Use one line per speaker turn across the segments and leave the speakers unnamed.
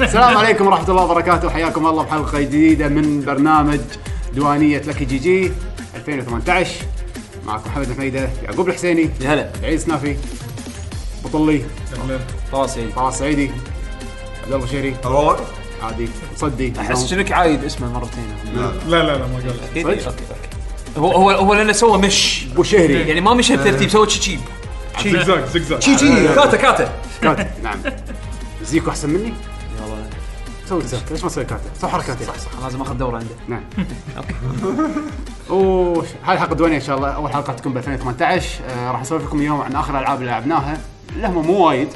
السلام عليكم ورحمة الله وبركاته حياكم الله بحلقة جديدة من برنامج ديوانية لكي جي جي 2018 معكم محمد الحميدة يعقوب الحسيني
يا هلا
العيد سنافي بطلي
طاسي
طلال سعيدي عبد الله شيري عادي مصدي
احس شنك عايد اسمه مرتين
لا لا لا ما قال
أكيد؟
صدق؟
اوكي اوكي هو هو هو لانه سوى مش
ابو شهري
يعني ما مشى بترتيب سوى آه. تشيب
زقزاق زقزاق
كاتا كاتا
كات نعم زيكو احسن مني سوي كات ليش ما سوي كات سوي حركات صح صح
لازم اخذ دوره عنده
نعم اوه هاي حلقه دوانية ان شاء الله اول حلقه تكون ب 2018 آه راح نسولف لكم اليوم عن اخر الالعاب اللي لعبناها اللي هم مو وايد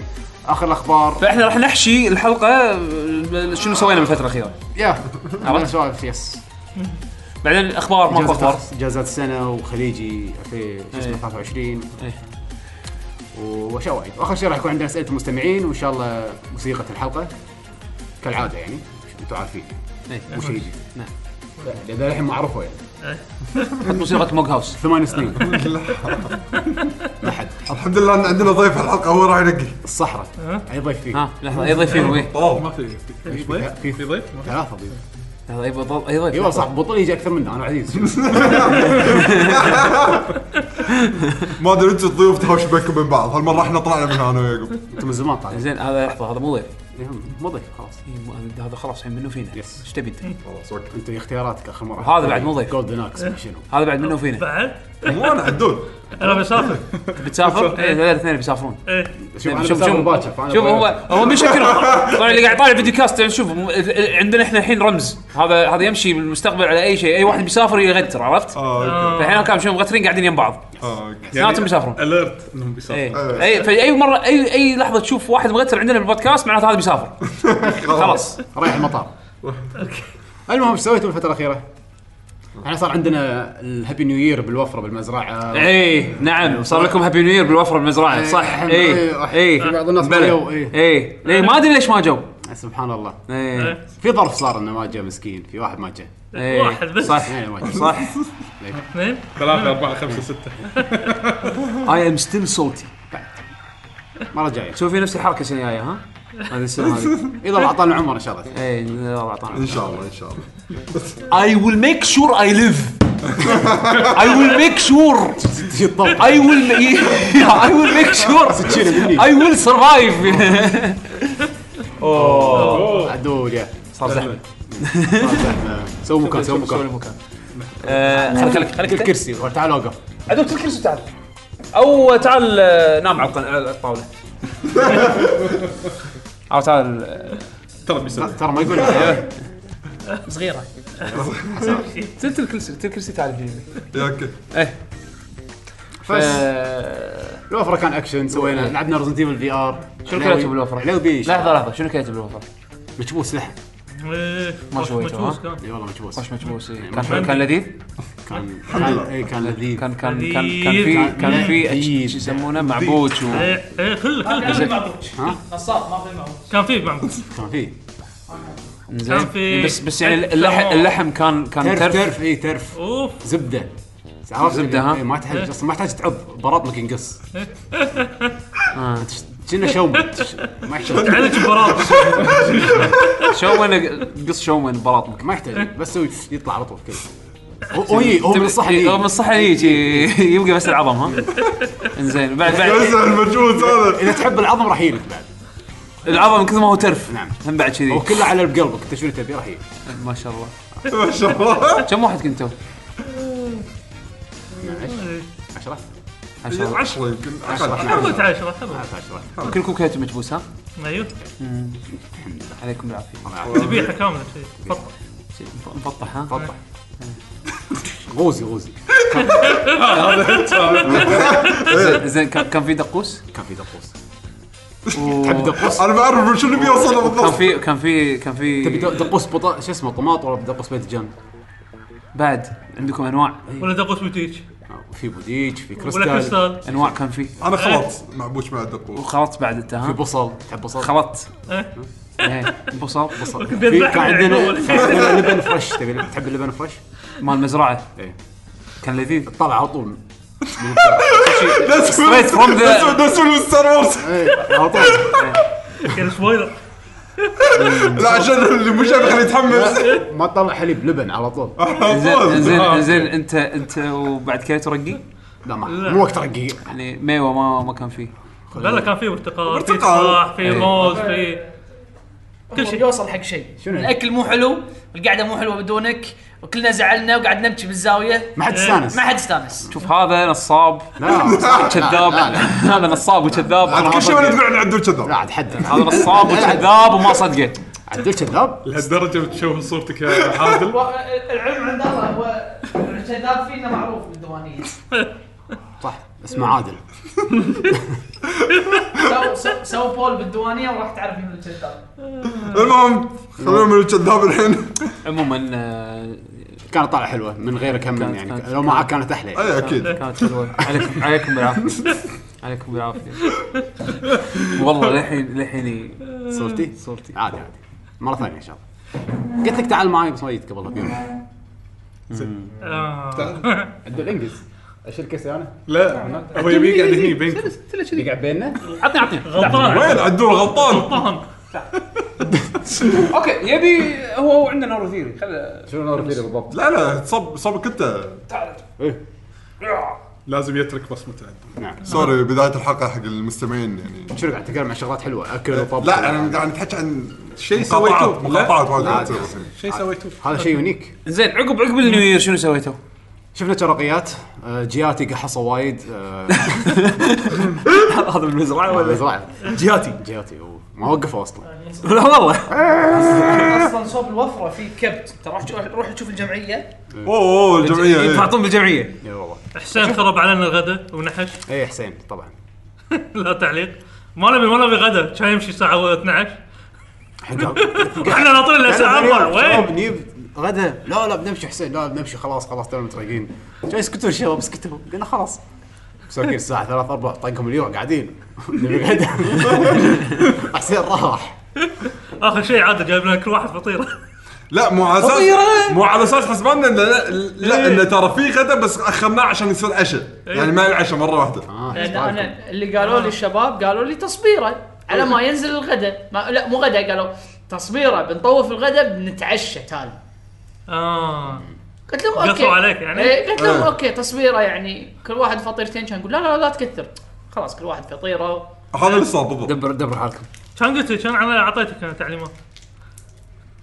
اخر الاخبار
فاحنا راح نحشي الحلقه آه، شنو سوينا بالفتره الاخيره
يا عرفت سوالف يس
بعدين اخبار ماكو اخبار
جائزات جائزات السنه وخليجي 2023
إيه.
واشياء وايد واخر شيء راح يكون عندنا اسئله المستمعين وان شاء الله موسيقى الحلقه كالعاده يعني انتم عارفين
إيه.
وش يجي
نعم.
اذا الحين ما عرفوا يعني
حط موسيقى موج هاوس
ثمان سنين
الحمد لله ان عندنا ضيف الحلقه هو راح ينقي
الصحراء اي ضيف فيه
ها لحظه اي ضيف فيهم اي
ما
واو
في في ضيف
في
في
في
ضيف ما في.
ثلاثه ضيوف
اي ضيف اي
ايوه
ضيف
صح بطل يجي اكثر منه انا عزيز
ما ادري انتم الضيوف تهاوش بينكم من بعض هالمره احنا طلعنا منها انا وياكم
انت من زمان طالع
زين هذا لحظه هذا مو ضيف
مو ضيف خلاص
إي، مو- هذا خلاص الحين منه فينا
يس.
ايش تبي انت؟
خلاص وقت
انت اختياراتك اخر مره
هذا بعد مو ضيف.
جولدن اكس شنو
هذا بعد منه فينا
بعد
مو انا عدول
انا بسافر
بتسافر؟ اي هذول الاثنين بيسافرون
ايه
شوف انا
شوف شوف
بسافر مباشر فأنا
شوف هو
أبغى-
هو من شكله طبعا اللي قاعد يطالع فيديو كاست يعني شوف م- عندنا احنا الحين رمز هذا هذا يمشي بالمستقبل على اي شيء اي واحد بيسافر يغتر عرفت؟
اه اوكي
فالحين كان شوف مغترين قاعدين يم بعض
اه اوكي
يعني
اثنيناتهم بيسافرون إيه.
اليرت انهم بيسافرون
اي
آه.
اي فاي مره اي اي لحظه تشوف واحد مغتر عندنا بالبودكاست معناته هذا بيسافر خلاص
رايح المطار المهم ايش سويتوا بالفتره الاخيره؟ احنا صار عندنا الهابي نيو يير بالوفره بالمزرعه
اي نعم صار لكم هابي نيو يير بالوفره بالمزرعه
إيه،
إيه، صح
إحنا-
اي
إيه،
اي
في بعض الناس ما
بلى.
جو، إيه.
اي إيه، ما ادري ليش ما جو
سبحان الله
اي
في ظرف صار انه ما جاء مسكين في واحد ما جاء
إيه.
واحد بس.
صح
يعني ما جاء
صح
اثنين
ثلاثة أربعة خمسة ستة
اي ام ستيل سولتي
مره جايه
تسوي في نفس الحركه السنه الجايه ها؟ هذه السنه هذه
اذا الله اعطانا عمر ان شاء الله
اي الله أعطانا.
ان شاء الله ان شاء الله
I will make sure I live. I will make sure.
تجي الطب
I will I will make sure.
تشيله مني
I will survive.
عدو جاء
صار زحمة.
سووا مكان سووا
سوي
مكان
المكان. آه، خليك خليك خليك
كل كرسي تعال وقف
عدوك كل كرسي تعال. او تعال آه، نام على القن- على الطاولة. او تعال آه،
ترى بيسافر
ترى ما يقول لك.
صغيره
تل تل كرسي تل كرسي تعال جيبي.
يا اوكي
فس
آه،
الوفره كان اكشن سوينا لعبنا رزنت ايفل في ار
شنو كاتب بالوفرة؟
علاوي
لحظة لحظة شنو كاتب بالوفرة؟
مكبوس لحم
آه،
ما سويته، ها؟
اي والله مكبوس
خوش مكبوس إيه. كان كان لذيذ؟
كان كان اي كان لذيذ
كان كان كان كان في كان في أش- شو يسمونه معبوج و
ايه ايه كله كله كله معبوش كان في معبوش
كان في
زين
في-
بس بس يعني اللحم اللحم كان كان
ترف
ترف
ترف اي ترف
اوف
زبده عرفت
زبدة، ها؟
إيه، ما تحتاج اصلا ما تحتاج تعض بطنك ينقص كنا شوم ما يحتاج
عندك براط
شومن قص شومن ببلاطك
ما يحتاج بس هو يطلع على طول كذا هو- هو يي- هو من الصحن يي.
إيه، هو من الصحن يجي يبقى بس العظم ها انزين بعد
بس
بعد
المجهود هذا
اذا تحب العظم راح يجيلك بعد
العظم من كثر ما هو ترف
نعم.
هم بعد كذي
هو كله على بقلبك انت شنو تبي راح يجيك
ما شاء الله
ما شاء الله
كم واحد كنتوا؟
10
عشرة
10 يمكن اقل
حرمت عشرة حرمت
10
كلكم كاتب مكبوس ها؟
ايوه
عليكم بالعافيه
ذبيحه كامله شيء تفضل
مفطح ها؟
تفضل غوزي غوزي
زين- زين كان كان في دقوس؟
كان في دقوس تحب دقوس
انا ما اعرف شنو بيوصلنا
كان
بالضبط
في كان في كان في
تبي دقوس بطا شو اسمه طماط ولا دقوس باذنجان؟
بعد عندكم انواع
ولا دقوس بوتيج
في بوديج في
ولا
كريستال
كريستال
انواع كان في
انا خلط مع بوش مع الدقوس
وخلطت بعد انت
في
ها
بصل تحب بصل
خلطت
إيه.
ايه بصل بصل
كنت
في
بيذبحنا
كان عندنا
عقول.
كان عندنا لبن فرش تبي لب- تحب اللبن فرش؟
مال مزرعه
ايه
كان لذيذ
طلع على طول
Straight from the-
نسول ستار وورز
ايه على طول
كان سبويلر
لا عشان اللي مو شايف خليه يتحمس
ما تطلع حليب لبن على طول
زين
آه.
زين زين انت انت وبعد كذا ترقي
لا ما
لا.
مو وقت رقيق
يعني ميوه ما ما كان فيه
لا لا كان في برتقال في
برتقال.
تفاح في
إيه.
موز في كل شيء
يوصل حق شيء
شنو؟
الاكل مو حلو القعده مو حلوه بدونك وكلنا زعلنا وقاعد نبكي بالزاويه
ما حد استانس
ما حد استانس
شوف هذا نصاب
لا لا،
كذاب
لا، لا.
هذا نصاب وكذاب
عاد
هذا
كل شيء ولا تقول عن عبد
لا
الكذاب
عاد حد
نصاب وكذاب وما صدقه
عدل كذاب
لهالدرجه بتشوه صورتك يا عادل
العلم عند الله هو الكذاب فينا معروف بالديوانيه
صح اسمه عادل
سو- سو- سو بول بالديوانيه وراح تعرف من الكذاب
المهم خلونا من الكذاب الحين
عموما آه،
كانت طالعه حلوه من غير كم
كانت-
يعني
كانت-
لو معاه كانت احلى
اي اكيد
كانت حلوه عليكم عليكم بالعافيه عليكم بالعافيه والله للحين للحين
صورتي
صورتي
عادي عادي مره ثانيه ان شاء الله قلت لك تعال معي بس ما جيتك والله بيوم
آه.
عدل انجز اشيل كيسي انا
لا هو يبي يقعد هني بينكم
اللي قاعد بيننا
عطني عطني
غلطان
وين عدول غلطان
غلطان
اوكي يبي هو عنده نورو ثيري خله
شنو نور فيلي بالضبط
لا لا صب صبك انت
لازم يترك بصمته عندي
نعم
سوري بدايه الحلقه حق المستمعين يعني
شنو قاعد تتكلم عن شغلات حلوه اكل وطبخ
لا انا قاعد نتحكي عن
شيء
مقاطعات
سويتوه لا
مقاطعات وايد قاعد
لا.
تصير.
شيء سويتوه
هذا شيء يونيك
زين عقب عقب النيو يير شنو سويتوا؟
شفنا ترقيات آه، جياتي قحصوا وايد آه،
هذا من المزرعه ولا؟
زراعة.
جياتي
جياتي هو ما وقفوا اصلا
لا والله
اصلا صوب الوفره في كبت ترى روح- روح تشوف الجمعيه
اوه اوه الجمعيه إيه.
يتعاطون بالجمعيه
اي والله
حسين خرب علينا الغداء ونحش
اي حسين طبعا
لا تعليق ما نبي ما نبي غدا كان يمشي الساعه 12
حق
احنا ناطرين للساعه 4
شباب
وين؟
نجيب غدا لا لا بنمشي حسين لا بنمشي خلاص خلاص تونا مترقين شو يسكتون الشباب اسكتوا قلنا خلاص مساكين الساعة 3 4 طقهم اليوم قاعدين نبي غدا حسين راح
اخر شيء عاد جايب لنا كل واحد فطيره
لا مو على
طيب،
اساس مو على اساس حسبنا إن لا لا
إيه.
انه ترى في غدا بس اخرناه عشان يصير عشاء يعني ما العشاء مره واحده
آه، إيش
لان
بالكم؟
انا اللي قالوا لي الشباب قالوا لي تصبيره على ما ينزل الغداء ما لا مو غداء قالوا تصبيره بنطوف الغداء بنتعشى تالي
اه
قلت لهم اوكي
قصوا عليك يعني؟
إيه، قلت لهم
آه.
اوكي تصبيره يعني كل واحد فطيرتين كان يقول لا لا لا تكثر خلاص كل واحد فطيره
هذا اللي صار بالضبط
دبر دبر حالكم
كان قلت لك، كان عمل اعطيتك أنا تعليمات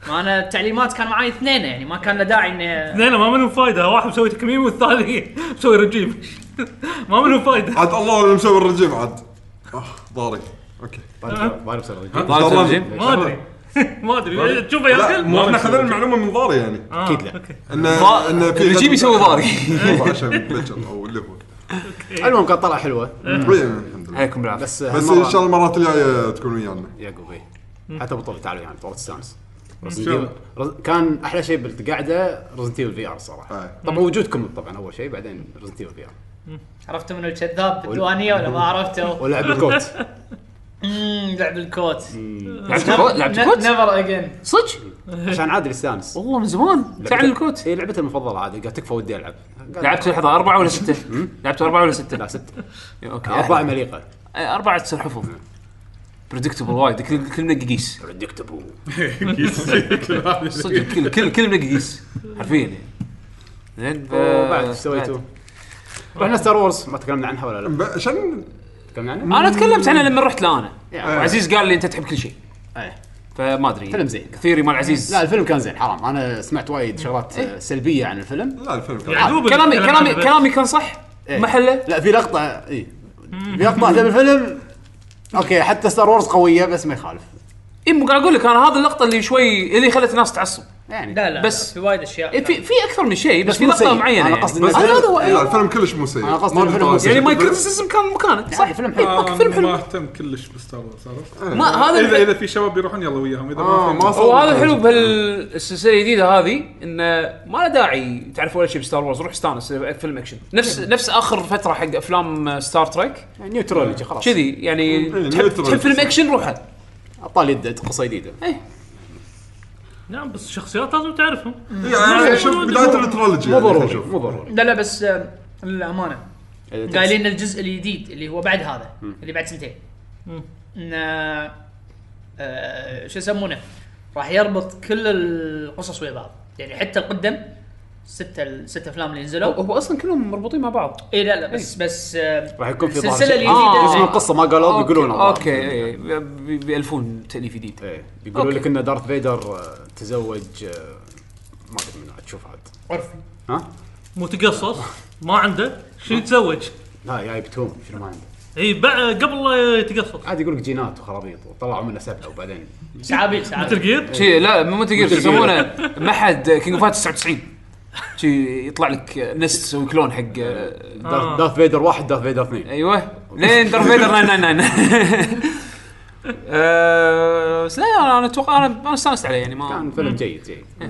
ما انا التعليمات كان معي اثنين يعني ما كان له داعي اني
اثنين ما منهم فايده واحد مسوي تكميم والثاني مسوي رجيم ما منهم فايده
عاد الله اللي مسوي الرجيم عاد آه، ضاري اوكي
طيب، ضارب سر
طالع
طبعاً.
الجيم
ما ادري ما ادري تشوفه
لا
ياكل
مو احنا خذينا المعلومه من ضاري يعني
آه،
أكيد لا.
أوكي.
انه انه في
الرجيم
غدا-
يسوي ضاري
والله عشان بكر او اللي هو
المهم كانت طلعة حلوة
إيه، الحمد لله
عليكم بالعافيه
بس
بس ان شاء الله المرات الجايه تكون ويانا
يا قوي حتى بطولة تعالوا يعني بطولة تستانس Resident Evil- Res- كان احلى شيء بالقعده رزنت ايفل في ار صراحه
أي.
طبعا وجودكم طبعا اول شيء بعدين رزنت ايفل في ار
عرفت من الكذاب بالديوانيه ولا ما عرفته
ولعب الكوت
امم لعب الكوت
لعبت كوت لعبت كوت
نيفر اجين
صدق
عشان عادل يستانس
والله من زمان تعال الكوت
هي لعبته المفضله عادي قال تكفى ودي العب قال
لعبت لحظه اربعه ولا سته؟ لعبت اربعه ولا إيه، سته؟
لا ست آه،
اوكي
اربع مليقه
أي اربعه تسلحفوا بريدكتبل وايد كل كلمه قيس
بريدكتبل
صدق كل كل كلمه قيس حرفيا يعني زين ف-
وبعد ايش سويتوا؟ رحنا ستار وورز ما تكلمنا عنها ولا لا؟
ب- عشان
تكلمنا عنها؟
انا تكلمت عنها لما رحت لانا
يعني.
وعزيز قال لي انت تحب كل شيء
إيه.
فما ادري
فيلم زين.
ثيري مال عزيز
لا الفيلم كان زين حرام انا سمعت وايد شغلات
إيه.
آه، سلبيه عن الفيلم
لا الفيلم كان-
يعقوب
آه، كلامي
يتكلم
كلامي
عن-
كلامي كان صح
إيه.
محله
لا في لقطه اي في لقطه واحده بالفيلم اوكي حتى ستار وورز قويه بس ما يخالف
إيه، اي مو قاعد اقول لك انا هذه اللقطه اللي شوي اللي خلت الناس تعصب
يعني
لا لا
بس-
بس في وايد اشياء
إيه، في في اكثر من شيء بس
بس
في
مو
لقطه
سيء.
معينه
أنا
يعني.
قصدي
بس
إنه سيء.
هذا هو إيه.
لا الفيلم كلش مو سيء
إيه؟ أنا قصدي
ما
الفيلم
تطالع
مو
سيء.
يعني ماي كريتيسيزم كان مكانه صح
يعني فيلم حلو. آه،
إيه، فيلم حلو
ما اهتم كلش بستار وورز عرفت؟
ما هذا
اذا
الحلو-
اذا في شباب يروحون يلا وياهم اذا
آه،
ما
ما
في
صار.
وهذا الحلو بهالسلسله الجديده هذه انه ما له داعي تعرف ولا شيء بستار وورز روح استانس فيلم اكشن نفس نفس اخر فتره حق افلام ستار تريك
يعني نيوترولوجي إيه. خلاص إيه،
كذي يعني تحب
neutral.
تحب فيلم اكشن روحه
اعطاني يد قصه جديده
نعم بس الشخصيات لازم تعرفهم
يعني شوف يعني بدايه الترولوجي
مو ضروري مو ضروري
لا لا بس آه، للامانه
إذا
قايلين الجزء الجديد اللي هو بعد هذا اللي بعد سنتين ان آه، آه، شو يسمونه راح يربط كل القصص ويا بعض يعني حتى القدم ستة ستة افلام اللي نزلوا
هو اصلا كلهم مربوطين مع بعض
اي لا لا بس بس آه،
راح يكون في ظاهر
السلسله
شيء.
الجديده
آه.
جزء من
آه.
القصه ما قالوا بيقولون
اوكي, أوكي. إيه، بي- بيالفون تاليف جديد
إيه، يقولون
أوكي.
لك ان دارث فيدر آه، تزوج آه، ما ادري من عاد شوف عاد
عرفي
ها؟
متقصص ما عنده شو يتزوج
لا يا بتوم شنو ما عنده
اي بع- قبل لا يتقصص
عاد يقول لك جينات وخرابيط وطلعوا منه سبعه وبعدين
سعابيل
مثل
سعابيل
جير
شي لا مو تقير شو يسمونه محد كينج فات 99 شي يطلع لك نست تسوي كلون حق آه.
دارث- دارث فيدر واحد دارث فيدر اثنين
ايوه لين دارث فيدر 999 آه، بس لا انا أنا اتوقع انا انا استانست عليه يعني ما
كان فيلم جيد جيد
إيه.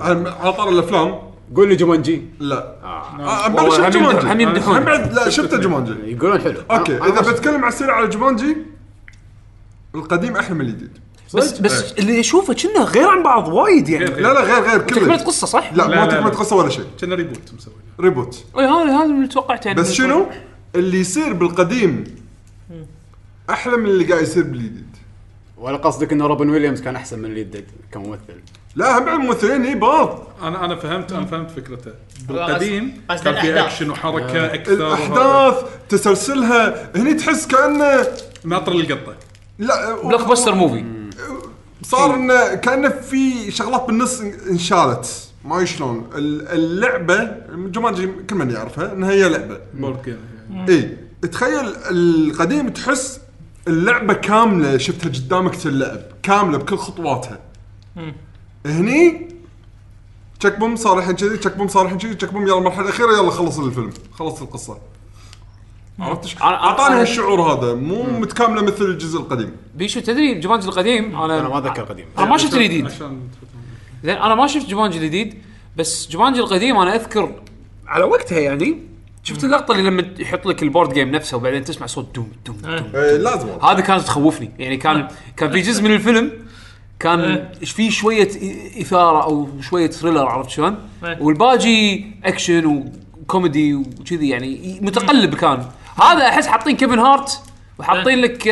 على على طار الافلام
قول لي جومانجي
لا
آه.
آه، بلش
والله
شفت
هم يمدح-
جومانجي
هم يمدحون.
هم بعد لا شفت جومانجي
يقولون حلو
اوكي
أنا-
اذا
أنا ما-
بتكلم على السريع على جومانجي القديم احلى من الجديد
بس بس اللي اشوفه كنا غير عن بعض وايد يعني
لا لا غير غير
تكمله
كله
قصه صح؟
إيه. لا
لا،
ما
لا،
تكمله
لا.
قصه ولا شيء
كنا ريبوت مسوينه
ريبوت
إيه، هذا هذا اللي توقعته يعني
بس شنو اللي يصير بالقديم احلى من اللي قاعد يصير بالجديد
ولا قصدك ان روبن ويليامز كان احسن من اللي يدد كممثل
لا هم بعد إيه، ممثلين اي بعض
انا انا فهمت انا فهمت فكرته بالقديم
قصد- قصد
كان في
الأحداث.
اكشن وحركه اكثر وهذا.
الاحداث تسلسلها هني تحس كانه
ناطر القطه
لا
بلوك باستر موفي
صار انه كانه في شغلات بالنص ان- انشالت ما أدري شلون ال- اللعبه جومانجي كل من يعرفها انها هي لعبه
بورد جيم يعني.
اي إيه. تخيل القديم تحس اللعبه كامله شفتها قدامك تلعب كامله بكل خطواتها هني تشك بوم صار الحين كذي تشك بوم صار الحين كذي تشك بوم يلا المرحله الاخيره يلا خلص الفيلم خلص القصه عرفت إيش؟
أنا- أنا-
اعطاني
أنا-
هالشعور هذا مو متكامله مثل الجزء القديم
بيشو تدري جومانجي القديم انا
انا ما اتذكر قديم
انا ما شفت الجديد
عشان
زين انا ما شفت جومانجي الجديد بس جومانجي القديم انا اذكر على وقتها يعني شفت اللقطه اللي لما يحط لك البورد جيم نفسه وبعدين تسمع صوت دوم دوم دوم
إيه، لازم والله.
هذا كانت تخوفني يعني كان كان في جزء من الفيلم كان إيش فيه شويه إ- اثاره او شويه ثريلر عرفت شلون؟
إيه.
والباقي اكشن وكوميدي وكذي يعني متقلب كان هذا احس حاطين كيفن هارت وحاطين لك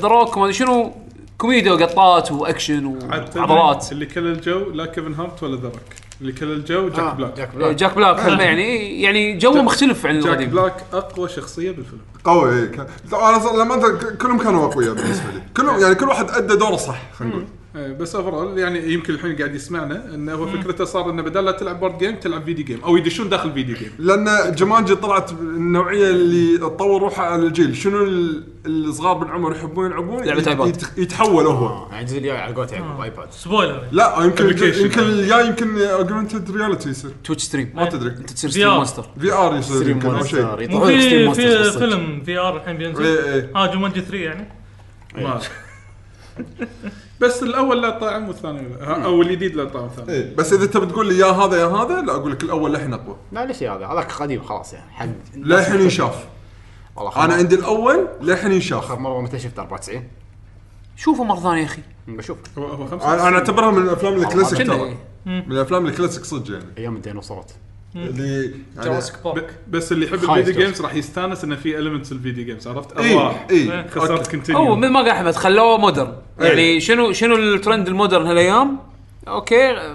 دروك وما ادري شنو كوميديا وقطات واكشن وعضلات
اللي كل الجو لا كيفن هارت ولا ذرك اللي كل الجو جاك
آه،
بلاك
جاك بلاك
جاك بلاك هم يعني يعني جوه مختلف عن
جاك
القديم
بلاك اقوى شخصيه بالفيلم
قوي إيه. كان- انا صار- لما أنت- كلهم كانوا اقوياء بالنسبه لي كلهم يعني كل واحد ادى دوره صح خلينا نقول
إيه، بس اوفرول يعني يمكن الحين قاعد يسمعنا انه هو فكرته صار انه بدل لا تلعب بورد جيم تلعب فيديو جيم او يدشون داخل فيديو جيم
لان جمانجي طلعت النوعيه اللي تطور روحها على الجيل شنو ال- الصغار بالعمر يحبون يلعبون
لعبة
يت-
آيباد.
يت- يتحول هو
يعني الجزء الجاي على قولتي
آه.
يعقوب ايباد
سبويلر
لا يمكن
Application.
يمكن الجاي يمكن اوجمنتد رياليتي يصير
تويتش ستريم
آه.
ما تدري
انت تصير
VR.
ستريم ماستر
في ار يصير
ستريم
يمكن او
مونستر
شيء
مو
يطلعون لك ستريم
في
مونستر
في
صدق.
فيلم في ار الحين بينزل
إيه، إيه.
اه جومانجي 3 يعني
ما أعرف. بس الاول لا طعم والثاني لا او الجديد لا طعم والثاني
إيه، بس اذا انت بتقول لي يا هذا يا هذا لا اقول لك الاول للحين اقوى
لا ليش يا هذا هذاك قديم خلاص يعني حق
للحين ينشاف
والله خلاص.
انا عندي الاول للحين ينشاف
اخر مره متى شفت 94
شوفه مره ثانيه يا اخي
بشوف
هو هو خمسه
انا أنا اعتبرها من الافلام الكلاسيك
كنا-
ترى من الافلام الكلاسيك صدق يعني
ايام الديناصورات
اللي يعني
جوراسيك بارك
ب- بس اللي يحب
خايف
الفيديو
توصل.
جيمز راح يستانس انه في المنتس الفيديو جيمز عرفت؟
اي
ارواح
اي
خسارة
او
كونتينيو
مثل ما قال احمد خلوه مودرن يعني
إيه.
شنو شنو الترند المودرن هالايام اوكي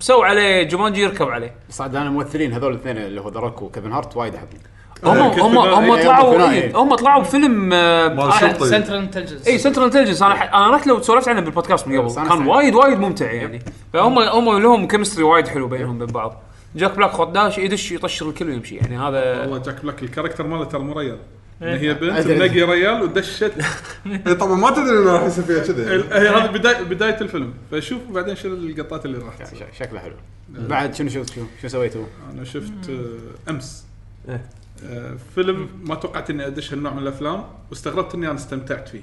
سو عليه جومانجي يركب عليه
بس عاد انا الممثلين هذول الاثنين اللي هو ذا روك وكيفن هارت وايد احبهم
هم
إيه، كنت
هم هم
بناء-
طلعوا
بناء،
إيه،
إيه.
هم طلعوا آه، بفيلم
مال شرطة. طيب.
سنترال انتلجنس
اي سنترال انتلجنس انا ح- انا رحت لو سولفت عنه بالبودكاست من
بس
قبل
أنا
كان
سعيد.
وايد وايد ممتع يعني فهم هم لهم كيمستري وايد حلو بينهم بين بعض جاك بلاك خداش يدش يطشر الكل ويمشي يعني هذا
والله جاك بلاك الكاركتر ماله ترى مو ريال ان هي بنت
أدري.
منقي ريال ودشت
إيه، طبعا ما تدري انه راح يصير فيها كذا
ال-
يعني.
هي هذه بدايه بدايه الفيلم فشوف بعدين شنو القطات اللي راح تصير
ش- شكله حلو بعد شنو شفت شنو شنو سويتوا؟
انا شفت آه، امس
إيه.
آه، فيلم ما توقعت اني ادش هالنوع من الافلام واستغربت اني انا استمتعت فيه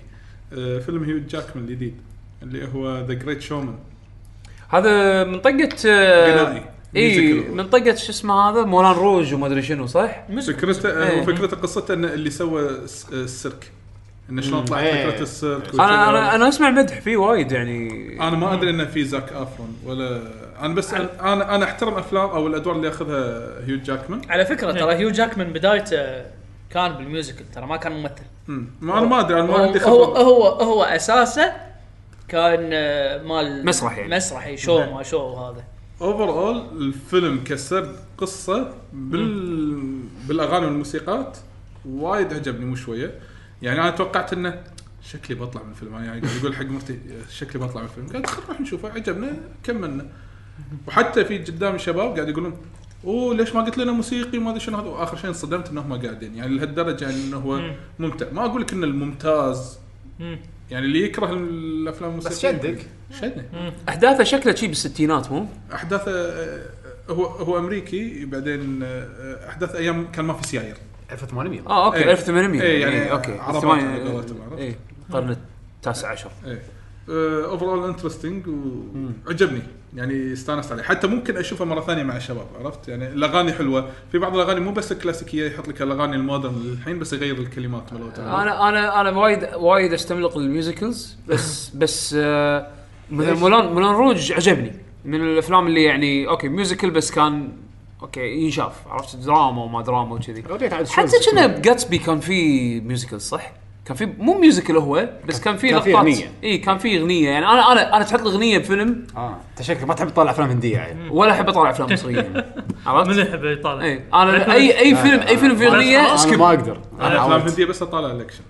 آه، فيلم هيو جاكمان الجديد اللي هو ذا جريت شومان
هذا من طقه آه،
غنائي.
اي
ميوزيكال.
من طقه شو اسمه هذا مولان روج وما ادري شنو صح؟
فكرته
إيه.
آه، فكرته قصته ان اللي سوى الس- آه، السيرك انه شلون طلعت
إيه.
فكره السيرك
انا انا انا اسمع مدح فيه وايد يعني
انا ما ادري انه في زاك افرون ولا انا بس انا انا احترم افلام او الادوار اللي ياخذها هيو جاكمان
على فكره ترى هيو جاك من بدايته كان بالميوزيكال ترى ما كان ممثل
مم. ما انا ما ادري انا ما
هو
عندي
هو
خبر
هو, هو اساسه كان آه، مال
مسرح يعني.
مسرحي شو ما شو هذا
اوفر اول الفيلم كسرد قصه بال بالاغاني والموسيقات وايد عجبني مو شويه يعني انا توقعت انه شكلي بطلع من الفيلم انا يعني قاعد اقول حق مرتي شكلي بطلع من الفيلم قالت خل نروح نشوفه عجبنا كملنا وحتى في قدام شباب قاعد يقولون اوه ليش ما قلت لنا موسيقي ما ادري شنو هذا واخر شيء انصدمت انهم قاعدين يعني لهالدرجه يعني انه هو ممتع ما اقول لك انه الممتاز يعني اللي يكره الافلام
بس
الموسيقيه
شدك
شدني
احداثه شكله شي بالستينات مو؟
احداثه آه، هو هو امريكي بعدين آه، احداث ايام كان ما في سياير
1800
اه اوكي
إيه.
1800
إيه، يعني
إيه، اوكي
عربات
الثمانية-
على قولتهم، عرفت؟
إيه، القرن التاسع عشر
ايه اوفرول انترستنج وعجبني يعني استانست عليه حتى ممكن اشوفه مره ثانيه مع الشباب عرفت يعني الاغاني حلوه في بعض الاغاني مو بس الكلاسيكيه يحط لك الاغاني المودرن الحين بس يغير الكلمات مالتها
انا انا انا وايد وايد استملق الميوزيكلز بس بس آه، مثلا
ليش؟
مولان مولان روج عجبني من الافلام اللي يعني اوكي ميوزيكل بس كان اوكي ينشاف عرفت دراما وما دراما وكذي
غطيت عاد
حتى كنا بجاتسبي كان في ميوزيكل صح؟ كان في مو ميوزيكل هو بس كان في
كان في
لقطات
أغنية.
اي كان في اغنيه يعني انا انا انا تحط لي اغنيه بفيلم
اه انت شكلك ما تحب تطلع افلام هنديه يعني
ولا احب اطالع افلام مصريه
من
عرفت؟
يحب يطالع؟
اي انا اي اي فيلم اي فيلم في اغنيه
انا
اسكيب
ما اقدر انا
افلام
حاولت
هنديه بس اطالع الاكشن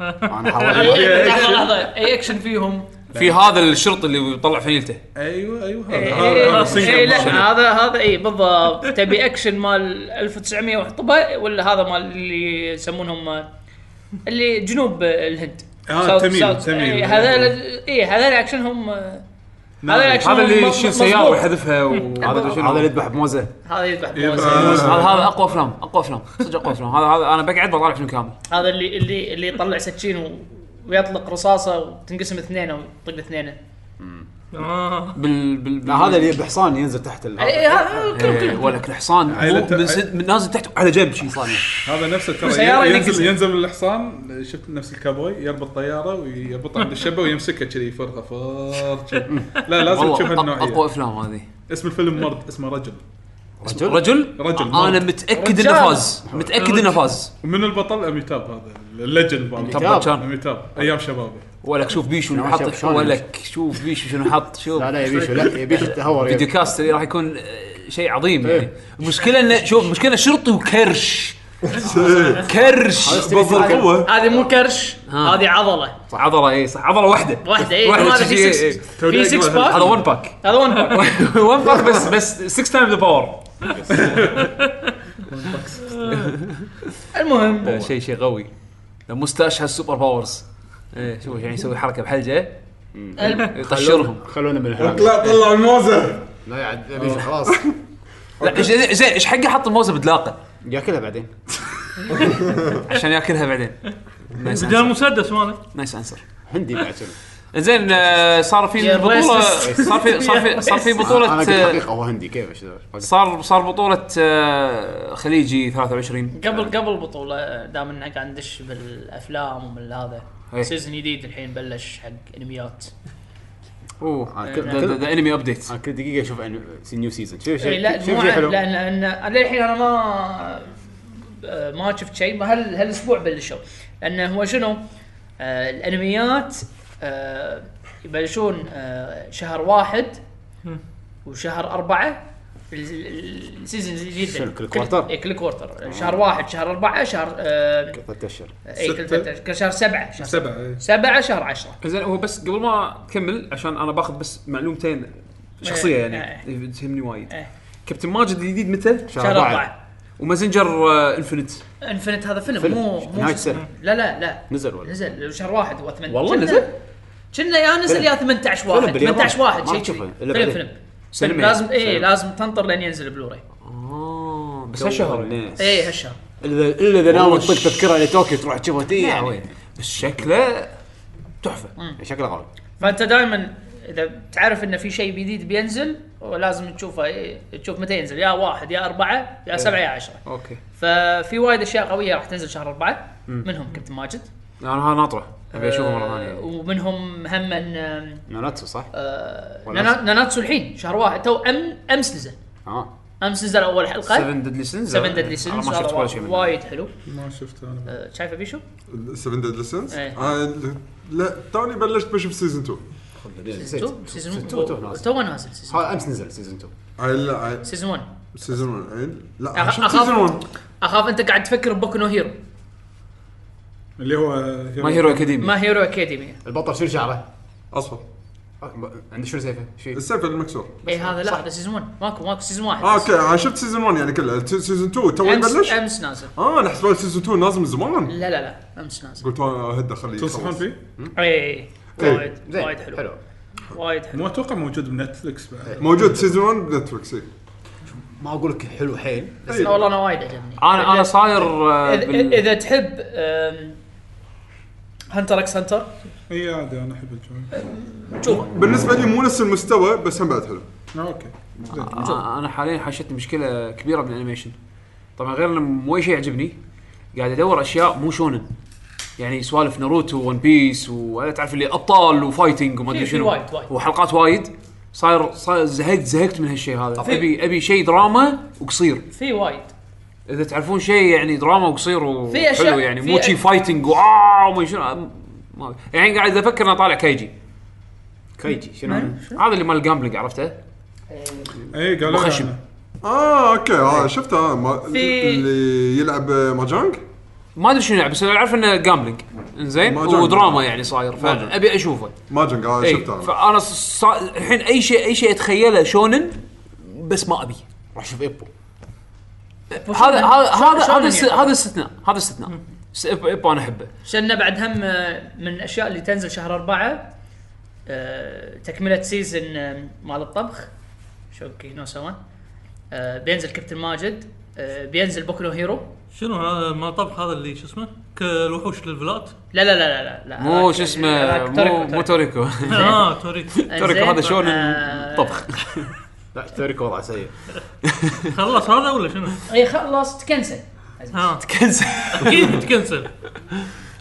انا حاولت
لحظه لحظه اي اكشن فيهم
في هذا الشرطي اللي يطلع فنيلته
ايوه ايوه
اي
إيه.
هذا هذا- هذا
إي، لا
single مال-
هذا هذا اي بالضبط تبي اكشن مال 1900 وحطبه ولا هذا مال اللي يسمونهم اللي جنوب الهند
آه،
South-
تميل،
South- إيه،
تميل.
إي، هذا اي هذا اكشنهم هذا الاكشن
هذا اللي
مضبوط.
يشيل سياره ويحذفها وهذا شنو
هذا اللي يذبح بموزه
هذا يذبح بوزة.
آه.
يبقى-
هذا هذا اقوى افلام اقوى افلام صدق اقوى افلام هذا هذا انا بقعد بطالع فيلم كامل
هذا اللي اللي اللي يطلع سكين و- ويطلق رصاصه وتنقسم اثنين او يطق اثنين
اه
بال بال
لا هذا اللي بحصان ينزل تحت ال-
إي، هذا كلهم
إيه،
كلهم
ولا كل حصان مو-
عيلة-
من سد- من نازل تحت على جنب شي
حصان.
هذا نفسه
وسيارة
ترى
ينقز.
ينزل ينزل من الحصان شفت نفس الكابوي يربط طياره ويربطها عند الشبه ويمسكها كذي يفرها فر كذي. لا لازم
والله
تشوف
أق- اقوى
هالنوعيه
افلام هذه
اسم الفيلم مرد إيه. اسمه رجل
رجل
رجل
رجل،
انا
مرد.
متاكد انه
رجال.
فاز متاكد انه فاز
ومن البطل اميتاب هذا الليجند مال
أميتاب.
كان
اميتاب ايام شبابه
ولك شوف بيشو شنو
ما شاف
حط
شلون
ولك شوف بيشو شنو حط شوف
لا لا يبي شو لا يبي شو تهور يعني.
فيديو كاست اللي راح يكون آه، شيء عظيم يعني
إيه.
المشكله انه شوف المشكله شرطي وكرش كرش
بالضبط
هذه مو كرش
ها.
هذه عضله
عضله اي إيه، صح عضله واحده
واحده اي
واحدة
هذا في
شي- إي،
سكس
إي.
في 6
هذا
باك
ون باك
هذا ون باك
ون باك بس بس 6 تايم ذا باور
المهم
لا، شيء شيء قوي المستاش هالسوبر باورز ايه شوف يعني يسوي حركه بحلجه يطشرهم
خلونا من الحلال
لا طلع الموزه
لا يا عاد يبي شو خلاص
لا، إيش- زين ايش حقه حط الموزه بدلاقه
ياكلها بعدين
عشان ياكلها بعدين نايس
بدل
انسر
المسدس ماله
نايس انسر
هندي بعد شنو
زين آه، صار في
يا
بطوله
racist.
صار في صار في صار في
انا قلت
بطوله آه،
حقيقه هو هندي كيف ايش ذا؟
صار صار بطوله آه، خليجي 23
قبل قبل البطوله دام انك قاعد ندش بالافلام ومن هذا
إيه.
سيزون جديد الحين بلش حق انميات
اوه
آه، كل- كل-
ذا انمي ابديت
انا كل دقيقه اشوف أن- نيو سيزون شوف
إيه، لا
شيء شوف
مو
شيء
عن-
حلو
لان لان انا للحين انا ما آه، ما شفت شيء ما هال هالاسبوع بلشوا لانه هو شنو؟ آه الانميات آه يبلشون آه شهر واحد وشهر اربعه ال- ال- السيزون الجديد
شنو، كل كوارتر؟
إيه، كل كوارتر شهر واحد شهر اربعه شهر آه
ثلاث اشهر
اي كل
ستة.
فترة- كل شهر سبعه شهر سبعه
سبعه إيه.
سبعه شهر عشره
زين هو بس قبل ما تكمل عشان انا باخذ بس معلومتين شخصيه يعني تهمني وايد
إيه.
كابتن ماجد الجديد متى؟
شهر اربعه
وماسنجر آه، انفنت
انفنت هذا فيلم
فيلم.
مو مو
نهاية
شو اسمه.
السنة.
لا لا لا
نزل ولا؟
نزل شهر واحد و 18
والله
كنا-
نزل؟
كنا يا نزل يا 18 واحد
فيلم باليابان.
18 واحد
ما
شيء
تشوفه
كذي
إلا
فيلم
بعدين.
فيلم
سينما.
فيلم لازم اي
سينما.
لازم تنطر لين ينزل بلوراي
آه، بس
جو
هالشهر
الناس.
اي هالشهر
الا الا اذا ناوي تطق تذكره لطوكيو تروح تشوفها تي
يعني.
يعني
بس شكله تحفه
شكله قوي
فانت دائما اذا تعرف ان في شيء جديد بينزل لازم تشوفه إيه، تشوف متى ينزل يا واحد يا اربعه
إيه.
يا سبعه يا عشره
اوكي
ففي وايد اشياء قويه راح تنزل شهر اربعه منهم كابتن ماجد
انا ها ناطره ابي اشوفه مره
آه،
ثانيه
ومنهم هم ان
ناناتسو صح؟
آه،
ولا
نانا- ناناتسو الحين شهر واحد تو أم امس نزل
اه
امس نزل اول حلقه
7 ديدلي سينز
7 ديدلي سينز
ما شفت ولا شيء منه
وايد حلو
ما شفت انا
آه، شايفه بيشو؟
7 ديد ليسنز
إيه.
آه، لا توني بلشت بشوف سيزون 2
تو- سيزون
تو- تو نازل.
2 تو نازل سيزون
ها، امس نزل سيزون 2
آه، لا آه،
سيزون 1
سيزون 1 عيل. لا
أخ-
شفت
أخاف-
سيزون 1
اخاف انت قاعد تفكر ببوكو نو هيرو
اللي هو يعني
ما هيرو اكاديمي
ما هيرو اكاديمي
البطل شنو شعره؟
اصفر
آه، ب- عنده شنو سيفه؟ شيء
السيف المكسور
اي إيه، هذا لا هذا سيزون 1 ماكو ماكو سيزون واحد
اه
بس.
اوكي انا شفت سيزون 1 يعني كله ت- سيزون 2 تو
امس
بلش
امس نازل
اه انا حسبت سيزون 2 نازل من زمان
لا لا لا امس نازل
قلت آه، هدا خليه
تنصحون
يخلص.
فيه؟
اي
إيه.
وايد
زين
وايد حلو وايد حلو
مو اتوقع موجود بنتفلكس بعد
موجود سيزون 1 بنتفلكس إيه.
ما اقول لك حلو حيل
بس لا والله انا وايد عجبني
انا انا صاير آه،
إذا-
بال-
اذا تحب أم، هنتر اكس هنتر
اي إيه، عادي انا احب الجو
شوفه
بالنسبه لي مو نفس المستوى بس هم بعد حلو
آه، اوكي زين.
آه، انا حاليا حاشتني مشكله كبيره بالانيميشن طبعا غير انه مو أي شيء يعجبني قاعد ادور اشياء مو شونن يعني سوالف ناروتو ون بيس ولا تعرف اللي ابطال وفايتنج وما ادري
في- في
شنو
وايد- وايد.
وحلقات وايد صاير صاير زهقت زهقت من هالشيء هذا
في-
ابي ابي شيء دراما وقصير
في وايد
اذا تعرفون شيء يعني دراما وقصير
في أشياء-
وحلو يعني مو
في-
شي فايتنج واه وما أدري شنو ما- يعني قاعد افكر اني اطالع كايجي
كايجي شنو؟
هذا اللي مال الجامبلينج عرفته
اي إيه، قالوا لي
وخشب.
أنا.
اه اوكي اه شفته آه، ما-
في-
اللي يلعب آه، ماجانج
ما ادري شنو يلعب بس انا اعرف انه جامبلينج انزين
ما جامبلينج.
ودراما يعني صاير فابي اشوفه
ماجانج اه
إيه.
اي
شفته أنا.
فانا إيه، ص- صا- الحين اي شيء اي شيء اتخيله شونن بس ما ابي
راح اشوف ايبو
هذا هذا هذا
شونن
هذا الس-
يعني.
هذا استثناء هذا استثناء بس إب- إب انا احبه
شلنا بعد هم آه، من الاشياء اللي تنزل شهر اربعه آه، تكمله سيزن آه، مال الطبخ شوكي نو سوان آه، بينزل كابتن ماجد آه، بينزل بوكو نو هيرو
شنو هذا ما طبخ هذا اللي شو اسمه كالوحوش للفلات
لا لا لا لا لا, لا
مو شو
يعني،
اسمه مو مو توريكو
اه توريك
توريكو هذا
آه،
شونن طبخ
لا توريك وضعه سيء
خلص هذا ولا شنو؟
اي إيه، خلاص تكنسل
ها
كنسل
اكيد تكنسل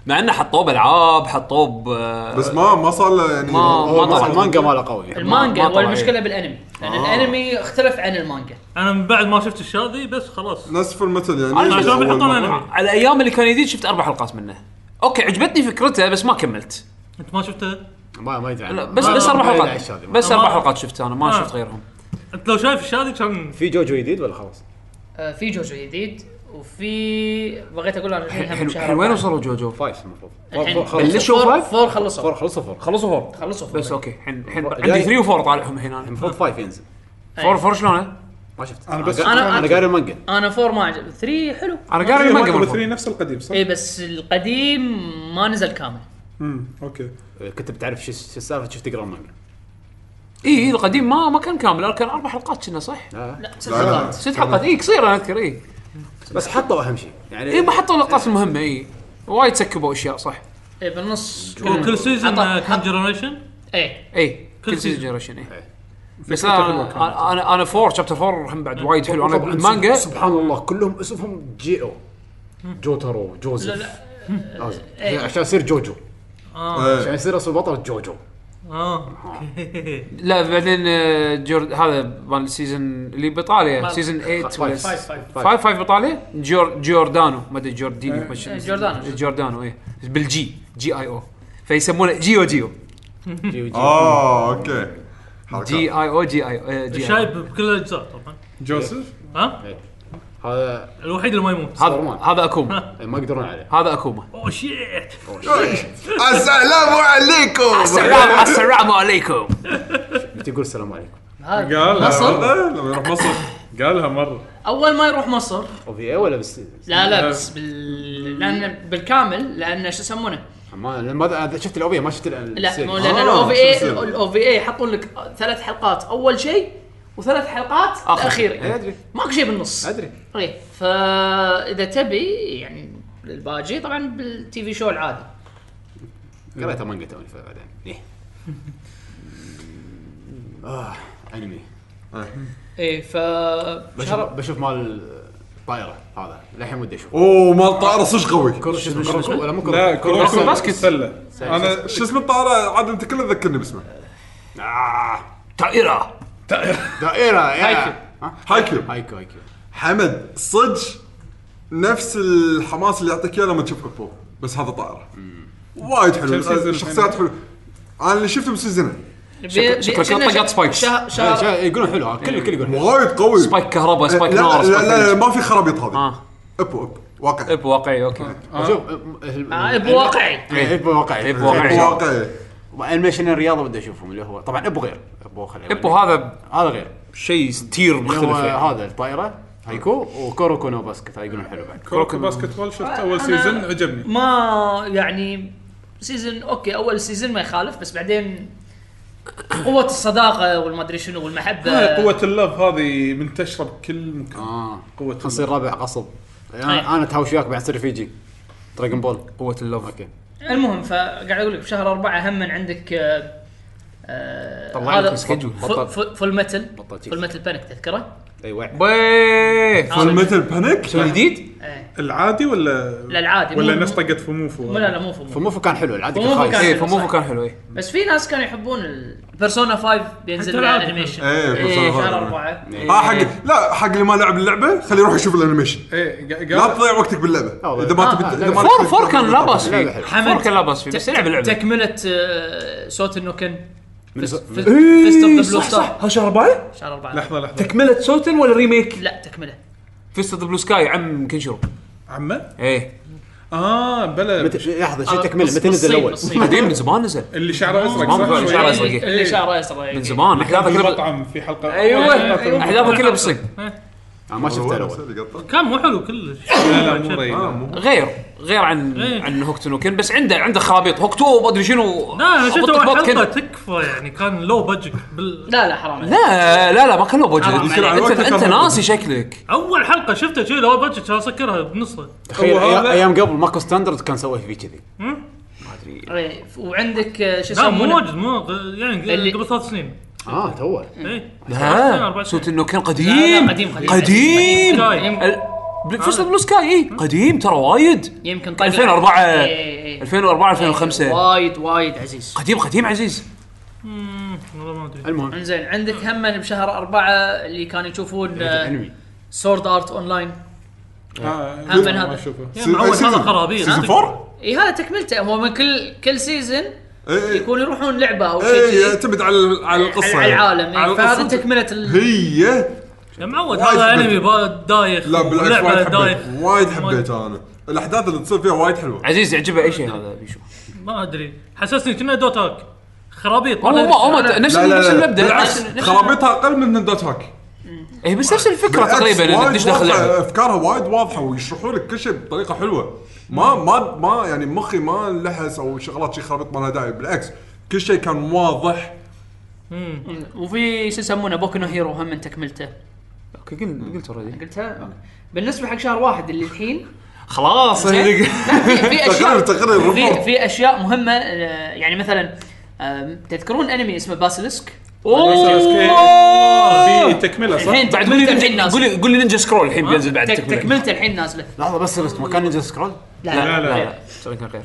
مع انه حطوه بالعاب حطوه ب-
بس ما ما صار له يعني
ما-
هو-
ما
هو
طلع.
صار-
المانجا ماله قوي
المانجا
ما طلع إيه. آه.
والمشكله بالانمي لان الانمي اختلف عن المانجا
انا من بعد ما شفت الشاذي بس خلاص
نفس فول متل يعني
أنا
شلون
أول
بيحطون
مرة.
انمي؟
على الايام اللي كان جديد شفت اربع حلقات منه اوكي عجبتني فكرته بس ما كملت
انت ما شفته؟
ما ما يدري
لا
عنه.
بس
ما-
بس اربع
ما يدري عن
حلقات
الشاذي.
بس اربع
ما-
حلقات شفت انا ما
آه.
شفت غيرهم
انت لو شايف الشاذي كان
في جوجو جديد ولا خلاص؟
آه، في جوجو جديد وفي بغيت اقول انا الحين هم
حلو
شهر
حلو وين
أربعة.
وصلوا جوجو؟
فايف المفروض
الحين
فور- فور-
بلشوا.
خلصوا
شو
فور-
فايف؟
فور خلصوا فور
فور خلصوا فور
خلصوا فور
خلصوا فور.
بس اوكي الحين الحين
جاي.
عندي 3 و4 طالعهم الحين انا
المفروض فايف ينزل
فور فور شلونه؟
ما شفت
أنا بس-
قا-
أنا-
انا قاري المانجا
انا فور ما عجب 3 حلو
انا قاري
ما
المانجا
قبل
المفروض.
3 نفس القديم صح؟
اي بس القديم ما نزل كامل
امم اوكي
آه، كنت بتعرف شو شو السالفه شفت تقرا المانجا
اي إي، القديم ما ما كان كامل كان اربع حلقات كنا صح؟
لا.
لا ست
لا، لا، لا.
حلقات
ست حلقات اي قصير انا اذكر اي
بس حطوا اهم شيء يعني
اي ما حطوا اللقطات المهمه اي وايد سكبوا اشياء صح
اي إيه، بالنص إيه،
كل سيزون آه، كان
عطى-
جنريشن
اي
اي كل
كل
سيزون
سيزون.
جنريشن اي بس انا انا انا فور شابتر فور هم بعد وايد حلو انا
طبعاً
المانجا
سبحان الله كلهم اسمهم جي او جوترو جوزيف لازم.
إيه.
عشان يصير جوجو
إيه.
عشان
آه.
يصير اصلا بطل جوجو
اه اوكي
لا بعدين آه، جورد هذا مال السيزون اللي بايطاليا
ما-
سيزون 8 ولا
فايف.
فايف فايف بايطاليا جور جوردانو ما ادري جورديني ما شنو اسمه.
آه، جوردانو.
جوردانو اي بالجي جي اي او فيسمونه جيو جيو
جيو جيو.
اه اوكي
جي اي او جي اي آه، جي
شايب
اي
بكل الاجزاء طبعا
جوزيف
ها
هذا
الوحيد اللي ما يموت Oh,
هذا هذا اكوما
إيه، ما يقدرون عليه
هذا اكوما
اوه شيت
السلام عليكم
السلام السلام عليكم
تقول السلام عليكم
هذا
قال
مصر
هذا
إيه،
لما يروح مصر
قالها مره
اول ما يروح مصر
او في اي ولا بس
لا لا بس بال... لان بالكامل لان شو يسمونه
ما ما أنا شفت الاوبيه ما شفت ال-
لا
السيريز.
مو لان
آه،
الاو في اي
سلسلة.
الاو في اي يحطون لك ثلاث حلقات اول شيء وثلاث حلقات
آخر.
إيه،
اخيره
ادري
ماكو شيء بالنص
ادري
ايه فاذا تبي يعني الباجي طبعا بالتي في شو العادي
قريتها مانجا توني فبعدين ايه اه انمي
ايه ف
بشوف بشوف مال الطائره هذا للحين ودي اشوف
اوه مال طائره صدق قوي
كرة شو اسمه كروكو ولا مو كروكو؟
لا كروكو
كروكو باسكت.
سله انا
شو اسم الطائره عاد انت كله ذكرني باسمه
آه،
طائره
دائرة يا.
هايكيو.
ها؟
هايكيو
هايكيو هايكيو
حمد صدق نفس الحماس اللي يعطيك اياه لما تشوف ابو بس هذا طائره وايد حلو
كم سيزون
الشخصيات
الحين؟
حلو انا اللي شفته بسيزون
بي- بي-
شكلك
كنا
طقت
ش-
spikes.
شهر
إيه،
شهر
شا- يقولون حلو آه، كل الكل يقول
وايد قوي إيه،
سبايك كهرباء
لا
سبايك نار
لا, لا,
سبايك
لا,
ثلج.
ما في خرابيط هذه
اه
ابو ابو واقع
اب واقعي اوكي
شوف
آه، بواقعي
ابو واقعي
إبو واقعي.
ابو واقع
انيميشن الرياضه بدي اشوفهم اللي هو طبعا ابو غير ابو خلي
ابو هذا
هذا غير
شيء ستير
اللي هو
مختلف يعني.
هذا الطائره هايكو وكوروكو نو باسكت هاي يقولون حلو بعد
كروكو باسكت بول شفت اول
أنا-
سيزون عجبني
ما يعني سيزون اوكي اول سيزون ما يخالف بس بعدين قوة الصداقة والمدري شنو والمحبة
هاي قوة اللف هذه منتشرة بكل مكان
اه
قوة
نصير ربع غصب
طيب.
انا انا تهاوش وياك بعد تصير فيجي دراجون بول
قوه اللوف
اوكي
المهم فقاعد اقول لك بشهر أربعة هم من عندك آه، آه،
طلع لك
هذا
سكيدول،
ف-
بطل.
ف- فول متل
بطل تيك.
فول متل بانك تذكره؟
أيوة.
ايوه
بيه
هذا
المتل بانيك
شيء جديد
إيه.
العادي ولا
لا، العادي.
ولا طيب.
مو-
ناس طقت في موفو
مو لا لا مو فول متل.
فموفو كان حلو العادي كان
فموفو
خايس
كان-
ايه
صح.
فموفو كان حلو ايه
بس في ناس كانوا يحبون البيرسونا 5 بينزل
حتى
لها
العادي.
انيميشن
إيه، Persona
إيه،
5.
شهر أربعة
إيه.
اه حق لا حق اللي ما لعب اللعبه خليه يروح يشوف الانيميشن
ايه قا-
لا
قال
تضيع وقتك باللعبه
آه،
اذا ما
آه،
تبي
آه،
اذا ما
فور
تبي-
فور كان لا باس
لعبة
فيه
حلوة.
فور كان لا باس فيه بس يلعب اللعبه
تكملة آه، صوت النوكن فيست اوف ذا
إيه،
بلو
صح
ستار
صح ها شهر أربعة؟
شهر أربعة
لحظة لحظة
تكملة سوتن ولا ريميك؟
لا تكملة
فيست اوف بلو سكاي عم كنشرو
عمه
ايه
اه بلا
مت- لحظه شيء
آه،
تكمله
بس-
متى نزل
بالصين-
الاول؟
بالصين.
قديم من زمان نزل
اللي شعره ازرق
ما بفرق،
صح
شعره
شوي؟
أزرق.
اللي
إيه.
اللي شعره أيوة. ازرق
من زمان احداثه
كان
كلها
مطعم في حلقة
أيوة.
ايوه احداثه كلها بالصين
انا آه، ما شفته الاول
كان مو حلو كلش
لا لا مو
آه،
ريال
مو-
غير غير عن
إيه.
عن هوكتو نو كن بس عنده عنده خرابيط هوكتو ما ادري شنو
لا انا شفت
خبطك
اول
بوت كن.
حلقه تكفى يعني كان لو بجك بال...
لا لا حرام عليك.
لا لا لا ما كان له بوجه
حرام
انت
عليك.
انت أنت ناسي شكلك
اول حلقه شفتها شي لو بجك كان اسكرها بنصها
تخيل
هو
أي-
هذا-
ايام قبل ماكو ستاندرد كان سوى فيه كذي
إيه، وعندك آه، شو
لا مو
يسمونه
واجد مو غ- يعني
اللي-
قبل ثلاث سنين
اه
آه،
توه
اي
ها صوت انه كان
لا،
قديم
لا، قديم، قديم.
قديم
قديم.
فيست بلو سكاي اي إيه. قديم ترى وايد
يمكن طلع-
2004
إيه، إيه، إيه.
2004 2005
وايد وايد عزيز
قديم قديم عزيز
والله ما ادري
المهم
انزين عندك هم بشهر أربعة اللي كانوا يشوفون آه،
انمي
سورد ارت اونلاين
اه
هم من
ما
هذا.
اشوفه
يا معود، هذا خرابيط
سيزون 4
اي هذا تكملته هو من كل كل سيزون
اي
يكون يروحون لعبه او
إيه،
شيء
اي
كذي
إيه، يعتمد على على القصه
على العالم
على
إيه. فهذا
القصة.
تكمله ال...
هي
يا معود
وايد
يعني هذا
حبيت.
انمي با- دايخ
لا بالعكس
ولعبة
وايد
دايخ
حبيت وايد حبيته انا الاحداث اللي تصير فيها وايد حلوه
عزيز يعجبه اي شيء هذا بيشوف
ما ادري حسسني كنا دوتاك خرابيط طيب،
هم هم هم
أنا-
نفس
لا لا
نفس
لا
المبدا
بالعكس
نفس- نفس-
خرابيطها اقل من نندات هاك
اي بس نفس الفكره
بالعكس،
تقريبا
وايد
انك تدش داخل
واضحة،
لعبه
افكارها وايد واضحه ويشرحوا لك كل شيء بطريقه حلوه ما ما ما يعني مخي ما لحس او شغلات شي خرابيط ما لها داعي بالعكس كل شيء كان واضح
وفي شو يسمونه بوكو نو هيرو هم من تكملته
اوكي قل- قلت اوريدي
قلتها بالنسبه حق شهر واحد اللي الحين
خلاص
زين؟ لا في, في
تقرير
اشياء
تقرير
في,
report.
في اشياء مهمه آه، يعني مثلا آم، تذكرون انمي اسمه باسيلسك
اوه إيه، في تكمله صح؟
الحين
بعد
بعد
قول لي نينجا-
تكملته الحين
قول
نازله
لي قول لي نينجا سكرول الحين بينزل بعد
آه، تك-
التكملة.
تكملته الحين نازله
لحظه بس رست ما كان نينجا سكرول
لا
لا
لا
لا لا سوري كان غير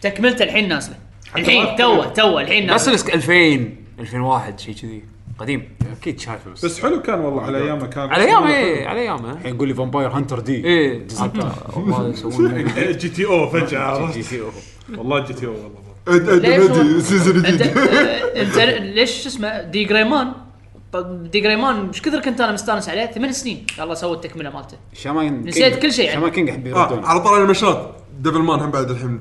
تكملته الحين نازله
ما
الحين توه توه الحين
بس
نازله
لسك 2000 2001 شيء كذي قديم
اكيد شايفه بس
بس حلو كان والله على ايامه كان
على ايام اي على ايام ها؟
الحين يقول لي فامباير هانتر دي
ايه حتى والله يسوون
إيه، جي تي او فجاه
جي
عرفت
تي او
والله جي تي او والله
أد- أد-
ليش هو-
أد- سيزون
انت
جديد
آه، انت ليش شو اسمه دي جريمان طب دي جريمان مش كثر كنت انا مستانس عليه ثمان سنين يلا سووا التكمله مالته
شامان
نسيت
كينج.
كل شيء يعني.
شامان كينج يحب
آه،
يردونه
على طار المشات دبل مان هم بعد الحين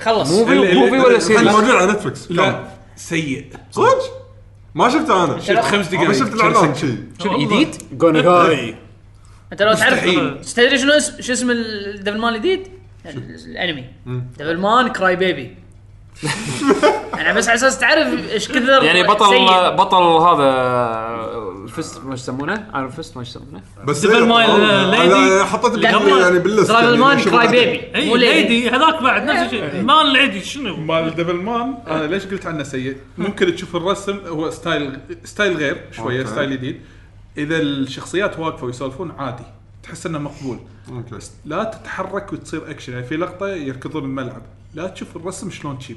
خلص
موفي
اللي-
موفي ولا
الحين
سيريز
موجود على نتفلكس كامل.
سيء
صدق ما شفته انا
شفت
آه،
خمس دقائق
ما شفت الاعلان شيء
شنو جديد؟
جوني هاي
انت لو تعرف
مستحيل.
تدري شنو اسم شو اسم الدبل مان الجديد؟ ال- الانمي دبل مان كراي بيبي انا بس على اساس تعرف ايش كثر
يعني بطل
سيء.
بطل هذا الفست ما يسمونه؟ ايرون فست ما يسمونه؟
بس
دبل
إيه،
مايل
أنا-
ليدي.
أنا حطيت بال-
قبل
يعني باللست
دبل
يعني
مان
شوف
كراي
أنت.
بيبي
اي
مو ليدي
ليدي إيه، هذاك بعد نفس
إيه.
الشيء مال العيدي شنو؟
مال دبل مان انا ليش قلت عنه سيء؟ ممكن تشوف الرسم هو ستايل ستايل غير شويه
أوكي.
ستايل جديد اذا الشخصيات واقفه ويسولفون عادي تحس انه مقبول
أوكي.
لا تتحرك وتصير اكشن يعني في لقطه يركضون الملعب لا تشوف الرسم شلون تشيب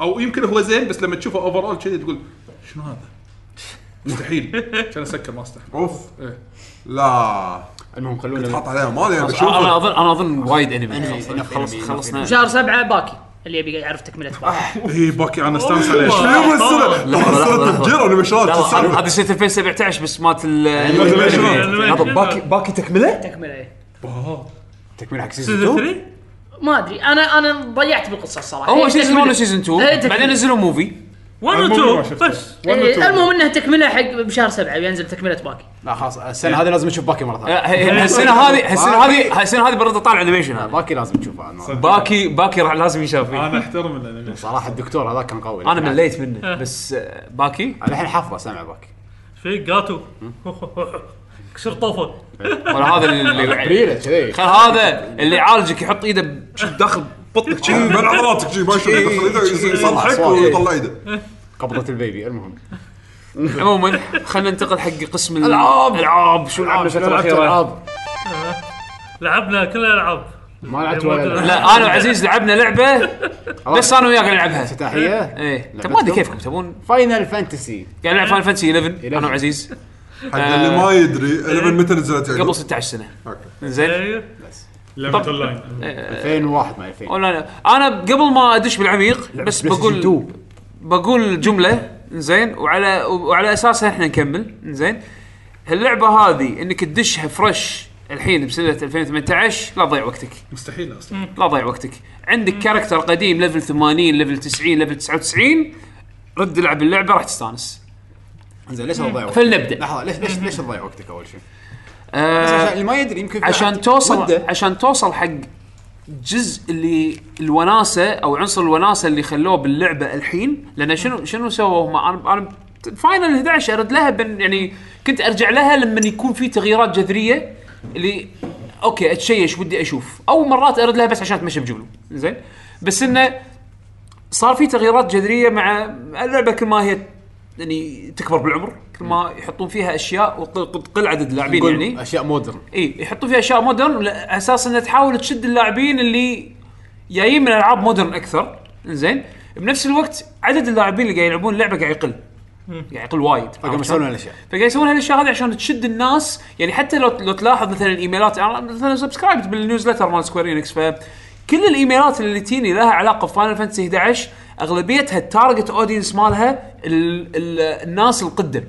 او يمكن هو زين بس لما تشوفه اوفر اول كذي تقول شنو هذا؟ مستحيل كان اسكر ما استحمل
اوف
إيه.
لا
المهم
تحط
خلونا
عليها مالي انا
انا
بشوفه
اظن انا اظن وايد انمي
أنمي،
خلاص خلص
أنمي،
خلصنا
شهر سبعه باكي اللي يبي يعرف تكمله باكي
اي إيه، باكي انا استانس عليه
يوم السنه
لحظة، لحظة،
سنه
لحظة.
تفجير انيميشنات
لا
شو
لا هذا-
السالفه
هذا سنه 2017 بس مالت ال
Animation.
هذا باكي باكي
آه.
تكمله؟
تكمله ايه
تكمل حق
سيزون
سيزون 2
3
ما ادري انا انا ضيعت بالقصه الصراحه
اول
هي
شيء
تكملة.
سيزون 1 سيزون
إيه،
2
تكملة.
بعدين نزلوا موفي
1 و 2 بس
إيه، المهم انها تكمله حق بشهر سبعه بينزل تكمله باكي
لا خلاص السنه هذه لازم نشوف باكي مره ثانيه
هالسنه هذه هالسنه هذه هالسنه هذه برضه طالع انيميشن هذا
باكي لازم تشوفه أنا.
باكي باكي راح لازم يشاف فيه.
انا احترم الانمي
صراحه الدكتور هذا كان قوي
انا مليت منه بس آه، باكي
أنا الحين حافظه سامع باكي
في جاتو كسر طوفه
ولا هذا اللي
بريله كذي
خل هذا اللي يعالجك يحط ايده ب- داخل بطنك شي.
بين عضلاتك شي ما شو يدخل ايده يصلحك
أصوات.
ويطلع ايده
قبضه البيبي المهم
عموما خلينا ننتقل حق قسم الالعاب العاب شو لعبنا
شنو
الفتره
لعبت
الاخيره
ألعاب؟
لعبنا كل الالعاب
ما لعبت ولا لعبة.
لا انا وعزيز لعبنا لعبه بس انا وياك نلعبها
افتتاحيه
ايه طب ما ادري
لعبتكم؟
كيفكم تبون
فاينل فانتسي
قاعد نلعب فاينل فانتسي 11 انا وعزيز
حق اللي ما يدري 11 متى نزلت يعني
قبل 16 سنه
أوكي.
زين
إيه.
لعبه
طب.
اونلاين
2001 مع 2000
انا قبل ما ادش بالعميق بس
بلاي ستيشن
بقول
2.
بقول جمله زين وعلى وعلى اساسها احنا نكمل زين هاللعبه هذه انك تدشها فرش الحين بسنه 2018 لا تضيع وقتك
مستحيل اصلا
لا تضيع وقتك عندك كاركتر قديم ليفل 80 ليفل 90 ليفل 99 رد العب اللعبه راح تستانس
زين ليش تضيع وقتك؟
فلنبدا
لحظه ليش ليش ليش تضيع وقتك اول شيء؟ بس عشان
آه
اللي ما يدري يمكن في
عشان
أحد
توصل
وده.
عشان يعني- توصل حق جزء اللي الوناسه او عنصر الوناسه اللي خلوه باللعبه الحين لان شنو شنو سووا هم انا انا فاينل 11 ارد لها بن يعني كنت ارجع لها لما يكون في تغييرات جذريه اللي اوكي اتشيش ودي اشوف او مرات ارد لها بس عشان اتمشى بجبله زين بس انه صار في تغييرات جذريه مع اللعبه كل ما هي يعني تكبر بالعمر كل ما يحطون فيها اشياء وتقل عدد اللاعبين
نقول
يعني
اشياء مودرن
اي يحطوا فيها اشياء مودرن على اساس انها تحاول تشد اللاعبين اللي جايين من العاب مودرن اكثر زين بنفس الوقت عدد اللاعبين اللي قاعد يلعبون اللعبه قاعد يقل قاعد يقل وايد
فقام
عرفت شلون؟
يسوون الاشياء
فقاعد يسوون هالاشياء هذه عشان تشد الناس يعني حتى لو لو تلاحظ مثلا الايميلات انا مثلا سبسكرايبت بالنيوزلتر مال سكوير انكس فكل الايميلات اللي تجيني لها علاقه بفاينل فانتسي 11 اغلبيتها التارجت اودينس مالها ال ال الناس القدم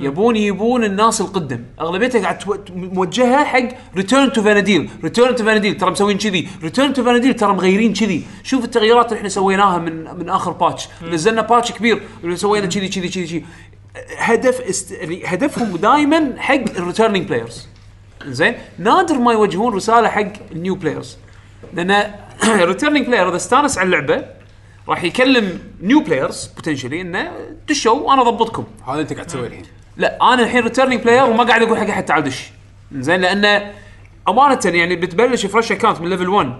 يبون يبون الناس القدم اغلبيتها قاعد تو- موجهه حق ريتيرن تو فاناديل ريتيرن تو فاناديل ترى مسوين كذي ريتيرن تو فاناديل ترى مغيرين كذي شوف التغييرات اللي احنا سويناها من من اخر باتش نزلنا باتش كبير سوينا كذي كذي كذي كذي هدف است... يعني هدفهم دائما حق الريتيرنينج بلايرز زين نادر ما يوجهون رساله حق النيو بلايرز لان الريتيرنينج بلاير اذا استانس على اللعبه راح يكلم نيو بلايرز بوتنشلي انه دشوا وانا ضبطكم
هذا انت قاعد تسويه الحين
لا انا الحين ريتيرنينج بلاير وما قاعد اقول حق احد تعال دش زين لانه امانه يعني بتبلش فريش اكونت من ليفل 1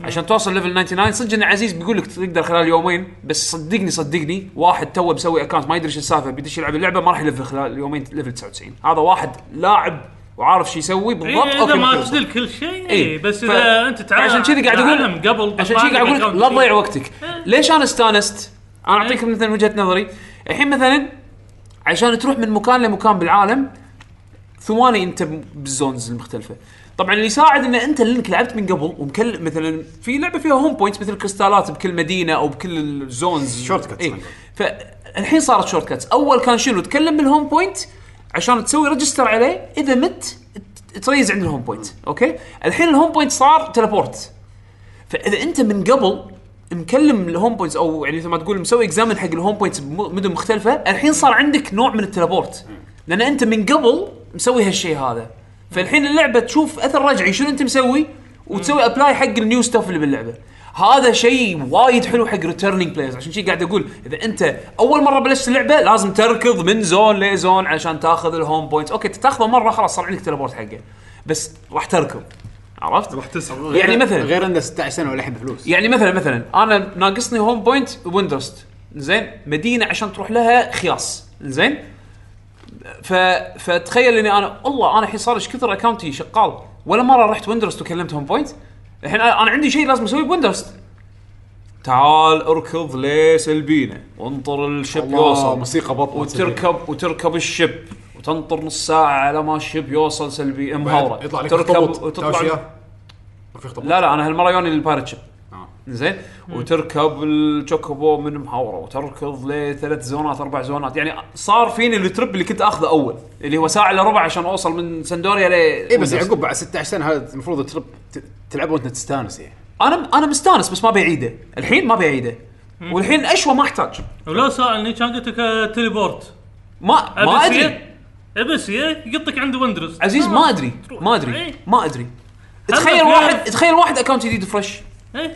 عشان توصل ليفل 99 صدق ان عزيز بيقول لك تقدر خلال يومين بس صدقني صدقني واحد توه مسوي اكونت ما يدري ايش السالفه بيدش يلعب اللعبه ما راح يلفل خلال يومين ليفل 99 هذا واحد لاعب وعارف شو يسوي بالضبط
إيه، اذا
اوكي
ما
بيخلص.
تسدل كل شيء
إيه.
إيه، بس
ف-
اذا انت تعال
عشان كذي قاعد أقول-
تعلم قبل
عشان شي قاعد اقول لك لا
إيه.
تضيع وقتك ليش انا استانست؟ انا اعطيك مثلا وجهه نظري الحين مثلا عشان تروح من مكان لمكان بالعالم ثواني انت ب- بالزونز المختلفه طبعا اللي يساعد ان انت لانك لعبت من قبل ومكل مثلا في لعبه فيها هوم بوينتس مثل كريستالات بكل مدينه او بكل الزونز
شورت كاتس.
إيه. فالحين صارت شورت كاتس اول كان شنو تكلم بالهوم بوينت عشان تسوي ريجستر عليه اذا مت ت- تريز عند الهوم بوينت اوكي الحين الهوم بوينت صار تليبورت فاذا انت من قبل مكلم الهوم بوينتس او يعني مثل ما تقول مسوي اكزامن حق الهوم بوينتس بمدن مختلفه الحين صار عندك نوع من التلابورت لان انت من قبل مسوي هالشيء هذا فالحين اللعبه تشوف اثر رجعي شنو انت مسوي وتسوي ابلاي حق النيو ستاف اللي باللعبه هذا شيء وايد حلو حق ريتيرنينج بلايرز عشان شي قاعد اقول اذا انت اول مره بلشت اللعبه لازم تركض من زون لزون عشان تاخذ الهوم بوينت اوكي تاخذه مره خلاص صار عندك تلابورت حقه بس راح تركض عرفت؟
راح تسحب
يعني مثلا
غير انه 16 سنه ولحم فلوس
يعني مثلا مثلا انا ناقصني هوم بوينت ويندرست زين مدينه عشان تروح لها خياس زين ف... فتخيل اني انا والله انا الحين صار ايش كثر اكونتي شغال ولا مره رحت ويندرست وكلمت هوم بوينت الحين انا أنا عندي شيء لازم اسويه بويندرست تعال اركض لسلبينا وانطر الشب
الله
يوصل
آه، موسيقى بطل
وتركب وتركب الشب وتنطر نص ساعه على ما الشب يوصل سلبي مهوره
يطلع لك
تركب
خطبط
وتطلع
ما في خطبط
لا لا انا هالمره يوني البايرت شيب
آه.
زين وتركب التشوكوبو من محاوره وتركض لثلاث زونات اربع زونات يعني صار فيني الترب اللي كنت اخذه اول اللي هو ساعه الا ربع عشان اوصل من سندوريا ل
اي إيه، بس عقب بعد 16 سنه هذا المفروض الترب ت- تلعبه وانت تستانس يعني
انا انا مستانس بس ما بعيده الحين ما بعيده والحين اشوى ما احتاج
ولا سالني كان قلت لك آه، تليبورت
ما ما
ابس
ادري
يه- ابس يه، إيه؟ يقطك عند وندرز
عزيز ما ادري
آه. تروح.
ما ادري
إيه.
ما ادري
هذا
تخيل
فيها-
واحد تخيل واحد اكونت جديد فريش
ايه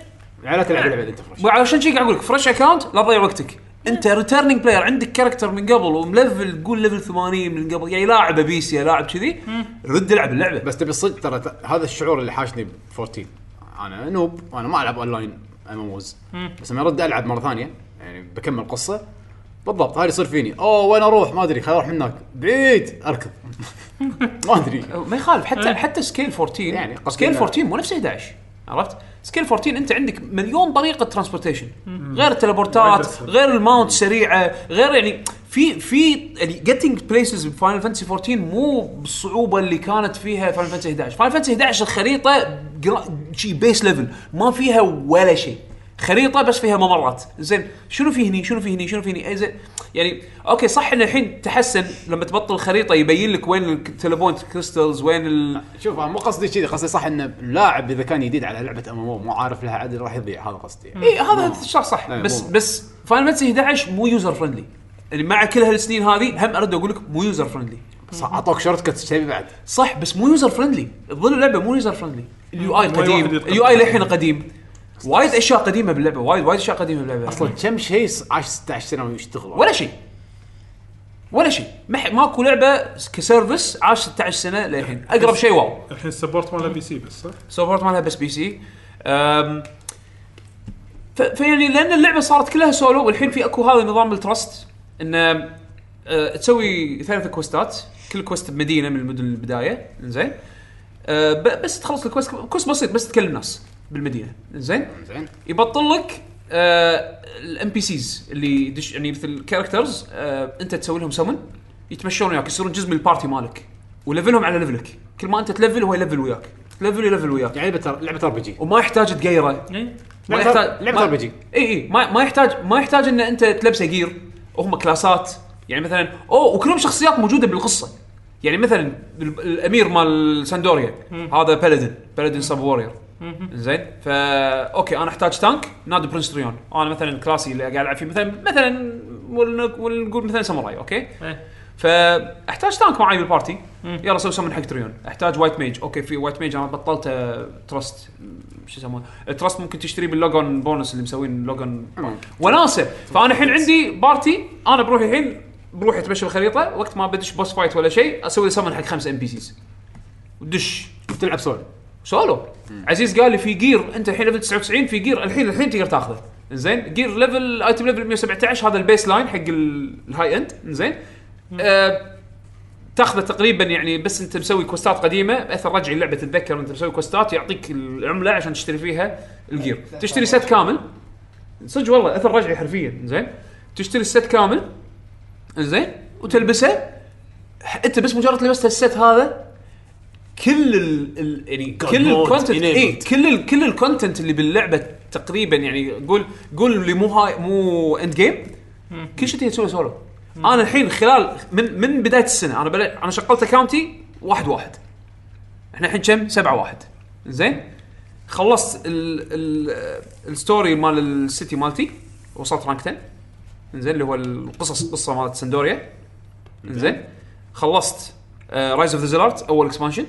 يعني لا تلعب لعبه انت فرش
وعشان شي قاعد اقول لك فريش اكونت لا تضيع وقتك انت ريتيرنينج بلاير عندك كاركتر من قبل وملفل قول ليفل 80 من قبل يعني لاعب ابيسيا لاعب كذي رد العب اللعبه
بس تبي الصدق ترى ت- هذا الشعور اللي حاشني ب 14 انا نوب وانا ما العب اونلاين ام اموز بس لما ارد العب مره ثانيه يعني بكمل قصه بالضبط هذا يصير فيني اوه وين اروح ما ادري خل اروح من هناك بعيد اركض ما ادري
ما يخالف حتى حتى سكيل 14
يعني
يعني
قصدي
سكيل
إنه-
14 مو نفس 11 عرفت؟ سكيل 14 انت عندك مليون طريقه ترانسبورتيشن غير
وايد
التليبورتات
أسهل.
غير الماونت سريعه غير يعني في في يعني جيتنج بليسز بفاينل فانتسي 14 مو بالصعوبه اللي كانت فيها فاينل فانتسي 11 فاينل فانتسي 11 الخريطه جرا- شي بيس ليفل ما فيها ولا شيء خريطه بس فيها ممرات زين شنو في هني شنو في هني شنو في هني أي زين يعني اوكي صح ان الحين تحسن لما تبطل الخريطه يبين لك وين التليبونت كريستلز وين ال...
شوف انا مو قصدي كذي قصدي صح ان اللاعب اذا كان جديد على لعبه ام ام او مو عارف لها عدل راح يضيع هذا قصدي يعني.
اي هذا صح صح
إيه،
بس
مو-
بس فاينل فانتسي 11 مو يوزر فرندلي يعني مع كل هالسنين هذه هم ارد اقول لك مو يوزر فرندلي
صح، اعطوك شورت كت تبي بعد
صح بس مو يوزر فرندلي تظل اللعبه مو يوزر فرندلي اليو اي
واحد
قديم
يتقبل.
اليو اي للحين قديم وايد اشياء قديمه باللعبه وايد وايد اشياء قديمه باللعبه
اصلا كم شيء عاش 16 سنه ويشتغل
ولا شيء ولا شيء ما ح- ماكو لعبه كسيرفس عاش 16 سنه للحين اقرب شيء واو
الحين السبورت ماله بي سي بس صح؟
سبورت مالها بس بي سي أم، ف- فيعني لان اللعبه صارت كلها سولو والحين في اكو هذا نظام التراست ان أه، تسوي ثلاث كوستات كل كوست بمدينه من المدن البدايه زين بس تخلص الكوست كوست بسيط بس تكلم ناس بالمدينه زين
زين
يبطل لك أه، الام بي سيز اللي يدش يعني مثل كاركترز آه انت تسوي لهم سمن يتمشون وياك يصيرون جزء من البارتي مالك وليفلهم على ليفلك كل ما انت تلفل هو يلفل وياك تلفل يلفل وياك
يعني لعبه لعبه ار بي جي
وما يحتاج تغيره
ايه
ما
لعبة-
يحتاج
لعبة
ما-
RPG.
اي اي ما ما يحتاج ما يحتاج ان انت تلبسه جير وهم كلاسات يعني مثلا اوه وكلهم شخصيات موجوده بالقصه يعني مثلا ال- الامير مال سندوريا هذا بلدن بلدن سب وورير زين فا اوكي انا احتاج تانك نادي برنس تريون انا مثلا كلاسي اللي قاعد العب فيه مثلا مثلا ولن- ولنقول مثلا ساموراي اوكي
إيه.
فاحتاج تانك معي بالبارتي يلا سوي سمن حق تريون احتاج وايت ميج اوكي في وايت ميج انا بطلت آه، تراست م- شو يسمونه التراست ممكن تشتري باللوجون بونس اللي مسوين لوجون وناسه فانا الحين عندي بارتي انا بروحي الحين بروح اتمشى بالخريطه وقت ما بدش بوس فايت ولا شيء اسوي لي سمن حق خمسه ام بي سيز ودش
تلعب سولو
سولو عزيز قال لي في جير انت الحين ليفل 99 في جير الحين الحين تقدر تاخذه زين جير ليفل ايتم ليفل 117 هذا البيس لاين حق ال- الهاي اند زين آه تاخذه تقريبا يعني بس انت مسوي كوستات قديمه اثر رجعي اللعبه تتذكر انت مسوي كوستات يعطيك العمله عشان تشتري فيها الجير تشتري ست كامل صدق والله اثر رجعي حرفيا زين تشتري الست كامل زين وتلبسه انت بس مجرد لبست الست هذا كل ال ال- يعني كل
mode
الكونتنت اي
enabled.
كل ال كل الكونتنت اللي باللعبه تقريبا يعني قول قول اللي مو هاي مو اند جيم كل شيء تقدر تسوي سولو انا الحين خلال من من بدايه السنه انا بل... انا شغلت اكاونتي واحد واحد احنا الحين كم؟ سبعة واحد زين خلصت ال ال الستوري مال السيتي مالتي وصلت رانك 10 انزين اللي هو القصص القصه مالت سندوريا انزين خلصت آه، رايز اوف ذا زيلارت اول اكسبانشن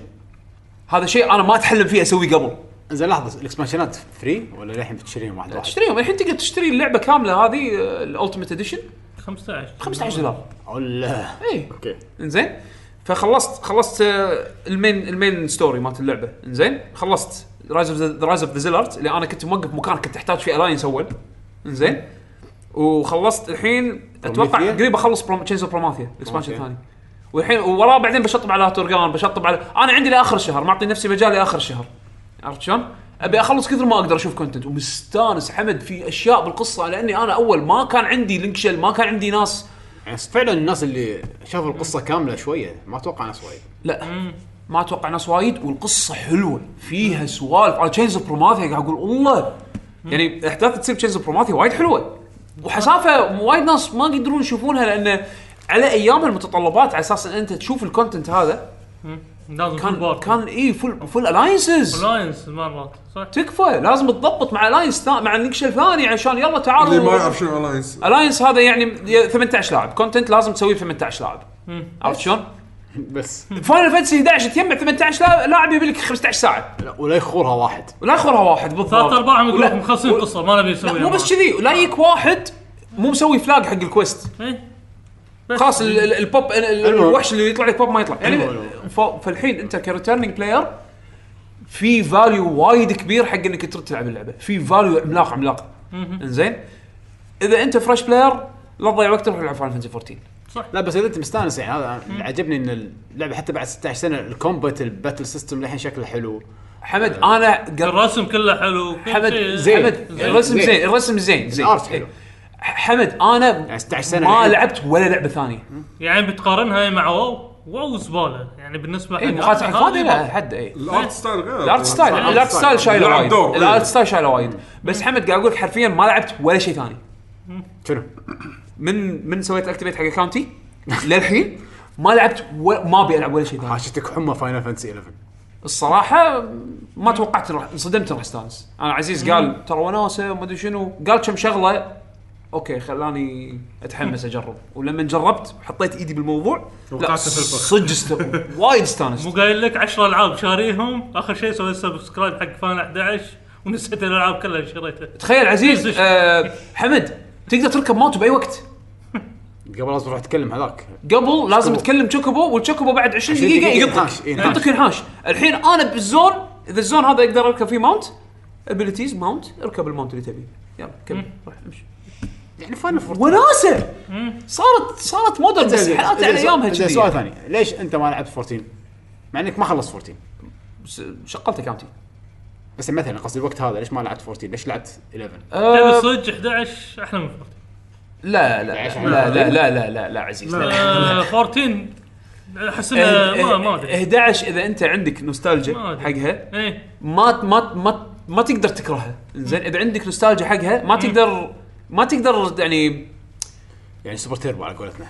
هذا شيء انا ما اتحلم فيه اسويه قبل
زين لحظه الاكسبانشنات فري ولا للحين بتشتريهم واحد واحد؟
تشتريهم الحين تقدر تشتري اللعبه كامله هذه آه، الالتيميت اديشن
15
15 دولار
ولا
اي
اوكي
انزين إيه. فخلصت خلصت آه، المين المين ستوري مالت اللعبه انزين خلصت رايز اوف رايز اوف ذا زيلارت اللي انا كنت موقف مكان كنت احتاج فيه الاينس اول انزين وخلصت الحين اتوقع
بروميثيا؟
قريب اخلص بروم... تشينز اوف بروماثيا الاكسبانشن
أوكي.
الثاني والحين وراه بعدين بشطب على تورجان بشطب على انا عندي لاخر الشهر معطي نفسي مجال لاخر الشهر عرفت شلون؟ ابي اخلص كثر ما اقدر اشوف كونتنت ومستانس حمد في اشياء بالقصه لاني انا اول ما كان عندي لينك شيل ما كان عندي ناس
يعني فعلا الناس اللي شافوا القصه كامله شويه ما اتوقع ناس وايد
لا ما اتوقع ناس وايد والقصه حلوه فيها سوالف على تشينز اوف بروماثيا قاعد اقول الله يعني احداث تصير تشينز اوف بروماثيا وايد حلوه وحسافه وايد ناس ما يقدرون يشوفونها لان على ايامها المتطلبات على اساس ان انت تشوف الكونتنت هذا
لازم
كان كان إيه، اي فل فل الاينسز
لاينز مرات صح
تكفى لازم تضبط مع الاينس تا- مع النكشه الثاني عشان يلا تعالوا
اللي ما يعرف شنو الاينس
الاينس هذا يعني 18 لاعب كونتنت لازم تسويه 18 لاعب عرفت شلون؟
بس
فاينل فانتسي 11 تجمع 18 لا- لاعب يبي لك 15 ساعه
لا ولا يخورها واحد
ولا اخرها واحد بالضبط
ثلاث ارباعهم يقول لك
ولا-
مخلصين القصه ما نبي نسوي
لا مو بس كذي ولا يجيك واحد مو مسوي فلاج حق الكويست خلاص ال- ال- البوب ال- ال-
المهم.
الوحش اللي يطلع لك بوب ما يطلع يعني
المهم.
ف- فالحين انت كريتيرنينج بلاير في فاليو وايد كبير حق انك ترد تلعب اللعبه في فاليو عملاق عملاق انزين اذا انت فريش بلاير لا تضيع وقت روح العب فاينل فانتسي 14
لا بس اذا انت مستانس يعني هذا اللي عجبني ان اللعبه حتى بعد 16 سنه الكومبات الباتل سيستم للحين شكله حلو
حمد انا قر-
الرسم كله حلو كل
حمد
شيء.
زين.
حمد الرسم
زين.
زين الرسم زين زين
الارت حلو.
حمد انا
16 سنة
ما
لعب.
لعبت ولا لعبه ثانيه
يعني بتقارنها مع واو واو زباله يعني بالنسبه
اي
حق-
مقاطع
هذه
الفاضي لا
واو.
حد اي
الارت ستايل غير
الارت ستايل الارت ستايل شايله
يلعب
وايد
دور.
الارت ستايل شايله وايد بس حمد قاعد اقول لك حرفيا ما لعبت ولا شيء ثاني
شنو؟
من من سويت اكتيفيت حق اكونتي للحين ما لعبت و... ما ابي العب ولا شيء ثاني
حاشتك آه، حمى فاينل فانتسي 11
الصراحه ما توقعت إن راح- انصدمت إن راح استانس انا عزيز قال ترى وناسه ما ادري شنو قال كم شغله اوكي خلاني اتحمس اجرب ولما جربت وحطيت ايدي بالموضوع لا
وقعت في الفخ.
صدق است- وايد استانست
مو قايل لك 10 العاب شاريهم اخر شيء سويت سبسكرايب حق فان 11 ونسيت الالعاب كلها اللي شريتها
تخيل عزيز آه حمد تقدر تركب موتو باي وقت
قبل لازم اروح اتكلم هذاك
قبل لازم
شكوبو.
تكلم شوكوبو والشوكوبو بعد 20
20
دقيقه
دقيقة إيه، نعم. ينحاش،
يقطك
ينحاش.
يعطيك ينحاش الحين انا بالزون اذا الزون هذا اقدر اركب فيه ماونت ابيلتيز ماونت اركب الماونت اللي تبيه يلا كمل روح امشي
يعني فاينل فورتي
وناسه صارت صارت مودرن بس
زين،
حالات
زين،
على
زين،
ايامها
زين، سؤال
كذي
ثاني ليش انت ما لعبت 14 مع انك ما خلصت 14
س- شغلت اكونتي
بس مثلا قصدي الوقت هذا ليش ما لعبت 14 ليش لعبت 11
تبي
أه
صدق 11 احلى من 14
لا لا لا لا لا لا لا لا عزيز لا.
آه، 14 احس انه
إيه،
ما ما ادري
11 اذا انت عندك نوستالجيا
ما أدري.
حقها
ايه
ما ما ما ما تقدر تكرهها زين اذا عندك نوستالجيا حقها ما تقدر ما تقدر يعني
يعني سوبر تيربو على قولتنا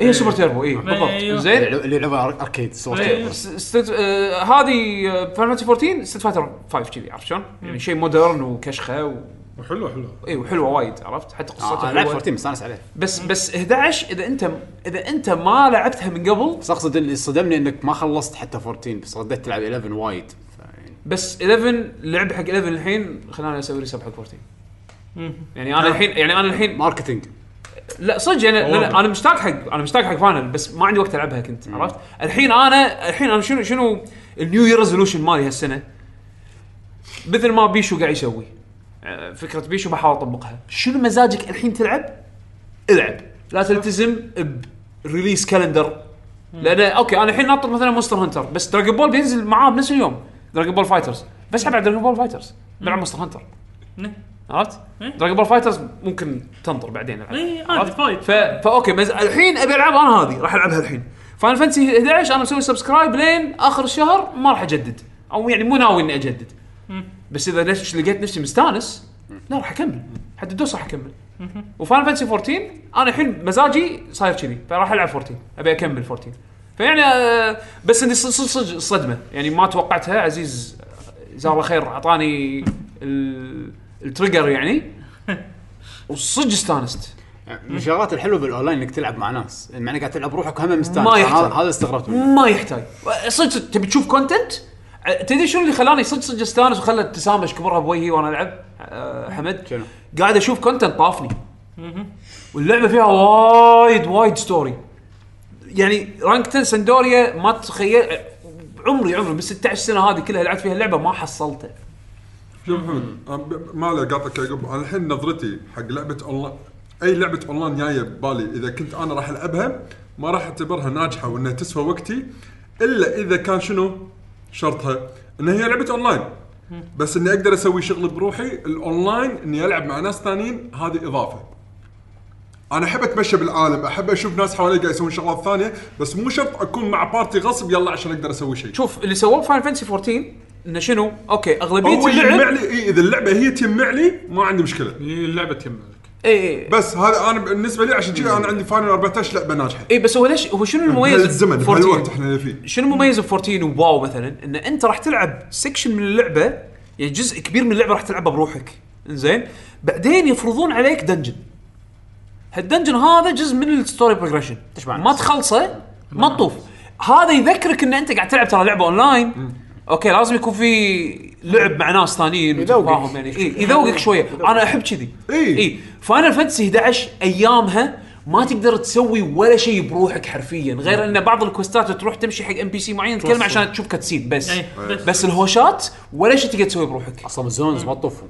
هي سوبر تيربو اي
أيوه.
بالضبط زين
اللي لعبها أر- اركيد سوبر
أيوه.
إيه.
تيربو
س- ست- آه، هذه فاينل 14 ست فايتر 5 كذي عرفت شلون؟ يعني شيء مودرن وكشخه و...
وحلوه حلوه
اي وحلوه وايد عرفت حتى قصتها
انا لعبت
حلوه
14 مستانس عليه
بس بس 11 اذا انت اذا انت ما لعبتها من قبل
بس اقصد اللي صدمني انك ما خلصت حتى 14 بس رديت تلعب 11 وايد يعني فيعني
بس 11 لعب حق 11 الحين خلاني اسوي ريسب حق 14 يعني انا الحين يعني انا الحين
ماركتينج
لا صدق يعني لا لا انا مشتاق حق انا مشتاق حق فاينل بس ما عندي وقت العبها كنت عرفت؟ الحين انا الحين انا شنو شنو النيو يير ريزولوشن مالي هالسنه مثل ما بيشو قاعد يسوي آه، فكره بيشو بحاول اطبقها شنو مزاجك الحين تلعب؟ العب لا تلتزم بريليس كالندر لان اوكي انا الحين ناطر مثلا مونستر هانتر بس دراجون بول بينزل معاه بنفس اليوم دراجون بول فايترز بس العب دراجون بول فايترز بلعب مونستر هانتر
نعم.
عرفت؟
نعم.
دراجون بول فايترز ممكن تنطر بعدين العب
اي إيه، عادي
عرفت؟
فايد
ف... فاوكي مز... الحين ابي العب انا هذه راح العبها الحين فاينل فانتسي 11 انا مسوي سبسكرايب لين اخر الشهر ما راح اجدد او يعني مو ناوي اني اجدد بس اذا ليش لقيت نفسي مستانس لا راح اكمل حتى الدوس راح اكمل وفاينل فانتسي 14 انا الحين مزاجي صاير كذي فراح العب 14 ابي اكمل 14 فيعني آه، بس اني صدق صدق صدمه يعني ما توقعتها عزيز جزاه الله خير اعطاني ال- التريجر يعني وصدق استانست
من يعني الشغلات الحلوه بالاونلاين انك تلعب مع ناس معنى قاعد تلعب روحك هم مستانس
ما
أنا
يحتاج.
هذا هذا استغربت منه
ما يحتاج صدق صدق تبي تشوف كونتنت تدري شنو اللي خلاني صدق صدق استانس وخلى ابتسامه اشكبرها بوجهي وانا العب أه، حمد
شنو؟
قاعد اشوف كونتنت طافني واللعبه فيها وايد وايد ستوري يعني رانكتن سندوريا ما تخيل عمري عمري بال 16 سنه هذه كلها لعبت فيها اللعبه ما حصلته
شوف محمد أنا ب- ما عليه قاطعك يا يعقوب انا الحين نظرتي حق لعبه اونلاين اي لعبه اونلاين جايه ببالي اذا كنت انا راح العبها ما راح اعتبرها ناجحه وانها تسوى وقتي الا اذا كان شنو شرطها ان هي لعبه اونلاين بس اني اقدر اسوي شغل بروحي الاونلاين اني العب مع ناس ثانيين هذه اضافه انا احب اتمشى بالعالم احب اشوف ناس حوالي قاعد يسوون شغلات ثانيه بس مو شرط اكون مع بارتي غصب يلا عشان اقدر اسوي شيء
شوف اللي سووه فاين فانسي 14 انه شنو اوكي اغلبيه
هو يجمع
اللعب
لي إيه، اذا اللعبه هي تجمع لي ما عندي مشكله
هي اللعبه تيمك
اي
بس هذا انا بالنسبه لي عشان كذا انا عندي فاينل 14 لعبه ناجحه
اي إيه، بس هو ليش هو شنو المميز
الزمن
ب
الوقت
14
احنا اللي فيه
شنو مميز ب 14 وواو مثلا ان انت راح تلعب سكشن من اللعبه يعني جزء كبير من اللعبه راح تلعبه بروحك زين بعدين يفرضون عليك دنجن هالدنجن هذا جزء من الستوري بروجريشن
تشبع
ما تخلصه ما تطوف هذا يذكرك ان انت قاعد تلعب ترى لعبه اونلاين اوكي لازم يكون في لعب مع ناس ثانيين
يذوقك.
وتفاهم يعني إيه يذوقك شويه انا احب كذي
إيه.
اي فاينل فانتسي 11 ايامها ما تقدر تسوي ولا شيء بروحك حرفيا غير ان بعض الكوستات تروح تمشي حق ام بي سي معين تتكلم عشان تشوف كاتسين بس
إيه، بس.
بس الهوشات ولا شيء تقدر تسوي بروحك
اصلا الزونز ما تطوفهم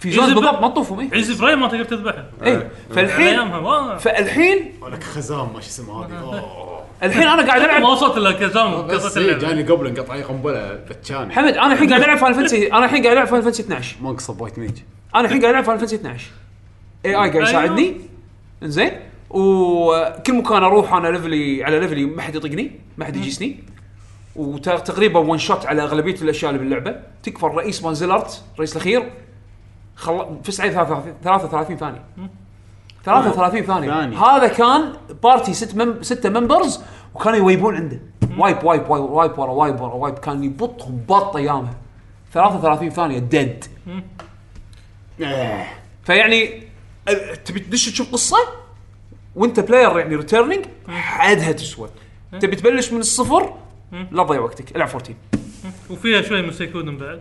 في زون
يجب-
بالضبط ما تطوفهم إيه.
عز فراي ما تقدر تذبحه إيه،
اي
نعم، على
فالحين
ايامها ما-
فالحين
ولك خزام ما شو اسمه هذه أوه.
الحين انا قاعد العب
ما وصلت الا كزام
بس
قصه
إيه،
اللعبه
جاني قبل قطع لي قنبله بتشان
حمد انا الحين قاعد العب فاينل فانتسي انا الحين قاعد العب فاينل فانتسي 12
ما قصب وايت ميج
انا الحين قاعد العب فاينل فانتسي 12 اي اي قاعد
أيوه.
يساعدني زين وكل مكان اروح انا ليفلي على ليفلي ما حد يطقني ما حد يجيسني وتقريبا ون شوت على اغلبيه الاشياء اللي باللعبه تكفى الرئيس مانزلرت الرئيس الاخير خل... في سعي 33 ثانيه 33 ثانيه
ثانية.
هذا كان بارتي ست مم... سته ممبرز وكانوا يويبون عنده وايب وايب وايب وايب ورا وايب ورا وايب كان يبطهم بط ايامها 33 ثانيه ديد
إيه.
فيعني أه، تبي تدش تشوف قصه وانت بلاير يعني ريتيرنينج حدها تسوى
إيه.
تبي تبلش من الصفر لا تضيع وقتك العب 14
وفيها شوي من سيكودن بعد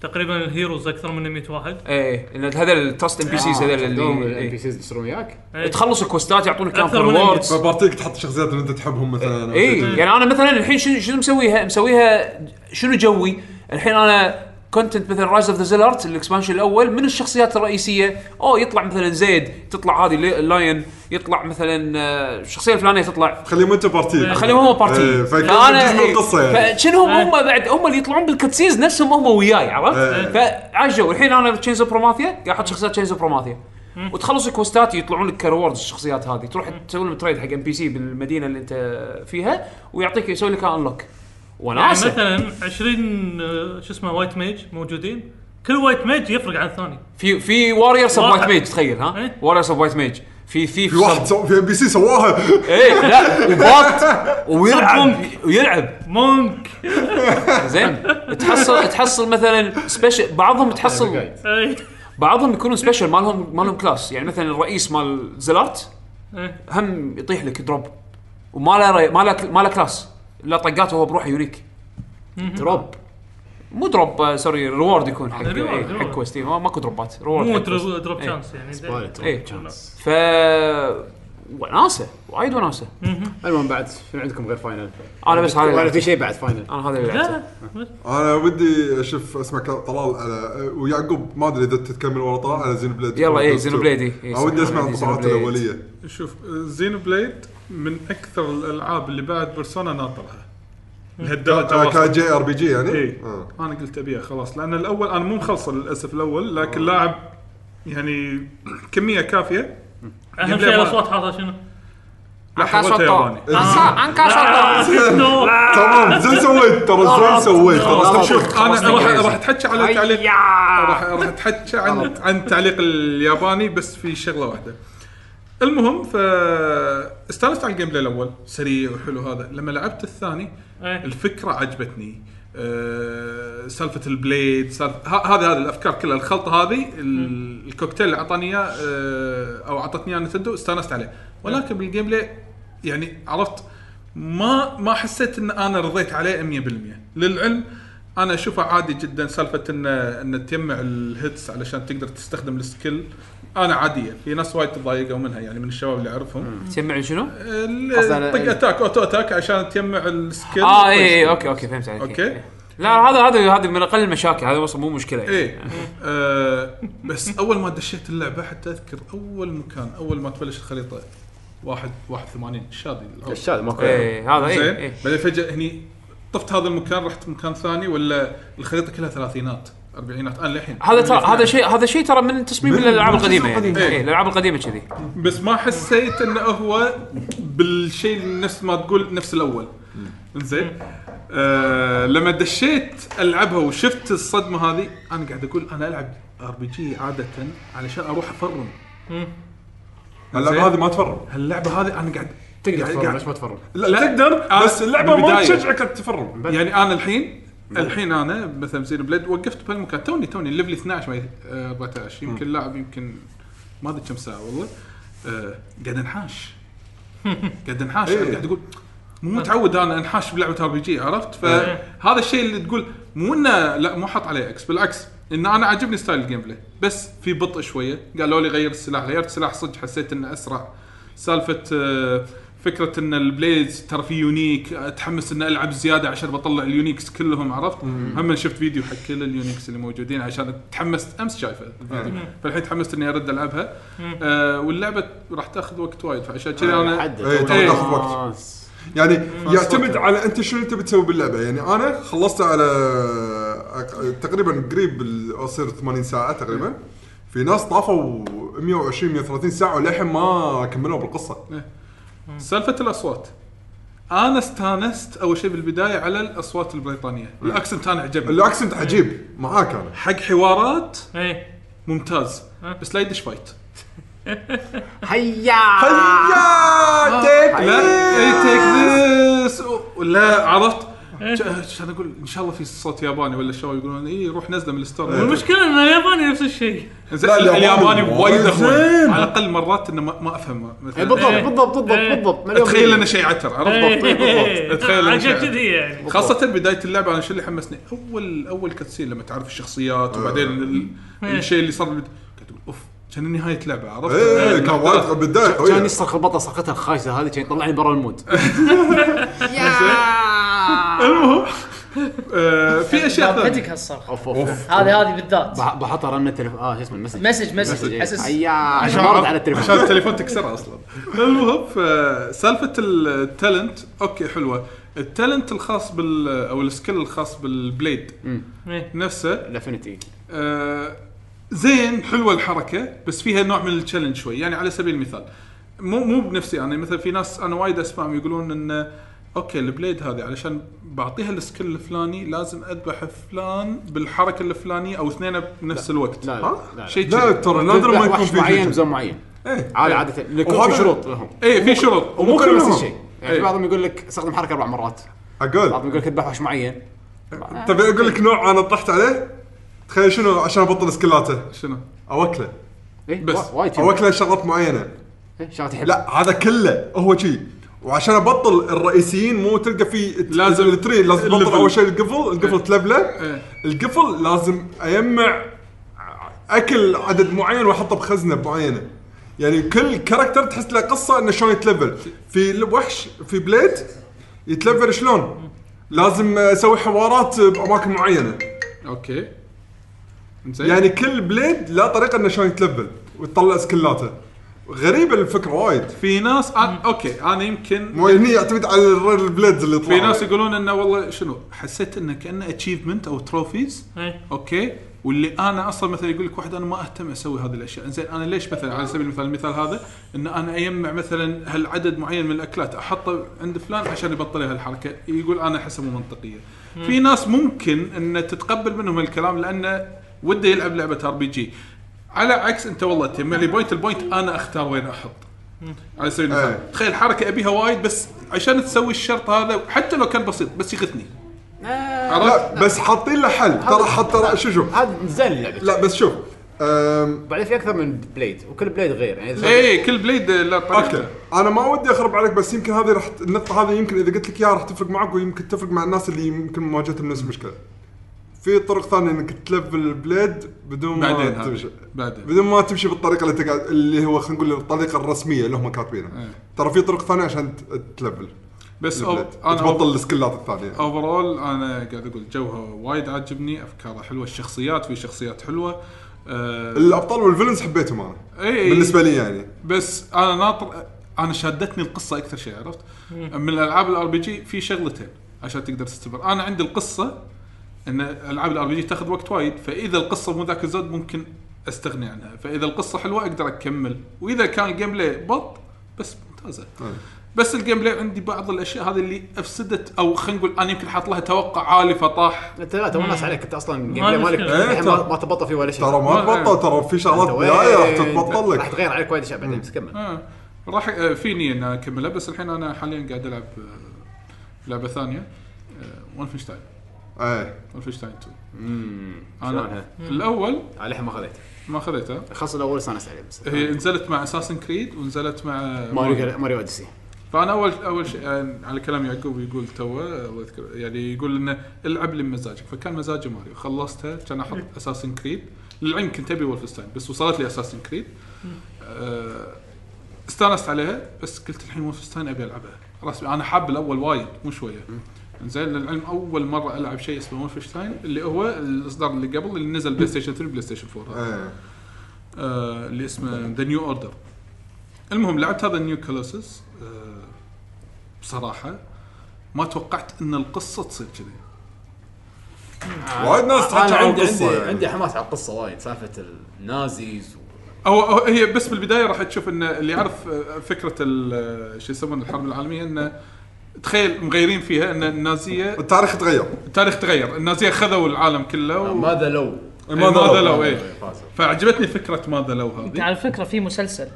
تقريبا الهيروز اكثر من 100 واحد
ايه لأن هذا التراست ام بي
آه،
سيز هذول
دوم
اللي
الام بي
إيه.
سيز يصيرون وياك
إيه.
تخلص الكوستات يعطونك كام
أكثر من
فوروردز
فبارتيك تحط شخصيات اللي انت تحبهم مثلا
اي
إيه.
يعني انا مثلا الحين شنو شنو مسويها؟ مسويها شنو جوي؟ الحين انا كونتنت مثل رايز اوف ذا زيلارت الاكسبانشن الاول من الشخصيات الرئيسيه او يطلع مثلا زيد تطلع هذه لي- اللاين يطلع مثلا آه، الشخصيه الفلانيه تطلع
خليهم انت بارتيك
خليهم هم
إيه،
بارتي
فكان
فانا
جزء من القصه يعني
فشنو هم
إيه.
إيه، هم بعد هم اللي يطلعون بالكتسيز نفسهم هم وياي عرفت؟
إيه.
فعجوا الحين انا تشينز اوف بروماثيا قاعد احط شخصيات تشينز اوف بروماثيا وتخلص الكوستات يطلعون لك كروردز الشخصيات هذه تروح تسوي لهم تريد حق ام بي سي بالمدينه اللي انت فيها ويعطيك يسوي لك انلوك
يعني
وناسه
مثلا 20 آه، شو اسمه وايت ميج موجودين كل وايت ميج يفرق عن الثاني
في في واريورز اوف
واحد.
وايت ميج تخيل ها
إيه.
واريورز اوف وايت ميج في في
في واحد سو... في ام بي سي سواها
ايه لا وباط ويلعب
ممكن.
ويلعب
مونك
زين تحصل تحصل مثلا سبيشل بعضهم تحصل
أي.
بعضهم يكونون سبيشل ما لهم ما لهم كلاس يعني مثلا الرئيس مال زلارت
إيه.
هم يطيح لك دروب وما له ري- ما له ما له كلاس لا طقاته هو بروحه يوريك
دروب
مو دروب آه، سوري ريورد يكون حق
ريورد،
إيه، حق
ريورد.
كويستي ما- ماكو دروبات ريورد
مو
حق كويست.
دروب دروب
إيه.
شانس يعني
سبايل
إيه.
دروب chance.
ف وناسه وايد وناسه
المهم بعد شنو عندكم غير فاينل؟
انا بس هذا اللي
ولا
لعبته.
في شيء بعد فاينل
انا هذا اللي
لا
لعبته
لا بس.
انا ودي اشوف اسمه كلام طلال على ويعقوب ما ادري اذا تتكمل ورا طلال على زين بليد
يلا، إيه، زين بليد، إيه، إيه،
انا ودي اسمع
زين
الانطباعات
بليد.
الاوليه
شوف زين بليد من اكثر الالعاب اللي بعد بيرسونا ناطرها لهالدرجه
آه، كان
واصل.
جي ار بي جي يعني
إيه.
آه.
انا قلت ابيها خلاص لان الاول انا مو مخلصه للاسف الاول
آه.
لكن لاعب يعني كميه كافيه
اهم
يبلي
شيء
ما-
الاصوات حاطه شنو؟
لا حولتها
شطة.
ياباني
آه.
لا.
تمام زين سويت ترى زين سويت ترى سويت
انا راح راح اتحكى على التعليق راح
يا
راح اتحكى عن عن التعليق الياباني بس في شغله واحده المهم ف استانست على الجيم بلاي الاول سريع وحلو هذا لما لعبت الثاني
إيه.
الفكره عجبتني آه، سالفه البليد سالفه ه- هذه هذه الافكار كلها الخلطه هذه ال- الكوكتيل اللي اعطاني اياه آه، او اعطتني اياه نتندو استانست عليه ولكن بالجيم بلاي يعني عرفت ما ما حسيت ان انا رضيت عليه 100% للعلم انا اشوفها عادي جدا سالفه ان ان تجمع الهيتس علشان تقدر تستخدم السكيل انا عاديه في ناس وايد تضايقوا منها يعني من الشباب اللي اعرفهم
تجمع شنو؟
أصلاً-
ال- طق اتاك اوتو اتاك عشان تجمع السكيل طيب.
اه اي اي اوكي اوكي فهمت عليك
اوكي
لا هذا هذا هذا من اقل المشاكل هذا اصلا مو مشكله يعني.
ايه آه بس اول ما دشيت اللعبه حتى اذكر اول مكان اول ما تبلش الخريطه واحد واحد ثمانين شادي الأول.
الشاد ماكو
ايه هذا
زين
ايه ايه
بعدين فجاه هني طفت هذا المكان رحت مكان ثاني ولا الخريطه كلها ثلاثينات اربعينات انا للحين
هذا ترى هذا شيء هذا شيء ترى من تصميم
من-
الالعاب
من
القديمه يعني
القديمة.
ايه الالعاب القديمه كذي
بس ما حسيت انه هو بالشيء نفس ما تقول نفس الاول زين آه لما دشيت العبها وشفت الصدمه هذه انا قاعد اقول انا العب ار بي جي عاده علشان اروح افرم
اللعبه هذه ما تفرم
هاللعبه هذه انا قاعد
تقدر
قاعد-
تفرم
قاعد-
ليش ما تفرم؟
لا, تقدر بس اللعبه ما
بالبداية.
تشجعك على التفرم
يعني انا الحين الحين انا مثلا زيرو بليد وقفت بهالمكان توني توني ليفلي 12 ما يت- آه، 14 يمكن لاعب يمكن ما ادري كم ساعه والله آه، قاعد انحاش قاعد انحاش
إيه.
قاعد اقول مو متعود انا انحاش بلعبه ار بي جي عرفت
إيه.
فهذا الشيء اللي تقول مو انه لا مو حاط عليه اكس بالعكس ان انا عاجبني ستايل الجيم بلاي بس في بطء شويه قالوا لي غير السلاح غيرت سلاح صدق حسيت انه اسرع سالفه آه، فكره ان البليدز ترى في آه، يونيك اتحمس ان العب زياده عشان بطلع اليونيكس كلهم عرفت هم شفت فيديو حق كل اليونيكس اللي موجودين عشان تحمست امس شايفه الفيديو فالحين تحمست اني ارد العبها آه واللعبه راح تاخذ وقت وايد فعشان كذا انا
حد
إيه،
إيه.
تاخذ وقت
آه.
يعني يعتمد على انت شنو تبي تسوي باللعبه يعني انا خلصت على أك- تقريبا قريب ال- اصير 80 ساعه تقريبا في ناس طافوا 120 130 ساعه وللحين ما كملوا بالقصه
سالفه الاصوات انا استانست اول شيء بالبدايه على الاصوات البريطانيه الاكسنت انا عجبني
الاكسنت عجيب معاك انا
حق حوارات
ايه
ممتاز بس لا يدش فايت
هيا تيك
لا إيه، اي تيك ذس لا عرفت عشان اقول ان شاء الله في صوت ياباني ولا شو يقولون اي روح نزله من الستور
المشكله ان الياباني نفس الشيء
زين،
لا، الياباني
الياباني وايد اهون
زين.
على الاقل مرات انه ما ما افهمه مثلا
إيه.
بالضبط بالضبط بالضبط بالضبط مليون
اتخيل
بالمية.
انه شيء عتر
إيه،
عرفت بالضبط اتخيل انه
عشان
شيء
كذي
عتر.
يعني
خاصة بداية اللعبة انا شو اللي حمسني اول اول كاتسين لما تعرف الشخصيات وبعدين ال-
إيه.
الشيء اللي صار بال- قاعد اقول اوف كان نهاية لعبة عرفت
ايه كان وايد قبل البدايه
كان
قوية.
يصرخ البطه صرختها الخايسه هذه كان يطلعني برا المود
آه، في اشياء ثانية
فتك هالصرخه
اوف اوف
هذه هذه بالذات
بح- بحطها رنه تليفون اه شو اسمه المسج
مسج مسج حسس
هيا عشان مرض على
عشان
التليفون
التليفون تكسره اصلا المهم آه، فسالفه التالنت اوكي حلوه التالنت الخاص بال او السكيل الخاص بالبليد إيه. نفسه
الافنتي
آه، زين حلوه الحركه بس فيها نوع من التشالنج شوي يعني على سبيل المثال مو مو بنفسي انا مثلا في ناس انا وايد اسمعهم يقولون ان اوكي البليد هذه علشان بعطيها السكيل الفلاني لازم اذبح فلان بالحركه الفلانيه او اثنين بنفس الوقت
لا
ها؟
لا لا
شيء
لا
كذي.
ترى نادر
تذبح
ما يكون
وحش
في
معين
فيجن.
بزون معين
إيه.
عادي عاده يكون
وهذا-
في شروط لهم
ايه في شروط
مو كلهم
كلهم.
نفس الشيء يعني
إيه.
في بعضهم يقول لك استخدم حركه اربع مرات بعضهم
اقول
يقول لك اذبح وحش معين
تبي اقول لك نوع انا طحت عليه تخيل شنو عشان ابطل سكلاته
شنو؟
اوكله
إيه،
بس.
وا- وايد شيء.
اوكله شغلات معينه
إيه، شغلات يحب
لا هذا كله هو شي وعشان ابطل الرئيسيين مو تلقى في
لازم
التري لازم ابطل
الليفل.
اول شيء القفل القفل تلفله
إيه.
القفل لازم اجمع اكل عدد معين واحطه بخزنه معينه يعني كل كاركتر تحس له قصه انه شلون يتلفل في وحش في بليد يتلفل شلون لازم اسوي حوارات باماكن معينه
اوكي زين
يعني كل بليد له طريقه انه شلون يتلفل وتطلع سكلاته غريبه الفكره وايد
في ناس آه، أنا اوكي انا يمكن
مو هني يعتمد على الريل بليدز اللي
في
يطلعون
ناس يقولون انه والله شنو حسيت انه كانه اتشيفمنت او تروفيز
إيه.
اوكي واللي انا اصلا مثلا يقول لك واحد انا ما اهتم اسوي هذه الاشياء زين انا ليش مثلا على سبيل المثال المثال هذا ان انا اجمع مثلا هالعدد معين من الاكلات احطه عند فلان عشان يبطل لي هالحركه يقول انا احسها مو منطقيه في ناس ممكن ان تتقبل منهم الكلام لانه وده يلعب لعبه ار بي جي على عكس انت والله تجمع لي بوينت البوينت انا اختار وين احط على سبيل المثال
إيه.
تخيل حركه ابيها وايد بس عشان تسوي الشرط هذا حتى لو كان بسيط بس يغثني عرفت؟
لا بس حاطين له حل ترى حط ترى شو شو
هذا زين اللعبه
لا بس شوف أم،
بعدين في اكثر من بليد وكل بليد غير يعني
إيه،
إذا-
اي إيه، كل بليد لا
اوكي
طريقته
انا ما ودي اخرب عليك بس يمكن هذه راح ت- النقطه هذه يمكن اذا قلت لك اياها راح تفرق معك ويمكن تفرق مع الناس اللي يمكن مواجهتهم نفس المشكله في طرق ثانيه انك تلفل البليد بدون
بعدين
ما
هذا.
تمشي
بعدين
بدون ما تمشي بالطريقه اللي تقعد اللي هو خلينا نقول الطريقه الرسميه اللي هم كاتبينها
إيه.
ترى في طرق ثانيه عشان ت- تلفل
بس أو-
البليد
انا
تبطل السكلات الثانيه
اوفرول انا قاعد اقول جوها وايد عاجبني افكاره حلوه الشخصيات في شخصيات حلوه آه إيه.
الابطال والفيلنز حبيتهم انا
اي
بالنسبه لي يعني
بس انا ناطر انا شادتني القصه اكثر شيء عرفت من الالعاب الار بي جي في شغلتين عشان تقدر تستمر انا عندي القصه ان العاب الار بي جي تاخذ وقت وايد فاذا القصه مو ذاك الزود ممكن استغني عنها فاذا القصه حلوه اقدر اكمل واذا كان الجيم بلاي بط بس ممتازه بس الجيم بلاي عندي بعض الاشياء هذه اللي افسدت او خلينا نقول انا يمكن حاط لها توقع عالي فطاح
انت لا تو الناس عليك انت اصلا الجيم بلاي مالك
مشكلة.
الحين ما ما تبطل فيه ولا شيء
ترى ما تبطل ترى في شغلات
أنت وين؟
بالنهايه راح تتبطل
راح
لك
تغير عليك وايد اشياء بعدين بس كمل
آه. راح آه، في نيه ان أنا اكملها بس الحين انا حاليا قاعد العب آه، لعبه ثانيه ولفنشتاين
ايه
ولفنشتاين 2
شلونها؟
انا الاول
على الحين آه، ما خذيته
ما خذيته
خاصة الاول استانست عليه بس
هي نزلت مع اساسن كريد ونزلت مع
ماريو ماريو اوديسي
فانا اول اول شيء يعني على كلام يعقوب يقول توه الله يذكره يعني يقول انه العب لي مزاجك فكان مزاجي ماريو خلصتها كان احط اساسن كريد للعلم كنت ابي ولفنشتاين بس وصلت لي اساسن كريد آه، استانست عليها بس قلت الحين ولفنشتاين ابي العبها رسمي انا حاب الاول وايد مو شويه زين للعلم اول مره العب شيء اسمه ولفنشتاين اللي هو الاصدار اللي قبل اللي نزل بلاي ستيشن 3 بلاي ستيشن 4
ايه
آه، اللي اسمه ذا نيو اوردر المهم لعبت هذا النيو كولوسس آه، بصراحه ما توقعت ان القصه تصير كذي
وايد ناس تحكي
انا
عن
عندي
القصه
عندي
يعني.
عندي حماس على القصة وايد سالفة النازيز و-
هو هو- هي بس بالبدايه راح تشوف ان اللي يعرف آه، فكره ال- آه، شو يسمونه الحرب العالميه انه تخيل مغيرين فيها ان النازيه
التاريخ تغير
التاريخ تغير النازيه خذوا العالم كله و...
ماذا لو
ماذا لو
إيه،
ايه
فازوا.
فعجبتني فكره ماذا لو هذه
على فكره في مسلسل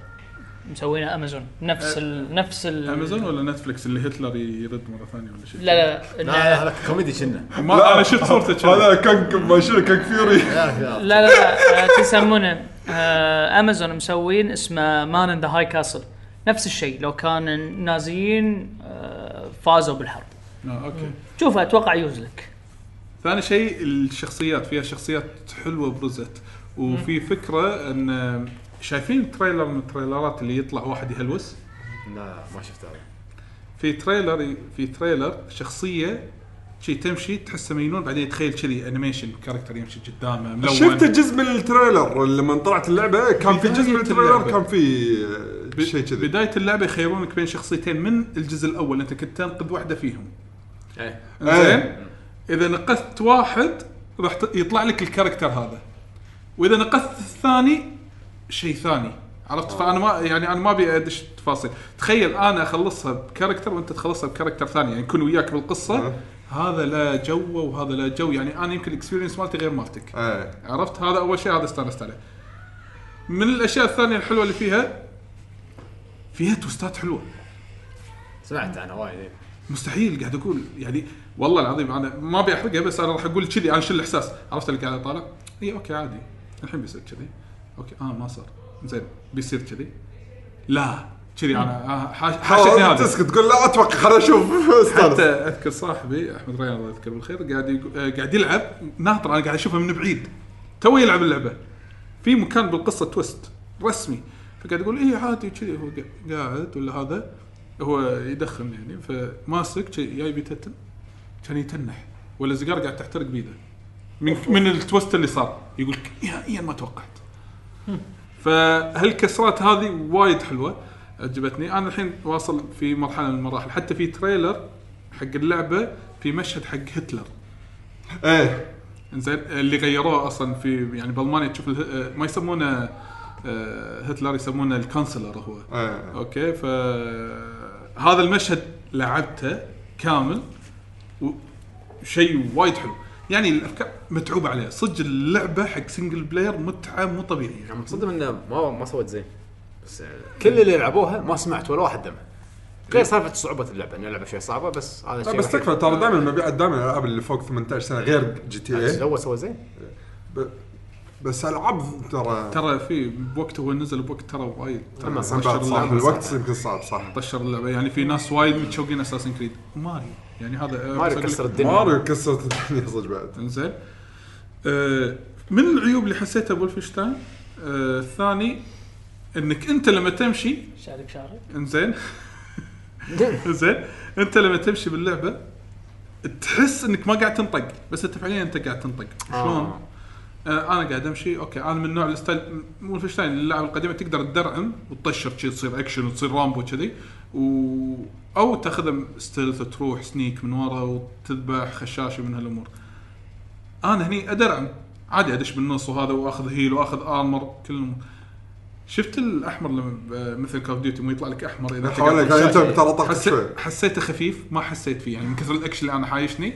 مسوينه امازون نفس ال نفس ال
امازون ولا نتفلكس اللي هتلر يرد مره ثانيه ولا شيء
لا لا
لا
لا
لا هذا آه، كوميدي كنا
ما انا شفت صورته كذي.
هذا كانك ما شنو كانك فيوري
لا لا, لا. آه، شو يسمونه آه، امازون مسوين اسمه مان ان ذا هاي كاسل نفس الشيء لو كان النازيين آه، فازوا بالحرب
آه، اوكي
شوف اتوقع يوز لك
ثاني شيء الشخصيات فيها شخصيات حلوه برزت وفي فكره ان شايفين تريلر من التريلرات اللي يطلع واحد يهلوس
لا ما شفت هذا
في تريلر في تريلر شخصيه شي تمشي تحسه مجنون بعدين تخيل كذي انيميشن كاركتر يمشي قدامه ملون
شفت جزء من التريلر لما طلعت اللعبه كان في جزء من
بداية
التريلر
اللعبة.
كان في آه،
ب-
شيء كذي
بدايه اللعبه يخيرونك بين شخصيتين من الجزء الاول انت كنت تنقذ واحده فيهم
ايه
إيه،
زين اذا نقذت واحد راح ت- يطلع لك الكاركتر هذا واذا نقذت الثاني شيء ثاني عرفت فانا ما يعني انا ما ابي ادش تفاصيل تخيل انا اخلصها بكاركتر وانت تخلصها بكاركتر ثاني يعني يكون وياك بالقصه
أه.
هذا لا جو وهذا لا جو يعني انا يمكن الاكسبيرينس مالتي غير مالتك
ايه
عرفت هذا اول شيء هذا استانست عليه من الاشياء الثانيه الحلوه اللي فيها فيها توستات حلوه
سمعت انا وايد إيه.
مستحيل قاعد اقول يعني والله العظيم انا ما ابي احرقها بس انا راح اقول كذي انا شو الاحساس عرفت اللي قاعد اطالع اي اوكي عادي الحين بيصير كذي اوكي اه ما صار زين بيصير كذي لا كذي انا آه، حاش- حاشتني
خلاص
هذا
تسكت تقول لا اتوقع خليني اشوف
حتى
استانس
اذكر صاحبي احمد ريان الله يذكره بالخير قاعد يقو- آه، قاعد يلعب ناطر انا قاعد اشوفه من بعيد تو يلعب اللعبه في مكان بالقصه تويست رسمي فقاعد يقول ايه عادي كذي هو قا- قاعد ولا هذا هو يدخن يعني فماسك شي- جاي بيتتن كان يتنح والازقار قاعد تحترق بيده من من التوست اللي صار يقول لك يا يا ما توقعت فهالكسرات هذه وايد حلوه عجبتني انا الحين واصل في مرحله من المراحل حتى في تريلر حق اللعبه في مشهد حق هتلر
ايه
انزين اللي غيروه اصلا في يعني بالمانيا تشوف اله- ما يسمونه آه، هتلر يسمونه الكانسلر هو
ايه
اوكي ف هذا المشهد لعبته كامل وشيء وايد حلو يعني الافكار متعوب عليها صدق اللعبه حق سنجل بلاير متعه مو طبيعيه
يعني متصدم انه ما ما سوت زين بس يعني كل اللي لعبوها ما سمعت ولا واحد دمه غير سالفه صعوبه اللعبه ان اللعبه شوي صعبه بس هذا
لا
الشيء
بس تكفى طيب، ترى دائما المبيعات دائما الالعاب اللي فوق 18 سنه غير جي تي اي
الاول سوى زين
بس العاب ترى
ترى في بوقت هو نزل بوقت ترى وايد ترى
أما
بعد
صعب.
طشر
صعب
اللعبة.
الوقت يمكن صعب صح
طشر اللعبه يعني في ناس وايد متشوقين اساسن كريد ماريو يعني هذا
ماريو كسر الدنيا
ماريو كسرت الدنيا صدق بعد
انزين آه، من العيوب اللي حسيتها بولفشتاين آه، الثاني انك انت لما تمشي
شارك شارك
انزين انزين انت لما تمشي باللعبه تحس انك ما قاعد تنطق بس انت فعليا انت قاعد تنطق شلون؟ آه انا قاعد امشي اوكي انا من نوع الستايل مولفشتاين اللاعب القديمه تقدر تدرعم وتطشر شي تصير اكشن وتصير رامبو كذي و... او تاخذها ستيلث تروح سنيك من ورا وتذبح خشاشه من هالامور انا هني ادرعم عادي ادش بالنص وهذا واخذ هيل واخذ ارمر كل الامور شفت الاحمر لما ب- مثل كاف ديوتي مو يطلع لك احمر اذا أنت
حوالك
قاعد تطق
انت
شاشة.
ترى طاقتك
حسيت
شوي
حسيته خفيف ما حسيت فيه يعني من كثر الاكشن اللي انا حايشني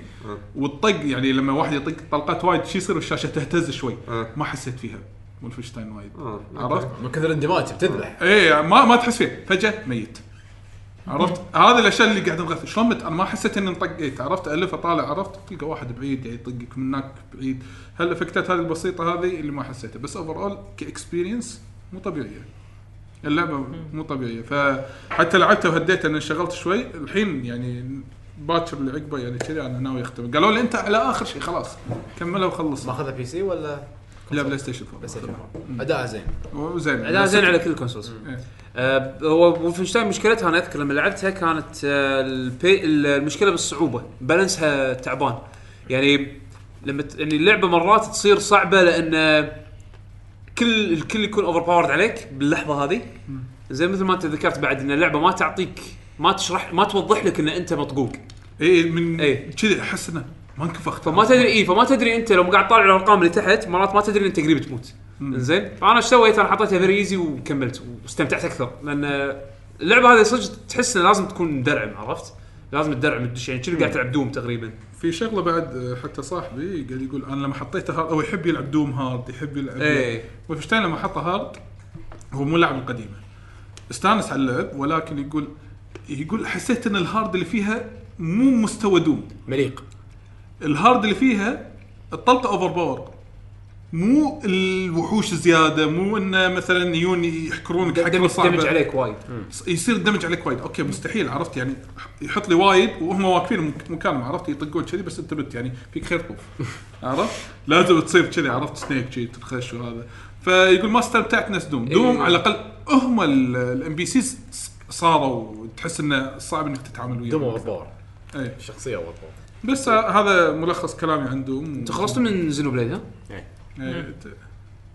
والطق يعني لما واحد يطق طلقات وايد شي يصير والشاشه تهتز شوي
أه.
ما حسيت فيها ولفشتاين وايد
أه.
آه.
عرفت؟
من كثر الاندماج بتذبح
اي يعني ما ما تحس فيه فجاه ميت عرفت؟ هذه الاشياء اللي قاعد انغث شلون مت... انا ما حسيت اني انطقيت عرفت الف اطالع عرفت تلقى واحد بعيد يعني يطقك من هناك بعيد هالافكتات هذه البسيطه هذه اللي ما حسيتها بس اوفر اول كاكسبيرينس مو طبيعيه اللعبه مو طبيعيه فحتى لعبتها وهديتها اني انشغلت شوي الحين يعني باكر اللي عقبه يعني كذي انا ناوي اختم قالوا لي انت على اخر شيء خلاص كملها وخلص
ماخذها بي سي ولا
لا بلاي ستيشن 4
بس اداء زين
وزين
لا زين على كل الكونسولز
إيه.
آه، هو وولفنشتاين مشكلتها انا اذكر لما لعبتها كانت آه، البي المشكله بالصعوبه بالانسها تعبان يعني لما ت- يعني اللعبه مرات تصير صعبه لان آه، كل الكل يكون اوفر باورد عليك باللحظه هذه زي مثل ما انت ذكرت بعد ان اللعبه ما تعطيك ما تشرح ما توضح لك ان انت مطقوق
اي من
إيه.
كذي احس انه ما انكفخت
فما تدري اي فما تدري انت لو قاعد طالع الارقام اللي تحت مرات ما تدري انت قريب تموت زين فانا ايش سويت انا حطيتها فيري ايزي وكملت واستمتعت اكثر لان اللعبه هذه صدق تحس انه لازم تكون مدرعم عرفت؟ لازم تدرعم تدش يعني كأنك قاعد تلعب دوم تقريبا
في شغله بعد آه، حتى صاحبي قال يقول انا لما حطيته هارد هو يحب يلعب دوم هارد يحب يلعب
إيه.
وفشتين لما حطه هارد هو مو لاعب القديمه استانس على اللعب ولكن يقول يقول حسيت ان الهارد اللي فيها مو مستوى دوم
مليق
الهارد اللي فيها الطلقه اوفر باور مو الوحوش زياده مو انه مثلا يجون يحكرونك حكره
دمج,
صعبه
دمج عليك وايد
يصير الدمج عليك وايد اوكي مستحيل عرفت يعني يحط لي وايد وهم واقفين مك- مكانهم عرفت يطقون كذي بس انت بت يعني فيك خير طوف عرفت لازم تصير كذي عرفت سنيك كذي تنخش وهذا فيقول ما استمتعت نفس دوم دوم على الاقل هم الام بي سيز صاروا تحس انه صعب انك تتعامل وياهم
دوم اوفر باور
إيه.
شخصيه اوفر باور
بس آه، هذا ملخص كلامي عن دوم
انت خلصت من زينو بليد ها؟
إيه، ت-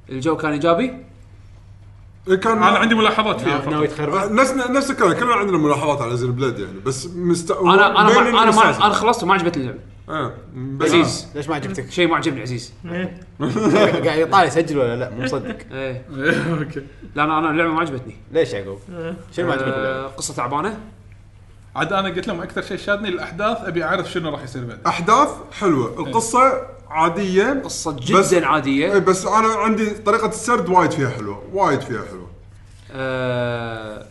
الجو كان ايجابي؟
إيه، كان
انا عندي ملاحظات فيها
ناوي
فقط
آه،
تخربه
نفس نفس الكلام كلنا عندنا ملاحظات على زين بليد يعني بس مست...
انا انا
بين
ما انا ما
المستعجل.
انا خلصت وما عجبتني اللعبه
آه، بس
عزيز
ليش ما عجبتك؟
شيء ما عجبني عزيز
قاعد يطالع يسجل ولا لا مو مصدق
ايه
إيه، اوكي
لا انا انا اللعبه ما عجبتني
ليش يعقوب؟ شنو ما عجبك
آه،
باللعبة؟
قصه تعبانه
عاد انا قلت لهم اكثر شيء شادني الاحداث ابي اعرف شنو راح يصير بعد
احداث حلوه القصه عاديه
قصه
بس-
جدا عاديه
إيه، بس انا عندي طريقه السرد وايد فيها حلوه وايد فيها حلوه
آه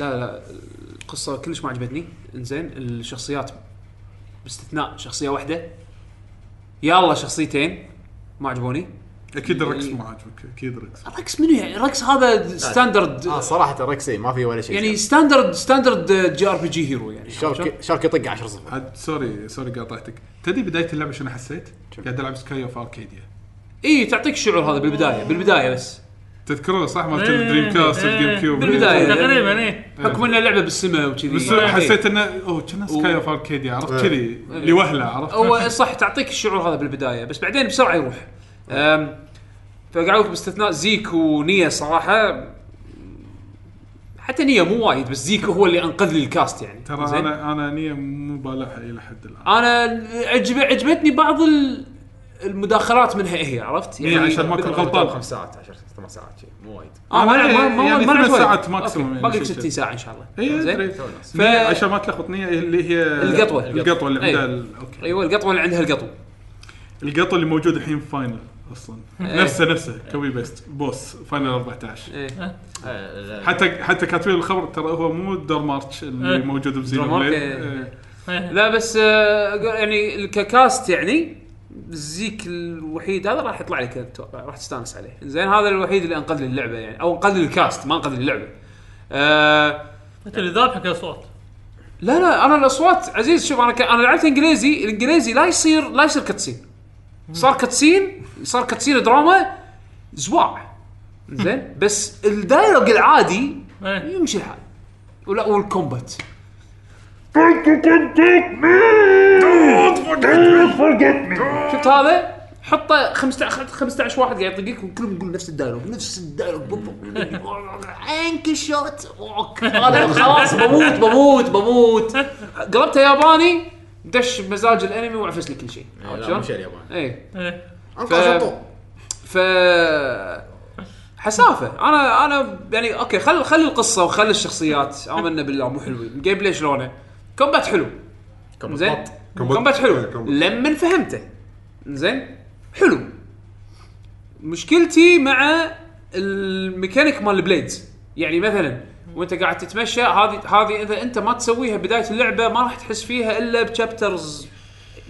لا لا القصه كلش ما عجبتني انزين الشخصيات باستثناء شخصيه واحده يلا شخصيتين ما عجبوني
اكيد الرقص ما عجبك اكيد الرقص
ركس منو يعني ركس هذا ستاندرد
اه صراحه ركسي ما في ولا شيء
يعني ستاندرد ستاندرد جي ار بي جي هيرو يعني
شارك شارك يطق 10 صفر
عاد سوري سوري قاطعتك تدري بدايه اللعبه شنو حسيت؟ قاعد العب سكاي اوف اركيديا
اي إيه، تعطيك الشعور هذا بالبدايه بالبدايه بس
تذكرونه صح مالت الدريم كاست والجيم كيوب
بالبداية.
تقريبا ايه
حكم ان اللعبه بالسماء وكذي
بس حسيت انه اوه كنا
إيه.
سكاي اوف اركيديا عرفت كذي لوهله عرفت؟
هو صح تعطيك الشعور هذا بالبدايه بس بعدين بسرعه يروح أم، فقعدوا باستثناء زيك ونيا صراحه حتى نيا مو وايد بس زيك هو اللي انقذ لي الكاست يعني
ترى
زين؟
انا انا نيه مو بالعها الى حد الان
انا عجب عجبتني بعض ال- المداخلات منها هي عرفت يعني
نية عشان ما اكون غلطان
خمس ساعات 10 ثمان ساعات شيء مو وايد
آه، ما
أنا
لعب- ما- ما-
يعني
ما لعبت
ثمان
وايد.
ساعات maximum
أوكي،
يعني
باقي
شيء
60
كذي.
ساعه ان شاء الله
اي
آه، زين
ادري
ف-
إيه، نية- عشان ما تلخبط نيه اللي هي
القطوة. إيه. أيوة.
القطوه اللي
أي.
عندها ال- اوكي
ايوه القطوه اللي عندها القطو
القطوه اللي موجوده الحين في فاينل اصلا
إيه.
نفسه نفسه كوبي بيست بوس فاينل 14
آه،
حتى حتى كاتبين الخبر ترى هو مو دور مارتش اللي
إيه.
موجود بزينو
دور مارك،
بليد
إيه.
إيه.
لا بس آه، يعني ككاست يعني زيك الوحيد هذا راح يطلع لك أنت، راح تستانس عليه زين هذا الوحيد اللي انقذ لي اللعبه يعني او انقذ لي الكاست ما انقذ لي اللعبه آه
انت اللي ذابحك اصوات
لا لا انا الاصوات عزيز شوف انا ك... انا لعبت انجليزي الانجليزي لا يصير لا يصير كاتسين صار كاتسين صار كاتسين دراما زواع زين بس الدايلوج العادي
إيه.
يمشي الحال ولا والكومبات شفت هذا حطه 15 15 واحد قاعد يطقك وكلهم يقول نفس الدايلوج نفس الدايلوج بالضبط انكل شوت هذا خلاص بموت بموت بموت قلبته ياباني دش بمزاج الانمي وعفس لي كل شيء عرفت
لا مش
شلون؟
اليابان
اي
إيه.
ف حسافه انا انا يعني اوكي خل خلي القصه وخلي الشخصيات امنا بالله مو حلوين الجيم بلاي شلونه كومبات حلو زين
كومبات.
كومبات
إيه،
حلو
كومبات.
لما فهمته زين حلو مشكلتي مع الميكانيك مال البليدز يعني مثلا وانت قاعد تتمشى هذه هذه اذا انت ما تسويها بدايه اللعبه ما راح تحس فيها الا بشابترز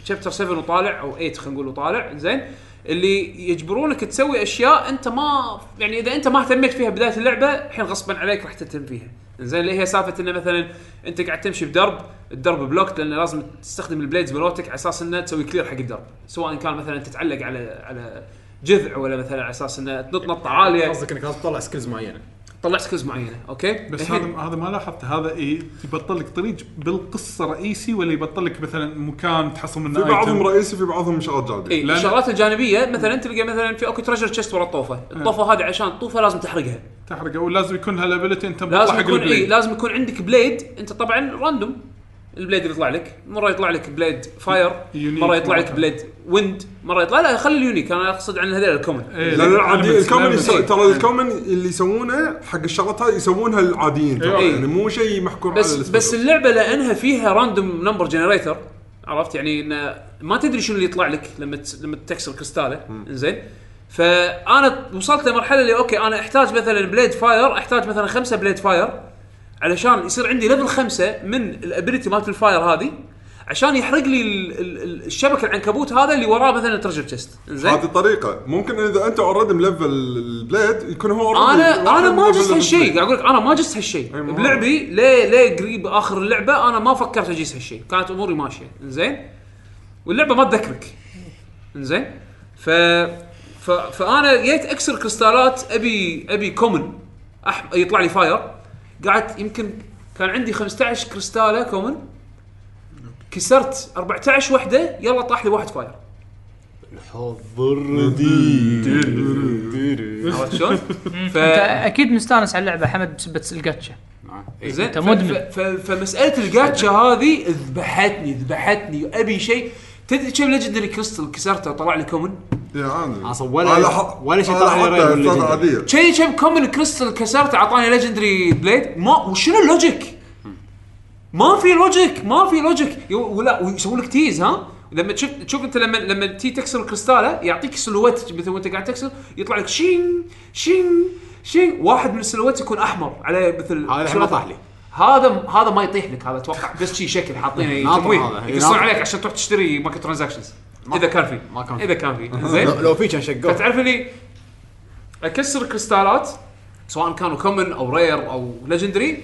شابتر 7 وطالع او 8 خلينا نقول وطالع زين اللي يجبرونك تسوي اشياء انت ما يعني اذا انت ما اهتميت فيها بدايه اللعبه الحين غصبا عليك راح تهتم فيها زين اللي هي سالفه انه مثلا انت قاعد تمشي بدرب الدرب بلوكت لانه لازم تستخدم البليدز مالتك على اساس انه تسوي كلير حق الدرب سواء كان مثلا تتعلق على على جذع ولا مثلا على اساس انه تنط نطه عاليه
إيه. قصدك انك لازم تطلع سكيلز معينه
تطلع سكيلز معينه اوكي
بس
الحين-
هذا هذا ما لاحظت هذا اي يبطل لك طريق بالقصه رئيسي ولا يبطل لك مثلا مكان تحصل منه
في بعضهم
item؟
رئيسي في بعضهم شغلات جانبيه
اي
لأن-
الشغلات الجانبيه مثلا تلقى مثلا في اوكي تريجر تشست ورا الطوفه، الطوفه هذه عشان الطوفه لازم تحرقها،
تحرقه ولازم يكون هالابيلتي انت مطلع
لازم
حق
يكون إيه، اي
البليد
لازم يكون عندك بليد انت طبعا راندوم البليد اللي يطلع لك، مره يطلع لك بليد فاير،
يونيك
مره يطلع لك
مرة.
بليد ويند، مره يطلع لا خلي اليونيك انا اقصد عن هذول الكومن.
إيه،
لان العادي
elements،
الكومن
elements.
يسو- ترى الكومن اللي يسوونه حق الشغلات هاي يسوونها العاديين ترى
إيه.
يعني مو شيء محكور
بس
على
بس اللعبه لانها فيها راندوم نمبر جنريتر عرفت يعني إن ما تدري شنو اللي يطلع لك لما تس- لما تكسر كريستاله زين فانا وصلت لمرحله اللي اوكي انا احتاج مثلا بليد فاير احتاج مثلا خمسه بليد فاير علشان يصير عندي ليفل خمسه من الابيلتي مالت الفاير هذه عشان يحرق لي ال- ال- ال- الشبك العنكبوت هذا اللي وراه مثلا ترجر تشست زين
هذه طريقه ممكن اذا انت اوريدي ملفل البليد يكون هو already
انا انا
واحد
ما
ملفل
جست هالشيء
البليد.
قاعد اقول لك انا ما جست هالشيء
أي ما هو.
بلعبي ليه ليه قريب اخر اللعبه انا ما فكرت اجيس هالشيء كانت اموري ماشيه زين واللعبه ما تذكرك زين ف... ف فانا جيت اكسر كريستالات ابي ابي كومن أح... يطلع لي فاير قعدت يمكن كان عندي 15 كريستاله كومن كسرت 14 وحده يلا طاح لي واحد فاير
حضر دي
عرفت شلون؟ ف...
انت اكيد مستانس على اللعبه حمد بسبه الجاتشا
زين
إيه. أنت
ف-
مدمن.
ف- ف- فمساله الجاتشا هذه ذبحتني ذبحتني ابي شيء تدري كم ليجندري كريستل كسرته وطلع لي كومن؟
يا عادي
أصلاً ولا-
أنا ح-
ولا شيء
أنا
طلع
حتى
غير
أستاذ
الليجندري.
عادية.
شيء كم كومن كريستل كسرته اعطاني ليجندري بليد ما وشنو اللوجيك؟ ما في لوجيك ما في لوجيك يو- ولا ويسوون لك تيز ها؟ لما تشوف تشوف انت لما لما تي تكسر الكريستاله يعطيك سلوات مثل وانت قاعد تكسر يطلع لك شين شين شين واحد من السلوات يكون احمر عليه مثل
هذا الحين ما طاح لي
هذا هذا ما يطيح لك هذا اتوقع بس شي شكل حاطينه
ناطر
تمويه
هذا.
يقصون
ناطر.
عليك عشان تروح تشتري مايكرو ترانزاكشنز اذا كان في
ما كان في.
اذا كان في
لو-
زين
لو في كان شقوه
فتعرف اللي اكسر كريستالات سواء كانوا كومن او رير او ليجندري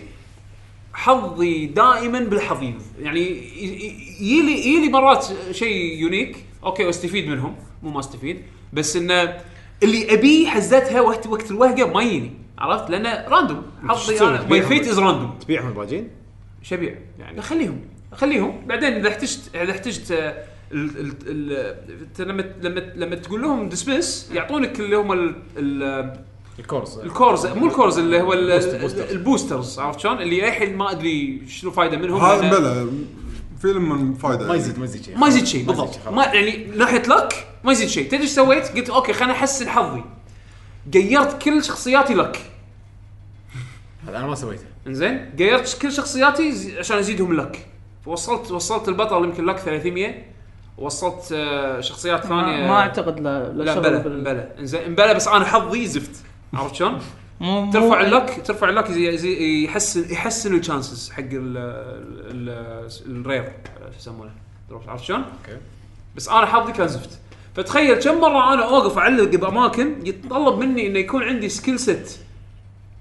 حظي دائما بالحظيظ يعني ي- ي- يجي يجي مرات شيء يونيك اوكي واستفيد منهم مو ما استفيد بس انه اللي ابيه حزتها وقت وقت الوهقه ما يجيني عرفت لانه راندوم حظي
تسوي؟
انا ماي فيت از راندوم
تبيعهم الباجين
شبيع يعني خليهم خليهم بعدين اذا احتجت اذا احتجت آه، ال- ال- ال- أنت لما لما لما تقول لهم ديسمس يعطونك اللي هم ال- ال-
الكورس
الكورز مو الكورز اللي هو ال-
بوست- بوسترز.
البوسترز عرفت شلون؟ اللي للحين ما ادري شنو فايده منهم
هذا
لأن
بلا فيلم من فايده
ما يزيد ما يزيد شيء
ما يزيد شيء
ما يزيد
بالضبط
شيء،
ما يعني من ناحيه لك ما يزيد شيء تدري ايش سويت؟ قلت اوكي خليني احسن حظي غيرت كل شخصياتي لك
هذا انا ما سويته
انزين غيرت كل شخصياتي ز- عشان ازيدهم لك فوصلت وصلت البطل يمكن لك 300 وصلت آه، شخصيات ثانيه
ما ما اعتقد لا
لا
شغل
بلا
بال-
بلا انزين بلا بس انا حظي زفت عرفت شلون؟
مو مو-
ترفع اللوك ترفع اللوك زي زي يحسن يحسن الشانسز حق ال ال- الرير شو يسمونه دروب، عرفت شلون؟ اوكي بس انا حظي كان زفت فتخيل كم مره انا اوقف اعلق باماكن يتطلب مني انه يكون عندي سكيل ست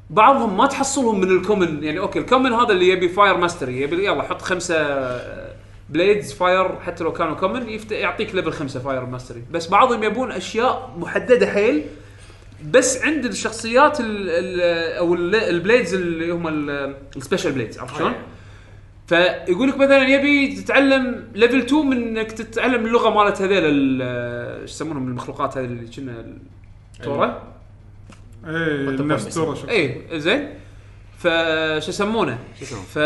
بعضهم ما تحصلهم من الكومن يعني اوكي الكومن هذا اللي يبي فاير ماستري يبي يلا حط خمسه بليدز فاير حتى لو كانوا كومن يفت... يعطيك ليفل خمسه فاير ماستري بس بعضهم يبون اشياء محدده حيل بس عند الشخصيات ال ال او ال- البليدز اللي هم ال- السبيشال بليدز عرفت شلون؟ فيقول لك مثلا يبي تتعلم ليفل 2 من انك تتعلم اللغه مالت هذيل ال- شو يسمونهم المخلوقات هذه اللي كنا التورا
اي إيه، نفس ترى شوف
اي إيه، زين فشو يسمونه؟
يسمونه؟
ف...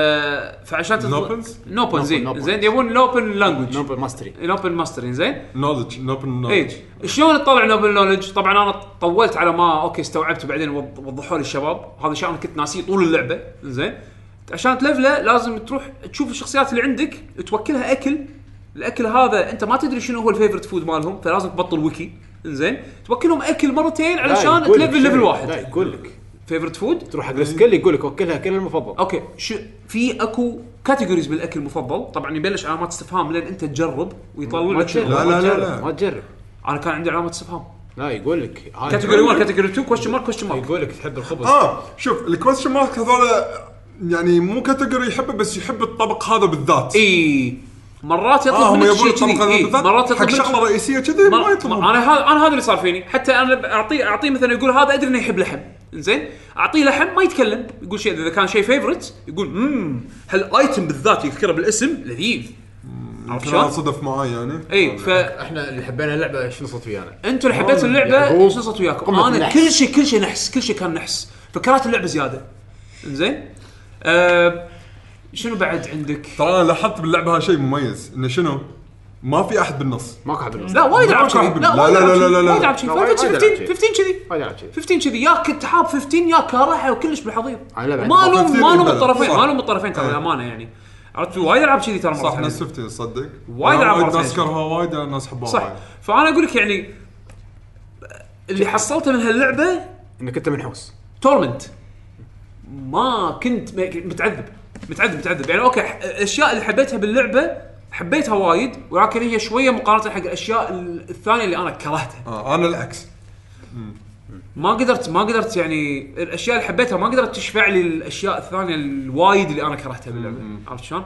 فعشان تطلع-
نوبنز؟
نوبن زين
نوبن.
زين يبون لوبن لانجوج
نوبل ماستري
لوبن ماسترين زين
نولج نوبن
إيه.
اي
نولج
شلون تطلع نوبل نولج؟ طبعا انا طولت على ما اوكي استوعبت وبعدين وض- وضحوا لي الشباب هذا شيء انا كنت ناسيه طول اللعبه زين عشان تلفله لازم تروح تشوف الشخصيات اللي عندك توكلها اكل الاكل هذا انت ما تدري شنو هو الفيفرت فود مالهم فلازم تبطل ويكي زين توكلهم اكل مرتين علشان
لا، يقول لك
تلفل ليفل
شيء.
واحد
لا يقول لك
فيفرت فود
تروح حق السكيل يقول لك وكلها كل المفضل
اوكي شو في اكو كاتيجوريز بالاكل المفضل طبعا يبلش علامات استفهام لين انت تجرب ويطلع لك شنو.
لا لا لا لا
ما تجرب
انا كان عندي علامات استفهام
لا يقول لك هاي-
كاتيجوري 1 كاتيجوري 2 كويشن مارك كويشن مارك
يقول لك تحب الخبز
اه شوف الكويستشن مارك هذول يعني مو كاتيجوري يحبه بس يحب الطبق هذا بالذات
اي مرات يطلب
اه هم
إيه. منك
يبون
شيء
الطبق
كذي
هذا
إيه،
بالذات
مرات
حق
يطلب منك
شغله رئيسيه كذي
ما-
ما
ما-
يطلبون
انا هذا انا هذا اللي صار فيني حتى انا ب- اعطيه اعطيه مثلا يقول هذا ادري انه يحب لحم زين اعطيه لحم ما يتكلم يقول شيء اذا كان شيء فيفرت يقول امم هالايتم بالذات يذكره بالاسم لذيذ عرفت
كان
شلون؟
صدف معاي يعني
اي ف
احنا اللي حبينا اللعبه شنو صوت فيها انا؟
انتم اللي حبيتوا
يعني
اللعبه
هو
شو صرت وياكم؟
قمة
انا
النحس.
كل شيء كل شيء نحس كل شيء كان نحس فكرهت اللعبه زياده زين أه شنو بعد عندك؟
ترى انا لاحظت باللعبه هالشيء مميز انه شنو؟ ما في احد بالنص
ماكو احد بالنص
لا وايد
لا،
العاب كذي لا
لا، لا،
وايد
لا،
ألعاب
لا،
كذي،
لا، لا.
وايد العاب كذي
لا، وايد
15
ألعاب
15
كذي.
15 كذي
ما يلعب كذي
15 كذي يا كنت حاب 15 يا كارهه وكلش بالحضيض ما
على لعبة
لوم ما
15
لوم
بلد.
الطرفين
صح.
ما لوم الطرفين ترى
إيه.
للامانه يعني عرفت وايد العاب كذي ترى مرات
صح
علينا.
ناس 50 تصدق
وايد
أنا
ألعاب
وايد ناس
مرتين.
كرهوها وايد أنا ناس حبوها
صح
وايد.
فانا اقول لك يعني اللي حصلته من هاللعبه
انك انت منحوس
تورمنت ما كنت م- متعذب متعذب متعذب يعني اوكي ح- الاشياء اللي حبيتها باللعبه حبيتها وايد ولكن هي شويه مقارنه حق الاشياء ال- الثانيه اللي انا كرهتها
آه انا العكس
ما قدرت ما قدرت يعني الاشياء اللي حبيتها ما قدرت تشفع لي الاشياء الثانيه الوايد اللي انا كرهتها باللعبه عرفت شلون؟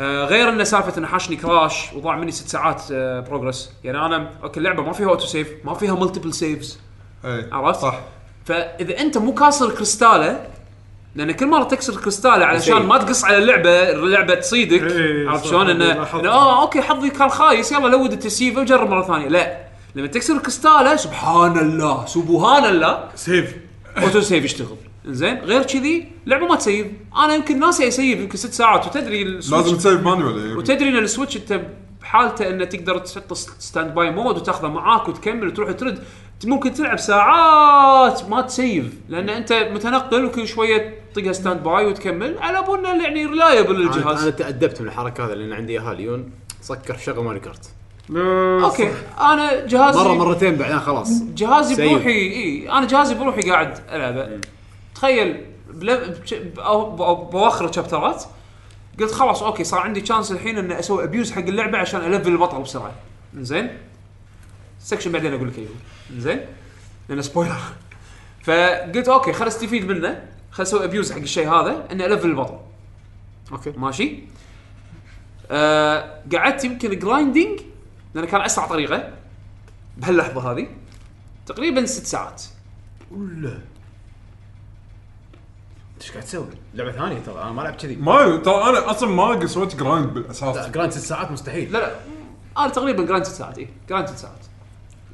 آه غير ان سالفه ان حاشني كراش وضاع مني ست ساعات آه بروجرس يعني انا اوكي اللعبه ما فيها اوتو سيف ما فيها ملتيبل سيفز
اي
عرفت؟
صح
فاذا انت مو كاسر كريستاله لان كل مره تكسر كريستاله علشان
يصير.
ما تقص على اللعبه اللعبه تصيدك
إيه،
عرفت
صح،
شلون انه
لاحظت.
إنه اه اوكي حظي كان خايس يلا لود التسييف وجرب مره ثانيه لا لما تكسر كريستاله سبحان الله سبحان الله
سيف
اوتو سيف يشتغل زين غير كذي لعبه ما تسيف انا يمكن ناسي اسيف يمكن ست ساعات وتدري السويتش-
لازم تسيف مانوال
وتدري ان السويتش انت بحالته انه تقدر تحط ستاند باي مود وتاخذه معاك وتكمل وتروح ترد ممكن تلعب ساعات ما تسيف لان انت متنقل وكل شويه تطقها ستاند باي وتكمل على بنا يعني ريلايبل
انا أنا
الجهاز
تادبت من الحركه هذه لان عندي اهالي سكر شغل ماري كارت
اوكي انا جهازي
مره مرتين بعدين خلاص
جهازي
سيف.
بروحي اي انا جهازي بروحي قاعد العبه تخيل بل- بش- بأو- بأو- بواخر الشابترات قلت خلاص اوكي صار عندي تشانس الحين اني اسوي ابيوز حق اللعبه عشان الفل البطل بسرعه زين سكشن بعدين اقول لك ايوه زين لانه سبويلر فقلت اوكي خل استفيد منه خل اسوي ابيوز حق الشيء هذا اني الفل البطل
اوكي
ماشي آه قعدت يمكن جرايندنج لان كان اسرع طريقه بهاللحظه هذه تقريبا ست ساعات
ايش قاعد تسوي؟ لعبه ثانيه ترى انا ما لعبت كذي
ما ترى انا اصلا ما سويت جرايند بالاساس
جراند ست ساعات مستحيل
لا لا انا تقريبا جرايند ست ساعات اي جرايند ست ساعات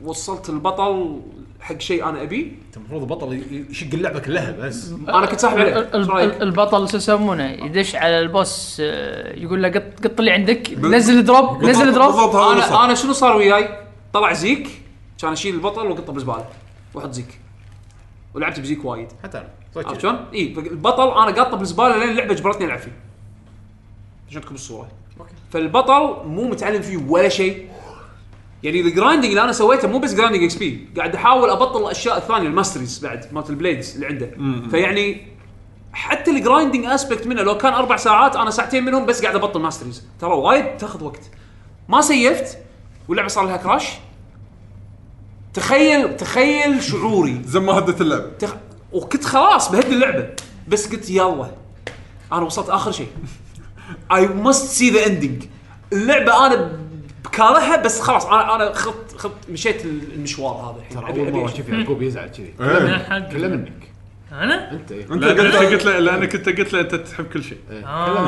وصلت البطل حق شيء انا ابيه
انت المفروض بطل يشق اللعبه كلها بس
انا كنت ساحب عليه
ال-
ايش
ال-
رايك؟
البطل شو يسمونه يدش على البوس آه، يقول له قط قط اللي عندك نزل دروب نزل دروب
بالضبط هذا اللي
انا
صار.
انا شنو صار وياي؟ طلع زيك كان اشيل البطل واقطه بالزباله واحط زيك ولعبت بزيك وايد
حتى انا
عرفت إيه، شلون؟ اي البطل انا قاطه بالزباله لين اللعبه جبرتني العب فيه. عشان تكون الصوره. فالبطل مو متعلم فيه ولا شيء يعني الجرايندنج اللي انا سويته مو بس جرايندنج اكس بي قاعد احاول ابطل الاشياء الثانيه الماستريز بعد مالت البليدز اللي عنده فيعني حتى الجرايندنج اسبكت منه لو كان اربع ساعات انا ساعتين منهم بس قاعد ابطل ماستريز ترى وايد تاخذ وقت ما سيفت واللعبه صار لها كراش تخيل تخيل شعوري
زين ما هدت اللعبه
تخ... وكنت خلاص بهد اللعبه بس قلت يلا انا وصلت اخر شيء اي ماست سي ذا اندنج اللعبه انا كارهها بس خلاص انا انا خط خط مشيت المشوار هذا الحين
ترى
أبي-
اول
أبي
مره
أشوف.
اشوف يعقوب يزعل كذي
إيه.
حق
كله منك
انا؟
انت إيه.
انت
لا قلت
قلت
قلت له لانك انت قلت له انت تحب كل شيء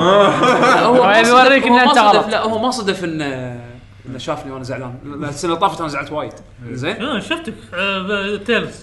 هو ما
يبي
صدف-
يوريك
هو
إن
ما
أنت
صدف-
غلط.
لا هو ما صدف انه انه شافني وانا زعلان لا، السنه اللي طافت انا زعلت وايد زين
آه، شفتك آه، تيلز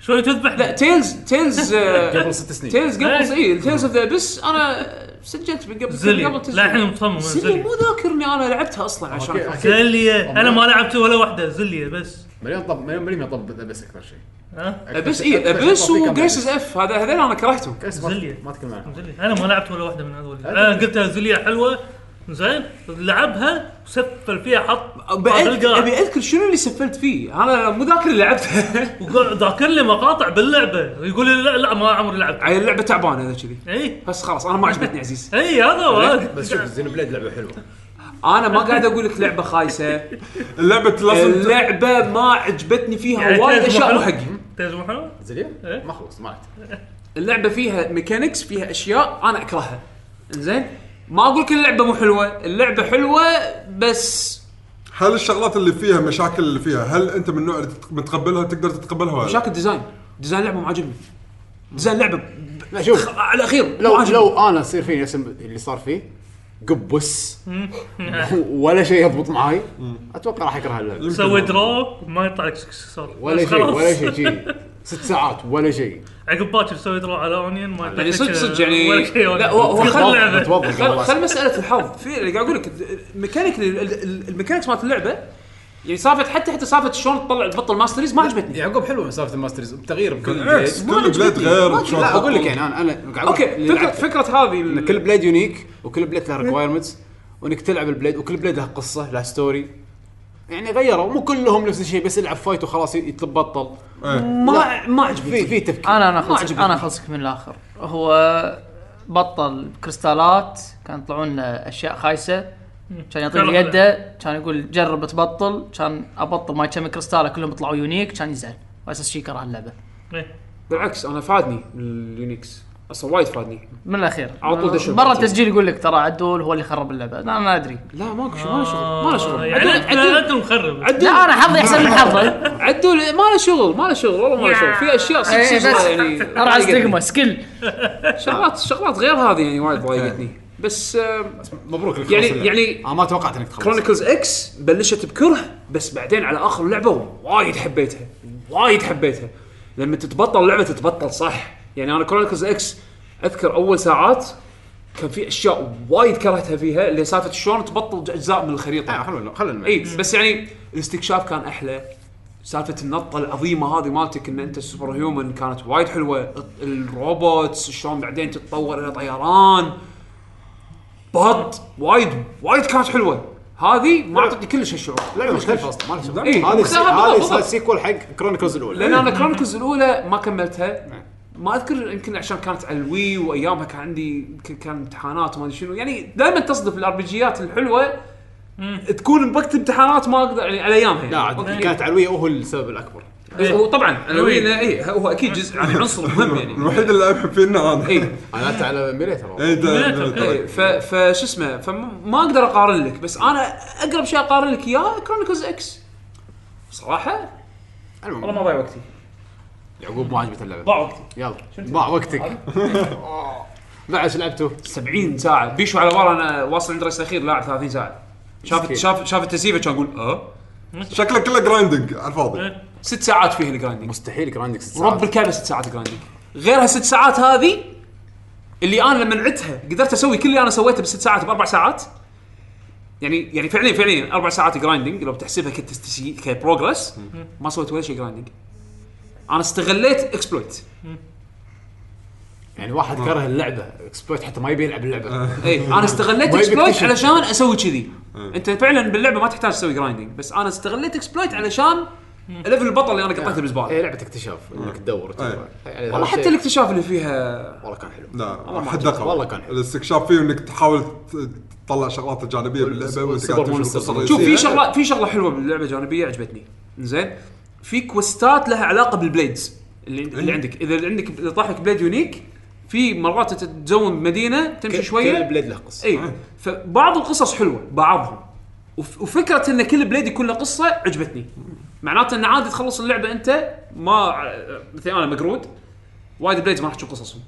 شوي تذبح
لا تيلز تيلز آه،
قبل ست سنين
تيلز قبل إيه، اي تيلز اوف ذا بس انا سجلت من قبل
زلي
قبل
لا الحين مصمم
زلي
زلي
مو ذاكر اني انا لعبتها اصلا عشان
أوكي.
زلية انا ما لعبت ولا واحده زلية بس
مليون طب مليون مليون طب بس اكثر شيء
ها إيه،
ابس اي ابس وجريسز اف هذا هذول انا كرهتهم
أبس
زلية.
ما تكلم عنها
زلية انا ما لعبت ولا واحده من هذول انا قلتها زلية حلوه زين لعبها وسفل فيها حط
أبي أذ-
بالقاع.
ابي اذكر شنو اللي سفلت فيه انا مو ذاكر اللي لعبته
وقاعد ذاكر لي مقاطع باللعبه يقول لي لا لا ما عمري لعبت
عيل اللعبه تعبانه هذا كذي
اي
بس خلاص انا ما عجبتني عزيز
اي إيه، هذا هو.
بس شوف زين بليد لعبه حلوه
انا ما قاعد اقول لك لعبه خايسه
اللعبه لازم ت-
اللعبه ما عجبتني فيها
يعني
وايد
تيز
اشياء
محل-
مو حقي
تيز مو حلو إيه؟
زين ما خلص ما عرفت
اللعبه فيها ميكانكس فيها اشياء انا اكرهها زين ما اقول لك اللعبه مو حلوه اللعبه حلوه بس
هل الشغلات اللي فيها مشاكل اللي فيها هل انت من النوع اللي تت- متقبلها تقدر تتقبلها ولا لا؟
مشاكل ديزاين ديزاين اللعبه مو عاجبني ديزاين اللعبه
لا شوف
خ- على الاخير
لو
مو عاجبني.
لو انا يصير فيني نفس اللي صار فيه قبس ولا شيء يضبط معاي اتوقع راح اكره اللعبه
سوي درو ما يطلع لك سكسسور
ولا
بس
شيء
خلاص.
ولا شيء شيء ست ساعات ولا شيء
عقب باكر سوي درو على اونين ما يطلع
يعني
لك
صدق- صدق يعني-
ولا شيء
لا، هو- هو
تدخل
خل-
اللعبة.
بتوضح
خل
خلاص.
خل مساله الحظ في اللي قاعد اقول لك الميكانيك الميكانيكس مالت اللعبه يعني سالفه حتى حتى سالفه شلون تطلع تبطل ماستريز ما عجبتني
يعقوب حلو من سالفه الماسترز بتغيير بكل
بالعكس
بليد
ما
كل بلاد
عجبتني.
غير
ما
وشلون
لا اقول لك
تحط-
يعني انا انا قاعد أقول
اوكي
اللي
فكره
لعبت-
فكره هذه
ان
ال-
كل بليد يونيك وكل بليد له ريكوايرمنتس وانك تلعب البليد وكل بليد له قصه له ستوري يعني غيروا مو كلهم نفس الشيء بس العب فايت وخلاص يتبطل
إيه.
ما ما عجبتني
في في تفكير
انا انا
ما
خلص
عجبتني.
انا خلصك من الاخر هو بطل كريستالات كان يطلعون لنا اشياء خايسه كان يعطيني
كان
يده كان يقول جرب تبطل كان ابطل ما كم كريستاله كلهم طلعوا يونيك كان يزعل واساس شي كره اللعبه
إيه.
بالعكس انا فادني اليونيكس اصلا وايد فادني
من الاخير
على طول دشوا
برا
البطل.
التسجيل يقول لك ترى عدول هو اللي خرب اللعبه لا انا ادري
لا ماكو شغل ما له شغل ما له شغل
يعني
عدل- عدل-
انت مخرب
عدل
آه، لا انا حظي احسن من حظه
عدول ما له شغل ما له شغل والله ما له شغل في اشياء صدق
إيه،
صدق
بس.
يعني
ارعى استجمة سكيل
شغلات شغلات غير هذه يعني وايد ضايقتني بس آم،
مبروك لك
يعني
خلاص اللعبة.
يعني
انا ما توقعت انك تخلص
كرونيكلز اكس بلشت بكره بس بعدين على اخر لعبه وايد حبيتها وايد حبيتها لما تتبطل اللعبه تتبطل صح يعني انا كرونيكلز اكس اذكر اول ساعات كان في اشياء وايد كرهتها فيها اللي سالفه شلون تبطل اجزاء من الخريطه
آه، خلونا خلونا
اي بس يعني الاستكشاف كان احلى سالفه النطه العظيمه هذه مالتك ان انت سوبر هيومن كانت وايد حلوه الروبوتس شلون بعدين تتطور الى طيران بط وايد وايد كانت حلوه هذه ما اعطتني كلش هالشعور
لعبه مختلفه اصلا ما لها شغل
إيه،
هذا السي-
مختلفة
هذا
بالضبط.
السي- السيكول حق كرونيكلز الاولى
لان انا كرونيكلز الاولى ما كملتها
نعم.
ما اذكر يمكن عشان كانت على الوي وايامها كان عندي يمكن كان امتحانات وما ادري شنو يعني دائما تصدف الار بي جيات الحلوه تكون بوقت امتحانات ما اقدر يعني على ايامها يعني.
لا عاد كانت علويه وهو السبب الاكبر
إيه، هو طبعا الوينا اي هو اكيد جزء يعني عنصر مهم يعني
الوحيد اللي العب فينا انا
اي
انا لعبت على ميلي ترى
اي إيه، ده- ده-
إي، إيه، ف فش اسمه فما اقدر اقارن لك بس انا اقرب شيء اقارن لك اياه كرونيكلز اكس صراحه والله
المهم
ما ضيع وقتي
يعقوب ما عجبته اللعبه
ضاع وقتي
يلا ضاع وقتك بعد ايش لعبته
70 ساعه بيشو على بال انا واصل عند رئيس الاخير لاعب 30 ساعه شاف
مسكين.
شاف شاف التسييفه كان يقول اه
شكله كله جرايندنج على الفاضي
ست ساعات فيها الجرايندنج
مستحيل يكون عندك ست ساعات
ورب الكعبه ست ساعات جرايندنج غير هالست ساعات هذه اللي انا لما عدتها قدرت اسوي كل اللي انا سويته بست ساعات باربع ساعات يعني يعني فعليا فعليا اربع ساعات جرايندنج لو بتحسبها كتستسي كبروجرس ما سويت ولا شيء جرايندنج انا استغليت اكسبلويت
يعني واحد كره اللعبه اكسبلويت حتى ما يبي يلعب اللعبه
اي انا إيه، استغليت
ما يبي
اكسبلويت
يكتشف.
علشان اسوي كذي انت فعلا باللعبه ما تحتاج تسوي جرايندنج بس انا استغليت اكسبلويت علشان ليفل البطل اللي انا قطعته بالزباله
هي لعبه اكتشاف انك تدور وتدور. يعني هذا
والله حتى
شيء-
الاكتشاف اللي فيها
والله كان حلو
لا
ما
حد
عجبني.
دخل
والله كان حلو.
الاستكشاف فيه انك تحاول ت- تطلع شغلات الجانبيه باللعبه وانت
والسوبر
قاعد تمشي
مونستر.
بالقصه
شوف
الرئيسية.
في شغله في شغله حلوه باللعبه جانبيه عجبتني زين في كوستات لها علاقه بالبليدز اللي, اللي عندك اذا عندك اذا طاح لك بليد يونيك في مرات أنت تزوم مدينه تمشي شويه
كل بلاد له قصه
اي إيه، فبعض القصص حلوه بعضهم وف- وفكره ان كل بليد يكون له قصه عجبتني معناته ان عادي تخلص اللعبه انت ما مثل انا مقرود وايد بليدز ما راح تشوف قصصهم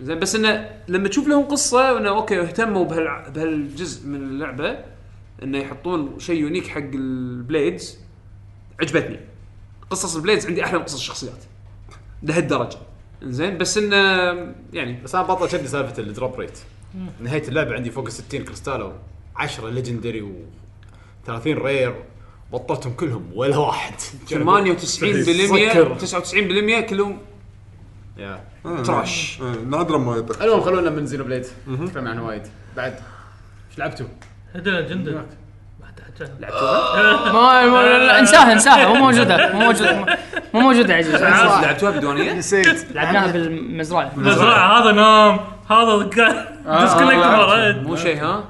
زين بس انه لما تشوف لهم قصه وانه اوكي اهتموا بهالع- بهالجزء من اللعبه انه يحطون شيء يونيك حق البليدز عجبتني قصص البليدز عندي احلى من قصص الشخصيات لهالدرجه زين بس انه يعني
بس انا بطل شدني سالفه الدروب ريت نهايه اللعبه عندي فوق ال 60 كريستالو 10 ليجندري و 30 رير بطلتهم كلهم ولا واحد
98%
يعني
سكر.
99% كلهم
يا.
تراش
آه، نادرا ما يطق
المهم خلونا من زينو بليد تكلمنا عنها وايد بعد ايش لعبتوا؟
هدنا جندل ما حد حكى عنه.
ما ما- لا- لا، انساها انساها مو موجوده مو موجوده مو موجوده عزيز
صح.
لعبتوها بدونيه؟
نسيت
لعبناها بالمزرعه
مزرعه هذا نام هذا
آه،
ديسكونكت مرة.
مو شيء ها؟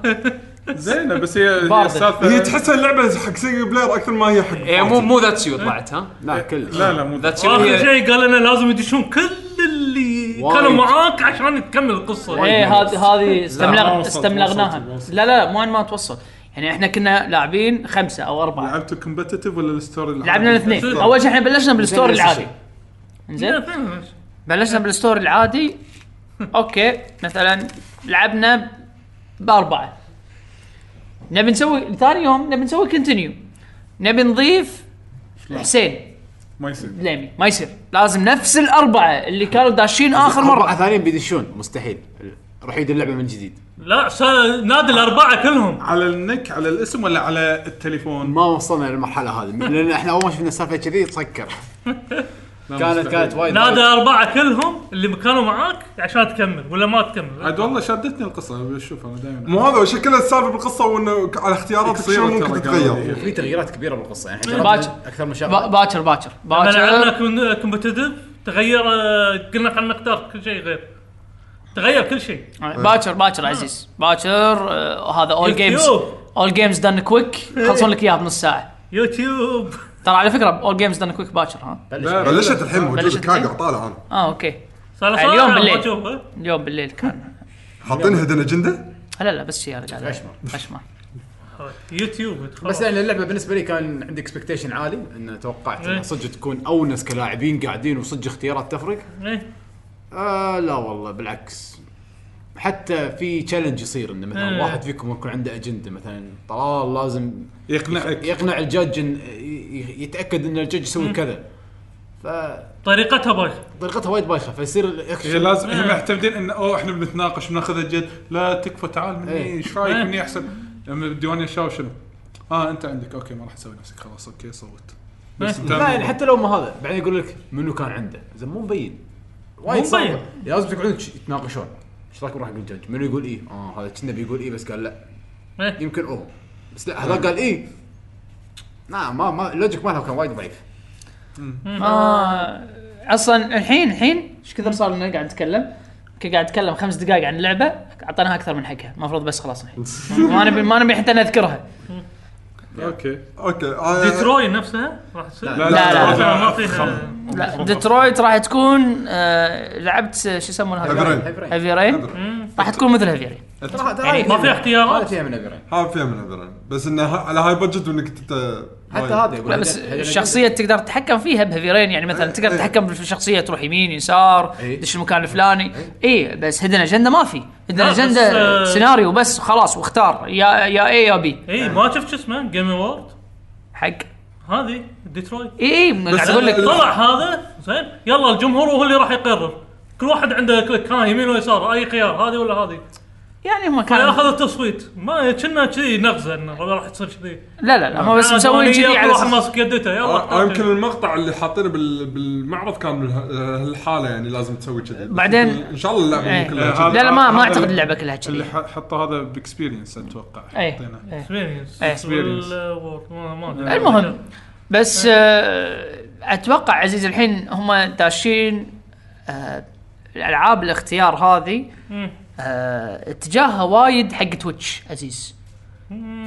زينه بس هي هي
باردة.
السالفه
هي تحسها اللعبه حق سنجل بلاير اكثر ما هي حق
إيه،
هي مو مو ذات سيو طلعت ها؟
لا كل
لا لا مو
ذات سيو
واخر
هي
آه، شيء قال لنا لازم يدشون كل اللي
وايد.
كانوا معاك عشان تكمل القصه
ايه هذه هذه
ما
استملغ
وصلت-
استملغناها
وصلت- وصلت.
لا لا مو وين ما توصل يعني احنا كنا لاعبين خمسه او اربعه
لعبت الكومبتتف ولا الستوري العادي؟
لعبنا الاثنين
صح.
اول شيء احنا بلشنا بالستوري
نفس
العادي
الشيء.
زين بلشنا بالستوري العادي اوكي مثلا لعبنا باربعه نبي نسوي ثاني يوم نبي نسوي كونتينيو نبي نضيف حسين
ما يصير
ليمي ما يصير لازم نفس الاربعه اللي كانوا داشين اخر
أربعة
مره
ثانيين بيدشون مستحيل راح يعيد اللعبه من جديد
لا سا- نادي الاربعه كلهم
على النك على الاسم ولا على التليفون؟
ما وصلنا للمرحله هذه لان احنا اول ما شفنا السالفه كذي تسكر كانت كانت وايد
نادي الاربعه كلهم اللي كانوا معاك عشان تكمل ولا ما تكمل
عاد والله شادتني القصه بشوف انا دائما
مو هذا شكلها السالفه بالقصه وانه على اختياراتك شنو ممكن تتغير
في تغييرات كبيره بالقصه يعني إحنا
باكر.
جربنا اكثر من شغله
با- باكر باكر
لما
باكر
لعبنا كومبتتف تغير آه، قلنا خلينا نختار كل شيء غير تغير كل شيء
آه، باكر باكر
آه.
عزيز باكر آه، هذا اول جيمز
يوتيوب.
اول جيمز دان كويك يخلصون لك اياها بنص ساعه
يوتيوب
ترى على فكره اول جيمز دان كويك باكر ها
بلشت الحين موجوده
بلشت
كان
الحين؟
قاعد طالع انا
اه اوكي
صار لها
اليوم
ساعة ما
بالليل.
أشوفه.
اليوم بالليل كان
حاطين هدن اجنده
لا لا بس شيء انا قاعد اشمر اشمر
يوتيوب
بس يعني اللعبه بالنسبه لي كان عندي اكسبكتيشن عالي ان توقعت انها
إيه.
صدق تكون اونس كلاعبين قاعدين وصدق اختيارات تفرق
إيه.
آه لا والله بالعكس حتى في تشالنج يصير انه مثلا
إيه.
واحد فيكم يكون عنده اجنده مثلا طلال لازم
يقنعك
يقنع الجاج إن- ي- ي- يتاكد ان الجاج
إيه.
يسوي كذا فطريقتها
طريقتها إيه. بايخه
وايد بايخه فيصير الأكشن-
إيه،
هي إيه، لازم هم معتمدين ان اوه احنا بنتناقش بناخذها جد لا تكفى تعال مني
إيه.
ايش رايك
إيه.
مني احسن لما الديوانيه شاف شنو؟ اه انت عندك اوكي ما راح اسوي نفسك خلاص اوكي صوت بس انت
لا يعني حتى لو ما هذا بعدين يقول لك منو كان عنده زين مو مبين وايد
مو
صعبة.
مبين.
لازم تقعدون تش- تتناقشون ايش رايكم راح يقول الجاج منو يقول ايه اه هذا كنا بيقول ايه بس قال لا
إيه.
يمكن اوه بس لا هذا قال ايه نعم ما ما اللوجيك مالها كان وايد ضعيف
ما اصلا الحين الحين ايش كثر صار لنا قاعد نتكلم كنت قاعد اتكلم خمس دقائق عن اللعبه اعطيناها اكثر من حقها المفروض بس خلاص الحين ما نبي ما نبي حتى نذكرها
اوكي
اوكي آه،
ديتروي نفسها راح تصير
لا، لا،
لا،
ما فيها
لا ديترويت راح تكون آه لعبت شو يسمونها
Heavy Rain.
هاي
هيفي رين راح تكون مثل هيفي رين يعني
إيه، ما في اختيارات؟
ما فيها من ابيرين
ها فيها من هذول بس انه ه- على هاي بادجت وانك تت-
حتى
وايد.
هذا يقول
لا بس
هذا- هذا-
الشخصيه تقدر تتحكم فيها بهيفي رين يعني مثلا تقدر تتحكم بالشخصيه تروح يمين يسار
إي.
دش المكان الفلاني اي بس هدن اجنده ما في هدن
لا، بس،
اجنده
آه،
سيناريو بس خلاص واختار يا يا اي يا بي
اي إيه، ما شفت شو اسمه جيم اوورد
حق
هذه ديترويت
اي اي قاعد اقول لك
طلع هذا زين يلا الجمهور هو اللي راح يقرر كل واحد عنده كليك ها يمين ويسار اي خيار هذه ولا هذه
يعني هم كانوا
اخذوا تصويت ما كنا كذي نغزه انه راح تصير كذي
لا لا لا هم بس مسوين كذي على
آه، واحد
أساس-
ماسك يدته
آه، آه،
يلا
يمكن المقطع اللي حاطينه بال- بالمعرض كان من ه- هالحاله يعني لازم تسوي كذي
بعدين-
ان شاء الله اللعبه
إيه.
ممكن
آه،
لها
هذا-
كذي.
لا لا ما ما
هذا
اعتقد
اللي-
اللعبه كلها
اللي
كذي
ح- حطوا هذا باكسبيرينس اتوقع
ايه
حطيناه.
إيه.
اكسبيرينس
إيه. المهم
المهم
بس آه، اتوقع عزيز الحين هم داشين آه، الالعاب الاختيار هذه آه، اتجاهها وايد حق تويتش عزيز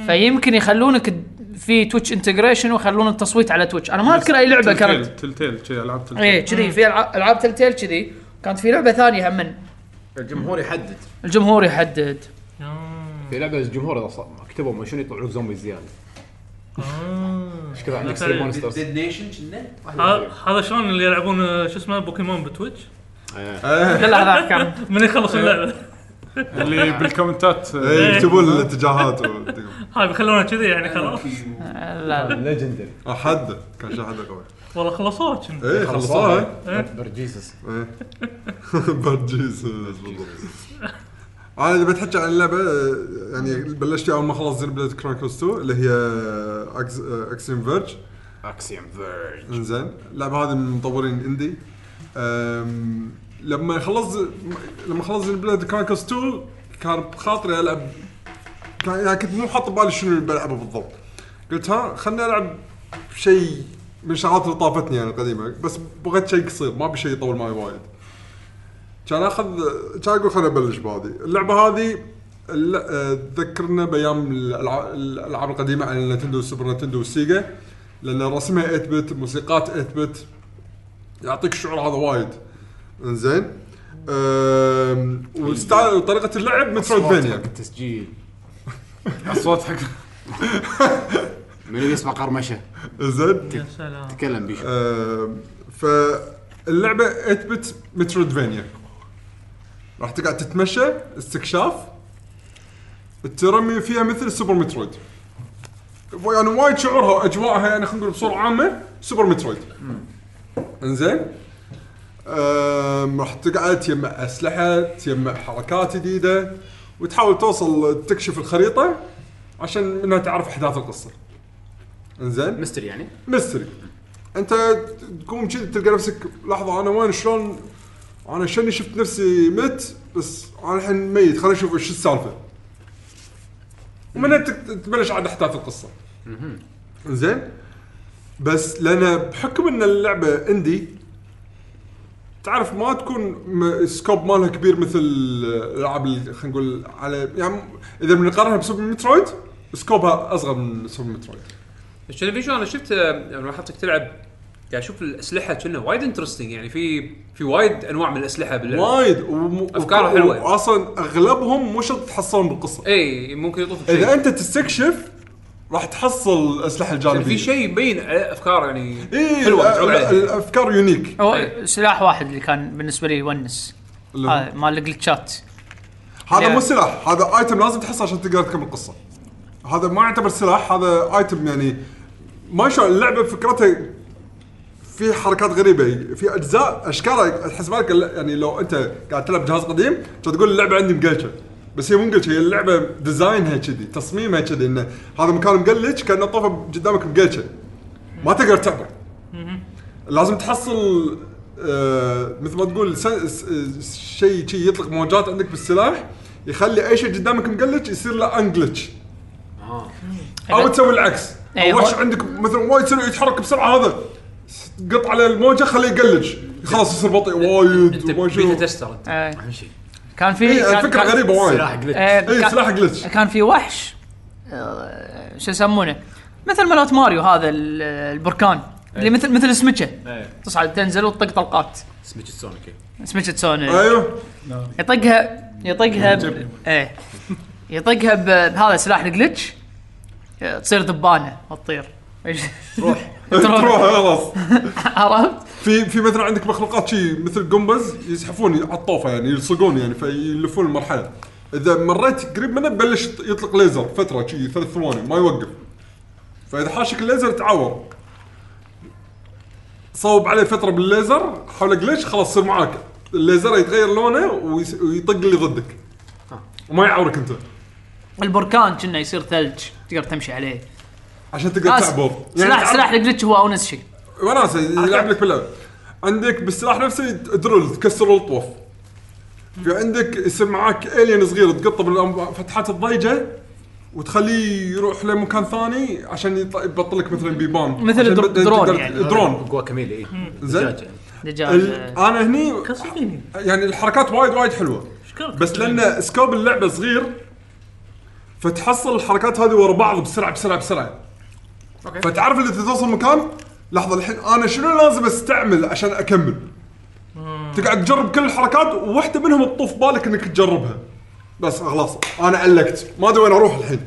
فيمكن يخلونك د- في تويتش انتجريشن ويخلونك تصويت على تويتش انا ما اذكر اي لعبه كانت
تلتيل كذي العاب تلتيل
ايه كذي في ألع- العاب تلتيل كذي كانت في لعبه ثانيه هم
الجمهور يحدد
الجمهور يحدد
في لعبه الجمهور اذا ص- كتبوا ما شنو يطلعوا لك زومبي زياده
آه.
ايش كذا عندك ستريم مونسترز
ديد نيشن كنا
هذا شلون اللي يلعبون آه، شو اسمه بوكيمون بتويتش
كل هذاك كان
من
آه.
يخلص اللعبه
اللي بالكومنتات آه،
إيه، يكتبون الاتجاهات و-
هاي بيخلونا كذي يعني
آه،
خلاص
لا لا
ليجندري
احد كان شيء حد قوي
والله خلصوها كنا.
ايه خلصوها
برجيسس
إيه. برجيس بالضبط انا اذا بتحكي عن اللعبه آه، يعني بلشت اول ما خلصت زين بلاد كرونيكلز 2 اللي هي اكسيم فيرج
اكسيوم فيرج
انزين اللعبه هذه من مطورين اندي أم، لما خلص لما خلص بلاد كرانكس 2 كان بخاطري العب كان يعني كنت مو حاط ببالي شنو اللي بلعبه بالضبط قلت ها خلني العب شيء من الشغلات اللي طافتني يعني القديمه بس بغيت شيء قصير ما ابي شيء يطول معي وايد كان اخذ كان اقول خليني ابلش بهذه اللعبه هذه الل- آه، تذكرنا بايام الألع- الالعاب القديمه على النتندو والسوبر نتندو والسيجا لان رسمها 8 بت موسيقات 8 بت يعطيك الشعور هذا وايد انزين أم، وستايل وطريقه اللعب مترويدفانيا
التسجيل
الصوت حق
من اللي يسمع قرمشه
زين
يا سلام
تكلم بيشو
آم، فاللعبه 8 بت مترويدفانيا راح تقعد تتمشى استكشاف الترمي فيها مثل سوبر مترويد يعني وايد شعورها واجواءها يعني خلينا نقول بصوره عامه سوبر مترويد انزين آم، راح تقعد تجمع اسلحه تجمع حركات جديده وتحاول توصل تكشف الخريطه عشان منها تعرف احداث القصه انزين
مستري يعني
ميستري انت تقوم كذي تلقى نفسك لحظه انا وين شلون انا شني شفت نفسي مت بس انا الحين ميت خليني اشوف ايش السالفه ومن هنا تك- تبلش عاد احداث القصه زين بس لان بحكم ان اللعبه اندي تعرف ما تكون م- سكوب مالها كبير مثل الالعاب اللي خلينا نقول على يعني اذا بنقارنها بسوبر مترويد سكوبها اصغر من سوبر مترويد
شنو في شو انا شفت آه، انا لاحظتك تلعب قاعد اشوف الاسلحه كنا وايد انترستنج يعني في في وايد انواع من الاسلحه باللعبه
وايد وم...
أفكاره حلوة.
واصلا اغلبهم مو شرط تحصلهم بالقصه
اي إيه، ممكن يطوفك شيء
اذا انت تستكشف راح تحصل الاسلحه
يعني
الجانبيه
في شيء يبين عليه افكار يعني
إيه
حلوه
ال-
متعوب
ال-
عليها
الافكار يونيك
هو سلاح واحد اللي كان بالنسبه لي يونس
اللي هو-
هذا مال الجلتشات
هذا
يعني-
مو سلاح هذا ايتم لازم تحصله عشان تقدر تكمل القصه هذا ما يعتبر سلاح هذا ايتم يعني ما شاء اللعبه فكرتها في حركات غريبه في اجزاء اشكالها تحس بالك الل- يعني لو انت قاعد تلعب جهاز قديم كنت تقول اللعبه عندي مقلشه بس هي مو مقلشه هي اللعبه ديزاينها كذي تصميمها كذي انه هذا مكان مقلش كان الطوفه قدامك مقلشه ما تقدر تعبر لازم تحصل آه مثل ما تقول س- س- س- شيء شيء يطلق موجات عندك بالسلاح يخلي اي شيء قدامك مقلج يصير له انجلتش
آه.
او تسوي العكس
أيوة.
او وحش عندك مثلا وايد سريع يتحرك بسرعه هذا قط على الموجه خليه يقلج خلاص يصير بطيء وايد
انت
وما
بيتا
شنو.
تستر انت
إيه. كان في
إيه،
كان-
الفكره
كان-
غريبه وايد
سلاح جلتش
إيه،
اي
كان-
سلاح جلتش
كان في وحش آه، شو يسمونه مثل ملوت ماريو هذا ال- البركان
إيه.
اللي مثل مثل السمكه تصعد تنزل وتطق طلقات
سميتش سونيك
سمكه سوني
ايوه
يطقها يطقها ب... ايه يطقها ب... بهذا سلاح الجلتش آه، تصير ذبانه وتطير تروح
تروح خلاص
عرفت؟
في في مثلا عندك مخلوقات شي مثل قنبز يزحفون على الطوفه يعني يلصقون يعني فيلفون المرحله اذا مريت قريب منه بلش يطلق ليزر فتره شي ثلاث ثواني ما يوقف فاذا حاشك الليزر تعور صوب عليه فتره بالليزر حولك ليش خلاص يصير معاك الليزر يتغير لونه ويس- ويطق اللي ضدك وما يعورك انت
البركان كنا يصير ثلج تقدر تمشي عليه
عشان تقدر
آس-
تلعب بوب يعني
سلاح سلاح الجلتش هو اونس شيء
وناس يعني يلعب لك باللعب عندك بالسلاح نفسه درل تكسر الطوف في عندك يصير معاك الين صغير تقطه بالفتحات الضيجه وتخليه يروح لمكان ثاني عشان يط- يبطل لك مثلا بيبان
مثل
عشان
الدر-
بدل-
درون
تقدر-
يعني.
درون
قوة كميلة اي
زين
دجاج
ال- انا هني
كسرني
يعني الحركات وايد وايد حلوه
اشكالك
بس لان سكوب اللعبه صغير فتحصل الحركات هذه ورا بعض بسرعه بسرعه بسرعه أوكي. فتعرف اللي توصل مكان لحظه الحين انا شنو لازم استعمل عشان اكمل تقعد تجرب كل الحركات وواحده منهم تطوف بالك انك تجربها بس خلاص انا علقت ما ادري وين اروح الحين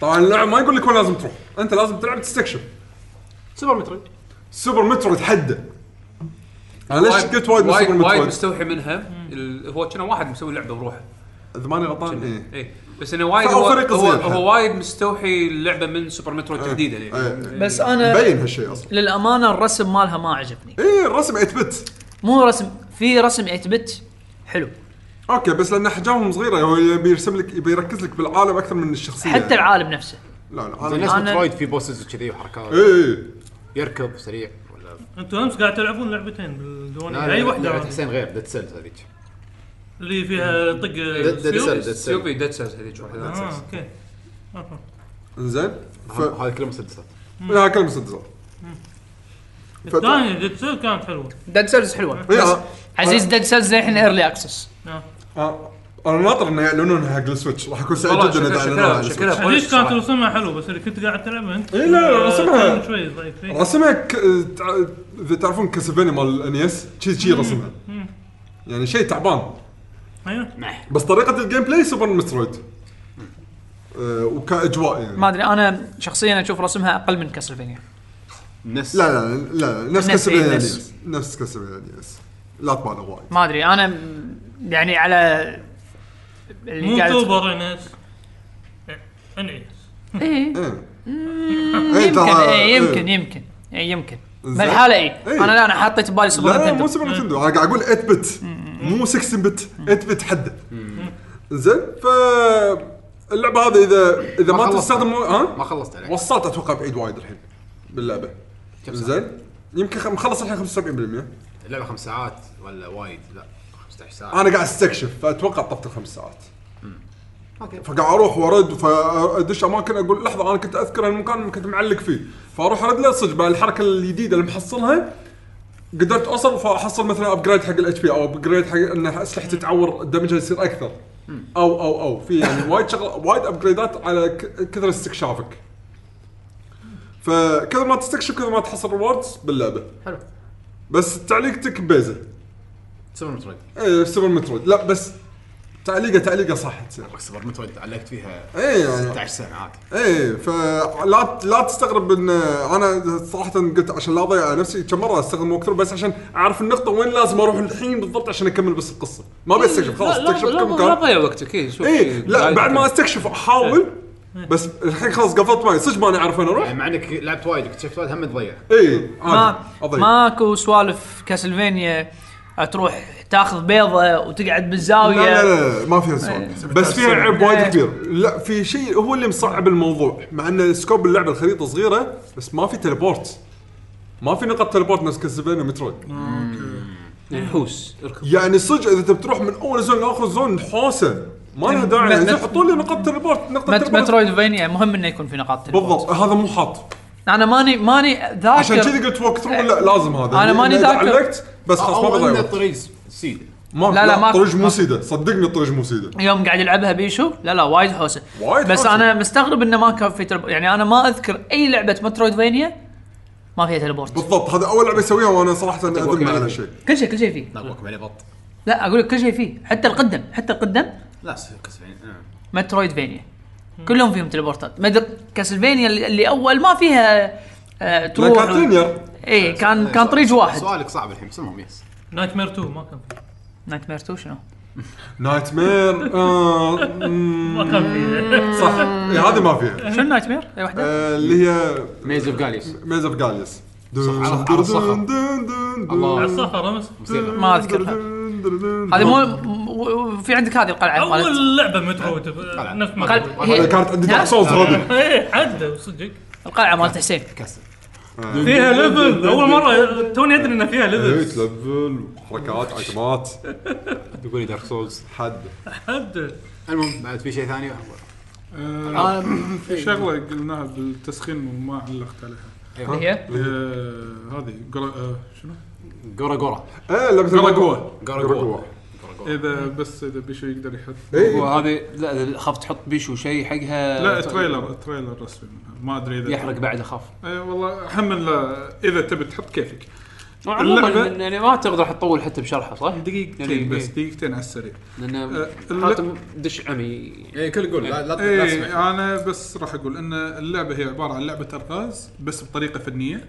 طبعا اللعب ما يقول لك وين لازم تروح انت لازم تلعب تستكشف
سوبر مترويد
سوبر مترو تحدى انا ليش قلت وايد من
وايد
سوبر
وايد
مترو
مستوحي منها ال- هو كنا واحد مسوي لعبه بروحه
اذا ماني غلطان ايه
اي بس انه وايد
فهو
هو,
فريق
هو,
صغير.
هو وايد مستوحي اللعبه من سوبر مترو تحديدا يعني
إيه.
بس انا
مبين هالشيء اصلا
للامانه الرسم مالها ما عجبني
ايه الرسم 8 بت
مو رسم في رسم 8 بت حلو
اوكي بس لان احجامهم صغيره هو يبي يرسم لك يبي يركز لك بالعالم اكثر من الشخصيه
حتى
يعني.
العالم نفسه
لا لا
زين
عالم-
ليش
أنا-
مترويد في بوسز وكذي وحركات
ايه
يركض سريع ولا
انتم امس قاعد تلعبون لعبتين
لا،
بالديوانيه
لا،
اي
لا، آه، لعبة
واحده
حسين غير ديد سيلز هذيك
اللي فيها طق
ديد
سيوف؟
سيلز ديد سيلز
سيوبي ديد سيلز هذيك واحده
اه اوكي أها.
انزين ف...
هذا كله مسدسات
لا كلمه مسدسات
الثانيه ديد سيل كانت حلوه
ديد سيلز حلوه
إيه،
بس
آه.
عزيز ديد سيلز الحين ايرلي اكسس
آه.
آه، انا ناطر انه يعلنونها حق السويتش راح اكون سعيد
والله
جدا اذا
شكلها-
اعلنوها على
شكلها-
السويتش.
شكلها
ليش كانت
صراحة.
رسمها حلو بس اللي كنت قاعد تلعبها انت
إيه،
إي لا،
آه،
رسمها-
كان شوي ضعيف إيه. إي.
رسمها ك... تع- اذا تعرفون كاسلفينيا مال انيس شي شي رسمها يعني شيء تعبان
ايوه
بس طريقه الجيم بلاي سوبر مسترويد آه، وكاجواء يعني
ما ادري انا شخصيا اشوف رسمها اقل من كاسلفينيا
نس
لا لا لا, لا نفس
نفس
كاسلفينيا
إيه، نفس.
انيس نفس كاسلفينيا انيس لا تبالغ وايد
ما ادري انا م- يعني على اللي
مو
قاعد-
توبر انس انس
إيه.
إيه. إيه،
يمكن
ترى-
إيه، يمكن
إيه.
يمكن إيه، يمكن
زين.
بالحاله اي
إيه.
انا لا انا حطيت ببالي سوبر
لا مو
نتندو
سوبر نتندو انا قاعد اقول 8 بت مو 16 بت 8 بت حده زين ف اللعبه هذه اذا اذا
ما
ما
خلصت.
تستخدم
ما
ها
خلصت عليك
وصلت اتوقع بعيد وايد الحين باللعبه
كم ساعة؟
زين يمكن خ- مخلص الحين 75%
اللعبه خمس ساعات ولا وايد لا 15 ساعه
انا قاعد استكشف فاتوقع طفت الخمس ساعات فقاعد اروح وارد فادش اماكن اقول لحظه انا كنت اذكر المكان اللي كنت معلق فيه فاروح ارد له صدق بقى الحركه الجديده اللي محصلها قدرت اوصل فاحصل مثلا ابجريد حق الاتش بي او ابجريد حق ان اسلحتي تتعور دمجها يصير اكثر او او او في يعني وايد شغل وايد ابجريدات على ك- كثر استكشافك فكثر ما تستكشف كثر ما تحصل ريوردز باللعبه
حلو
بس تعليقتك بيزه
سوبر مترويد
ايه سوبر مترويد لا بس تعليقه تعليقه صح تصير
سوبر مترويد علقت فيها
ايه يعني
16 سنه عادي
ايه فلا لا تستغرب ان انا صراحه قلت عشان لا اضيع نفسي كم مره استخدم وقت بس عشان اعرف النقطه وين لازم اروح الحين بالضبط عشان اكمل بس القصه ما ابي استكشف خلاص
لا
استكشف
لا
كم
لا إيه.
مكان
تضيع وقتك اي شوف
ايه لا بعد ما استكشف احاول بس الحين خلاص قفلت معي صدق ماني اعرف وين اروح
يعني مع انك لعبت وايد واكتشفت وايد هم تضيع
إيه.
ايه
ما
عادي.
ماكو سوالف كاسلفينيا تروح تاخذ بيضه وتقعد
لا
بالزاويه
لا لا لا ما فيها سؤال بس فيها عيب وايد
إيه.
كبير لا في شيء هو اللي مصعب الموضوع مع ان سكوب اللعبه الخريطه صغيره بس ما في تليبورت ما في نقط تليبورت نفس كاسلفينيا مترويد
يعني حوس اركض
يعني صدق اذا تبي تروح من اول زون لاخر زون حوسه ما لها داعي
مت-
يعني زين
مت-
حطوا لي نقطه تليبورت نقطه
مت...
تليبورت
مترويدفينيا مهم انه يكون في نقاط تليبورت.
بالضبط هذا مو حاط
انا ماني ماني ذاكر
عشان كذي قلت وقت ثرو لا لازم هذا
أنا ماني
إذا
ذاكر.
علقت بس خلاص ما
او ان
بضيع وقت.
الطريق سيد
ما
لا، لا،
لا لا
ما-
الطريق
ما-
مو سيده صدقني الطريق مو سيده
يوم قاعد يلعبها بيشو لا لا وايد حوسه
وايد
بس
حوسة.
انا مستغرب انه ما كان في تلبورت يعني انا ما اذكر اي لعبه مترويدفينيا ما فيها تلبورت
بالضبط هذا اول لعبه اسويها وانا صراحه اذم على شيء
كل شيء كل شيء فيه
ناقوكم عليه بط
لا اقول لك كل شيء فيه حتى القدم حتى القدم
لا سيد كسفين
مترويدفينيا كلهم فيهم تلبورتات مدر كاسلفينيا اللي اللي اول ما فيها آه
لان
تروح
كانت لينير
اي كان كان طريق واحد
سؤالك صعب الحين بس المهم يس
نايت مير 2 ما كان فيه
نايت مير 2 شنو؟
نايت مير آه، مم،
ما كان فيه
صح إي، هذه ما فيها
شنو نايت مير؟ اي واحده؟
آه، اللي هي
ميز اوف جاليس
ميز اوف جاليس
على الصخر.
على
الله
الصخره مس
موسيقى
ما اذكرها هذه مو مو- في عندك هذه القلعه مالت
اول لعبه مترويد نفس ما
قال-
تقول.
هي-
هذا كانت عندي دارك سولز ربع
ايه عدى صدق
القلعه مالت حسين
فيها ليفل اول مره توني ادري ان فيها
إيه،
ليفل
تلفل وحركات ايتمات
تقول لي دارك سولز
حد
عدى
المهم بعد في شيء ثاني
في شغله آه، قلناها بالتسخين وما علقت عليها
هي
آه، هذه قرا- آه، شنو؟
جورا جورا
ايه لعبه
جراجوا.
جورا
اذا بس اذا بيشو يقدر يحط
اي
وهذه لا اخاف تحط بيشو شيء
آه،
حقها
طيب.
لا تريلر تريلر رسمي منها. ما ادري اذا
يحرق بعد اخاف
اي إيه، والله حمل آه، اذا تبي تحط كيفك
عموما
اللعبة-
إن- يعني ما تقدر تطول حتى بشرحه صح؟
دقيقتين
يعني
بس
إيه.
دقيقتين على السريع
لان
آه، الل-
حاتم دش عمي
اي كل يقول طيب. لا لا لا
اي
تسمع.
انا بس راح اقول ان اللعبه هي عباره عن لعبه الغاز بس بطريقه فنيه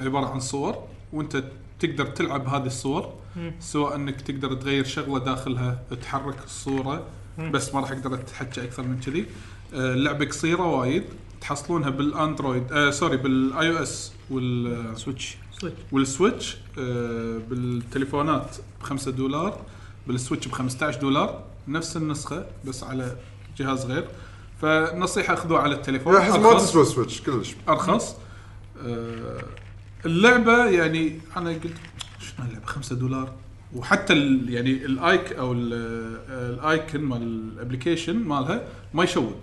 عباره عن صور وانت تقدر تلعب هذه الصور سواء انك تقدر تغير شغله داخلها تحرك الصوره بس ما راح اقدر اتحكى اكثر من كذي آه، اللعبه قصيره وايد تحصلونها بالاندرويد آه سوري بالاي او اس وال
سويتش
والسويتش آه، بالتليفونات ب 5 دولار بالسويتش ب 15 دولار نفس النسخه بس على جهاز غير فنصيحه خذوها على التليفون
احس ما
أرخص-
تسوى سويتش كلش
ارخص آه، اللعبه يعني انا قلت شنو اللعبه 5 دولار وحتى ال يعني الايك او ال- آه، الايكون مال الابلكيشن مالها ما يشوق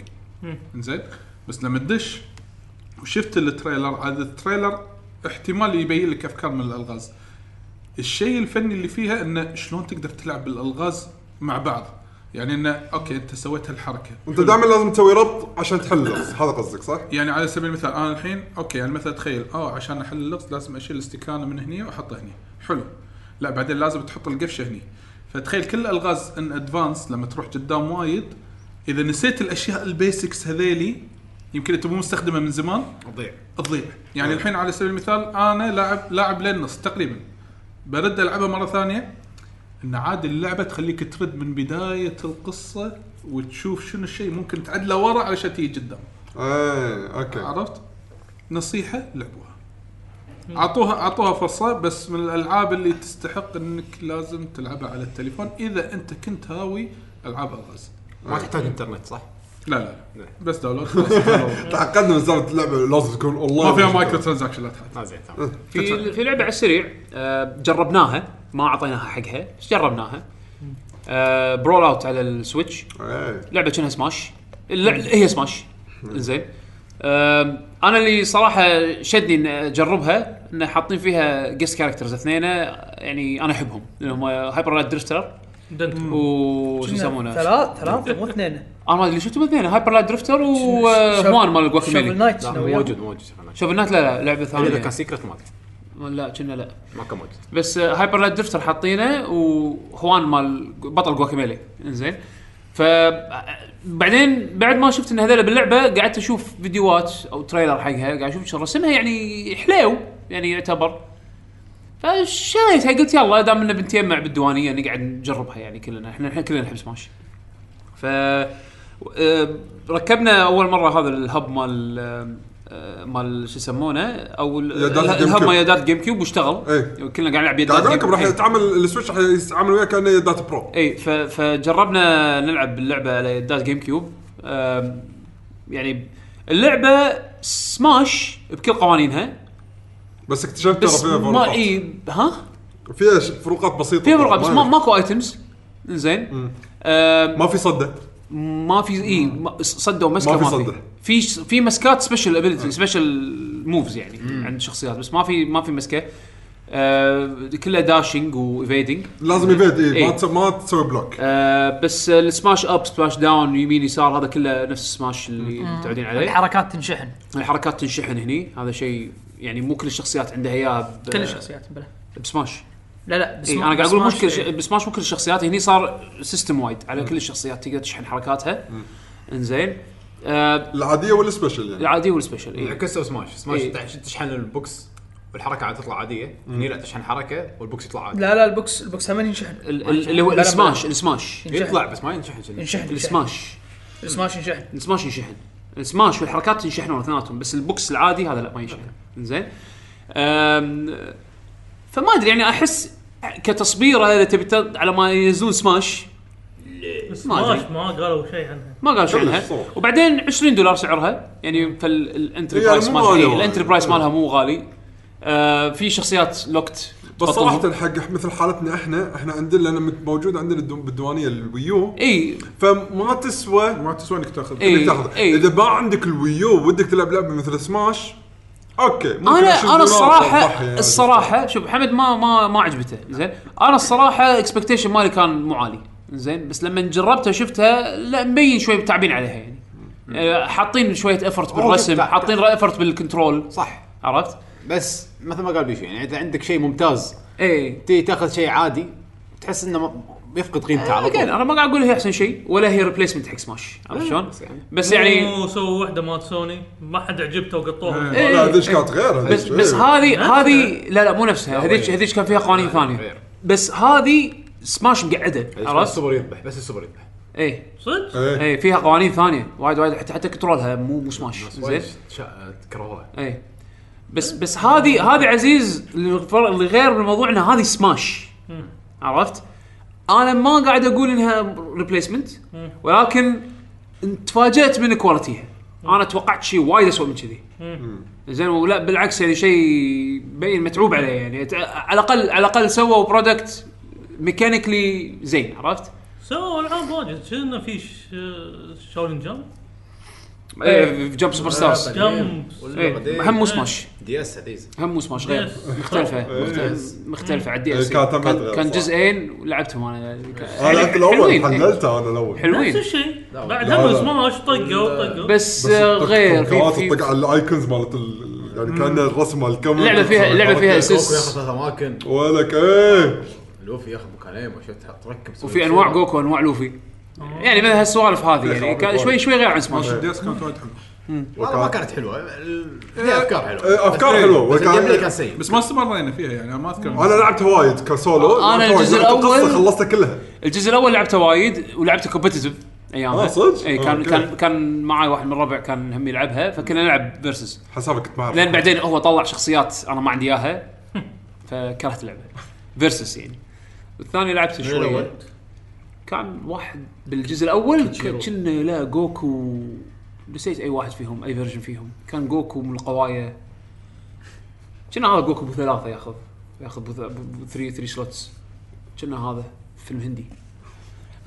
زين بس لما تدش وشفت التريلر هذا التريلر احتمال يبين لك افكار من الالغاز الشيء الفني اللي فيها انه شلون تقدر تلعب بالالغاز مع بعض يعني انه اوكي انت سويت هالحركه
انت
حلو.
دائما لازم تسوي ربط عشان تحل اللغز هذا قصدك صح؟
يعني على سبيل المثال انا الحين اوكي يعني مثلا تخيل اه عشان احل اللغز لازم اشيل الاستكانه من هنا واحطه هنا حلو لا بعدين لازم تحط القفشه هنا فتخيل كل الالغاز ان ادفانس لما تروح قدام وايد اذا نسيت الاشياء البيسكس هذيلي يمكن انت مو مستخدمه من زمان
تضيع
تضيع يعني الحين على سبيل المثال انا لاعب لاعب للنص تقريبا برد العبها مره ثانيه ان عاد اللعبه تخليك ترد من بدايه القصه وتشوف شنو الشيء ممكن تعدله ورا علشان تيجي قدام
ايه اوكي
عرفت؟ نصيحه لعبوها. اعطوها اعطوها فرصه بس من الالعاب اللي تستحق انك لازم تلعبها على التليفون اذا انت كنت هاوي العاب الغاز.
ما تحتاج انترنت صح؟
لا لا لا بس داونلود خلاص ما
تعقدنا من زمان اللعبه لازم تكون اونلاين
فيها مايكرو ترانزاكشنات حتى.
ما زين تمام
في في لعبه على السريع آه، جربناها ما اعطيناها حقها بس جربناها آه، برول اوت على السويتش
ايه
لعبه كانها سماش اللعبة هي سماش زين آم، انا اللي صراحه شدني ان اجربها ان حاطين فيها جيست كاركترز اثنين يعني انا احبهم لانهم هايبر لايت درفتر
دنت
و شو يسمونه انا
ثلاث ثلاث مو اثنين
ما ادري شفتهم اثنين هايبر لايت درفتر وهوان آه، مال الجواكي
شوفل نايت
لا
شنو يعني؟
هو
وياه؟
موجود موجود شفناه
شوف النايت لا لا لعبه
اذا كان
ثانيه
سيكرت ما أدري.
لا كنا لا
ما كان موجود
بس آه، هايبر لايت درفتر حاطينه وهوان مال بطل جواكيميلي انزين ف آه، بعدين بعد ما شفت ان هذول باللعبه قعدت اشوف فيديوهات او تريلر حقها قاعد اشوف شو رسمها يعني حليو يعني يعتبر فشريتها قلت يلا دام انه بنتجمع بالديوانيه نقعد نجربها يعني كلنا احنا احنا كلنا نحب سماش ف آه، ركبنا اول مره هذا الهب مال آه، مال شو يسمونه او ال-
يدات الجيم
الهب
كيوب.
مال يدات جيم كيوب واشتغل
إيه.
كلنا قاعد نلعب يدات
قاعد اقول لكم
جيم-
راح
إيه.
يتعامل السويتش راح يتعامل وياه كانه يدات برو
اي ف- فجربنا نلعب اللعبه على يدات جيم كيوب أم، يعني اللعبه سماش بكل قوانينها
بس اكتشفت ترى
بس
فيها
ما
فروقات
اي ها
فيها ش- فروقات بسيطه
فيها فرقه بس ما ماكو ايتمز زين
ما في صده
ما في اي ما- صده ومسكه
ما في
ما في
صدة.
في ش- في مسكات سبيشل ابيلتي سبيشل موفز يعني عند الشخصيات بس ما في ما في مسكه أه، كلها داشنج وايفيدنج
لازم يبيد اي
إيه.
ما تسوي ما تسوي بلوك
آه بس السماش اب سماش داون يمين يسار هذا كله نفس السماش اللي متعودين عليه
الحركات تنشحن
الحركات تنشحن هني هذا شيء يعني مو كل الشخصيات عندها اياه ب-
كل الشخصيات بلا
بسماش
لا لا بس إيه.
اي انا إيه، قاعد اقول مو كل ش- بسماش مو كل الشخصيات هني صار سيستم وايد على كل الشخصيات تقدر تشحن حركاتها انزين آه
العاديه ولا سبيشل يعني
العادي والسبيشل اي
يعكسوا سماش سماش
إيه.
تع- تشحن البوكس والحركه عاد تطلع عاديه هني لا تشحن حركه والبوكس يطلع عادي
لا لا البوكس البوكس هم ينشحن
ال- ال- اللي هو
لا، لا،
السماش السماش
ينشحن.
يطلع بس ما ينشحن شنو.
ينشحن ينشحن.
السماش
السماش ينشحن
السماش ينشحن السماش والحركات ينشحنون اثنيناتهم بس البوكس العادي هذا لا ما ينشحن زين أم، فما ادري يعني احس كتصبيره اذا تبي تد- على ما ينزلون سماش ما
سماش
أدري.
ما قالوا شيء عنها
ما قال شو عنها
صح.
وبعدين 20 دولار سعرها يعني فالانتري
يعني
برايس
مو
مالها
غالية
إيه،
والله.
الانتري برايس مالها مو غالي آه في شخصيات لوكت
بس
تبطلهم.
صراحه حق مثل حالتنا احنا احنا عندنا لان موجود عندنا الدو- بالديوانيه الويو
اي
فما تسوى
ما تسوى انك تاخذ
إيه.
انك تاخذه
إيه.
اذا ما عندك الويو ودك تلعب لعبه مثل سماش اوكي ممكن
انا
20
انا
دولار
الصراحه
تضحي يعني.
الصراحه شوف محمد ما ما ما عجبته زين انا الصراحه اكسبكتيشن مالي كان مو عالي زين بس لما جربتها شفتها لا مبين شوي تعبين عليها يعني آه، حاطين شويه افرت بالرسم
تع- تع-
حاطين افرت بالكنترول
صح
عرفت؟
بس مثل ما قال بيشو يعني اذا عندك شيء ممتاز
اي
تي تاخذ شيء عادي تحس انه ما- يفقد قيمته على
أوكي،
طول
انا ما قاعد اقول هي احسن شيء ولا هي ريبليسمنت حق سماش عرفت شلون؟ بس يعني
مو سووا واحده مالت سوني ما حد عجبته وقطوها
إيه.
لا هذيش كانت غير هذيش.
بس بس
إيه.
هذه
نفسها.
هذه لا لا مو نفسها هذيك هذيك كان فيها قوانين ثانيه
غير. إيه،
بس هذه سماش مقعده
بس
عرفت؟
السوبر يذبح بس السوبر يذبح
ايه
صدق؟
إيه.
اي فيها قوانين ثانيه وايد وايد حتى حتى كنترولها مو مو سماش زين
تكررها
اي بس بس هذه هذه عزيز الفرق اللي غير بالموضوع ان هذه سماش عرفت؟ انا ما قاعد اقول انها ريبليسمنت ولكن تفاجات من كواليتيها انا توقعت شيء وايد اسوء من كذي زين ولا بالعكس يعني شيء بين متعوب عليه يعني تع- على الاقل على الاقل سووا برودكت ميكانيكلي زين عرفت؟
سووا العاب واجد شنو في ش- شاولين جام؟
إيه، في جمب سوبر
آه،
ستارز
جم
إيه، هم مو سماش
دي اس عزيز
هم سماش غير
Yes.
مختلفة
طيب. إيه.
مختلفة- مختلفة عن الدي اس
كانت
كان
هم غير،
كان
صح.
جزئين ولعبتهم انا
انا
يعني
لعبت الاول
حلوين، إيه.
حللته انا الاول
نفس
حلوين
الشيء
لا،
بعد
لا،
هم
لا.
سماش طقوا طقوا
بس
بس
آه،
الطق-
غير في,
الطقات
في
تطق على الايكونز مالت ال- يعني كان الرسم مال الكاميرا
اللعبة فيها- اللعبة فيها
حركة.
أسيست.
جوكو ياخذ ثلاث اماكن
ولك ايه
لوفي ياخذ مكانين وشفت تركب
وفي انواع جوكو وانواع لوفي يعني مثل هالسوالف هذه يعني كان شوي شوي غير عن سماش
ماشي.
دي اس كانت وايد حلوه
والله ما كانت حلوه ال- فيها
إيه،
افكار حلوه
إيه، أفكار
بس-
حلوة،
بس
وكان-
الجيم بلاي كان سيء
بس ما استمرينا فيها يعني ما اذكر
انا لعبت وايد كسولو
آه، أنا
لعبت وايد.
الجزء
لعبت القصة
الأول-
خلصتها كلها
الجزء الاول لعبته وايد ولعبته كومبتتف ايامها
آه، صدق؟
اي كان
أوكي.
كان كان معي واحد من الربع كان هم يلعبها فكنا نلعب فيرسز
حسابك كنت
لان
بعرف
بعدين هو طلع شخصيات انا ما عندي اياها فكرهت اللعبه فيرسس يعني والثاني لعبته شويه
الأول؟
كان واحد بالجزء الاول
كيتشيرو.
كنا لا جوكو نسيت اي واحد فيهم اي فيرجن فيهم كان جوكو من القوايا كنا هذا جوكو بثلاثه ياخذ ياخذ ثري ثري سلوتس كنا هذا فيلم هندي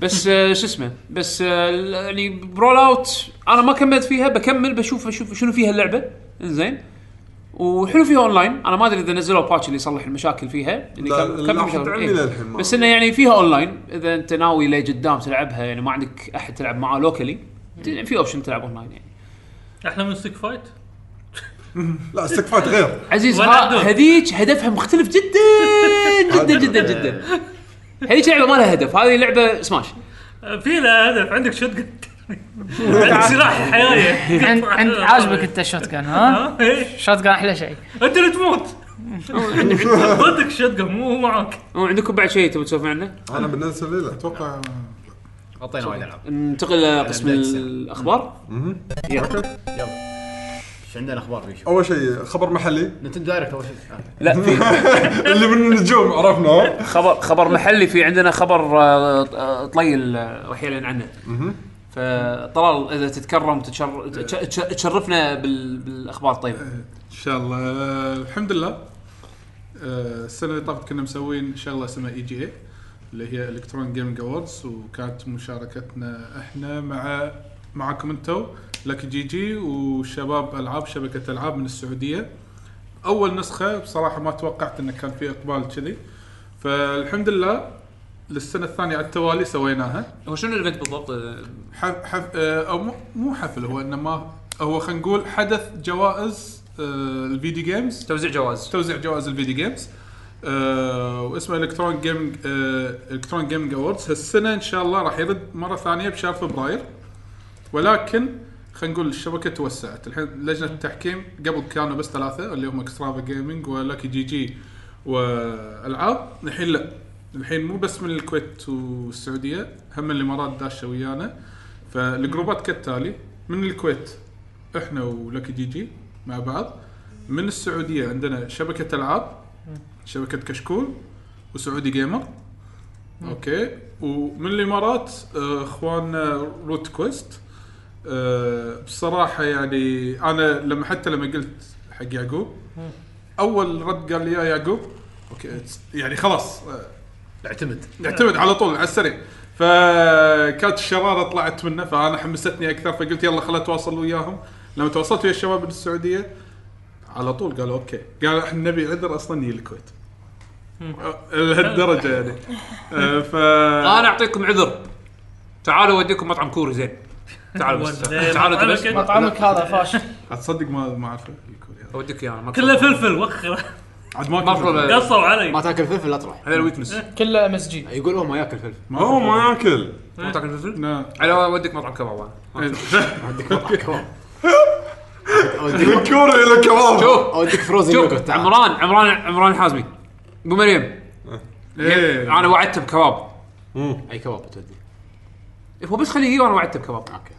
بس آه، شو اسمه بس آه، ال- يعني برول اوت انا ما كملت فيها بكمل بشوف اشوف شنو فيها اللعبه انزين وحلو فيها اونلاين انا ما ادري اذا نزلوا باتش اللي يصلح المشاكل فيها يعني اللي
لا،
كان-
لا،
كان في
حتى
مشاكل.
عندي
إيه.
للحين ما-
بس انه يعني فيها اونلاين اذا انت ناوي لقدام تلعبها يعني ما عندك احد تلعب معاه لوكلي في اوبشن تلعب اونلاين يعني
احلى من ستيك فايت
لا استكفات غير
عزيز
ولا
ها-
عدول.
هذيك هدفها مختلف جدا جدا جدا جدا هذيك لعبه ما لها هدف هذه لعبه سماش
في له هدف عندك شوت جن عندك سلاح حيايه
عند عند عاجبك انت الشوت جان ها؟
ها؟ إيه.
الشوت جان احلى شيء
انت اللي تموت ضدك الشوت جن مو هو معاك
وعندكم بعد شيء تبون تسولفون عنه؟
انا بالنسبه لي لا اتوقع
غطينا وايد العاب
ننتقل لقسم
بداية السنة.
الاخبار
يلا ايش عندنا اخبار بيشو
اول شيء خبر محلي
نتندو دايركت اول شيء آه.
لا في
اللي من النجوم عرفنا
خبر خبر محلي في عندنا خبر آه، آه، طليل آه، راح يعلن عنه فطلال اذا تتكرم تتشر... تش- تش- تشرفنا بال... بالاخبار الطيبه
ان شاء الله آه، الحمد لله آه، السنه اللي طافت كنا مسوين شغله اسمها اي جي اي اللي هي الكترون جيمنج اووردز وكانت مشاركتنا احنا مع معكم انتم لك جي جي وشباب العاب شبكه العاب من السعوديه اول نسخه بصراحه ما توقعت انه كان في اقبال كذي فالحمد لله للسنه الثانيه على التوالي سويناها
هو شنو الايفنت بالضبط؟ آه،
حف حف آه، او مو- مو حفل هو انما هو خلينا نقول حدث جوائز آه، الفيديو جيمز
توزيع جوائز
توزيع جوائز الفيديو جيمز آه واسمه الكترون جيمنج آه الكترون جيمنج اووردز هالسنه ان شاء الله راح يرد مره ثانيه بشهر فبراير ولكن خلينا نقول الشبكه توسعت الحين لجنه التحكيم قبل كانوا بس ثلاثه اللي هم اكسترافا جيمنج ولاكي جي جي والعاب الحين لا الحين مو بس من الكويت والسعوديه هم الامارات داشه ويانا فالجروبات كالتالي من الكويت احنا ولكي جي جي مع بعض من السعوديه عندنا شبكه العاب شبكه كشكول وسعودي جيمر اوكي ومن الامارات آه، اخواننا روت كويست آه، بصراحه يعني انا لما حتى لما قلت حق يعقوب اول رد قال لي يا يعقوب اوكي يعني خلاص آه،
اعتمد
اعتمد على طول على السريع فكانت الشراره طلعت منه فانا حمستني اكثر فقلت يلا خل اتواصل وياهم لما تواصلت ويا الشباب من السعوديه على طول قالوا اوكي قالوا احنا نبي عذر اصلا يجي الكويت أه، لهالدرجه يعني أه، ف
انا اعطيكم عذر تعالوا اوديكم مطعم كوري زين تعالوا بس
وليه،
تعالوا
مطعمك
بس
انت.
مطعمك هذا فاش
اتصدق ما ما اعرف الكوري هذا.
اوديك اياه ما
كله فلفل وخر
عاد ما
ما
أكل فلفل.
أفضل-
قصوا علي
ما تاكل فلفل لا تروح
هذا الويكنس
كله مسجي
يقول هو ما ياكل فلفل
ما
هو
أكل
ما ياكل
ما تاكل فلفل؟
لا.
على اوديك مطعم كباب أنا.
عندك مطعم كباب
من
اوديك
كوره الى كباب
شوف
اوديك فروزن يوجرت
شوف
تعال
عمران عمران عمران الحازمي ابو مريم
إيه.
انا وعدته بكباب
اي كباب تودي
هو بس خليه يجي وانا وعدته بكباب
اوكي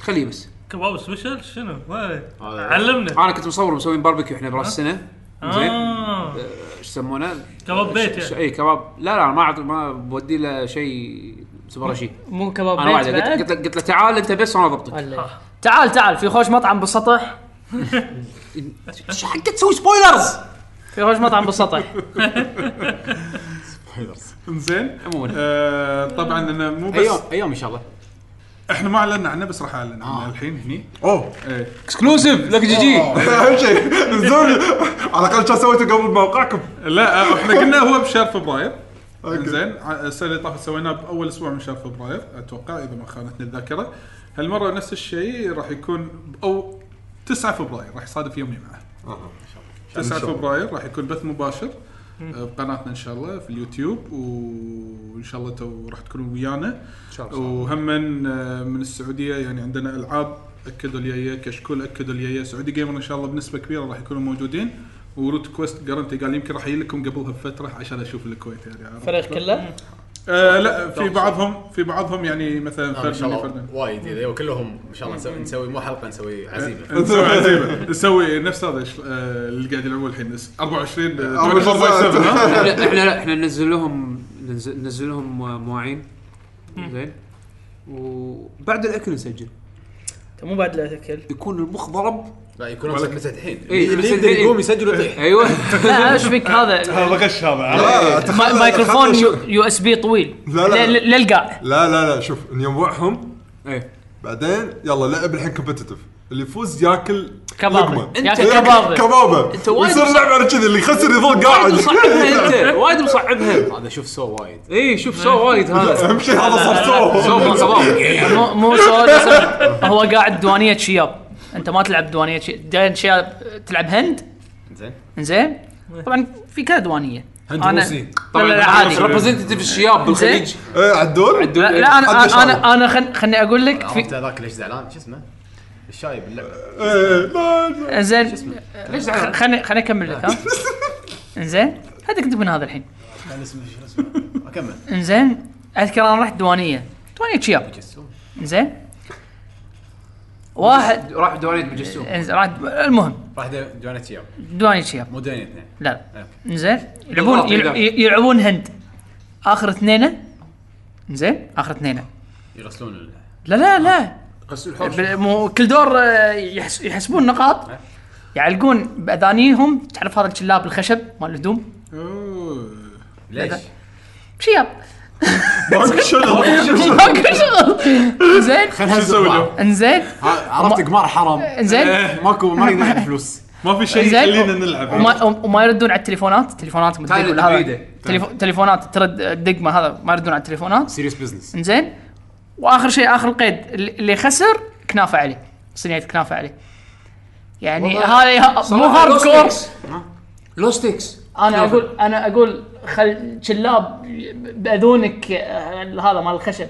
خليه بس
كباب سبيشل شنو؟ وي.
هذا-
علمنا
انا كنت مصور مسوين باربيكيو احنا براس السنه زين
آه.
ايش يسمونه؟
كباب بيت
ش-
يعني
اي كباب لا لا أنا ما أعط- ما بودي له شيء سوبر شيء
مو كباب
انا
بيت
وعده قلت-
بعد
قلت له- قلت له تعال انت بس وانا اضبطك
ولا إيه؟ تعال تعال في خوش مطعم بالسطح
ايش حقك تسوي سبويلرز؟
في خوش مطعم بالسطح
زين
عموما
آه، طبعا انا مو بس
ايام ايام ان أيوة، شاء الله
احنا ما اعلنا عنه بس راح اعلن عنه الحين هني
اوه
إيه.
اكسكلوسيف لك جي جي
اهم شيء زول على الاقل شو سويته قبل موقعكم
لا احنا قلنا هو بشهر فبراير
أوكي.
زين السنه اللي طافت سويناه باول اسبوع من شهر فبراير اتوقع اذا ما خانتني الذاكره هالمره نفس الشيء راح يكون او 9 فبراير راح يصادف يومي معه 9 فبراير راح يكون بث مباشر آه، بقناتنا ان شاء الله في اليوتيوب وان شاء الله تو راح تكونوا ويانا ان شاء الله وهم من, آه، من السعوديه يعني عندنا العاب اكدوا الجايه كشكول اكدوا الجايه سعودي جيمر ان شاء الله بنسبه كبيره راح يكونوا موجودين وروت كويست قرنتي قال يمكن راح يجي لكم قبلها بفتره عشان اشوف الكويت يعني عرفت؟
فريق كله
آه لا في بعضهم في بعضهم يعني مثلا
آه، ان
فرد
شاء
مني
الله
فرد
وايد اذا وكلهم ان شاء الله نسوي نسوي مو حلقه نسوي عزيمه
آه، نسوي عزيمه نسوي نفس هذا الش- آه، اللي قاعد يلعبوه الحين 24 آه، 24 باي 7 ها
احنا احنا لا احنا ننزل لهم ننزل ننزل لهم مواعين زين وبعد الاكل نسجل
أنت مو بعد لا تاكل
يكون المخ ضرب
لا يكونون متفتحين
إيه،
اللي
مسدحين.
يقدر يقوم يسجل ويطيح
ايوه
لا ايش فيك هذا
هذا غش هذا
لا
ما-
تخيل-
مايكروفون
تخيل شو-
يو- يو اس بي طويل
لا، لا،
ل- ل- للقاع
لا لا لا شوف نيوعهم
ايه
بعدين يلا لعب الحين كومبتتف اللي يفوز ياكل
كبابة.
لقمة.
ياكل
ياكل
كبابة.
أنت
كبابه
وايد
يصير
مص-
لعب على كذي اللي يخسر يظل
وايد
قاعد
مصعبها انت وايد مصعبها
هذا شوف سو وايد
اي شوف سو وايد هذا
اهم شيء هذا صار سوى
سو كباب
مو مو سؤال اسم. هو قاعد دوانية شياب انت ما تلعب دوانية شياب دوانية شياب تلعب هند
زين
زين طبعا في كذا دوانية
هند
أنا-
روسي.
لا لا لا عادي
ريبريزنتيف الشياب بالخليج
ايه عدول
لا لا انا أنا- انا انا خل- خلني اقول لك
عرفت
في
هذاك ليش زعلان شو اسمه الشايب اللعبه
إيه، لا، لا.
زين ليش زعلان؟ خلني خلني اكمل لك ها انزين هذا كنت من هذا الحين
كان اسمه شو اسمه اكمل
انزين اذكر انا رحت دوانية دوانية شياب
جسوم.
انزين واحد
راح دوانية مجسوم
إنزين، راح المهم
راح دو- ديوانية شياب
دوانية شياب
مو ديوانية اثنين
لا
أوكي.
انزين يلعبون
بالضبط،
يلع-
بالضبط.
يلعبون هند اخر اثنين انزين اخر اثنين
يغسلون ال-
لا لا لا
غسل الحوش
بال- مو كل دور آه، يحس- يحسبون نقاط يعلقون باذانيهم تعرف هذا الكلاب الخشب مال الهدوم
ليش؟
شياب
ماكو شغل
ماكو شغل انزين
خلينا نسوي له
انزين
عرفت قمار حرام
انزين
ماكو ما نقدر نحط فلوس
ما في شيء
زين.
يخلينا نلعب
وما وما يردون على التليفونات تليفوناتهم
تايلند
تدق ولا هذا.
بعيدة.
تليفو- تليفونات ترد الدقمه هذا ما يردون على التليفونات
سيريس بزنس
انزين واخر شيء اخر القيد اللي اللي خسر كنافه عليه صينيه كنافه عليه يعني هذا مو هارد كور
لو ستيكس
انا اقول انا اقول خل شلاب باذونك آه، هذا مال الخشب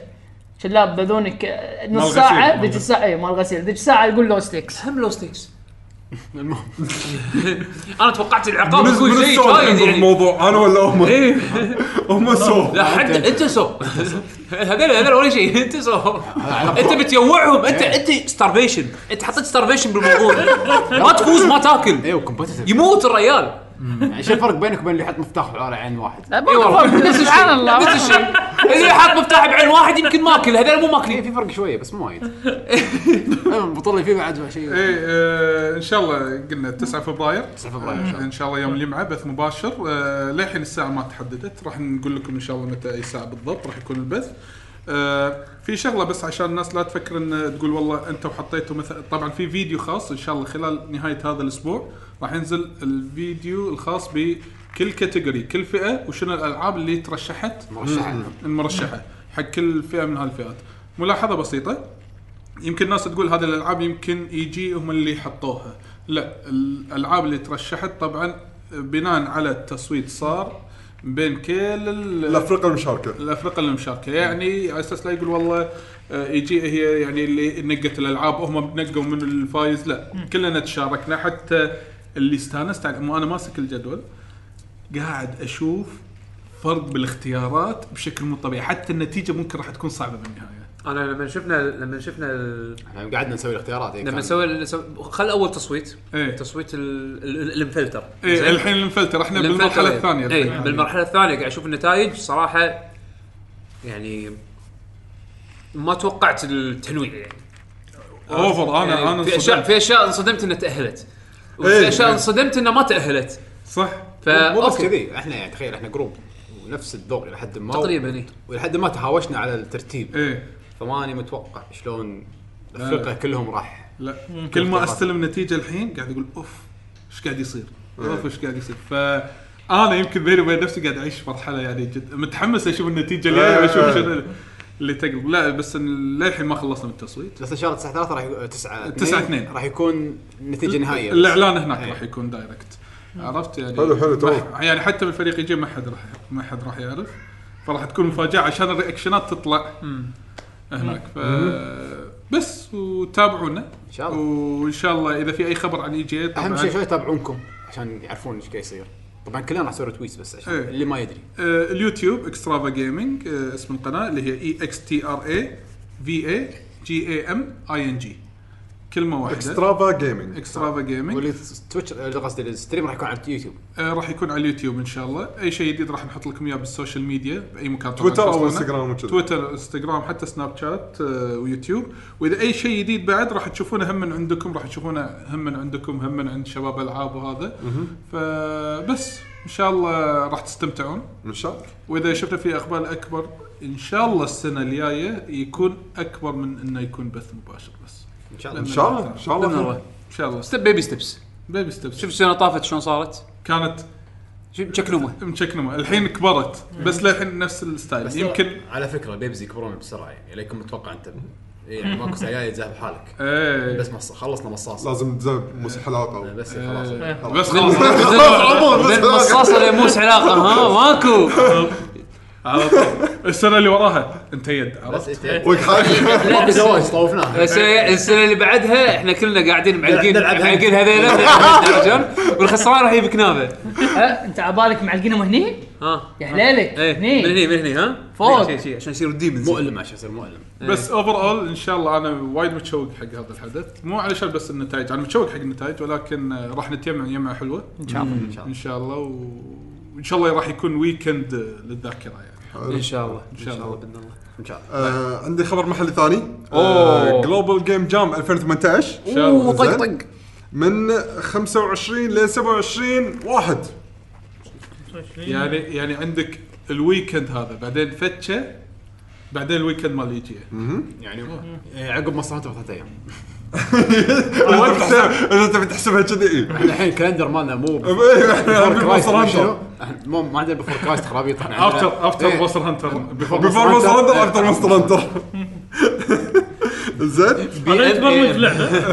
شلاب باذونك آه،
مال
نص
غسيل.
ساعه ذيك الساعه اي أيوة، مال الغسيل ذيك الساعه يقول لو ستيكس
هم لو ستيكس
المهم
انا توقعت العقاب
من
يكون
من
شيء
السؤال
وايد
عندهم
يعني
الموضوع انا ولا هم
ايه
هم سوى
لا حد انت سو هذول هذول ولا شيء انت سو انت بتيوعهم انت
إيه.
انت ستارفيشن انت حطيت ستارفيشن بالموضوع ما تفوز ما تاكل
ايوه كومبتتف
يموت الريال
يعني شو الفرق بينك وبين اللي يحط مفتاح على عين واحد؟
لا، ما- سبحان الله ما-
نفس الشيء اللي حاط مفتاح بعين واحد يمكن ماكل هذول مو
في
ماكلين
في فرق شويه بس مو وايد البطوله في بعد شيء
اي آه، ان شاء الله قلنا 9 فبراير
9 فبراير إن شاء الله.
ان شاء الله يوم الجمعه بث مباشر آه، للحين الساعه ما تحددت راح نقول لكم ان شاء الله متى اي ساعه بالضبط راح يكون البث آه، في شغله بس عشان الناس لا تفكر ان تقول والله انتم حطيتوا مثلا طبعا في فيديو خاص ان شاء الله خلال نهايه هذا الاسبوع راح ينزل الفيديو الخاص بكل كاتيجوري كل فئه وشنو الالعاب اللي ترشحت
مرشحة.
المرشحه حق كل فئه من هالفئات ملاحظه بسيطه يمكن الناس تقول هذه الالعاب يمكن يجي هم اللي حطوها لا الالعاب اللي ترشحت طبعا بناء على التصويت صار بين كل ال-
الافرقه المشاركه
الافرقه المشاركه يعني على اساس لا يقول والله آه، يجي هي يعني اللي نقت الالعاب هم نقوا من الفايز لا كلنا تشاركنا حتى اللي استانست على- مو انا ماسك الجدول قاعد اشوف فرق بالاختيارات بشكل مو طبيعي حتى النتيجه ممكن راح تكون صعبه بالنهايه
انا لما شفنا لما شفنا ال-
احنا قعدنا نسوي الاختيارات إيه،
لما
كان-
سوي سو- خل اول تصويت
إيه.
تصويت ال- ال- ال- المفلتر
ايه
زين؟
الحين المفلتر احنا
المفلتر
بالمرحله
إيه.
الثانيه
ايه
الحين.
بالمرحله الثانيه قاعد اشوف النتائج صراحه يعني ما توقعت التنويع يعني
اوفر انا انا
يعني في اشياء
انصدمت
في اشياء انصدمت انها تاهلت
إيه.
وفي اشياء انصدمت انها ما تاهلت
صح
فا
مو بس
اوكي
كذي احنا يعني تخيل احنا جروب ونفس الذوق الى حد ما
تقريبا إيه.
والى حد ما تهاوشنا على الترتيب
ايه
فماني متوقع شلون
آه.
الفرقه كلهم راح
لا كل ما استلم نتيجه الحين قاعد اقول اوف ايش قاعد يصير؟
آه.
اوف ايش قاعد يصير؟ ف انا يمكن بيني وبين نفسي قاعد اعيش مرحله يعني جد متحمس اشوف النتيجه اللي
آه.
جايه واشوف شنو اللي تقلب لا بس إن للحين ما خلصنا من التصويت
بس ان شاء الله 9 3 راح يكون 9
9 2.
راح يكون النتيجه النهائيه بس.
الاعلان هناك
إيه.
راح يكون دايركت عرفت يعني
حلو، حلو، تمام.
ما- يعني حتى بالفريق يجي ما حد راح ما حد راح يعرف فراح تكون مفاجاه عشان الرياكشنات تطلع هناك ف بس وتابعونا
ان شاء الله
وان شاء الله اذا في اي خبر عن اي جي إيه،
اهم شيء شوي يتابعونكم عشان يعرفون ايش قاعد يصير طبعا كلنا راح نسوي تويتس بس عشان
إيه.
اللي ما يدري
آه، اليوتيوب اكسترافا جيمنج آه، اسم القناه اللي هي اي اكس تي ار اي في اي جي اي ام اي ان جي كلمه واحده
اكسترافا جيمنج
اكسترافا جيمنج
واللي تويتش اللي آه، قصدي الستريم راح يكون على اليوتيوب
آه راح يكون على اليوتيوب ان شاء الله اي شيء جديد راح نحط لكم اياه بالسوشيال ميديا باي مكان طبعاً
تويتر او
توصلونا.
انستغرام وكذا
تويتر انستغرام حتى سناب شات آه، ويوتيوب واذا اي شيء جديد بعد راح تشوفونه هم من عندكم راح تشوفونه هم من عندكم هم من عند شباب العاب وهذا فبس ان شاء الله راح تستمتعون
ان شاء الله
واذا شفنا في اخبار اكبر ان شاء الله السنه الجايه يكون اكبر من انه يكون بث مباشر بس
ان شاء
ان
الله
شاء الله ان شاء الله
نروح.
ان شاء الله
ستيب بيبي ستيبس
بيبي ستيبس
شوف
شوف
السنه طافت شلون صارت
كانت
شكلومه
مشكلمه الحين كبرت بس للحين نفس
بس
الستايل
ترى-
يمكن
على فكره بيبزي يكبرون بسرعه يعني ليكم متوقع انت
إيه،
يعني ماكو سيايا تذهب حالك
ايه
بس مص... خلصنا مصاصه
لازم تزب مس حلاقه
بس خلاص
بس خلاص
المصاصه يموس علاقه ها ماكو
على طول. السنه اللي وراها انت يد
بس
إيه،
عرفت
إنت-
وك حاجه
ماكو زواج طوفناها
بس السنه اللي بعدها احنا كلنا قاعدين معلقين
نلعب هاي.
معلقين هذيلا عرفت شلون؟ والخسران راح يجيب كنابه
ها، انت عبالك معلقينهم هني؟
ها
يا حليلك
إيه،
ايه من
هني
هني من هني ها
فوق.
شي- شي، عشان يصيروا ديمونز
مؤلم عشان يصير مؤلم
بس اوفر اول ان شاء الله انا وايد متشوق حق هذا الحدث مو علشان بس النتائج انا متشوق حق النتائج ولكن آه، راح نتجمع يمعه حلوه
ان شاء الله ان شاء
ان
الله
شاء الله وان شاء الله راح يكون ويكند للذاكره يعني
ان شاء الله
ان شاء الله
باذن الله
ان شاء الله
آه، عندي خبر محلي ثاني آه،
أوه.
جلوبال جيم جام 2018
ان شاء الله
طق طق من 25 ل 27 واحد
يعني يعني عندك الويكند هذا بعدين فتشه بعدين الويكند مال E يجي
يعني إيه، عقب مصلحته ثلاث ايام
اذا تبي تحسب- إذا تبي تحسبها كذي إيه.
احنا الحين كالندر مالنا مو ب-
إيه، إحنا
بفور كرايست،
بفور
ما
هانتر.
شنو. إحنا مو ما عندنا بفور كرايست خرابيط إحنا عندنا-
افتر افتر
إيه.
بوستر هانتر بيفور
بفور مونستر هانتر اكثر مونستر هانتر زين
إيه،
هذا يتبرمج لعبه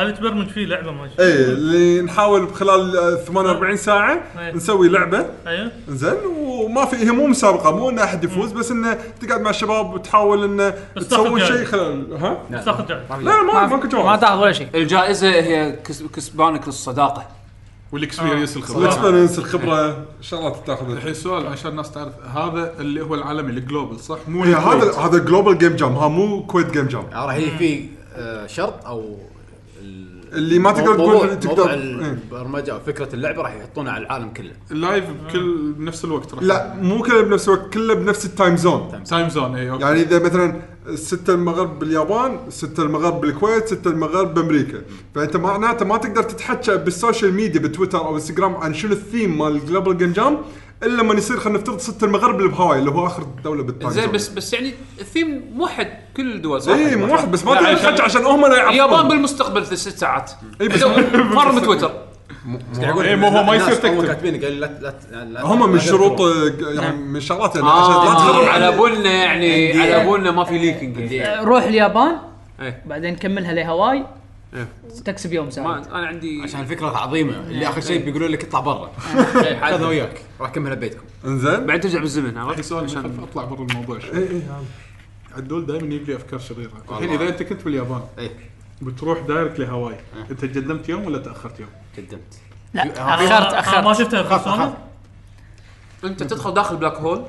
هذا يتبرمج فيه لعبه ما شاء
اي إيه، اللي نحاول خلال آه، 48 ساعه
إيه.
نسوي لعبه
الله ايوه
زين وما في هي مو مسابقه مو ان احد يفوز بس انه تقعد مع الشباب وتحاول انه
بس
تسوي شيء
تاخذ جائزة.
خلال ها
بس تاخذ جائزه
لا لا ما ماكو
ما
جواب
تاخذ ولا شيء
الجائزه هي كس- كسبانك للصداقه
آه.
والاكسبيرينس الخبره
الاكسبيرينس الخبره شغلات تاخذ
الحين سؤال عشان الناس تعرف هذا اللي هو العالمي الجلوبال صح مو
هي إيه، هذا
الكويت.
هذا جلوبال جيم جام ها مو كويت جيم جام
راح يجي في آه، شرط او ال-
اللي ما تقدر
موضوع-
تقول
موضوع
تقدر إيه.
البرمجه او فكره اللعبه راح يحطونها على العالم كله
اللايف بكل بنفس الوقت راح
لا مو كله بنفس الوقت كله بنفس التايم زون
تايم زون اي اوكي
يعني اذا مثلا ستة المغرب باليابان ستة المغرب بالكويت ستة المغرب بامريكا فانت معناته ما تقدر تتحكى بالسوشيال ميديا بتويتر او انستغرام عن شنو الثيم مال الجلوبال جيم جام الا لما يصير خلينا نفترض ستة المغرب اللي بهاواي اللي هو اخر دوله بالتايم
زين بس بس يعني الثيم موحد كل الدول صح؟
اي إيه، مو واحد بس ما
لا،
تقدر
عشان-
تتحكى عشان هم لا يعرفون
اليابان بالمستقبل ثلاث ست ساعات
اي بس
مره من تويتر
إيه، ما هو ما يصير
هم
تكتب.
كاتبين قال لا لا- لا
هم
لا
من شروط
تكتبون.
يعني من شغلات يعني عشان لا
نعم. آه
تخرب
على
على
بالنا يعني
عندي-
على بالنا ما في ليكنج
عندي-
روح اليابان
إيه.
بعدين كملها لهواي تكسب يوم
ما
ساعه
انا عندي
عشان الفكره عظيمه اللي اخر شيء بيقولوا لك اطلع برا خذها وياك راح اكملها ببيتكم
انزين
بعد ترجع بالزمن
في
عرفت؟
سؤال من خلف، اطلع برا الموضوع شوي
إيه،
عدول دائما يجيب لي افكار شريره الحين اذا انت كنت باليابان
اي
بتروح دايركت لهواي
إيه.
انت قدمت يوم ولا تاخرت يوم؟
قدمت
لا اخرت
آه، ما
اخرت
شفتها
خاف.
بيرسونا
انت تدخل داخل بلاك هول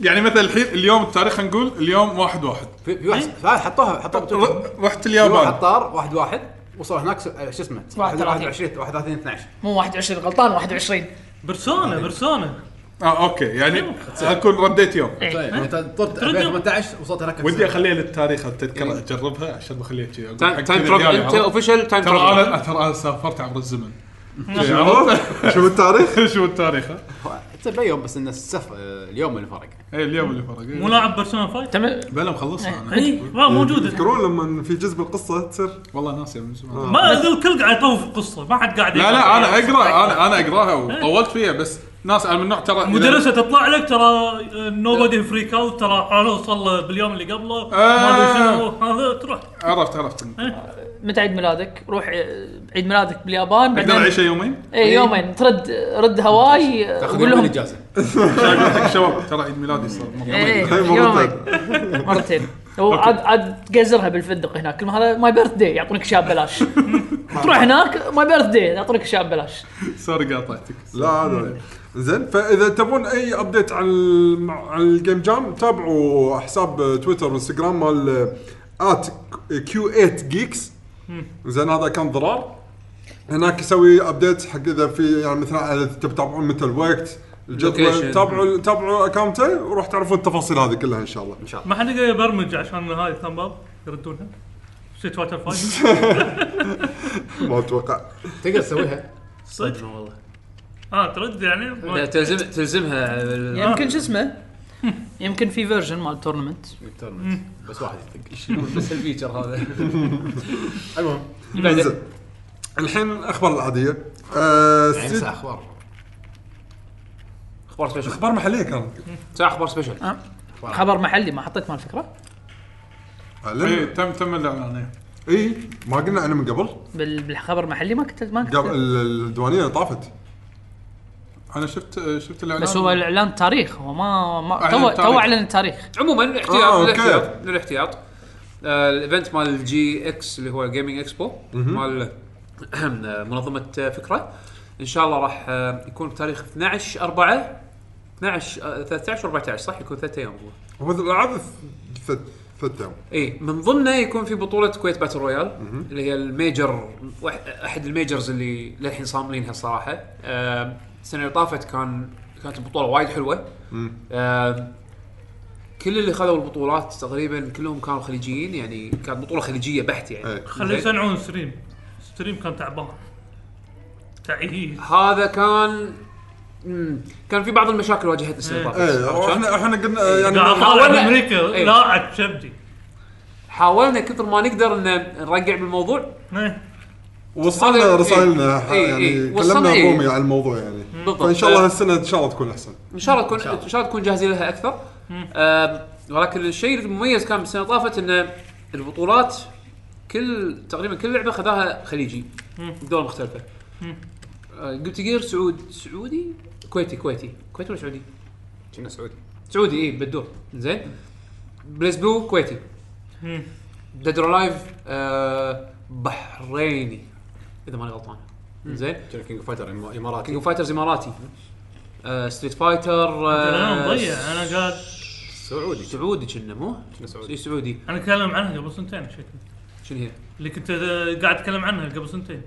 يعني مثلا الحين اليوم التاريخ نقول اليوم واحد واحد
في في واحد
إيه؟
لا، حطوها حطوها بتويتر.
ر- رحت
في واحد
اليابان
طار واحد واحد وصل هناك س- آه، شو اسمه
31.
21 31 12
إيه.
مو 21 غلطان 21
بيرسونا بيرسونا
اه اوكي يعني اكون رديت يوم
طيب انت طرت
ترد يوم.
2018 وصلت هناك
ودي اخليها للتاريخ التذكره اجربها عشان بخليها كذي أقول حق
تايم
كذي
ترافل
ديالي،
انت
عرفت؟
اوفيشال تايم
ترى
ترافل
انا ترى انا سافرت عبر الزمن إيه،
شوف التاريخ
شو التاريخ إيه، ها؟
حتى بيوم بس ان السف آه، اليوم اللي فرق
اي اليوم اللي فرق
مو إيه.
إيه.
لاعب بيرسونا 5
بلا مخلصها انا
اي ما موجوده
تذكرون لما في جزء بالقصه تصير
والله ناسي من زمان
ما الكل قاعد يطوف القصه ما حد قاعد
لا لا انا اقرا انا انا اقراها وطولت فيها بس ناس انا من نوع ترى
مدرسه تطلع لك ترى نوبادي فريك اوت ترى انا وصل باليوم اللي قبله ما
آه.
ادري شنو هذا تروح
عرفت عرفت
متى عيد ميلادك؟ روح آه، عيد ميلادك باليابان
اقدر
بعدين
اعيش يومين
اي يومين ترد رد هواي آه،
تاخذ
قول
يوم
لهم
الاجازه
شايف حق شباب ترى عيد ميلادي صار مرة.
إيه،
هاي مرة
يومين مرتين وعاد عاد تقزرها بالفندق هناك كل ما هذا ماي بيرث داي يعطونك شاب بلاش تروح هناك ماي بيرث داي يعطونك شاب بلاش
سوري قاطعتك
لا لا لا. زين فاذا تبون اي ابديت عن الم- عن الجيم جام تابعوا حساب تويتر وانستغرام مال آه، ات كيو 8 جيكس زين هذا كان ضرار هناك يسوي ابديت حق اذا في يعني مثلا إذا تبي تتابعون متى الوقت الجدول
Location.
تابعوا تابعوا اكونته وراح تعرفون التفاصيل هذه كلها ان شاء الله
ما حد يقدر يبرمج عشان هاي الثمب اب يردونها سيت واتر فايف
ما اتوقع
تقدر تسويها
صدق
والله
اه ترد يعني
لا،
ما-
تلزم تلزمها ال-
يمكن شو اسمه يمكن في فيرجن مال تورنمنت
بس واحد يطق
بس الفيتشر هذا
المهم
زين. الحين الاخبار العاديه آه،
يعني
نعم،
ستيج-
ساعه اخبار
اخبار سبيشل
اخبار محليه كانت
ساعه اخبار سبيشل
خبر محلي ما حطيت مال فكره
إيه، تم تم الاعلان
اي ما قلنا عنه من قبل
بال- بالخبر محلي ما كنت ما
قبل
كنت
ال- الديوانيه طافت
انا شفت شفت الاعلان
بس هو الاعلان تاريخ هو ما ما
أعلن
تو
التاريخ.
تو اعلن التاريخ
عموما الاحتياط
آه، أوكي.
للاحتياط للاحتياط آه، الايفنت مال الجي اكس اللي هو جيمنج اكسبو مال منظمه آه، فكره ان شاء الله راح آه، يكون بتاريخ 12 4 12 آه، 13 14 صح يكون ثلاث ايام هو
هو العاده ثت ثت ايام
اي إيه، من ضمنه يكون في بطوله كويت باتل رويال اللي هي الميجر واحد- احد الميجرز اللي للحين صاملينها الصراحه آم، السنه اللي طافت كان كانت البطوله وايد حلوه آم، كل اللي خذوا البطولات تقريبا كلهم كانوا خليجيين يعني كانت بطوله خليجيه بحت يعني
إيه.
خليه
زين.
يصنعون ستريم ستريم كان تعبان تعيس
هذا كان مم، كان في بعض المشاكل واجهتنا السنه اللي طافت
ايه
عرفت شلون؟
احنا احنا قلنا يعني
قاعد طالع
حاولنا-
بامريكا
إيه.
لاعب شبدي
حاولنا كثر ما نقدر ان نرجع بالموضوع
إيه.
وصلنا
إيه.
رسائلنا
إيه.
يعني
إيه. وصلنا
كلمنا
إيه.
رومي على الموضوع يعني
بالضبط.
فان شاء
آه.
الله هالسنه ان شاء الله تكون احسن
ان شاء الله تكون ان شاء الله تكون جاهزين لها اكثر آم، ولكن الشيء المميز كان بالسنه اللي طافت ان البطولات كل تقريبا كل لعبه خذاها خليجي دول مختلفه آه، قلت جير سعود سعودي كويتي كويتي كويتي ولا سعودي؟
كنا سعودي
سعودي اي بالدور زين بليز بلو كويتي
مم.
ديد اور لايف آه، بحريني اذا ماني غلطان زين
كينج فايتر إما- اماراتي
كينج فايترز اماراتي آه، ستريت فايتر
انا
آه،
مضيع انا قاعد
سعودي
سعودي كنا مو؟
كنا سعودي
اي سعودي
انا اتكلم عنها قبل سنتين شكلي
شنو هي؟
اللي كنت آه، قاعد اتكلم عنها قبل سنتين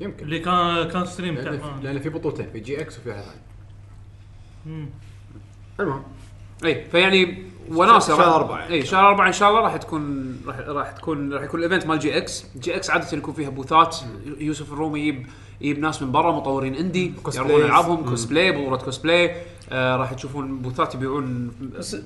يمكن
اللي كان كان ستريم بتاع
لان في-
آه.
لان في بطولتين في جي اكس وفي واحد ثاني
مم.
المهم
اي إيه، فيعني وناسه
شهر
راح-
أربعة يعني.
اي شهر أربعة ان شاء الله راح تكون راح راح تكون راح يكون الايفنت مال جي اكس جي اكس عاده يكون فيها بوثات يوسف الرومي يجيب يجيب ناس من برا مطورين اندي يعرضون العابهم كوسبلاي بطوله كوسبلاي آه راح تشوفون بوثات يبيعون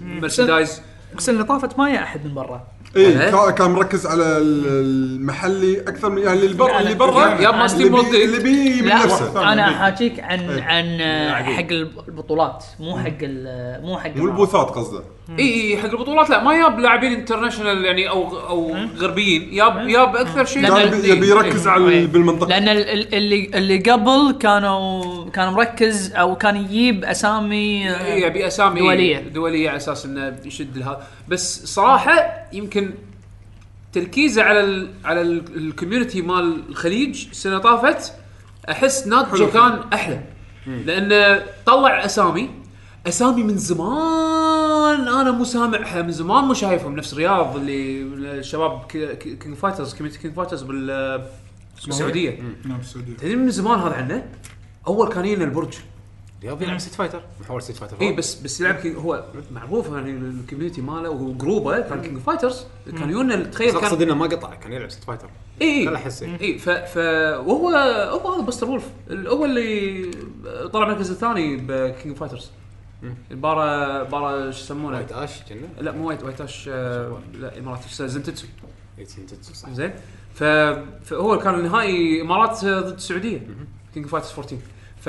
مرشندايز
السنه اللي طافت ما يا احد من برا
اي
إيه؟
كا- كان مركز على ال- المحلي اكثر من يعني اللي برا
لا، لا.
اللي برا
يا ما
اللي
ستيم
بي- اللي
موديك
إيه،
بي من نفسه
لا انا احاكيك عن
إيه.
عن آه، حق الب- البطولات مو حق ال- مو حق
مو
العاب.
البوثات قصده
اي اي حق البطولات لا ما ياب لاعبين انترناشونال يعني او او غربيين ياب ياب اكثر شيء
لأن
كان بي- يعني يبي يركز على
إيه.
ال- بالمنطقه
لان ال- ال- اللي اللي قبل كانوا كان مركز او كان يجيب اسامي آه،
إيه، يبي اسامي
دولية.
دوليه على اساس انه يشد هذا بس صراحه يمكن تركيزه على ال على ال- الكوميونتي مال الخليج السنه طافت احس ناتجو كان احلى لانه طلع اسامي اسامي من زمان انا مو سامعها من زمان مو شايفهم نفس رياض اللي الشباب ك- ك- كينج فايترز كوميونتي كينج فايترز بال بالسعوديه
نعم السعوديه
تدري من زمان هذا عنه اول كان يجينا البرج
رياض
نعم،
يلعب ست فايتر محور ست فايتر
اي إيه، بس بس يلعب كينج هو معروف يعني الكوميونتي ماله وجروبه كان كينج فايترز كان يونا
بس
تخيل كان
اقصد انه ما قطع كان يلعب ست فايتر
اي
لا
اي
احس إيه.
اي ف ف وهو هو هذا بستر وولف ال- هو اللي طلع المركز الثاني بكينج فايترز البارا بارا شو يسمونه
وايت اش كنا
لا مو وايت وايت اش آه، لا امارات زنتتسو
إيه، تنتج، صح
زين ف... فهو كان النهائي امارات ضد السعوديه كينج فايترز 14 ف...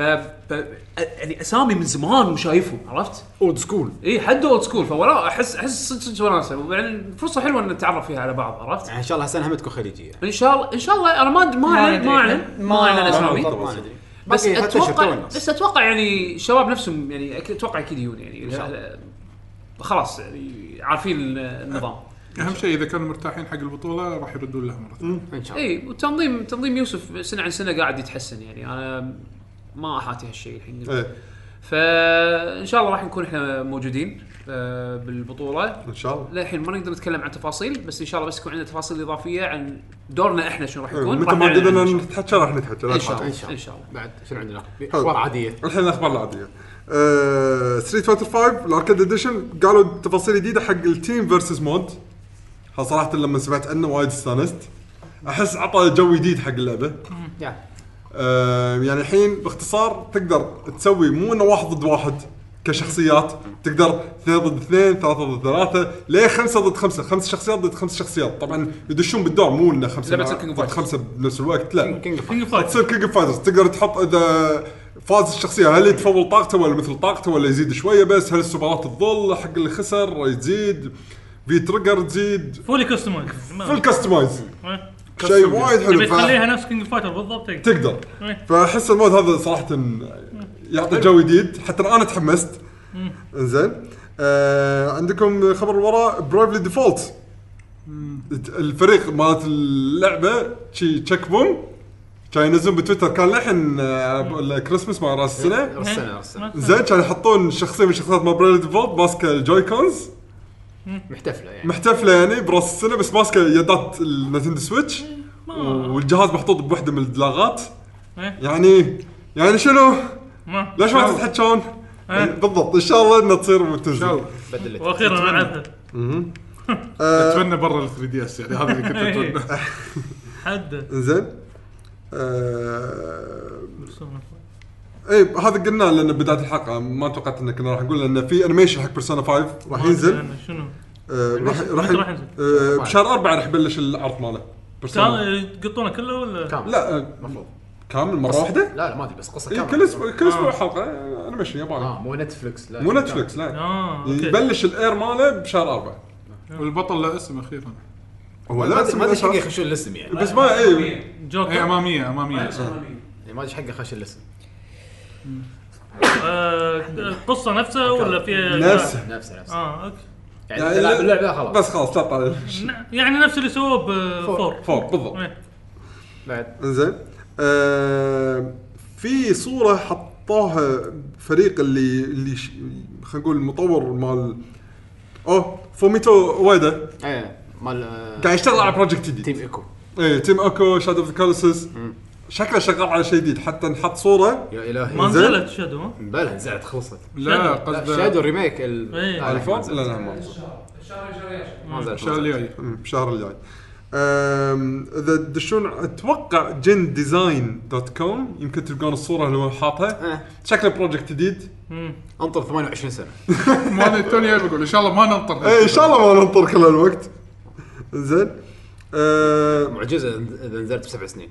ف يعني اسامي من زمان وشايفهم عرفت؟
اولد سكول
اي إيه، حد اولد سكول فولا احس احس صدق صدق وناسه وبعدين فرصه حلوه ان نتعرف فيها على بعض عرفت؟
يعني ان شاء الله هسه هم تكون خليجيه
ان شاء الله ان شاء الله انا ما ما اعلن ما اعلن ما اعلن اسامي
ما ندري
بس
باقي حتى يشترون
اتوقع
الناس.
بس اتوقع يعني الشباب نفسهم يعني أكيد- اتوقع اكيد يجون يعني
شاء
لا- خلاص يعني عارفين النظام
اهم شيء اذا كانوا مرتاحين حق البطوله راح يردون لها مره ثانيه
ان شاء الله
اي إيه، وتنظيم تنظيم يوسف سنه عن سنه قاعد يتحسن يعني انا ما احاتي هالشيء الحين
إيه.
ايه
فان شاء الله راح نكون احنا موجودين آه، بالبطوله
ان شاء الله
للحين ما نقدر نتكلم عن تفاصيل بس ان شاء الله بس يكون عندنا تفاصيل اضافيه عن دورنا احنا شنو راح
إيه،
يكون
متى
راح
ما
نعلن
بدنا
عنه إن شاء
نتحكى راح نتحكى
الله.
لا
ان شاء
تخاف.
الله ان شاء الله
بعد شنو عندنا؟ اخبار عاديه
الحين آه، الاخبار العاديه ستريت فايتر 5 الاركيد اديشن قالوا تفاصيل جديده حق التيم فيرسز مود ها صراحه لما سمعت عنه وايد استانست احس عطى جو جديد حق اللعبه
يا.
آه، يعني الحين باختصار تقدر تسوي مو انه واحد ضد واحد كشخصيات تقدر اثنين ضد اثنين ثلاثة ضد ثلاثة ليه خمسة ضد خمسة خمس شخصيات ضد خمس شخصيات طبعا يدشون بالدور مو انه خمسة
لعبة
مع-
King of
ضد
Fighters.
خمسة بنفس الوقت لا طيب،
كينج اوف
كينج فايت
تصير كينج فايترز تقدر تحط اذا فاز الشخصيه هل يتفول طاقته ولا مثل طاقته ولا يزيد شويه بس هل السوبرات تظل حق اللي خسر تزيد في تريجر تزيد
فولي كستمايز
فل كستمايز
إيه.
شيء وايد
تبي
حلو
تخليها
ف-
نفس كينج فايتر بالضبط هيك.
تقدر
إيه.
فاحس المود هذا صراحه يعطي جو جديد حتى انا تحمست انزين آه عندكم خبر ورا برايفلي ديفولت الفريق مالت اللعبه شي تشيك بوم كان ينزلون بتويتر كان لحن الكريسماس مع راس السنه
رسنا رسنا
زين كانوا يحطون شخصيه من شخصيات مابريل ديفولت ماسكه الجوي كونز
محتفله يعني
محتفله يعني براس السنه بس ماسكه يدات النتندو سويتش والجهاز محطوط بوحده من الدلاغات
إيه.
يعني يعني شنو؟
ما.
ليش ما تتحجون؟
إيه.
يعني بالضبط ان شاء الله انها تصير وتنزل
بدلت
واخيرا العبها
آه،
اتمنى برا ال 3 دي اس يعني هذا اللي كنت اتمنى
حده
زين آه، اي هذا قلناه لان بدايه الحلقه ما توقعت ان كنا راح نقول لان في انيميشن حق بيرسونا 5 راح ينزل
شنو؟
آه، راح راح
متى راح ينزل؟
آه، بشهر أربعة راح يبلش العرض ماله Persona.
كان يقطونه كله ولا؟
كامل
لا آه،
المفروض
كامل مره واحده
لا لا ما ادري بس قصه
إيه،
كامله
كل اسبوع كل اسبوع حلقه آه، انيميشن ياباني
اه مو نتفلكس لا
مو نتفلكس لا
اه اوكي
يبلش الاير ماله بشهر أربعة
والبطل له اسم اخيرا
هو
ما ادري ما ادري إيش
بس-
حقه يخشون الاسم يعني
بس ما إيه. اي
هي
جوكر
اماميه اماميه
يعني ما ادري إيش حقه يخش الاسم
آه، القصه نفسها ولا فيها
نفسه
نفسه نفسه
اه اوكي
يعني إذا لعب اللعبه خلاص
بس خلاص لا طالع
ن- يعني نفس اللي سووه بفور
فور بالضبط
إيه.
بعد
انزين آه، في صوره حطوها فريق اللي اللي ش- خلينا نقول المطور مال اوه فوميتو وايدا
ايه مال آه،
قاعد يشتغل على بروجكت جديد
تيم ايكو
ايه تيم اكو شادو اوف كالسس شكله شغال على شيء جديد حتى نحط صوره
يا
ما
الهي
إنزين.
نزلت شادو ها؟
بلا نزلت خلصت
لا
شادو.
لا،
قصده
شادو ريميك ال-
إيه.
لا، لا، ما
الفون
نزلت.
لا لا ما
ما
نزل.
نزلت، ما نزلت.
الشهر الجاي
مم، الشهر الجاي أم، اذا تدشون اتوقع جن ديزاين دوت كوم يمكن تلقون الصوره اللي هو حاطها
إيه.
شكله بروجكت جديد
انطر 28 سنه
مالي توني جاي بقول ان شاء الله ما ننطر
ايه ان شاء الله ما ننطر كل الوقت زين أه
معجزه اذا نزلت بسبع سنين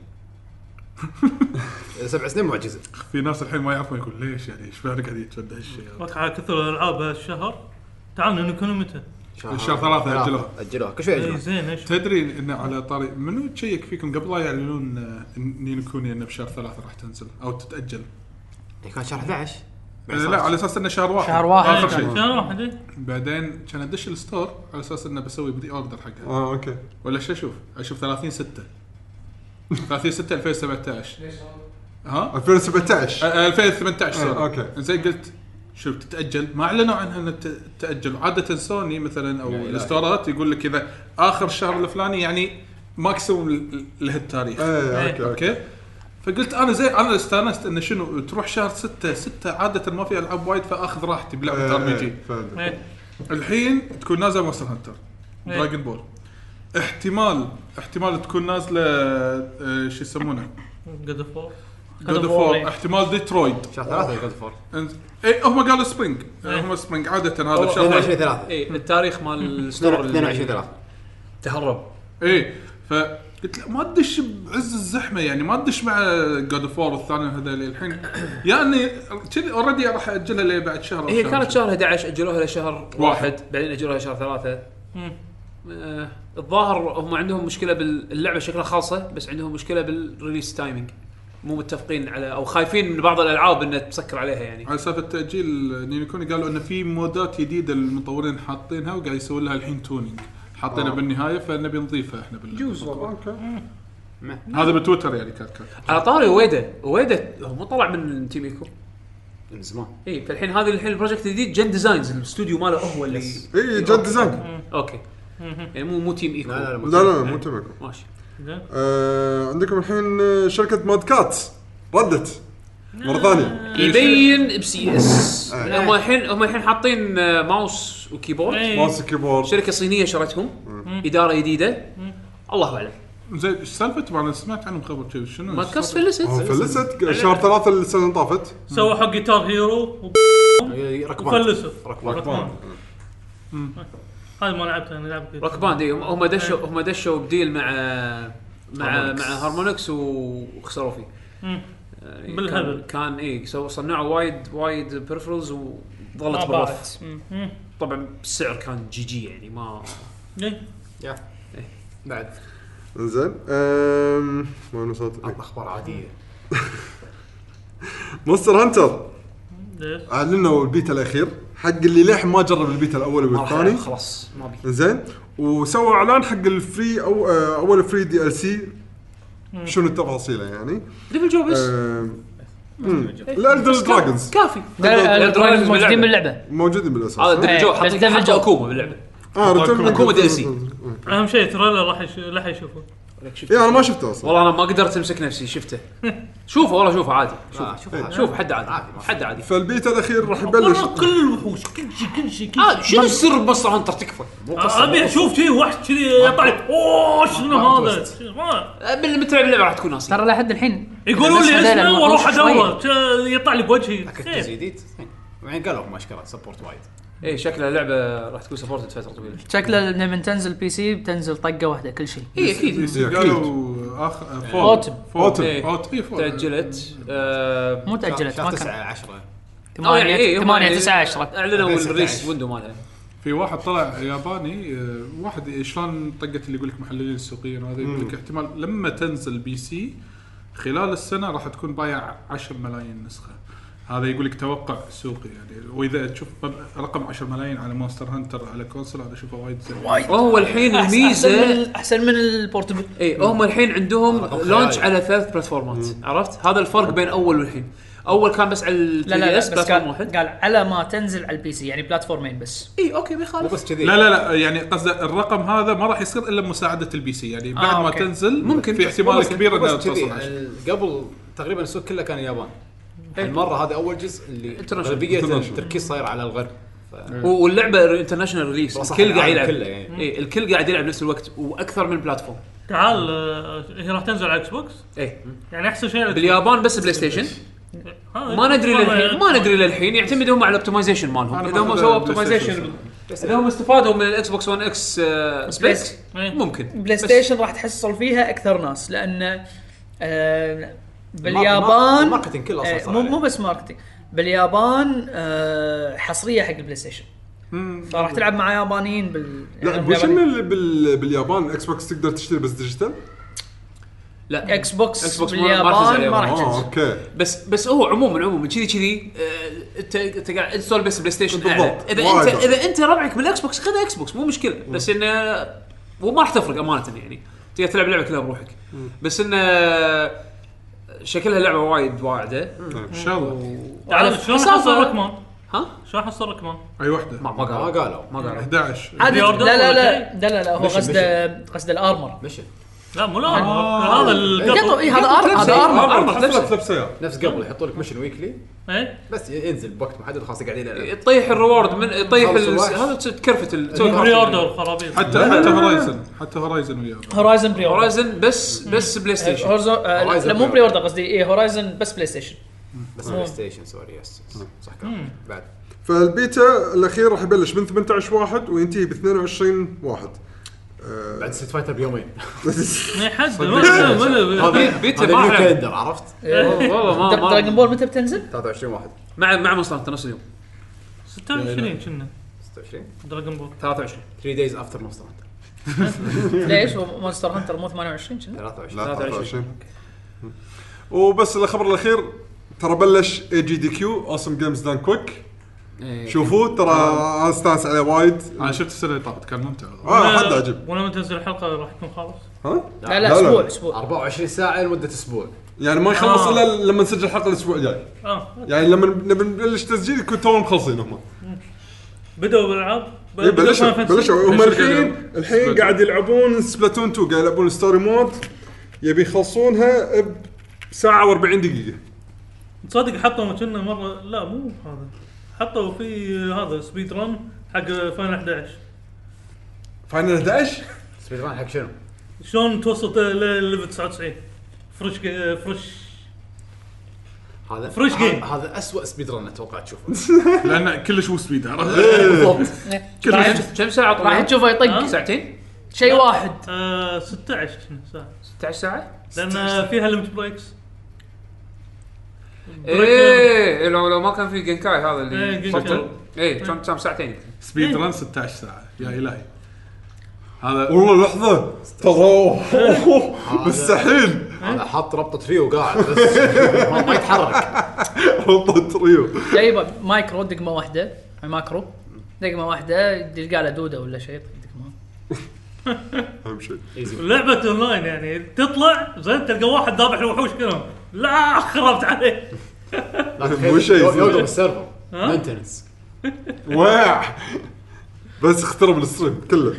سبع سنين معجزه
في ناس الحين ما يعرفون يقول ليش يعني ايش فعلا قاعد يتفدى هالشيء
اتوقع كثر الالعاب هالشهر تعال نكون متى؟
الشهر ثلاثة أجلوها.
اجلوها كل شوي
اي
اجلوها
زين ايش؟
تدري انه على طاري منو تشيك فيكم قبل لا يعلنون آه، إن نينو كوني انه بشهر ثلاثة راح تنزل او تتاجل
إيه، كان شهر 11
آه، لا على اساس انه شهر واحد
شهر واحد.
اخر شيء
شهر واحد إي.
بعدين كان ادش الستور على اساس انه بسوي بدي اوردر حقها
اه اوكي
ولا شو اشوف؟ اشوف 30 6 30 6 2017 ها؟
2017
آه، 2018 سوري.
آه، أوكي.
زين قلت شوف تتاجل ما اعلنوا عنها انها تت- تتاجل عاده سوني مثلا او الستورات يقول لك اذا اخر الشهر الفلاني يعني ماكسيموم ل- لهالتاريخ
ايه اوكي اوكي
اوكي فقلت انا زين انا استانست انه شنو تروح شهر 6 6 عاده ما في العاب وايد فاخذ راحتي بلعبه ار بي جي
إيه، فعلاً.
إيه.
الحين تكون نازله مونستر هانتر
إيه.
دراجون بول احتمال احتمال تكون نازله آه، شو يسمونه
جود اوف وور
جود اوف
War،
وور
إيه.
احتمال ديترويد
شهر ثلاثة جولد فور
اي هم قالوا سبرينج
إيه.
هم سبرينج عاده هذا بشهر
22 3
اي إيه، التاريخ مال الستور اللي
22 3
تهرب
اي فقلت إيه. لا ما تدش بعز الزحمه يعني ما تدش مع جود اوف وور والثاني هذول الحين يا اني كذي اوريدي راح اجلها لبعد شهر أو
هي
شهر.
إيه، كانت شهر 11 اجلوها لشهر
واحد.
واحد بعدين اجلوها لشهر ثلاثه
مم.
آه، الظاهر هم عندهم مشكله باللعبه شكلها خاصه بس عندهم مشكله بالريليس تايمينج مو متفقين على او خايفين من بعض الالعاب انها تسكر عليها يعني
على سالفه تاجيل نينيكوني قالوا انه في مودات جديده المطورين حاطينها وقاعد يسوون لها الحين تونينج حاطينها بالنهايه فنبي نضيفها احنا باللعبه
اوكي
هذا بتويتر يعني كانت كاتبة.
على طاري ويدا ويدا هو مو طلع من تيميكو
من زمان
اي إيه، فالحين هذا الحين البروجكت الجديد جن ديزاينز الاستوديو ماله هو اللي
اي جد ديزاين
اوكي يعني مو مو تيم ايكو
لا لا لا
لا
مو-
لا مو تبعكم
ماشي
زين
آه عندكم الحين آه، شركه ماد كات ردت مره ثانيه
إيه،
يبين بسي اس
آه.
هم الحين هم الحين حاطين آه، ماوس وكيبورد
إي.
ماوس كيبورد
شركه صينيه شرتهم اداره جديده الله اعلم
زين ايش سالفه طبعا أنا سمعت عنهم خبر كذي شنو
ما كاس
آه،
فلست
فلست شهر ثلاثة السنه اللي طافت
سووا حق جيتار هيرو وب-
إيه، ركبان
وفلسوا
ركبان
ركبان.
Hmm.
هذه ما لعبتها انا لعبت
روك باند إي، إيه، هم هم دشوا
إيه.
هم دشوا بديل مع مع مع هارمونكس وخسروا فيه
مم.
يعني
بالهبل.
كان, كان اي سو صنعوا وايد وايد بيرفرلز وظلت
ما
بالرف
بارت مم. مم.
طبعا السعر كان جي جي يعني ما إيه.
إي.
بعد
زين آم، وين وصلت؟
اخبار عاديه
مونستر هانتر
ليش؟
اعلنوا البيتا الاخير حق اللي للحين ما جرب البيتا الاول
ما راح ألعب،
والثاني
خلاص ما بي
زين وسووا اعلان حق الفري او آه، اول فري دي ال سي شنو التفاصيل يعني؟
ديفل جو بس
آم، مم. الالدر دراجونز
كافي
لا، لا،
Elder Dragons
الدراجونز موجودين
باللعبة.
باللعبه
موجودين بالاساس
هذا
ها؟
ديفل جو
إيه، بس
حاطين
Devil
حاطوا
Joe.
اكوما باللعبة
اه رتم
كوما DLC.
اهم شيء ترى راح يش- راح يشوفه
لك شفت.
اي انا ما شفته اصلا
والله انا ما قدرت امسك نفسي شفته شوفه والله شوفه عادي
آه،
شوفه
شوف هذا.
شوف حد عادي حد عادي
فالبيتا الاخير راح يبلش
والله كل الوحوش كل شيء كل شيء كل
عادي شنو السر بمصر هانتر تكفى
شيء ابي اشوف شيء وحش كذي يطلع لي، اوه شنو هذا؟ شنو ما-
من متى اللعبه راح تكون ناسي
ترى لحد الحين
يقولون
بس
لي
هذيلا
اسمه
الوحوش
واروح ادور
شوية.
ش- يطلع لي بوجهي
لكن
كيف؟
جزء جديد زين. بعدين قالوا هم اشكال سبورت وايد
اي إيه، شكلها لعبه راح تكون سبورتد فتره طويله
شكله لما تنزل بي سي بتنزل طقه واحده كل شيء
اي اكيد
إيه، أكيد.
قالوا اخر
اوتم
اوتم
إيه.
اوتم اي فول.
تاجلت آه،
مو تاجلت
شهر
ما كان
9 10
أو يعني إيه، هم
8 8
يعني
9 10
اعلنوا
19.
الريليس ويندو مالها
في واحد طلع ياباني آه، واحد شلون طقت اللي يقول لك محللين السوقيين وهذا يقول لك احتمال لما تنزل بي سي خلال السنه راح تكون بايع 10 ملايين نسخه هذا يقول لك توقع سوقي يعني واذا تشوف طب- رقم 10 ملايين على مونستر هانتر على كونسل هذا اشوفه وايد زين
وايد
هو الحين
أحسن- احسن من
الميزه
ال- احسن من البورتبل
اي إيه، هم الحين عندهم
رقم
لونش
خيالي.
على ثلاث بلاتفورمات عرفت هذا الفرق بين اول والحين اول كان بس على ال
لا لا
3DS
لا بس
بلاتفورم
قال
واحد
قال على ما تنزل على البي سي يعني بلاتفورمين بس
اي اوكي ما
مو
يخالف
بس كذي
لا لا لا يعني قصده الرقم هذا ما راح يصير الا بمساعده البي سي يعني بعد ما
أوكي.
تنزل
ممكن.
في احتمال
ممكن.
كبير
مو
انها
بس كذي
توصل 10
يعني قبل تقريبا السوق كله كان اليابان المره هذا اول جزء اللي
International.
غالبيه
International.
التركيز صاير على الغرب ف-
و- واللعبه انترناشونال ريليس
صح،
الكل قاعد
العالم
يلعب
كله يعني.
اي الكل قاعد يلعب نفس الوقت واكثر من بلاتفورم
تعال آه، هي راح تنزل على اكس بوكس
اي
يعني احسن شيء على-
إيه. باليابان بس بلاي ستيشن
ها،
ما ندري
والله
للحين ما ندري للحين يعتمد هم على الاوبتمايزيشن مالهم
أنا
اذا هم
بأخذ
سووا
البلاي ستيشن
اوبتمايزيشن اذا هم استفادوا من الاكس بوكس 1 اكس سبيس
إيه.
ممكن
بلاي
بس-
ستيشن راح تحصل فيها اكثر ناس لان آه،
المار-
باليابان
الماركتينج كله أصلاً
آه،
صار
مو
عليه.
مو بس ماركتينج باليابان آه، حصريه حق البلاي ستيشن فراح تلعب مع يابانيين بال
لا
يعني
مش
باليابانيين.
بال... بال... باليابان الاكس بوكس تقدر تشتري بس ديجيتال؟
لا
اكس بوكس
Xbox ما- ما تنزل
باليابان ما
اليابان.
راح
اه
تنزل
اوكي
بس بس هو عموما عموما كذي كذي آه، انت انت قاعد تسولف بس بلاي ستيشن
بالضبط.
أعلى. اذا
وايد.
انت اذا انت ربعك بالاكس بوكس خذ اكس بوكس مو مشكله بس انه وما راح تفرق امانه يعني تقدر تلعب لعبه كلها بروحك بس انه شكلها لعبه وايد واعده
ان شاء الله
تعال شلون حصل ركمان؟
ها؟
شلون حصل ركمان؟
اي واحده
ما
ما
قالوا
قالوا
ما قالوا
11
عادي لا
بيوردر
لا
ولا
لا لا لا لا هو
مشي-
قصده قصده الارمر
مشن
لا مو لا
آه.
هذا
قطو
القطو
اي هذا ارمر هذا ارمر
أربعة
حصلت
نفسه.
لبس سيارة
نفس قبل يحطوا لك مشن ويكلي
إيه؟
بس ينزل بوقت محدد خلاص قاعدين
إيه.
يلعب
يطيح الريورد من يطيح
خلص
ال-
الوحش.
هذا تكرفت
بري
التوي
اوردر خرابيط
حتى حتى هورايزن حتى هورايزن وياها
هورايزن بري اوردر
هورايزن بس بس بلاي ستيشن
هورايزن آه، لا،
Horizon
لا مو
Pre-order.
بري اوردر قصدي اي هورايزن بس بلاي ستيشن
بس بلاي ستيشن سوري يس يس. صح كلام بعد
فالبيتا الاخير راح يبلش من 18 واحد وينتهي ب 22 واحد آه،
بعد ست فايتر بيومين
ما يحد ما- ما- ما- ما-
بيت- بيتا ما
هذا
ألعب.
الويكندر عرفت
والله
آه،
ما-
دراجون
ما
بول متى بتنزل؟
23 واحد
مع مع مصنع أنت نفس اليوم
26 كنا
26
دراجون بول
23
3 دايز افتر مونستر هانتر
ليش؟ مونستر هانتر مو 28 شنو؟
23
لا 23 وبس الخبر الاخير ترى بلش اي جي دي كيو اوسم جيمز دان كويك
إيه.
شوفوه ترى
آه.
أنا استانس عليه وايد
انا شفت السنه اللي طافت كان ممتع والله.
اه حد عجب
ولما تنزل الحلقه راح يكون خالص
ها
لا
لا،
لا
لا.
اسبوع اسبوع
24 ساعه لمده اسبوع
يعني ما
آه.
يخلص الا لما نسجل الحلقه الاسبوع الجاي
اه
يعني لما نبي نبلش تسجيل يكون توهم مخلصين هم
بدوا بالالعاب
إيه، بلشوا
Final Fantasy.
بلشوا هم
بلشوا
الحين
كلهم.
الحين قاعد يلعبون سبلاتون 2 قاعد يلعبون ستوري مود يبي يخلصونها بساعه و40 دقيقه
تصدق حطوا كنا مره لا مو هذا حطوا في هذا سبيد ران حق فاينل 11
فاينل 11
سبيد ران حق شنو؟
شلون توصل لليفل 99 فرش جي- فرش
هذا
فريش
هذا-
جيم.
هذا اسوء سبيد ران اتوقع تشوفه
لان كلش مو سبيد عرفت
بالضبط
راح-
كم- كم ساعه
راح
طلع؟
تشوفه يطق
ها؟
آه.
ساعتين؟
شيء واحد
آه 16 كنا ساعه
16 ساعه؟
لان فيها ليمت بريكس
إيه،
ايه لو لو ما كان في جنكاي هذا اللي
إيه، جنكاي.
بطل.
إيه،
ايه كم كم ساعتين
سبيد ران 16 ساعه يا الهي هذا
والله لحظه ترى مستحيل
هذا حاط ربطه ريو قاعد بس ما ما يتحرك
ربط ريو
جايبه مايكرو دقمه واحده مايكرو دقمه واحده تلقى له دوده ولا شيء دقمه
اهم شيء
لعبه اونلاين يعني تطلع زين تلقى واحد ذابح الوحوش كلهم لا خربت عليه
لا تخيل
مو شيء
يو-
زين.
يوقف السيرفر مينتنس
واع بس اخترب الستريم كله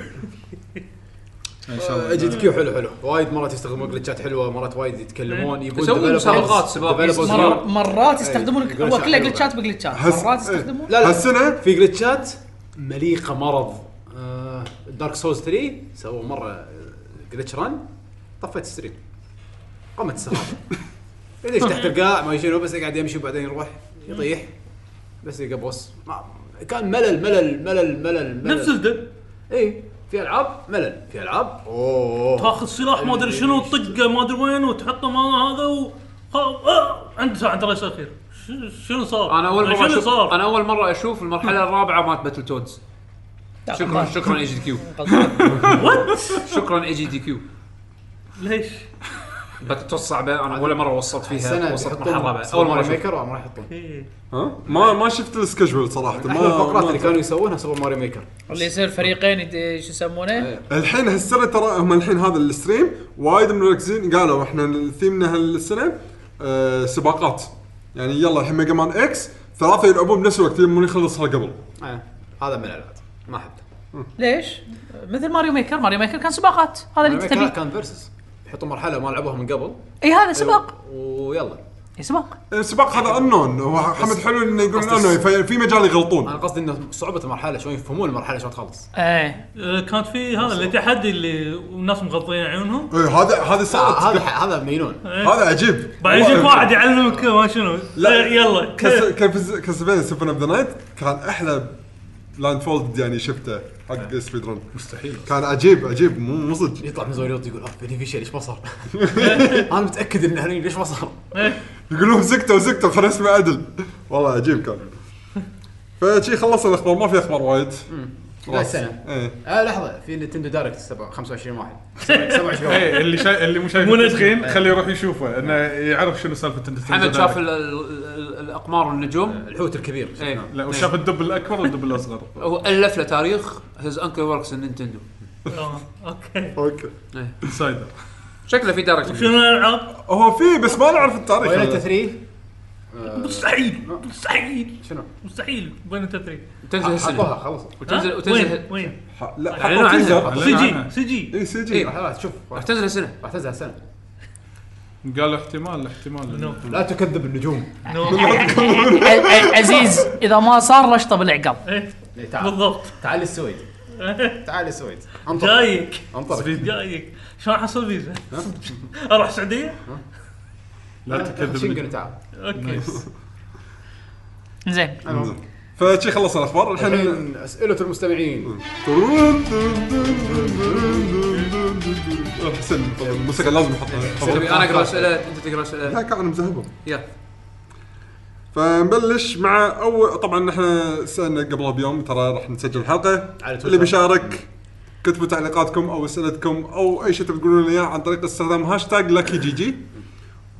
ان شاء الله
اجي أه، كيو حلو حلو وايد مرات يستخدمون جلتشات حلوه مرات وايد يتكلمون يبون
إيه. يسوون
developers-
مسابقات سباق.
developers
مرات, مرات
إيه،
يستخدمون
أيوة. يقول
هو
شيء
كله
حلو
جلتشات بجلتشات
هس-
مرات يستخدمون
لا لا
هالسنه
في جلتشات مليقه مرض آه، دارك سولز 3 سووا مره جلتش ران طفيت الستريم قامت السحابه ليش تحت القاع ما شنو بس قاعد يمشي وبعدين يروح يطيح بس يلقى بوس ما كان ملل ملل ملل ملل ملل
نفس الدب
اي إيه، في العاب ملل في العاب اوه
تاخذ سلاح ما ادري شنو وتطقه ما ادري وين وتحطه مع هذا و خ- آه، عند ساعه عند رئيس الاخير ش- شنو صار؟
انا اول مره
شنو
اشوف
صار؟
انا اول مره اشوف المرحله الرابعه مالت باتل تودز
لا،
شكرا
غلطان.
شكرا اي جي دي كيو
غلطان.
وات؟
شكرا اي جي دي كيو
ليش؟
باتل صعبه انا ولا مره وصلت فيها
السنه
وصلت
بيحطون
مرحله رابعة. اول مره
ماري
أشوف.
ميكر ولا ما راح يحطون
ها ما ما شفت السكجول صراحه
احنا الفقرات
ما
اللي كانوا يسوونها سوبر ماري ميكر
اللي يصير فريقين يد- شو يسمونه؟
أيوة.
الحين هالسنه ترى هم الحين هذا الستريم وايد مركزين قالوا احنا ثيمنا هالسنه آه سباقات يعني يلا الحين ميجا مان اكس ثلاثه يلعبون بنفس الوقت يبون يخلصها قبل
آه، هذا من الالعاب ما احبه
ليش؟ مثل ماريو ميكر، ماريو ميكر كان سباقات، هذا اللي
ماري
انت
ميكر
تبيه.
كان فيرسس يحطون مرحله ما لعبوها من قبل
اي هذا
أيوة.
سباق،
ويلا
اي سباق.
السباق هذا انون هو حمد حلو انه يقول انون في مجال
انا
يغلطون
قصدي انه صعوبه المرحله شلون يفهمون المرحله شلون تخلص
ايه
آه، كانت في هذا اللي تحدي اللي الناس مغطين عيونهم
إيه، هذا هذا
آه، هذا
صعب
هذا مجنون
هذا عجيب
بعدين يجيك
والله
واحد يعلمك ما شنو
لا.
يلا
كاس- كاس- كاسلفينيا سيفن اوف ذا نايت كان احلى لاند فولد يعني شفته
آه.
حق سبيد رن مستحيل كان عجيب عجيب مو مو صدق
يطلع من زوريوت يقول اه بينيفيشل ليش ما صار؟ انا متاكد ان هني ليش ما صار؟
يقولون سكتوا سكتوا خلنا اسمه عدل والله عجيب كان فشي خلصنا الاخبار ما في اخبار وايد
لا السنه
ايه
آه لحظه في نتندو دايركت سبعة- 25 واحد 27 واحد
ايه اللي شايف اللي مو شايف إيه.
مو ندري.
التسخين خليه يروح يشوفه انه يعرف شنو سالفه النتندو
حمد شاف
دايركت.
ال- ال- ال- الاقمار والنجوم
الحوت الكبير
ايه
لا وشاف الدب الاكبر والدب الاصغر
هو الف له تاريخ هيز انكل وركس نينتندو
آه، اوكي
اوكي
انسايدر
شكله في دايركت
شنو الالعاب؟
هو في بس ما نعرف التاريخ
بايونيتا
هذا.
3
مستحيل مستحيل
آه، شنو؟
مستحيل بين تدري
تنزل هالسنه
حطوها خلصوا
وتنزل
وين
وتنزل
وين
ح- لا
أعلنوا
حطوا
عنها.
تيزر
سي
عنها.
جي سي جي
اي سي جي
إيه.
راح- راح تشوف
راح
راح
تنزل هالسنه
تنزل هالسنه
قال احتمال احتمال
نو.
إنه-
لا تكذب النجوم
إيه،
ع- ع- عزيز اذا ما صار رشطه بالعقال
إيه،
إيه، تعال
بالضبط
تعال السويد تعال السويد انطر
جايك
انطر
جايك شلون احصل فيزا؟ اروح السعوديه؟
لا تكذب
شنقن تعال
اوكي
زين
فشي خلصنا الاخبار الحين
الحين اسئله المستمعين
احسن أه، طيب، الموسيقى لازم
تبي
نحطها
انا اقرا اسئله انت تقرا اسئله
لا كان مذهبهم
يلا
فنبلش مع اول طبعا احنا سالنا قبل بيوم ترى راح نسجل الحلقه
على تويتر.
اللي بيشارك كتبوا تعليقاتكم او اسئلتكم او اي شيء تقولون لنا إياه عن طريق استخدام هاشتاج لاكي جي جي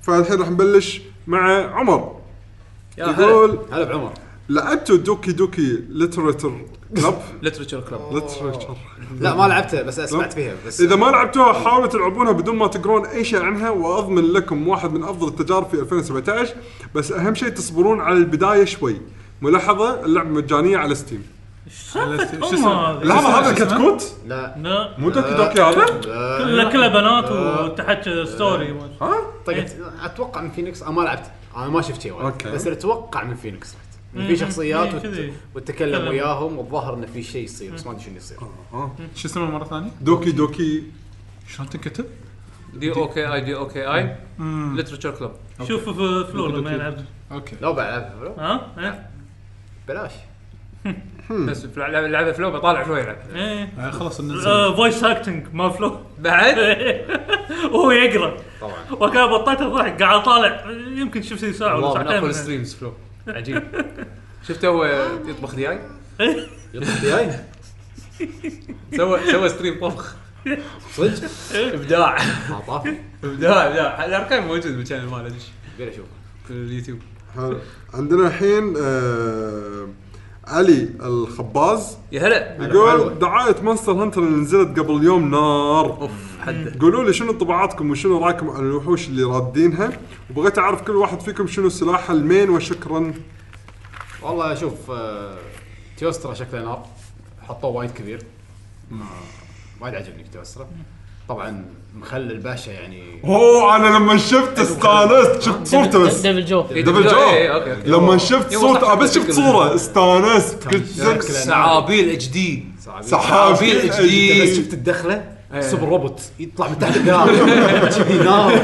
فالحين راح نبلش مع عمر
يا هلا
يقول
هلا بعمر
لعبتوا دوكي دوكي ليترتر كلوب
ليترشر كلاب
ليترتشر
لا ما لعبتها بس سمعت فيها بس
اذا ما لعبتوها حاولوا تلعبونها بدون ما تقرون اي شيء عنها واضمن لكم واحد من افضل التجارب في 2017 بس اهم شيء تصبرون على البدايه شوي ملاحظه اللعبه مجانيه على ستيم
شو
شو
اسمه؟
لا
اسمه؟
هذا
اسمه؟
كتكوت
لا
لا
مو دوكي دوكي هذا
آه،
كلها كلها بنات وتحت ستوري
طقت
إيه.
اتوقع طيب، من فينيكس انا ما لعبت انا ما شفت شيء وايد
أوكي.
بس اتوكع من فينيكس رحت إن في
مم.
شخصيات
إيه،
وت...
كذي.
وتتكلم
تكلم.
وياهم والظاهر انه في شيء يصير بس ما ادري شنو يصير
شو اسمه مره ثانيه؟
دوكي دوكي
شلون تنكتب؟
دي او كي اي دي او كي اي ليترشر كلاب
شوف في فلور لما يلعب
اوكي
لو بلعب
ها؟ إيه؟
بلاش
بس في لعبه لعبه فلو بطالع فلو يلعب
ايه
آه، خلاص ننزل
آه، فويس اكتنج مال فلور
بعد
وهو يقرا
طبعا
وكان بطلت الضحك قاعد اطالع يمكن شفت لي ساعه ولا
والله من اقوى
ساعتين
الستريمز فلو عجيب شفته هو يطبخ دياي
ياي
سوى سوى ستريم طبخ
صدق
ابداع
ما طافي
ابداع ابداع الاركان موجود بالشانل ماله دش
قبل اشوف
في اليوتيوب
حلو. عندنا الحين آه، علي الخباز
يا هلا
يقول دعايه مونستر هانتر اللي نزلت قبل يوم نار
اوف حده
قولوا لي شنو انطباعاتكم وشنو رايكم عن الوحوش اللي رادينها وبغيت اعرف كل واحد فيكم شنو سلاحه المين وشكرا
والله شوف آه، تيوسترا شكله نار حطوه وايد كبير ما- وايد عجبني تيوسترا طبعا مخلل باشا يعني
اوه انا لما شفت استانست شفت صورته بس
ديفل جو
دبل جو
إيه، إيه، اوكي اوكي
لما شفت
يو
صورته
صح،
بس شفت
شكل-
صوره استانست
كان
قلت
شكله نار.
سعابيل اتش دي
صعبين.
سحابي
سحابيل
إيه،
انت بس
جديد
شفت الدخله سوبر روبوت يطلع من تحت النار كذي نار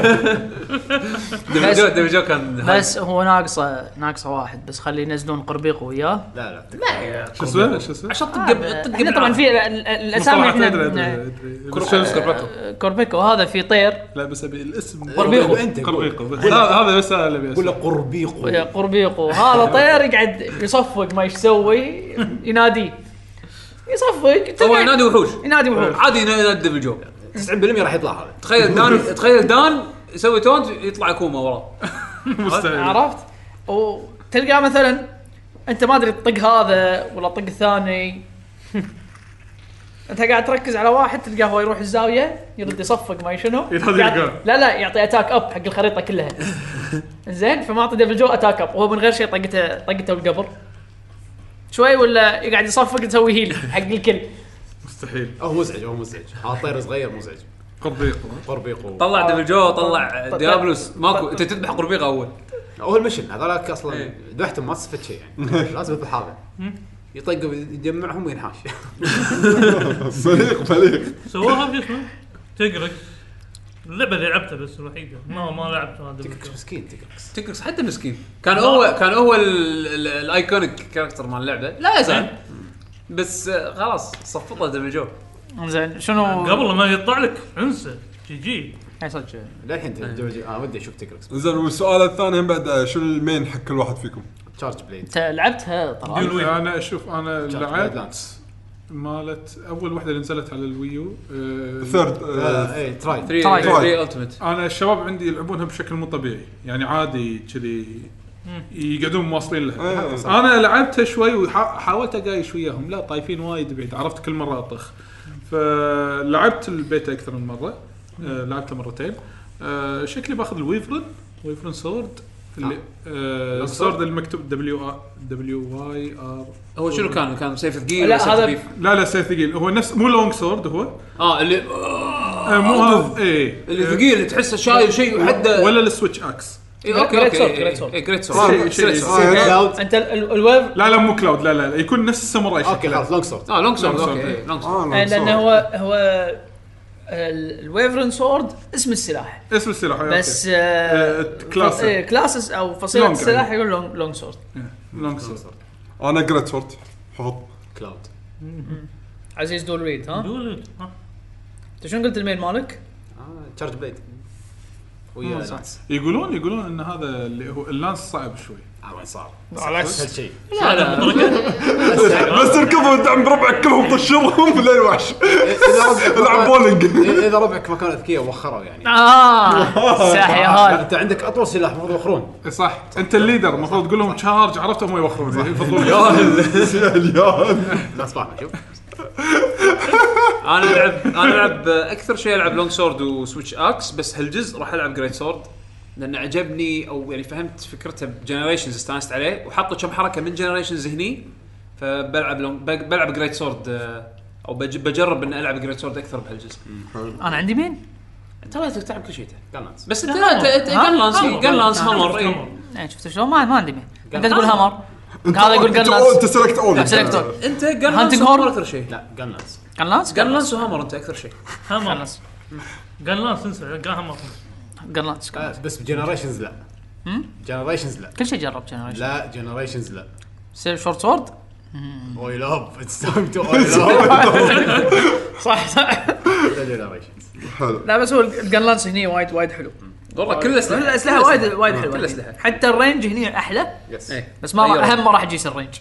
دبل جو دبل جو كان هاي.
بس هو ناقصه ناقصه واحد بس خلي ينزلون قربيق وياه
لا لا
شو اسمه؟ شو اسمه؟
عشان
آه،
طق طق طبعا في ال- ال- الاسامي
مصطلحات
احنا
ادري
بن-
ادري ادري بس شو اسمه؟
كوربيكو هذا في طير
لا بس ابي الاسم
قربيقو.
أنت قول.
قربيقو بس هذا هذا بس هذا اللي ابي
ولا
اسمه
قربيقو
قربيقو هذا طير يقعد يصفق ما ايش يسوي يناديه يصفق
هو ينادي وحوش
ينادي وحوش
عادي ينادي دبل جو
90% راح يطلع هذا
تخيل دان تخيل دان
يسوي تونت يطلع كوما وراه
مستحيل
عرفت؟ وتلقاه مثلا انت ما ادري تطق هذا ولا طق الثاني انت قاعد تركز على واحد تلقاه هو يروح الزاويه يرد يصفق ما شنو
ينادي
يعطي-
الجول.
لا لا يعطي اتاك اب حق الخريطه كلها زين فما اعطي ديفل جو اتاك اب وهو من غير شيء طقته طقته بالقبر شوي ولا يقعد يصفق تسوي هيل حق الكل
مستحيل
هو مزعج هو مزعج هذا طير صغير مزعج
قضيق
قربيق و-
طلع دبل جو طلع
آه، طلع-
ديابلوس ماكو انت تذبح قربيقه اول
هو المشن هذولاك اصلا
إيه.
ذبحتهم ما استفدت شيء يعني لازم يذبح هذا يطقهم يجمعهم وينحاش
فريق فريق
سووها بشو اسمه؟ تقرك اللعبه اللي لعبتها بس الوحيده ما ما لعبت ما ادري
تكركس مسكين تكركس
تكركس حتى مسكين كان هو كان هو ال- ال- الايكونيك كاركتر مال اللعبه لا يزعل بس آه، خلاص صفطه دبل جو
زين شنو
قبل ما يطلع لك انسى جي جي
هاي صدق
للحين تدرج- آه ودي اشوف تكركس
زين والسؤال الثاني هم بعد آه، شنو المين حق كل واحد فيكم؟
تشارج بليد
انت لعبتها طبعا
ديول وين.
إيه.
انا اشوف انا
تشارج بليد
لعبت
لانس
مالت اول واحده اللي نزلت على الويو آه،
ثيرد
آه، اي تراي
3
Try.
طيب.
3 التمت
انا الشباب عندي يلعبونها بشكل مو طبيعي يعني عادي كذي يقعدون مواصلين لها
آه،
انا لعبتها شوي وحاولت اقايش وياهم لا طايفين وايد بعيد عرفت كل مره اطخ فلعبت البيت اكثر من مره آه، لعبته مرتين آه، شكلي باخذ الويفرن ويفرن سورد اللي آه السورد المكتوب دبليو دبليو واي ار
هو شنو كان؟ كان سيف ثقيل
لا،
ولا سيف
هذا-
خفيف؟
لا لا سيف ثقيل هو نفس مو لونج سورد هو
اه اللي
آه مو هذا اي
اللي ثقيل اللي تحسه شايل شيء وحده
آه. ولا السويتش اكس
إيه، اوكي
Great
اوكي
sword, great sword.
إيه، great sword.
شيء-
Great
شيء-
sword.
آه، لا.
انت ال- ال- الويف
لا لا مو كلاود لا لا لا، يكون نفس الساموراي
اوكي
شكله
خلاص لونج سورد
اه لونج سورد
Long sword.
اوكي إيه، لونج سورد
آه، لا،
لانه
سوري.
هو هو آه، ال- الويفرن سورد اسم السلاح
اسم السلاح أوكي.
بس آه،
آه، كلاسة.
إيه، كلاسس او فصيله
لونج
السلاح
يعني.
يقول لونج لونج سورد
لونج سورد
انا جريت سورد حط
كلاود
عزيز دول ريد ها
دول ها.
انت شنو قلت المين مالك؟
تشارج بليد آه، ويا
صح.
لانس
يقولون يقولون ان هذا اللي هو اللانس صعب شوي
آه، وين صار؟
العكس.
كل شيء
لا لا
بس اركضوا ودعم ربعك كلهم طشرهم لين وحش
إذا ربعك
العب
مكان-
بولينج
إيه، اذا ربعك ما كان اذكياء وخروا يعني
اه صح يا هاد
انت عندك اطول سلاح المفروض يوخرون
إي إيه، صح انت الليدر المفروض تقول لهم تشارج عرفت هم يوخرون يفضلون
الناس فاهمه شوف
انا العب انا العب اكثر شيء العب لونج سورد وسويتش اكس بس هالجزء راح العب جريت سورد لان عجبني او يعني فهمت فكرته بجنريشنز استانست عليه وحطوا كم حركه من جنريشنز هني فبلعب لونج بلعب جريت سورد او بج- بجرب اني العب جريت سورد اكثر بهالجزء
انا عندي مين؟
انت لا تلعب كل شيء أنت.
لانس
بس انت لا، انت أنت
ها؟
قلانس
همر.
قلانس
همر.
همر إي.
تمام.
إيه، شفت شلون ما ما عندي مين انت تقول هامر هذا يقول
أنت- أنت- انت
قناص
سلكت اول
سلكتور
انت قلانس
Hunting
وهمر
Horn؟
اكثر شيء
لا قناص
قناص
قلانس وهمر انت اكثر شيء
همر
قناص
قال لا تنسى قال همر
قناص قناص.
آه، بس بجنريشنز لا جنريشنز لا
كل شيء جرب جنريشن
لا جنريشنز لا
سيف شورت سورد
اويل اب اتس تايم تو اويل اب
صح صح
جنريشنز
لا بس هو القنلانس هني وايد وايد حلو
والله كل
كل
الاسلحه
الاسلحه وايد وايد حلوه
كل الاسلحه
حتى الرينج هني احلى
يس
إيه.
بس ما
غيروا.
راح اهم ما راح اجيس الرينج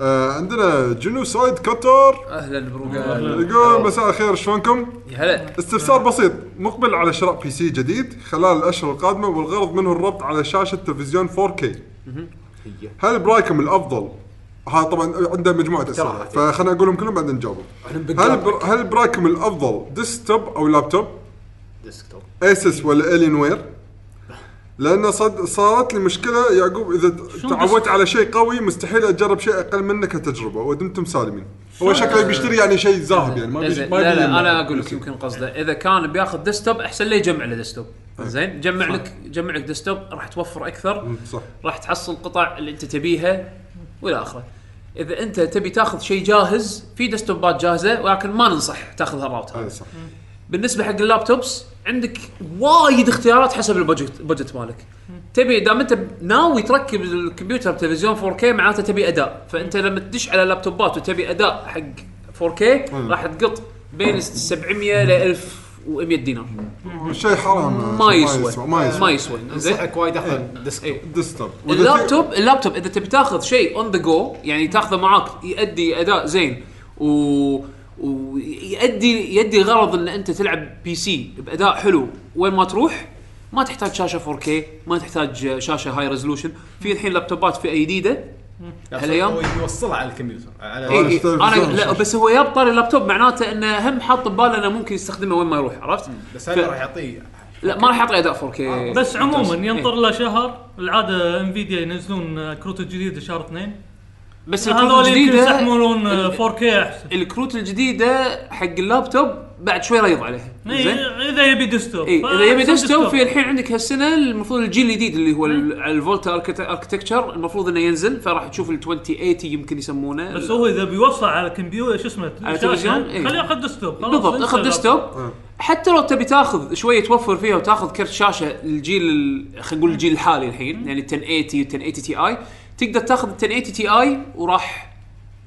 آه، عندنا جنو سايد كتر
اهلا بروقا
يقول مساء الخير شلونكم؟
يا هلا
استفسار بسيط مقبل على شراء بي سي جديد خلال الاشهر القادمه والغرض منه الربط على شاشه تلفزيون 4K هل برايكم الافضل ها طبعا عنده مجموعه اسئله
اقتراحات.
فخلنا اقولهم كلهم بعدين نجاوبهم هل بر... هل برايكم الافضل ديسكتوب او لابتوب
ديسكتوب
اسس ولا الين وير لان صد... صارت لي مشكله يعقوب اذا تعودت على شيء قوي مستحيل اجرب شيء اقل منه كتجربه ودمتم سالمين هو شكله بيشتري يعني شيء زاهب يعني ما بيش...
زين.
ما
لا
بيلم.
لا انا اقول لك يمكن قصده اذا كان بياخذ ديسktop احسن له يجمع له ديسktop زين جمع لك جمع لك ديسktop راح توفر اكثر
صح
راح تحصل قطع اللي انت تبيها والى اخره اذا انت تبي تاخذ شيء جاهز في ديسكتوبات جاهزه ولكن ما ننصح تاخذها الراوت
هذا
هذا
صح
بالنسبه حق اللابتوبس عندك وايد اختيارات حسب البادجت البادجت مالك تبي دام انت ناوي تركب الكمبيوتر بتلفزيون 4K معناته تبي اداء فانت لما تدش على لابتوبات وتبي اداء حق 4K راح تقط بين 700 ل 1100 دينار
شيء حرام
ما يسوى
ما يسوى
ما يسوى زين
انصحك وايد اخذ ديسكتوب
ديسكتوب
اللابتوب اللابتوب اذا تبي تاخذ شيء اون ذا جو يعني تاخذه معاك يؤدي اداء زين و و يؤدي يؤدي غرض ان انت تلعب بي سي باداء حلو وين ما تروح ما تحتاج شاشه 4K ما تحتاج شاشه هاي ريزولوشن في الحين لابتوبات فئه جديده هالايام
هو يوصلها على الكمبيوتر على
إي إي.
يستلزم
انا
شاشة.
إيه، لا بس هو ياب طاري اللابتوب معناته انه هم حاط بباله انه ممكن يستخدمه وين ما يروح عرفت؟
بس هذا راح يعطيه آه.
لا ما راح يعطي اداء 4K
بس عموما
إيه.
ينطر له شهر العاده انفيديا ينزلون كروت جديده شهر اثنين
بس الكروت
هذول يمكن
الجديده
يستحملون
ال-
4K احسن
الكروت الجديده حق اللابتوب بعد شوي رايض عليها
إي،
زين
اذا إيه، يبي ديسكتوب
اي اذا يبي
فأحسن
ديسكتوب في الحين عندك هالسنه المفروض الجيل الجديد اللي
إيه.
هو ال- على الفولتا اركتكتشر المفروض انه ينزل فراح تشوف ال 2080 يمكن يسمونه
بس هو اذا بيوصل على كمبيوتر شو اسمه
على
شاشة،
تلفزيون؟ إي.
خليه ياخذ ديسكتوب خلاص،
بالضبط
انسى
اخذ
اللاب.
ديسكتوب حتى لو تبي تاخذ شويه توفر فيها وتاخذ كرت شاشه الجيل ال- خلينا نقول الجيل الحالي الحين يعني 1080 و 1080 تي اي تقدر تاخذ 1080 تي اي وراح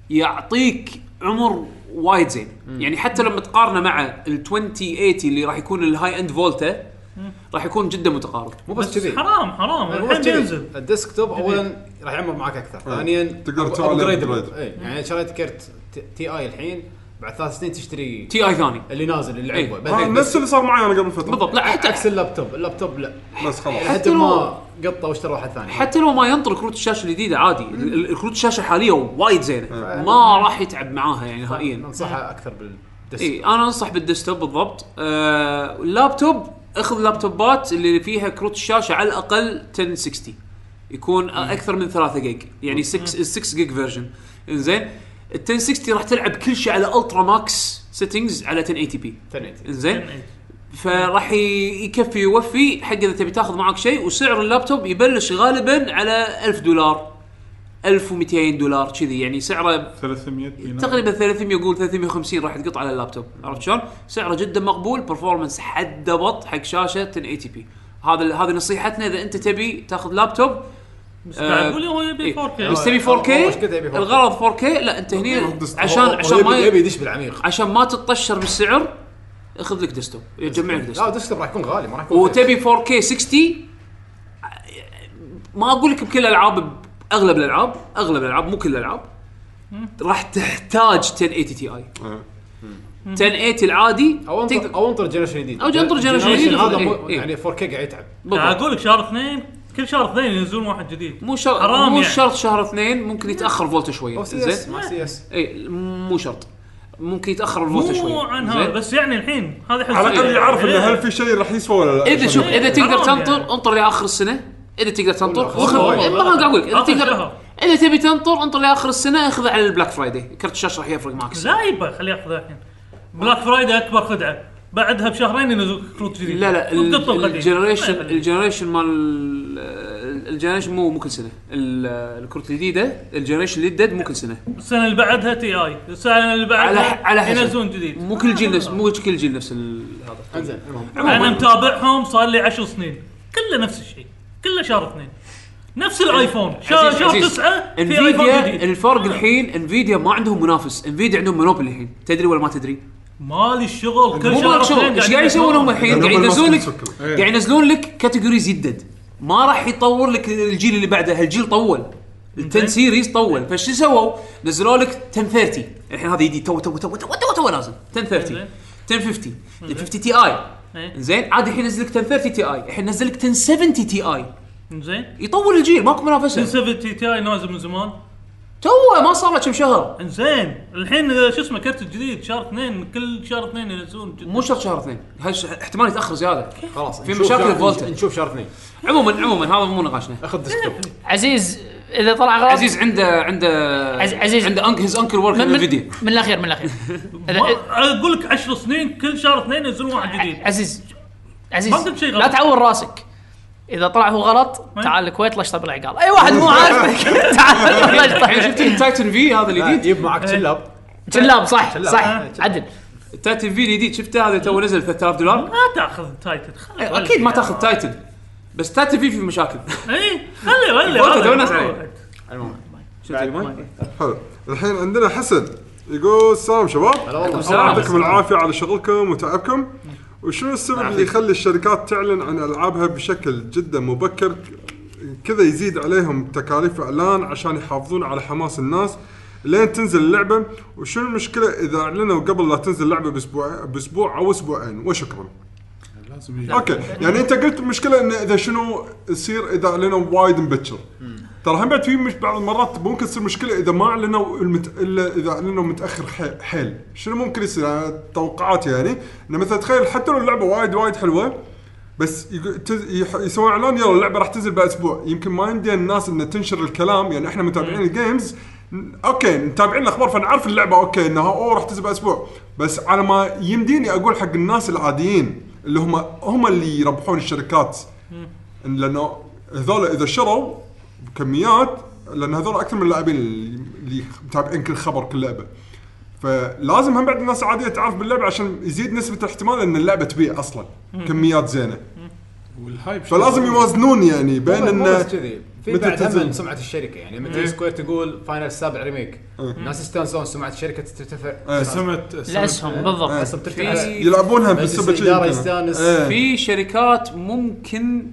يعطيك عمر وايد زين يعني حتى لما تقارنه مع ال 2080 اللي راح يكون الهاي اند فولتا راح يكون جدا متقارب
مو بس
بس
كذي
حرام
إيه،
حرام
مو بس
الحين
كذي.
ينزل
الديسكتوب اولا راح يعمر معك اكثر ثانيا
تقدر
أب-
تعلم
upgradeable.
upgrade.
إي، يعني شريت كرت تي- تي اي الحين بعد ثلاث سنين تشتري
تي اي ثاني
اللي نازل اللي
إي.
لعبه
آه،
بعدين
نفس اللي صار معي انا قبل فتره
بالضبط لا حتى
عكس اللابتوب اللابتوب لا
بس خلاص
لحد
لو-
ما قطه واشترى واحد ثاني
حتى لو ما ينطر كروت الشاشه الجديده عادي ال- ال- الكروت الشاشه الحاليه وايد زينه ما راح يتعب معاها يعني
إيه.
نهائيا
ننصحها اكثر بالديسكتوب
اي انا انصح بالديسكتوب بالضبط آه اللابتوب اخذ لابتوبات اللي فيها كروت الشاشه على الاقل 1060 يكون اكثر من 3 جيج يعني 6 6 جيج فيرجن انزين ال 1060 راح تلعب كل شيء على الترا ماكس سيتنجز على 1080 بي
1080
انزين فراح ي- يكفي يوفي حق اذا تبي تاخذ معك شيء وسعر اللابتوب يبلش غالبا على 1000 دولار 1200 دولار كذي يعني سعره
300 دينار
تقريبا 300 قول 350 راح تقط على اللابتوب عرفت شلون؟ سعره جدا مقبول برفورمانس حد بط حق شاشه 1080 بي هذا هذه نصيحتنا اذا انت تبي تاخذ لابتوب
بس
آه،
قاعد يقول هو
إي.
يبي 4K
بس تبي
هو
4K
إيش كذا يبي 4K؟
الغرض 4K لا انت هنا عشان
هو
عشان
يبي-
ما
يبي
ي-
يدش بالعميق
عشان ما تتطشر بالسعر اخذ لك ديسكتوب يجمع لك
لا
ديسكتوب
الديسكتوب راح يكون غالي ما راح يكون
وتبي 4K 60 ما اقول لك بكل الالعاب اغلب الالعاب اغلب الالعاب مو كل الالعاب راح تحتاج 1080 تي اي 1080 Hmm. العادي
او
تقدر-
انطر او انطر جنريشن جديد
أو جنريشن جديد.
هذا
إيه،
مو-
إيه.
يعني 4K قاعد يتعب
قاعد
بالضبط
اقول لك شهر اثنين كل شهر اثنين ينزلون واحد جديد
مو شرط
حرام
مو
يعني.
شرط شهر اثنين ممكن يتاخر فولت شويه
او سي اس
زين
مع سي اس
اي مو شرط ممكن يتاخر الفولت شوي
مو عن هذا
زين؟
بس يعني الحين هذا حس-
على الاقل يعرف انه
إيه.
هل في شيء راح يسوى ولا لا
اذا
عشان
شوف
يعرف.
اذا تقدر
حرام يعني.
تنطر انطر لاخر السنه اذا تقدر تنطر
والله،
واخذ
والله.
ما أنا قاعد اقول لك اذا
آخر
تقدر
شهر.
اذا تبي تنطر انطر لاخر السنه اخذه على البلاك فرايداي كرت الشاشه راح يفرق معك
لا يبا خليه ياخذها الحين بلاك فرايداي اكبر خدعه بعدها بشهرين ينزل كروت جديد
لا لا ال-
وبقطة القديمة.
الجنريشن
ما يخليه.
الجنريشن مال ال- الجنريشن مو مو كل سنه ال- الكروت الجديده الجنريشن اللي دد مو كل سنه
السنه اللي بعدها تي اي السنه اللي بعدها
على ح- على حسب.
ينزلون جديد
مو كل جيل نفس مو كل جيل نفس ال- هذا
انزين المهم
انا متابعهم صار لي 10 سنين كله نفس الشيء كله شهر اثنين نفس الايفون شهر
عزيز-
شهر
عزيز.
تسعه في ايفون
انفيديا
جديد
الفرق الحين انفيديا ما عندهم منافس انفيديا عندهم مونوبولي الحين تدري ولا ما تدري
مالي الشغل كل
مو
شهر
مالك شغل
اثنين
ايش قاعد يسوون هم الحين
لأنهم
قاعد ينزلون
الماسك
لك
مسكر.
إيه.
قاعد ينزلون لك كاتيجوريز جدد ما راح يطور لك الجيل اللي بعده هالجيل طول ال 10 سيريز طول فشو سووا؟ نزلوا لك 1030 الحين هذا جديد تو تو تو تو تو تو نازل 1030
إنزين.
1050 1050 تي اي
إيه.
زين عادي الحين نزل لك 1030 تي اي الحين نزل لك 1070 تي اي
زين
يطول الجيل ماكو منافسه
1070 تي اي نازل من زمان
توه ما صار له كم شهر
انزين الحين آه، شو اسمه كرت الجديد شهر اثنين كل شهر اثنين ينزلون جديد
مو شرط شهر اثنين هالش- احتمال يتاخر زياده
خلاص
في
نشوف
مشاكل
شهر-
الفولت.
نشوف شهر اثنين
عموما عموما هذا مو نقاشنا
اخذ ديسكتوب
عزيز اذا طلع غلط
عزيز عنده عنده
عز- عزيز-
عنده انك هيز انكل ورك
من,
على
من,
الفيديو
من الاخير من الاخير إذا-
ما- اقول لك 10 سنين كل شهر اثنين ينزلون واحد جديد
عزيز عزيز
ما قلت شيء
لا
غلط.
تعور راسك اذا طلع هو غلط
وين؟
تعال الكويت لش طبل العقال اي واحد مو عارفك تعال لش
الحين شفت
طبل
التايتن يعني في هذا
آه،
الجديد
جيب معك شلاب
كلاب صح
كلاب.
صح
آه،
عدل
التايتن في الجديد شفته هذا تو نزل 3000 دولار
ما تاخذ تايتن خلي
اكيد إيه، ما تاخذ تايتن بس تايتن في في مشاكل
اي إيه، خلي ولي
الفولت
هذا.
تونس عليه.
حلو الحين عندنا حسن يقول السلام شباب
والله
السلام.
يعطيكم العافيه على شغلكم وتعبكم وشنو السبب اللي يخلي الشركات تعلن عن العابها بشكل جدا مبكر كذا يزيد عليهم تكاليف اعلان عشان يحافظون على حماس الناس لين تنزل اللعبه وشنو المشكله اذا اعلنوا قبل لا تنزل اللعبه باسبوع باسبوع او اسبوعين وشكرا
لازم
اوكي يعني انت قلت المشكله انه اذا شنو يصير اذا اعلنوا وايد مبكر ترى هم بعد في مش بعض المرات ممكن تصير مشكله اذا ما اعلنوا المت... الا اذا اعلنوا متاخر ح- حيل شنو ممكن يصير يعني توقعات يعني انه مثلا تخيل حتى لو اللعبه وايد وايد حلوه بس يق- تز- يح- يسوون اعلان يلا اللعبه راح تنزل بعد اسبوع يمكن ما يمدي الناس انها تنشر الكلام يعني احنا متابعين الجيمز ن- اوكي متابعين الاخبار فنعرف اللعبه اوكي انها اوه راح تنزل بعد اسبوع بس على ما يمديني اقول حق الناس العاديين اللي هم هم اللي يربحون الشركات لانه هذول اذا شروا بكميات لان هذول اكثر من اللاعبين اللي اللي متابعين كل خبر كل لعبه فلازم هم بعد الناس العاديه تعرف باللعبه عشان يزيد نسبه الاحتمال ان اللعبه تبيع اصلا كميات زينه
والهايب شو-
فلازم يوازنون يعني بين
مو بس
انه
كذي في
متى
بعد هم
تنزل؟ إيه.
سمعه الشركه يعني لما تجي سكوير تقول فاينل السابع ريميك الناس يستانسون سمعه الشركه
إيه،
ترتفع
سمت سمت
الاسهم
آه.
بالضبط
اصلا ترتفع
يلعبونها
مجلس
بالسبب
الاداره
كذي.
يستانس
إيه.
في شركات ممكن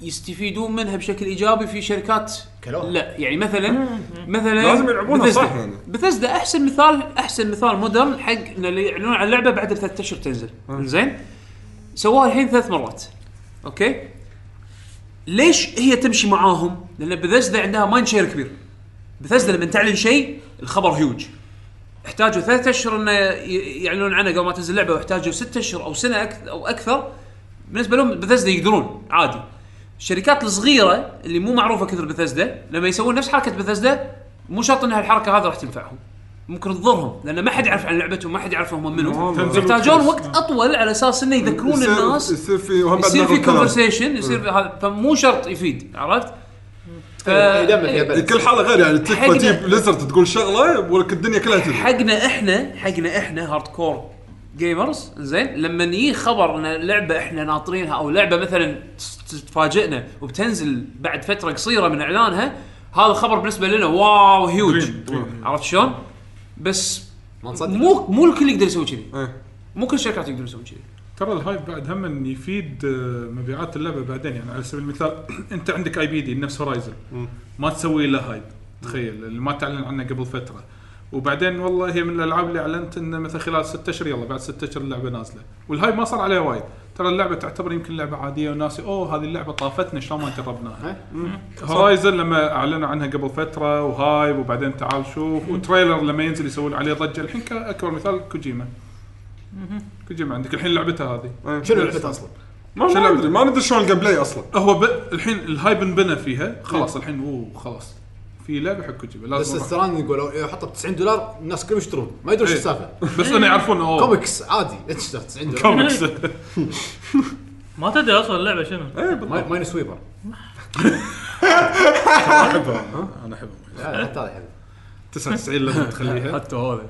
يستفيدون منها بشكل ايجابي في شركات
كلوها.
لا يعني مثلا مثلا
لازم يلعبونها
Bethesda.
صح يعني.
Bethesda احسن مثال احسن مثال مودرن حق ان اللي يعلنون عن اللعبه بعد ثلاث اشهر تنزل
آه.
زين سووها الحين ثلاث مرات اوكي ليش هي تمشي معاهم؟ لان بثزدا عندها ماين شير كبير بثزدا لما تعلن شيء الخبر هيوج احتاجوا ثلاثة اشهر انه ي- يعلنون عنه قبل ما تنزل اللعبه واحتاجوا ستة اشهر او سنه أك- او اكثر بالنسبه لهم بثزدا يقدرون عادي الشركات الصغيره اللي مو معروفه كثر بثزدا لما يسوون نفس حركه بثزدا مو شرط انها الحركه هذه راح تنفعهم ممكن تضرهم لان ما حد يعرف عن لعبتهم ما حد يعرف هم منو
تنزل
يحتاجون
وتخلص.
وقت اطول على اساس انه يذكرون
يصير-
الناس
يصير في وهم بعد
يصير في
ناخذ كلام.
كونفرسيشن يصير في هذا فمو شرط يفيد عرفت؟ ف-
يدمر فيها
إيه،
بلد.
كل حاله غير يعني تكفى
حقنا-
تجيب ليزرد تقول شغله ولك الدنيا كلها تدري
حقنا احنا حقنا احنا هارد كور جيمرز زين لما يجي خبر ان لعبه احنا ناطرينها او لعبه مثلا تس- تفاجئنا وبتنزل بعد فتره قصيره من اعلانها هذا الخبر بالنسبه لنا واو هيوج
دريم- دريم.
عرفت شلون؟ بس
ما نصدق
مو مو الكل يقدر يسوي كذي
إيه.
مو كل الشركات يقدرون يسوون كذي
ترى الهايب بعد هم إن يفيد آه، مبيعات اللعبه بعدين يعني على سبيل المثال انت عندك اي بي دي نفس هورايزن ما تسوي له هايب تخيل اللي ما تعلن عنه قبل فتره وبعدين والله هي من الالعاب اللي اعلنت انه مثلا خلال ستة اشهر يلا بعد ستة اشهر اللعبه نازله والهايب ما صار عليها وايد ترى اللعبه تعتبر يمكن لعبه عاديه وناس اوه هذه اللعبه طافتنا شلون ما جربناها هورايزن لما اعلنوا عنها قبل فتره وهايب وبعدين تعال شوف وتريلر لما ينزل يسوون عليه ضجه الحين كاكبر مثال كوجيما كوجيما عندك الحين لعبته هذه
إيه.
شنو لعبته اصلا؟
ما ما ادري ما ندري شلون الجيم بلاي اصلا
هو ب... الحين الهايب انبنى
إيه.
فيها خلاص الحين اوه خلاص في لعبه حق كوجيما
بس
لازم أروح.
استران يقولوا إيه، حطه ب 90 دولار الناس كلهم يشترون ما يدرون شو
إيه.
السالفه
بس انه يعرفون اوه
كوميكس عادي تشتري 90 دولار
كوميكس
ما تدري اصلا اللعبه شنو
ماي- ماين سويبر
احبها انا احبها
لا، حتى هذا يحب.
99 لازم تخليها
حتى هذا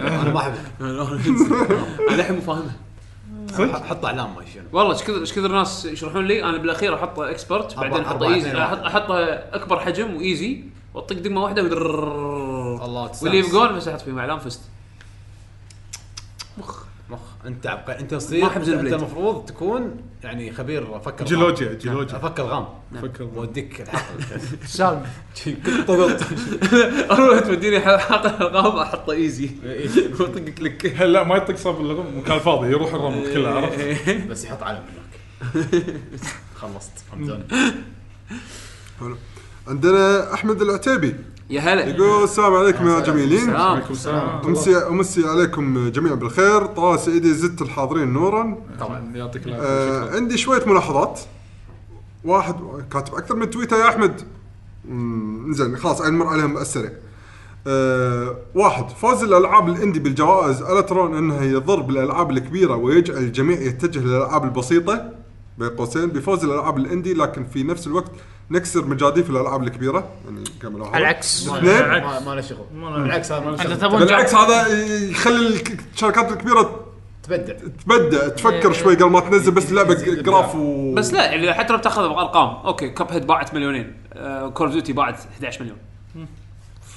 انا ما احبه
انا الحين مو فاهمها
حط اعلام ما شنو
والله ايش كثر ايش كثر ناس يشرحون لي انا بالاخير احطه اكسبرت
أربعة-
بعدين احطه
أربعة
ايزي
اثنين واحد.
أحط- احطه اكبر حجم وايزي واطق دقمه واحده ودرررررررررررررررررررررررررررررررررررر.
الله تسلم.
واللي يبقون مسحت فيه مع الان فزت
مخ انت عبقري انت
ما
تصير
أحب
انت
زين بليد.
المفروض تكون يعني خبير فكر
جيولوجيا جيولوجيا
فكر غام
نعم.
فكر
واديك الحلقه
سالم
كل طبط
اروح توديني حاط الغاب احطه ايزي واطق كليك
هلا ما يطق صاب اللغم مكان فاضي يروح الرمل
إيه.
كله عرفت
بس يحط علم هناك خلصت حمزان
عندنا احمد العتيبي
يا هلا
يقول السلام عليكم يا جميلين
سلام.
عليكم السلام
امسي امسي عليكم جميعا بالخير طه سعيدي زدت الحاضرين نورا
طبعا يعطيك العافيه
آه
شكراً.
عندي شويه ملاحظات واحد كاتب اكثر من تويتر يا احمد مم، زين خلاص أنا نمر عليهم السريع آه واحد فوز الالعاب الاندي بالجوائز الا ترون انها يضر بالالعاب الكبيره ويجعل الجميع يتجه للالعاب البسيطه بين قوسين بفوز الالعاب الاندي لكن في نفس الوقت نكسر مجاديف الالعاب الكبيره يعني كمل
على العكس
اثنين
ما ما له شغل بالعكس هذا ما له
انت
شغل
تبون جاب-
بالعكس هذا يخلي الك- الشركات الكبيره
تبدع
تبدا تفكر شوي قبل ما تنزل بس لعبه جراف و
بس لا يعني حتى لو بتاخذها بارقام اوكي كاب هيد باعت مليونين كور اوف ديوتي باعت 11 مليون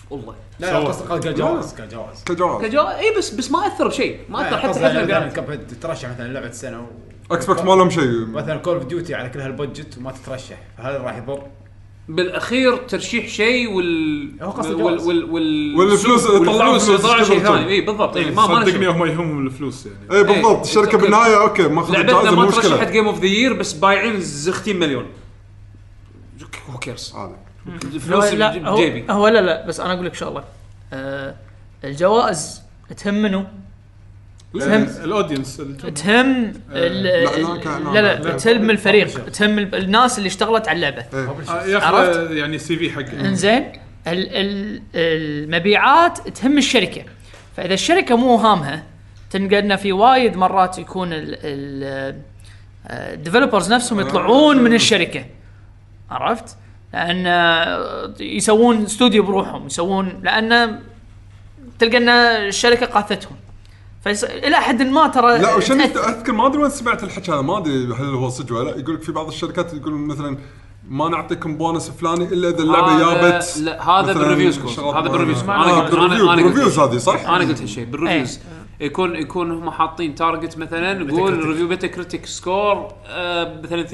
والله
لا لا قصدي قال جواز قال جواز
كجوائز
كجوا اي بس بس ما اثر بشيء ما اثر حتى
مثلا
حتى
كب هيد ترشح مثلا لعبه السنه
اكس بوكس ما لهم شيء
مثلا كول اوف ديوتي على كل هالبودجت وما تترشح فهذا راح يضر
بالاخير ترشيح شيء وال
هو قصد
وال
جواز.
وال وال
والفلوس اللي طلعوا
والفلوس اللي طلعوا شيء
قبل
ثاني اي بالضبط يعني ما ما
صدقني
نشوف. إيه.
هم يهمهم الفلوس يعني
اي إيه، بالضبط الشركه
أوكي.
بالنهايه اوكي ما اخذت
إيه، لعبتنا
جائزه
ما
مو
ترشحت
مشكله
جيم اوف ذا يير بس بايعين زختين مليون هو كيرس
هذا.
فلوس
لا هو,
بجيبي
هو لا لا بس انا اقول لك شغله آه الجوائز تهم منو؟
لا،
فهمت.
الاودينس الجمهور.
تهم ال-
إيه. لا، لا،
ال- لا لا
لا. إيه.
تهم الفريق تهم ال- الناس اللي اشتغلت على اللعبه
آه، ياخذ
عرفت؟
يعني سي في حقه
انزين ال- ال- المبيعات تهم الشركه فاذا الشركه مو هامها تنقلنا في وايد مرات يكون الديفلوبرز نفسهم يطلعون من الشركه عرفت؟ لان آه، يسوون استوديو بروحهم يسوون لان تلقى ان الشركه قاثتهم فيس... الى حد ما ترى
لا وشن
تأثر.
اذكر ما ادري وين سمعت الحكي هذا ما ادري هل هو صدق ولا لا يقول لك في بعض الشركات يقولون مثلا ما نعطيكم بونس فلاني الا اذا اللعبه
هذا-
جابت
لا، هذا
مثلاً
بالريفيو سكور.
شغلات
هذا بالريفيو سكور.
معينة.
أنا
آه،
قلت- أنا-
بالريفيو-
أنا قلت-
بالريفيوز هذه صح؟
انا قلت هالشيء
إيه.
بالريفيوز يكون يكون هم حاطين تارجت مثلا قول ريفيو بيتا كريتيك سكور آه، مثلا 80%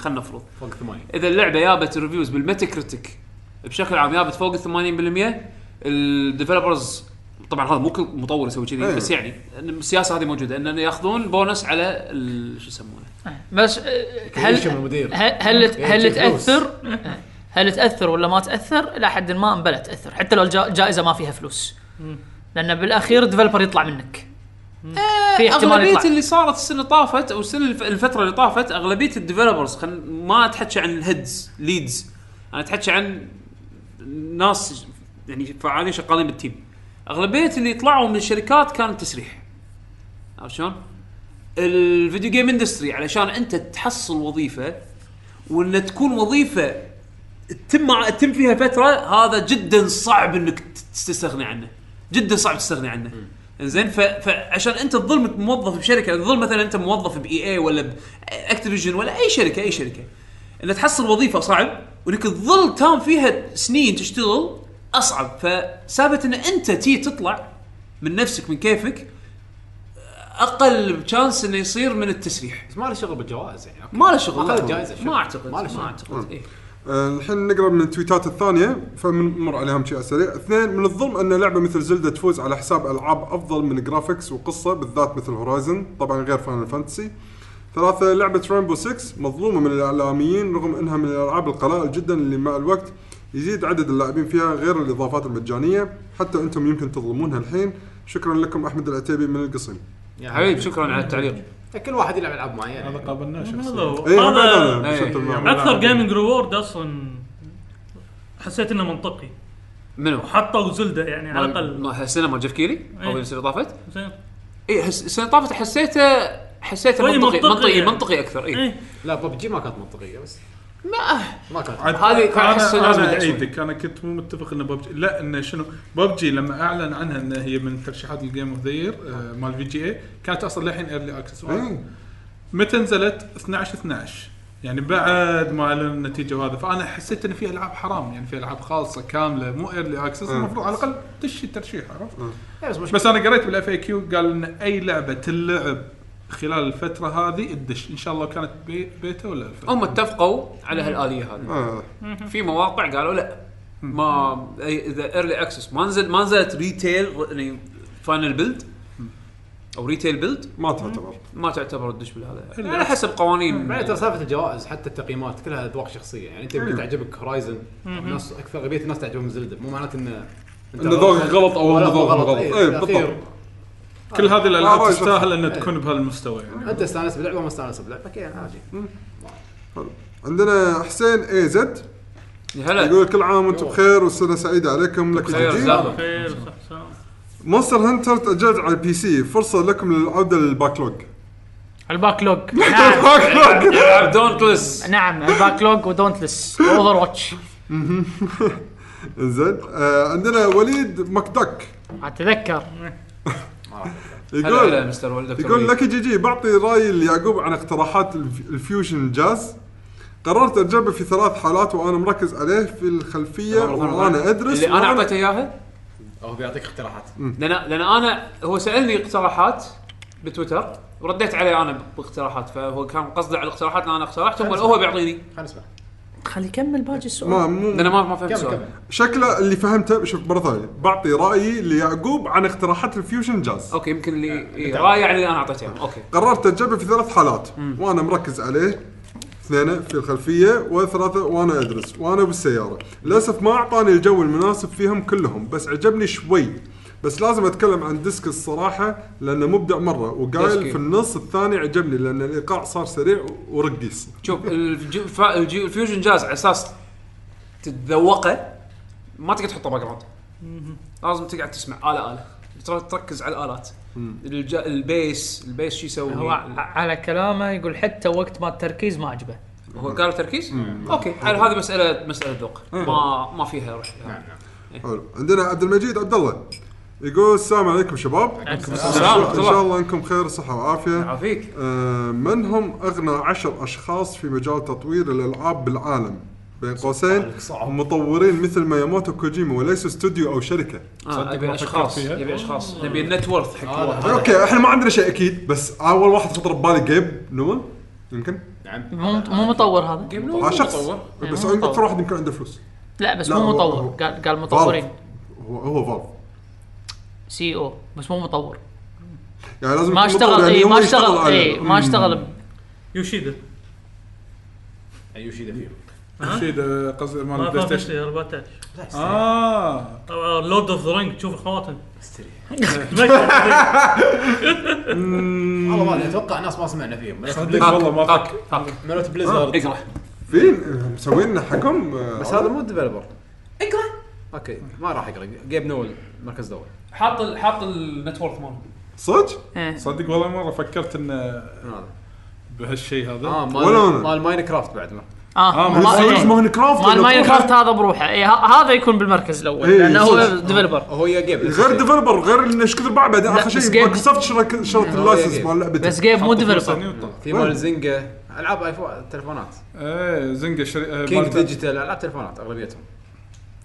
خلينا نفرض
فوق ثمانية
اذا اللعبه جابت ريفيوز بالميتا كريتيك بشكل عام جابت فوق ال 80% الديفلوبرز طبعا هذا مو كل مطور يسوي كذي
إيه.
بس يعني إن السياسه هذه موجوده ان ياخذون بونس على ال- شو يسمونه
بس آه، هل
يشم المدير.
هل
إيه،
هل, هل
يجي فلوس.
تاثر هل تاثر ولا ما تاثر الى حد ما بلا تاثر حتى لو الجا- الجائزه ما فيها فلوس لان بالاخير الديفلوبر يطلع منك آه، في احتمال
اغلبيه
يطلع
اللي صارت السنه اللي طافت او السنه الف- الفتره اللي طافت اغلبيه الديفلوبرز خل... ما اتحكى عن الهيدز ليدز انا اتحكى عن ناس يعني فعالين شغالين بالتيم اغلبيه اللي طلعوا من الشركات كان تسريح عرفت شلون؟ الفيديو جيم اندستري علشان انت تحصل وظيفه وان تكون وظيفه تتم مع- تتم فيها فتره هذا جدا صعب انك تت- تستغني عنه جدا صعب تستغني عنه زين ف... فعشان انت تظل مت- موظف بشركه تظل مثلا انت موظف باي اي ولا باكتيفيجن ولا اي شركه اي شركه ان تحصل وظيفه صعب وانك تظل تام فيها سنين تشتغل اصعب فسالفه ان انت تي تطلع من نفسك من كيفك اقل تشانس انه يصير من التسريح
بس ما له شغل بالجوائز يعني أوكي.
ما له شغل
ما
لا.
أخذ جايزة، شو؟
ما اعتقد
ما له شغل.
ما اعتقد إيه.
آه، الحين نقرا من التويتات الثانيه فنمر عليهم شيء على السريع اثنين من الظلم ان لعبه مثل زلدة تفوز على حساب العاب افضل من جرافيكس وقصه بالذات مثل هورايزن طبعا غير فاينل فانتسي ثلاثة لعبة رينبو 6 مظلومة من الإعلاميين رغم أنها من الألعاب القلائل جدا اللي مع الوقت يزيد عدد اللاعبين فيها غير الإضافات المجانية حتى أنتم يمكن تظلمونها الحين شكرا لكم أحمد العتيبي من القصيم
يعني
حبيبي شكرا على التعليق
كل واحد يلعب العاب معينه
هذا قابلناه
هذا
شخصيا
هو.
إيه
هذا
أنا يعني؟ شفت المعلومة.
اكثر جيمنج ريورد اصلا حسيت انه منطقي
منو؟
حطوا زلده يعني على الاقل
ما السنه مال جيف كيلي او
إيه.
السنه اللي طافت
زين
اي حس... السنه اللي طافت حسيته حسيته
شوي
منطقي
منطقي
منطقي
يعني.
منطقي إيه. اكثر اي
ايه
لا ببجي ما كانت منطقيه بس ما ما كانت
عاد
هذه كان أحس
انا
لازم
أنا
يدعسون.
اعيدك انا كنت مو متفق ان ببجي لا انه شنو ببجي لما اعلن عنها ان هي من ترشيحات الجيم اوف ذا يير آه، مال في جي اي كانت اصلا للحين ايرلي اكسس
إيه.
متى نزلت 12 12 يعني بعد ما اعلن النتيجه وهذا فانا حسيت ان في العاب حرام يعني في العاب خالصه كامله مو ايرلي اكسس المفروض على الاقل تشي ترشيح عرفت؟
إيه، بس مشكله
بس انا قريت بالاف اي كيو قال ان اي لعبه تلعب خلال الفتره هذه الدش ان شاء الله كانت بي- بيتا ولا الفا
هم اتفقوا على هالاليه هذه
آه.
في مواقع قالوا لا ما إيه، أي- اذا ايرلي اكسس ما نزل ما نزلت ريتيل يعني فاينل بيلد او ريتيل بيلد
ما تعتبر
ما تعتبر الدش بالهذا على حسب قوانين يعني
بعدين ترى سالفه الجوائز حتى التقييمات كلها اذواق شخصيه يعني انت يمكن تعجبك هورايزن الناس اكثر اغلبيه الناس تعجبهم زلده مو معناته انه انت
إن ذوقك غلط أو
ولا
إن ذوقهم غلط.
إيه،
إيه،
بالأخير
بالضبط.
كل هذه
آه،
الالعاب
آه،
تستاهل انها تكون بهالمستوى يعني
انت استانست بلعبه ما استانست بلعبه يعني عادي
عندنا حسين اي زد
هلا
يقول كل عام وانتم بخير وسنه سعيده عليكم لك
خير
الجديد.
زاد.
خير صح سلام
مونستر هنتر تأجلت على البي سي فرصة لكم للعودة للباكلوج
الباك لوج نعم
باكلوج
يلعب دونتلس
نعم الباك لوج ودونتلس اوفر واتش
زين آه عندنا وليد مكدك
اتذكر
هلا هلا
يقول
مستر ولدك
يقول لك جي جي بعطي رايي ليعقوب عن اقتراحات الف- الفيوجن الجاز قررت اجربه في ثلاث حالات وانا مركز عليه في الخلفيه وانا ادرس
اللي انا
وأنا-
اعطيته اياها
هو بيعطيك اقتراحات
لان لان انا هو سالني اقتراحات بتويتر ورديت عليه انا باقتراحات فهو كان قصده على الاقتراحات اللي انا اقترحتهم ولا هو بيعطيني
خلينا نسمع
خلي يكمل باقي السؤال
ما مو
لان ما ما فهمت السؤال
شكله اللي فهمته شوف مره ثانيه بعطي رايي ليعقوب عن اقتراحات الفيوجن جاز
اوكي يمكن اللي إيه، رايه عن اللي انا اعطيته إياه. اوكي
قررت اجربه في ثلاث حالات وانا مركز عليه اثنين في الخلفيه وثلاثه وانا ادرس وانا بالسياره للاسف ما اعطاني الجو المناسب فيهم كلهم بس عجبني شوي بس لازم اتكلم عن ديسك الصراحه لانه مبدع مره وقايل
ديسكي.
في النص الثاني عجبني لان الايقاع صار سريع ورقيص
شوف الج- ف- الج- الفيوجن جاز على اساس تتذوقه ما تقدر تحطه باك جراوند لازم تقعد تسمع اله اله تر- تركز على الالات الج- البيس البيس شو يسوي
هو ع- على كلامه يقول حتى وقت ما التركيز ما عجبه
هو قال تركيز؟ اوكي على هذه مساله مساله ذوق ما ما فيها روح إيه.
حلو عندنا عبد المجيد عبد الله يقول السلام عليكم شباب
السلام نعم.
ان شاء الله انكم خير صحه وعافيه
عافيك
آه، من هم اغنى عشر اشخاص في مجال تطوير الالعاب بالعالم بين قوسين مطورين مثل ما يموتو كوجيما وليسوا استوديو او شركه
آه، ابي اشخاص ابي اشخاص نبي النت ورث حق واحد.
اوكي احنا ما عندنا شيء اكيد بس اول واحد خطر ببالي جيب نومن يمكن
مو مو مطور هذا
آه، شخص
يعني
بس اكثر واحد يمكن عنده فلوس
لا بس
لا،
مو
هو-
مطور
هو-
قال قال مطورين
هو هو فالف
سي او بس مو مطور
يعني لازم
ما
يكون مطور،
اشتغل
يعني
اي
هو
ما
يشتغل
اشتغل
على-
اي ما اشتغل ب-
يوشيدا
ايوشيدا فيهم
رشيد آه، قصدي مال
ما
البلاي
فاهم
ستيشن
شيء 14
اه
طبعا لورد اوف ذا رينج تشوف الخواتم
والله ما أدري، اتوقع ناس ما سمعنا فيهم
صدق والله ما فكرت
مالوت بليزرد
اقرا
في مسوين حقهم آه،
بس هذا مو ديفلوبر اقرا اوكي ما راح اقرا جيب نول مركز دول
حاط ال- حاط النت ورث ماله
صدق
إيه.
صدق والله مره فكرت انه
هذا.
بهالشيء هذا
آه،
اه
ولا
مال
أنا.
مال ماين كرافت بعد ما
اه
ما-
ما-
صدق
إيه.
ماين كرافت
مال
اللي
ماين
طلع.
كرافت هذا بروحه إيه، ه- هذا يكون بالمركز الاول
إيه، آه.
لانه هو
صدق.
ديفلوبر
هو يا جيب
غير ديفلوبر غير انه ايش كثر بعد بعدين اخر
بس
شيء
جيم.
مايكروسوفت شرك- شرط اللايسنس مال لعبته
بس جيم مو ديفلوبر
ديفلوبر
في مال زنقه العاب ايفون تليفونات
ايه زنقه شري... آه،
كينج
مالت-
ديجيتال العاب تليفونات اغلبيتهم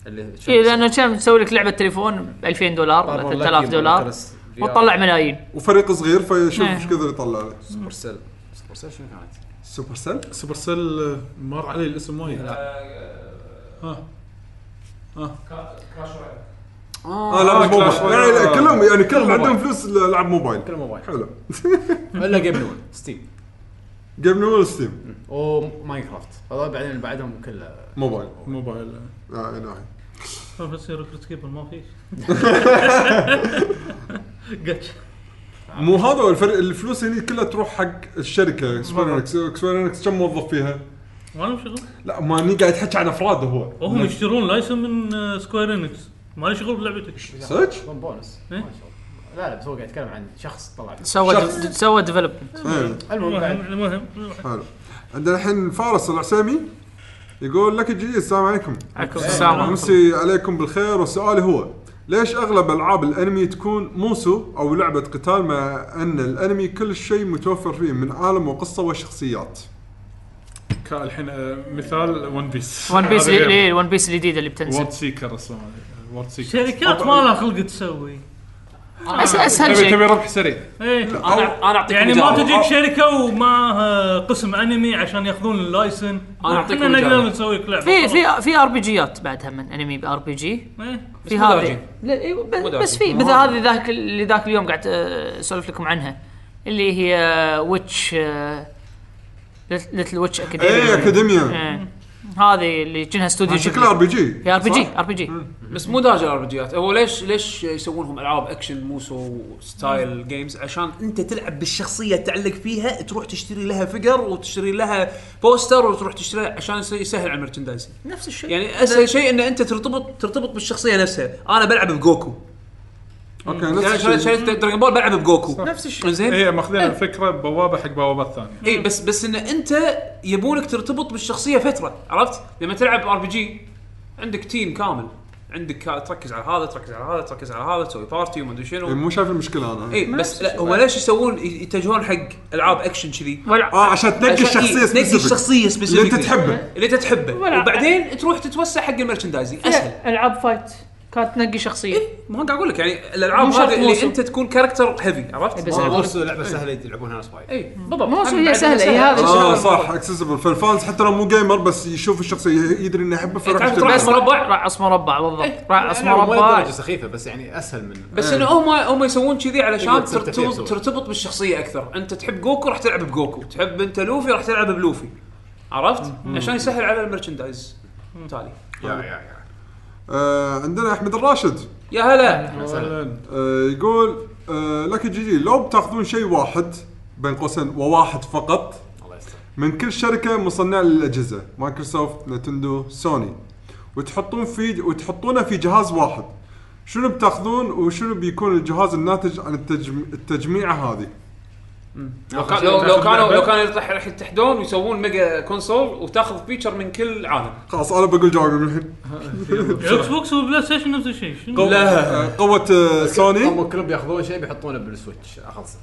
اللي
اي لانه إيه، كان تسوي لك لعبه تليفون ب 2000 دولار
باربر
3000
لاكي،
دولار
ماركرس، VR.
وتطلع ملايين
وفريق صغير فشوف
نعم.
ايش كثر يطلع له
سوبر سيل سوبر سيل شنو كانت؟
سوبر سيل
سوبر سيل آه، مر علي الاسم وايد ها
اه لعبه
كلاش
موبايل
رويال.
يعني كلهم يعني كلهم
موبايل.
عندهم فلوس لعب موبايل
كل موبايل
حلو
الا جيم نول ستيم
جيم نول ستيم
وماين كرافت هذول بعدين اللي بعدهم كله
موبايل
موبايل
آه، نعم.
بصير ريكروت كيبر ما في قش
مو هذا هو الفرق الفلوس هني كلها تروح حق الشركه سكوير انكس سكوير انكس كم موظف فيها؟
ما لهم شغل
لا ما أنا قاعد يحكي عن افراد هو
وهم
نعم.
يشترون لايسن من سكوير انكس ما لهم شغل بلعبتك
صدق؟
شلون بونس ما شاء الله. لا لا بس هو قاعد يتكلم عن شخص طلع فيه.
سوى
شخص.
ديف- سوى ديفلوبمنت
إيه.
المهم
المهم
بعد
المهم
حلو عندنا الحين فارس العسيمي يقول لك الجديد السلام عليكم
عليكم السلام
امسي عليكم بالخير وسؤالي هو ليش اغلب العاب الانمي تكون موسو او لعبه قتال مع ان الانمي كل شيء متوفر فيه من عالم وقصه وشخصيات
كا- الحين آه، مثال ون بيس
ون بيس
إيه،
اي ون بيس الجديده اللي بتنزل
وورد سيكر اسمه وورد سيكر
شركات ما لها خلق تسوي
أس- اسهل
تبي
شيء
تبي ربح سريع
ايه
انا انا اعطيك
يعني ما
مجال.
تجيك شركه وما آه، قسم انمي عشان ياخذون اللايسن
أنا أعطيك
احنا
مجال.
نقدر نسوي لك لعبه
في في في ار بي جيات بعد هم انمي بار بي جي
إيه.
في
مو
هذه
دارجين.
لا إيه، ب-
مو
بس في
دارجين.
مثل هذه ذاك اللي ذاك اليوم قاعد آه، اسولف لكم عنها اللي هي ويتش ليتل ويتش
اي
اكاديمي
اكاديميا
هذه اللي كانها استوديو
شكلها ار
شكلها
بي جي
ار بي جي ار بي جي
بس مو دارج الار بي جيات هو ليش ليش يسوونهم العاب اكشن موسو ستايل جيمز عشان انت تلعب بالشخصيه تعلق فيها تروح تشتري لها فيجر وتشتري لها بوستر وتروح تشتري عشان يس- يسهل على المرشندايزنج
نفس الشيء
يعني اسهل شيء ان انت ترتبط ترتبط بالشخصيه نفسها انا بلعب بجوكو
اوكي
يعني
نفس
شريت-
الشيء
شريت دراجون بول بلعب بجوكو نفس الشيء زين
هي ماخذين الفكره بوابه حق بوابات ثانيه
اي إيه، بس بس ان انت يبونك ترتبط بالشخصيه فتره عرفت؟ لما تلعب ار بي جي عندك تيم كامل عندك ها- تركز على هذا تركز على هذا تركز على هذا تسوي بارتي وما ادري شنو
إيه، مو شايف المشكله انا
اي بس لا هو ليش يسوون ي- يتجهون حق العاب اكشن كذي؟
اه عشان تنقي
عشان إيه،
الشخصيه
تنقي
specific.
الشخصيه
اللي انت
specifically.
تحبه
اللي انت تحبه
ولا-
وبعدين تروح تتوسع حق المرشندايزنج اسهل
اسهل العاب فايت كانت تنقي شخصيه
إيه، ما قاعد اقول لك يعني الالعاب
مو شرط
هذه اللي
موسم. إيه،
انت تكون كاركتر هيفي عرفت؟
بس
بس لعبه سهله يلعبونها ناس وايد
اي بالضبط
مو
هم
هي إيه،
بعد
سهله هي
سهلة. آه،
هذه
اه صح اكسسبل فالفانز حتى لو مو جيمر بس يشوف الشخصيه يدري انه يحبه فيروح
تعرف
يشتري.
تروح
بس
مربع.
رأس مربع بالضبط رأس
مو
مربع
لدرجه سخيفه بس يعني اسهل من
بس انه هم هم يسوون كذي علشان
تقدر ترتبط
آه. ترتبط
بسرعة.
ترتبط بالشخصيه اكثر، انت تحب جوكو راح تلعب بجوكو، تحب انت لوفي راح تلعب بلوفي. عرفت؟ عشان يسهل على المرشندايز. تالي
يا يا يا
آه عندنا احمد الراشد
يا هلا
مثلا
آه، يقول آه، لكن جي جي لو بتاخذون شيء واحد بين قوسين وواحد فقط
الله يستر
من كل شركه مصنعه للاجهزه مايكروسوفت نتندو سوني وتحطون في وتحطونه في جهاز واحد شنو بتاخذون وشنو بيكون الجهاز الناتج عن التجم... التجميعه هذه
لو كان- لو لو كانوا لو كانوا يطح- راح يتحدون ويسوون ميجا كونسول وتاخذ فيتشر من كل عالم.
خلاص انا بقول جواب من الحين
الاكس بوكس والبلاي ستيشن نفس الشيء شنو؟
لا
آه، قوه آه، سوني
هم كلهم بياخذون شيء بيحطونه بالسويتش اخلص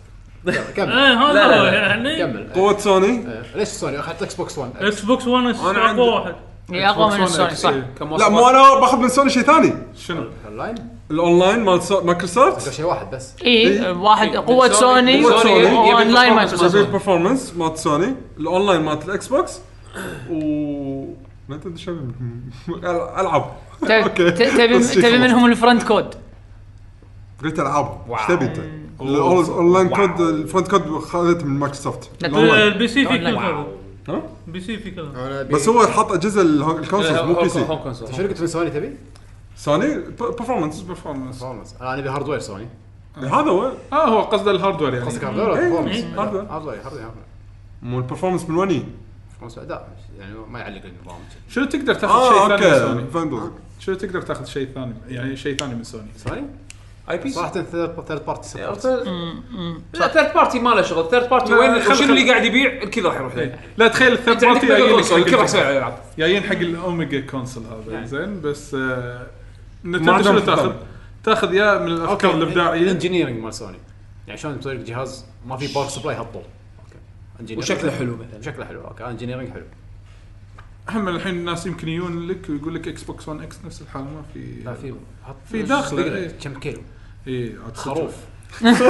ايه
كمل
لا، لا،
هذا هو
لا.
يعني إيه.
كمل
قوه سوني
إيه، ليش سوني اخذت اكس بوكس 1
اكس بوكس 1
أنا عندي-
اقوى واحد
هي اقوى من
Xbox One
السوني
X.
صح
إيه.
لا مو انا باخذ من سوني شيء ثاني
شنو؟
اونلاين
الاونلاين مال سو- مايكروسوفت
شيء واحد بس
اي واحد قوه
Sony-
سوني
قوة Sony.
واونلاين ما
مسوي
تسوي
برفورمانس مالت سوني الاونلاين مالت الاكس بوكس و ما تدري شو أل- العاب أوكي.
تبي
بس
تبي
خلاص.
منهم الفرنت كود
قلت العاب ايش تبي انت؟
Oh.
الأول- الاونلاين كود الفرونت كود خذيته من مايكروسوفت الأونلاين.
البي سي في كل
واو.
هذا
ها؟
بي سي في كل هذا
أنا بي-
بس هو حط اجهزه ال- الكونسولز مو بي سي
هوم كونسول
شنو قلت من سوني تبي؟
سوني برفورمانس برفورمانس
برفورمانس انا ابي هاردوير سوني
إيه، هذا هو
اه هو قصده الهاردوير يعني
قصدك هاردوير ولا برفورمانس؟
إيه،
هاردوير.
هاردوير هاردوير هاردوير
مو البرفورمانس من وني
برفورمانس اداء يعني ما يعلق النظام
شنو تقدر
آه،
تاخذ شيء
اه
ثاني من
اوكي
سوني؟
فهمت قصدك.
شنو تقدر تاخذ شيء ثاني يعني شيء ثاني من سوني؟
سوني
اي بي
صراحه ثيرد بارتي سبورت
لا ثيرد بارتي ما له شغل ثيرد بارتي
لا،
وين
لا، خل-
شنو
خل-
اللي قاعد يبيع الكل راح يروح له
لا تخيل الثيرد
انت عندك
بارتي
ميجا
جايين
كونسول الكل راح يسوي
حق-
عليه العاب
جايين حق الاوميجا كونسول هذا زين بس آه، نتندو
عندهم
شنو
خطاب.
تاخذ؟ تاخذ يا من الافكار الابداعيه
انجينيرنج مال سوني يعني شلون تسوي لك جهاز ما في باور سبلاي هالطول اوكي engineering.
وشكله حلو مثلا
شكله حلو اوكي انجينيرنج حلو
هم الحين الناس يمكن يجون لك ويقول لك اكس بوكس 1 اكس نفس الحاله ما في
لا في
في داخله إيه.
كم كيلو
اي عاد صدق.
خروف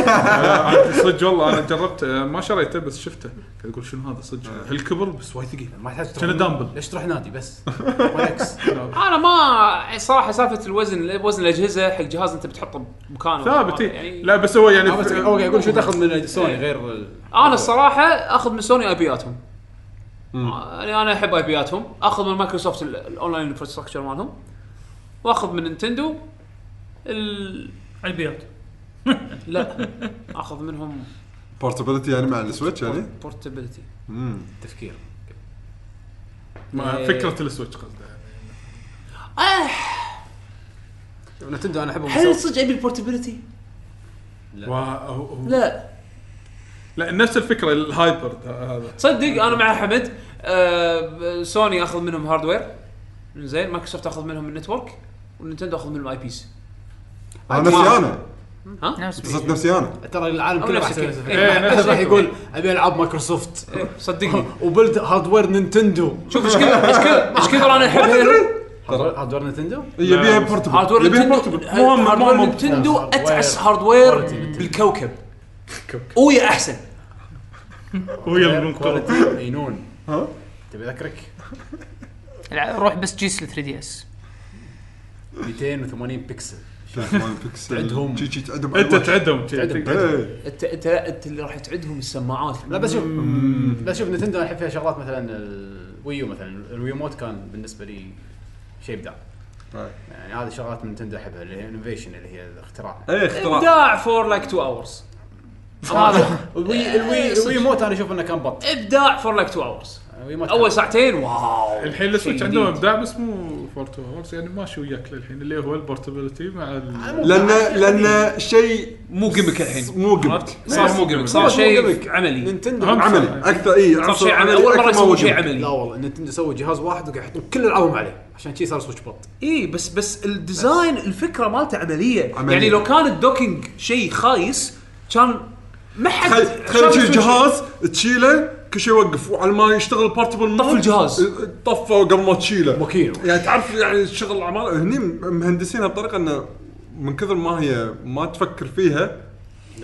آه، عاد صدق والله انا جربت آه، ما شريته بس شفته قاعد اقول شنو هذا صدق هالكبر آه، بس وايد ثقيل
ما يحتاج تروح
كأنه دامبل.
ليش تروح نادي بس والاكس
انا ما صراحه سالفه الوزن وزن الاجهزه حق جهاز انت بتحطه بمكانه
ثابت إيه.
يعني
لا بس هو يعني
آه، بس اوكي اقول شو تاخذ من سوني غير ال-
انا الصراحه اخذ من سوني اي بياتهم يعني انا احب اي بياتهم اخذ من مايكروسوفت ال- الاونلاين انفراستراكشر مالهم واخذ من نينتندو ال...
اي بيات
لا اخذ منهم
بورتابيلتي يعني مع السويتش يعني
بورتبيلتي
تفكير
ما- فكره السويتش قصده
نتندو انا احبهم
هل
بسبب-
صدق ابي البورتبيلتي؟
وا- هو- هو-
لا
لا نفس الفكره الهايبر هذا
صدق انا مع حمد آه سوني اخذ منهم هاردوير زين مايكروسوفت اخذ منهم النتورك ونينتندو اخذ منهم اي بيس آه،
انا نفسي انا قصدت نفسي انا
ترى العالم
أو
كله راح
نفس
يسوي
الشيء.
نفس
إيه،
الفكرة.
نفس
أحد راح
الشيء.
يقول ابي العاب مايكروسوفت
صدقني
وبلد هاردوير نينتندو
شوف ايش كثر ايش كثر ايش كثر انا احب هيلو
هاردوير هاردوير نينتندو
إيه، يبيها بورتبل
هاردوير
يبيها
نينتندو
بورتبل مو هم- مو
هاردوير
هم
نينتندو
هاردوير.
اتعس هاردوير بالكوكب ويا احسن
ويا المنقذ
كواليتي مينون تبي اذكرك
لا، روح بس جيس ال 3 دي اس
280 بكسل
عندهم
عندهم.
شي شي عندهم
انت تعدهم
تعدهم.
إيه.
انت انت لا انت اللي راح تعدهم السماعات
لا بس شوف بس شوف نتندو الحين فيها شغلات مثلا الويو مثلا الويوموت كان بالنسبه لي شيء ابداع يعني هذه شغلات من نتندو احبها اللي هي انوفيشن اللي هي الاختراع
ايه اختراع
ابداع فور لايك 2 اورز
الوي
إيه،
الوي الويوموت انا اشوف انه كان بط
ابداع فور لايك 2 اورز
الويوموت كان-
اول ساعتين واو
الحين السويتش
شيء
عندهم
جديد.
ابداع بس مو فورت هورس يعني ماشي وياك للحين اللي هو البورتبيلتي مع ال...
لان لان شيء
مو جيمك الحين
مو جيمك
صار مو جيمك صار
صار مو
شيء
جيمك.
عملي
نتندو
هم-
عملي اكثر اي
صار شيء
عنصر
عملي اول مره
أكثر ما هو
يسوون شيء
جيمك.
لا
عملي
والله نتندو سووا جهاز واحد وقاعد يحطون كل العابهم عليه عشان شي صار سويتش بط
اي إيه، بس بس الديزاين الفكره مالته عمليه
عملية.
يعني لو كان الدوكينج شيء خايس كان ما حد
تخيل- تخيل
شاف
شي
شو-
جهاز تشيله كل شيء وقف وعلى ما يشتغل البارتبل مود
طف الجهاز.
طفه قبل ما تشيله
وكيل.
يعني تعرف يعني شغل عمال هني مهندسينها بطريقه انه من كثر ما هي ما تفكر فيها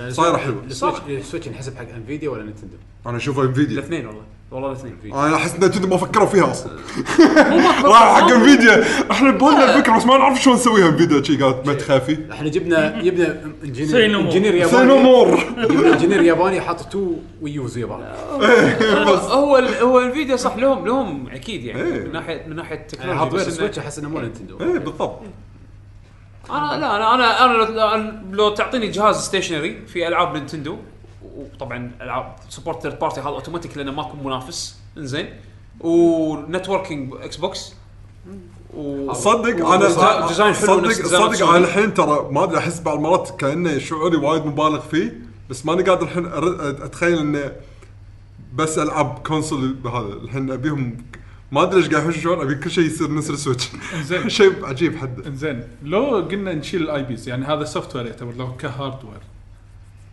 صايره حلوه
السويتش السويتش إيه، ينحسب حق انفيديا ولا نتندو؟
انا اشوفها انفيديا
الاثنين والله والله الاثنين
انا احس ان نتندو ما فكروا فيها اصلا راحوا حق انفيديا احنا بولنا الفكره بس ما نعرف شلون نسويها انفيديا شي قالت ما تخافي
احنا جبنا جبنا
Say
انجينير
no more.
انجينير ياباني
سينومور
جبنا انجينير ياباني حاط تو ويوز ياباني
هو ال- هو الفيديو صح لهم لهم اكيد يعني
إيه.
من ناحيه من ناحيه التكنولوجيا
حاط
بس
غير
إنه-
السويتش احس انه مو نتندو
ايه بالضبط
انا لا انا انا انا لو- لو تعطيني جهاز ستيشنري في العاب نينتندو وطبعا العاب سبورت ثيرد بارتي هذا اوتوماتيك لانه ماكو منافس انزين ونتوركينج اكس بوكس و
صدق انا
وديزا- ديزاين حلو
صدق
نفس ديزاين
صدق
سوني.
انا الحين ترى ما ادري احس بعض المرات كانه شعوري وايد مبالغ فيه بس ماني قادر الحين أر- اتخيل انه بس العب كونسول هذا الحين ابيهم ما ادري ايش قاعد احس شعور ابي كل شيء يصير نفس السويتش
زين.
شيء عجيب حده
زين لو قلنا نشيل الاي بيز يعني هذا سوفت وير يعتبر لو كهاردوير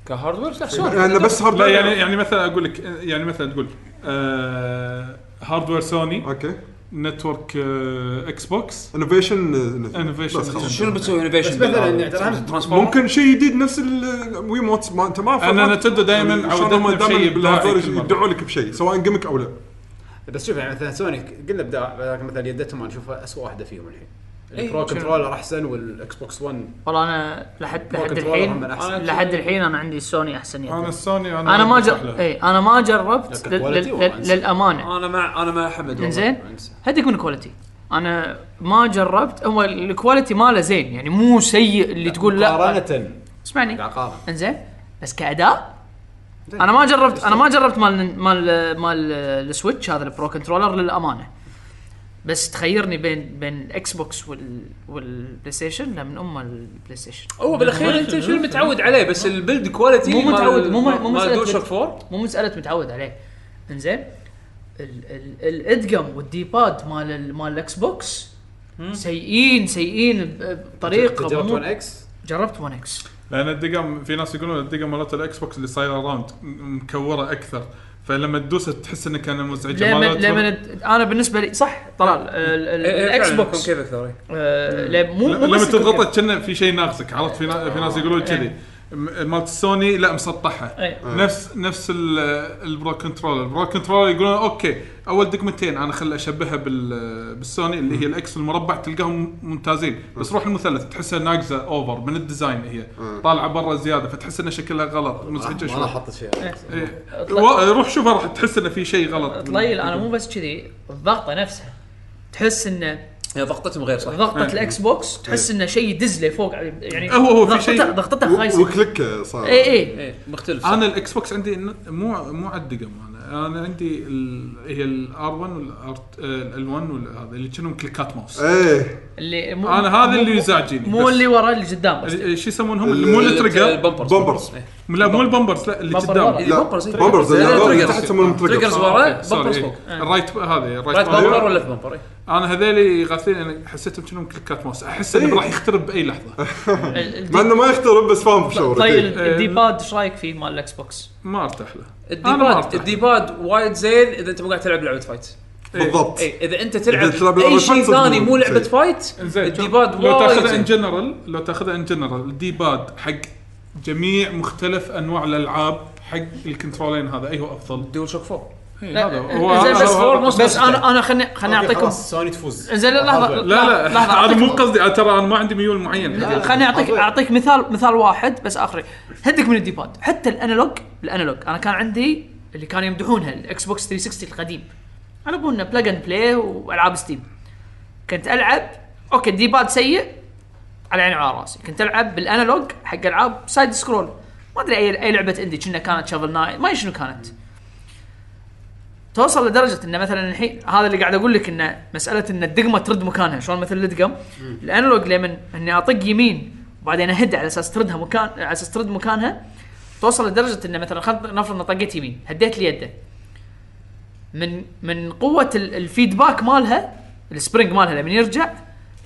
كهاردوير لا سوني
يعني بس هارد
لا يعني يعني مثلا اقول لك يعني مثلا تقول آه هاردوير سوني
اوكي
نتورك آه اكس بوكس
انوفيشن
Innovation.
شنو بتسوي انوفيشن
بس مثلا ترى
ممكن شيء جديد نفس الويموت ما انت ما
انا نتندو دايما عودتنا بشيء
بالهاردوير
بلاعي كل مرة.
يدعوا لك بشيء سواء جيمك او لا
بس شوف يعني مثلا سونيك قلنا ابداع لكن مثلا يدتهم انا اشوفها اسوء واحده فيهم الحين
إيه،
البرو
شنو؟
كنترولر احسن والاكس بوكس 1
والله انا لحد
Pro
لحد
controller هم
الحين
من أحسن.
لحد الحين انا عندي سوني احسن يد
انا السوني انا
انا ما
أرشح
جر...
له.
اي انا ما جربت
لكن
لل...
quality
لل...
والله
لل...
أنسى.
للامانه
انا مع انا مع حمد والله.
انزين هديك من كواليتي انا ما جربت هو الكواليتي ماله زين يعني مو سيء اللي تقول لا
مقارنه
اسمعني
قاعد اقارن
انزين بس كاداء انا ما جربت انا ما جربت مال مال مال السويتش هذا البرو كنترولر للامانه بس تخيرني بين بين الاكس بوكس وال والبلاي ستيشن لا من ام البلاي ستيشن
هو بالاخير انت شنو متعود عليه بس البيلد كواليتي
مو متعود، مو- مو مسألة
دول شوك
بيلد.
4
مو مساله متعود عليه انزين ال- ال- الادقم والديباد مال ال- مال الاكس بوكس سيئين سيئين ب- بطريقه
جربت
مو-
1 اكس
جربت 1 اكس
لان الدقم في ناس يقولون الدقم مالت الاكس بوكس اللي صايره راوند مكوره اكثر فلما تدوسها تحس انها كانت مزعجه
لما
مالت-
لما انا بالنسبه لي صح طلال ال- ال- الاكس بوكس
إيه، كذا اكثر إيه.
آه، لا، مو مو
لما
بس يعني. يكون
تضغطها
كذا.
كنا في شيء ناقصك عرفت في, نا... في ناس يقولون كذي م- مالت السوني لا مسطحه
إيه.
آه.
نفس نفس ال- البرو كنترولر البرو كنترولر يقولون اوكي اول دقمتين انا خل اشبهها بال... بالسوني اللي هي الاكس والمربع تلقاهم ممتازين بس روح المثلث تحسها ناقصه اوفر من الديزاين هي طالعه برا زياده فتحس ان شكلها غلط مزعجه
آه، ما
شوي
لاحظت شيء
إيه. و- روح شوفها راح تحس ان في شيء غلط
طليل انا مو بس كذي الضغطه نفسها تحس ان
هي ضغطتهم غير صح
ضغطه الاكس بوكس تحس انه شيء يدز لفوق يعني
إيه. هو- هو في
ضغطتها-
شيء-
ضغطتها خايسه
وكليك صار
اي اي
ايه مختلف صح.
انا الاكس بوكس عندي إنه مو مو على الدقم انا انا عندي ال... هي الار 1 والار ال 1 وهذا اللي كانهم كليكات ماوس
ايه
اللي مو
انا هذا
مو-
اللي يزعجني
مو
بس.
اللي ورا اللي قدام بس.
ال- شو يسمونهم اللي مو التريجر
البمبرز
بومبرز.
إيه.
لا مو البمبرز لا اللي
بمبر
قدام
ورا.
لا،
لا
بومبرز، إيه.
بومبرز
لا، لا،
اللي
تريجرز.
تحت يسمونهم
تريجرز
تريجرز
ورا
آه، سوري،
بمبرز
إيه.
فوق
الرايت
آه.
هذا الرايت
رايت بمبر
بمبر
ولا لفت بمبر إيه.
انا هذيلي غاثين انا حسيتهم كأنهم كليكات ماوس احس انه
إيه.
راح يخترب باي لحظه
ال- ال-
مع انه ما يخترب بس فاهم بشعورك
طيب
إيه.
الدي باد ايش رايك فيه مال الاكس بوكس؟
ما ارتاح له أنا ما
الديباد
أرتاح.
الديباد وايد زين اذا انت مو قاعد تلعب لعبه فايت
إيه، بالضبط
اي اذا انت تلعب
إذا تلعب
اي
لعبة
شيء
فايت
ثاني
صدق
مو لعبه
شيء.
فايت
زين
الديباد
لو
وايد
تاخذها ان
زين
جنرال لو تاخذها ان جنرال الدي باد حق جميع مختلف انواع الالعاب حق الكنترولين هذا اي هو افضل
دول شوك 4
إي،
لا،
إيه، هذا
زين،
هذا-
بس
هذا-
فور مو-
بس انا انا خلني خلني اعطيكم
خلاص سوني تفوز
زين لا لحظه
لا
لحظه
لا انا
أعطيكم-
مو قصدي أنا ترى انا ما عندي ميول معين
لا، خليني اعطيك اعطيك مثال مثال واحد بس اخر هدك من الديباد حتى الانالوج الانالوج انا كان عندي اللي كانوا يمدحونها الاكس بوكس 360 القديم على بالنا بلاج اند بلاي والعاب ستيم كنت العب اوكي الديباد سيء على عيني وعلى راسي كنت العب بالانالوج حق العاب سايد سكرول ما ادري اي اي لعبه اندي كنا كانت شافل نايت ما أدري شنو كانت توصل لدرجه انه مثلا الحين هذا اللي قاعد اقول لك انه مساله ان الدقمه ترد مكانها شلون مثل الدقم الانالوج لمن اني اطق يمين وبعدين اهد على اساس تردها مكان على اساس ترد مكانها توصل لدرجه انه مثلا خلنا نفرض إن طقيت يمين هديت لي يده من من قوه ال- الفيدباك مالها السبرينج مالها لما يرجع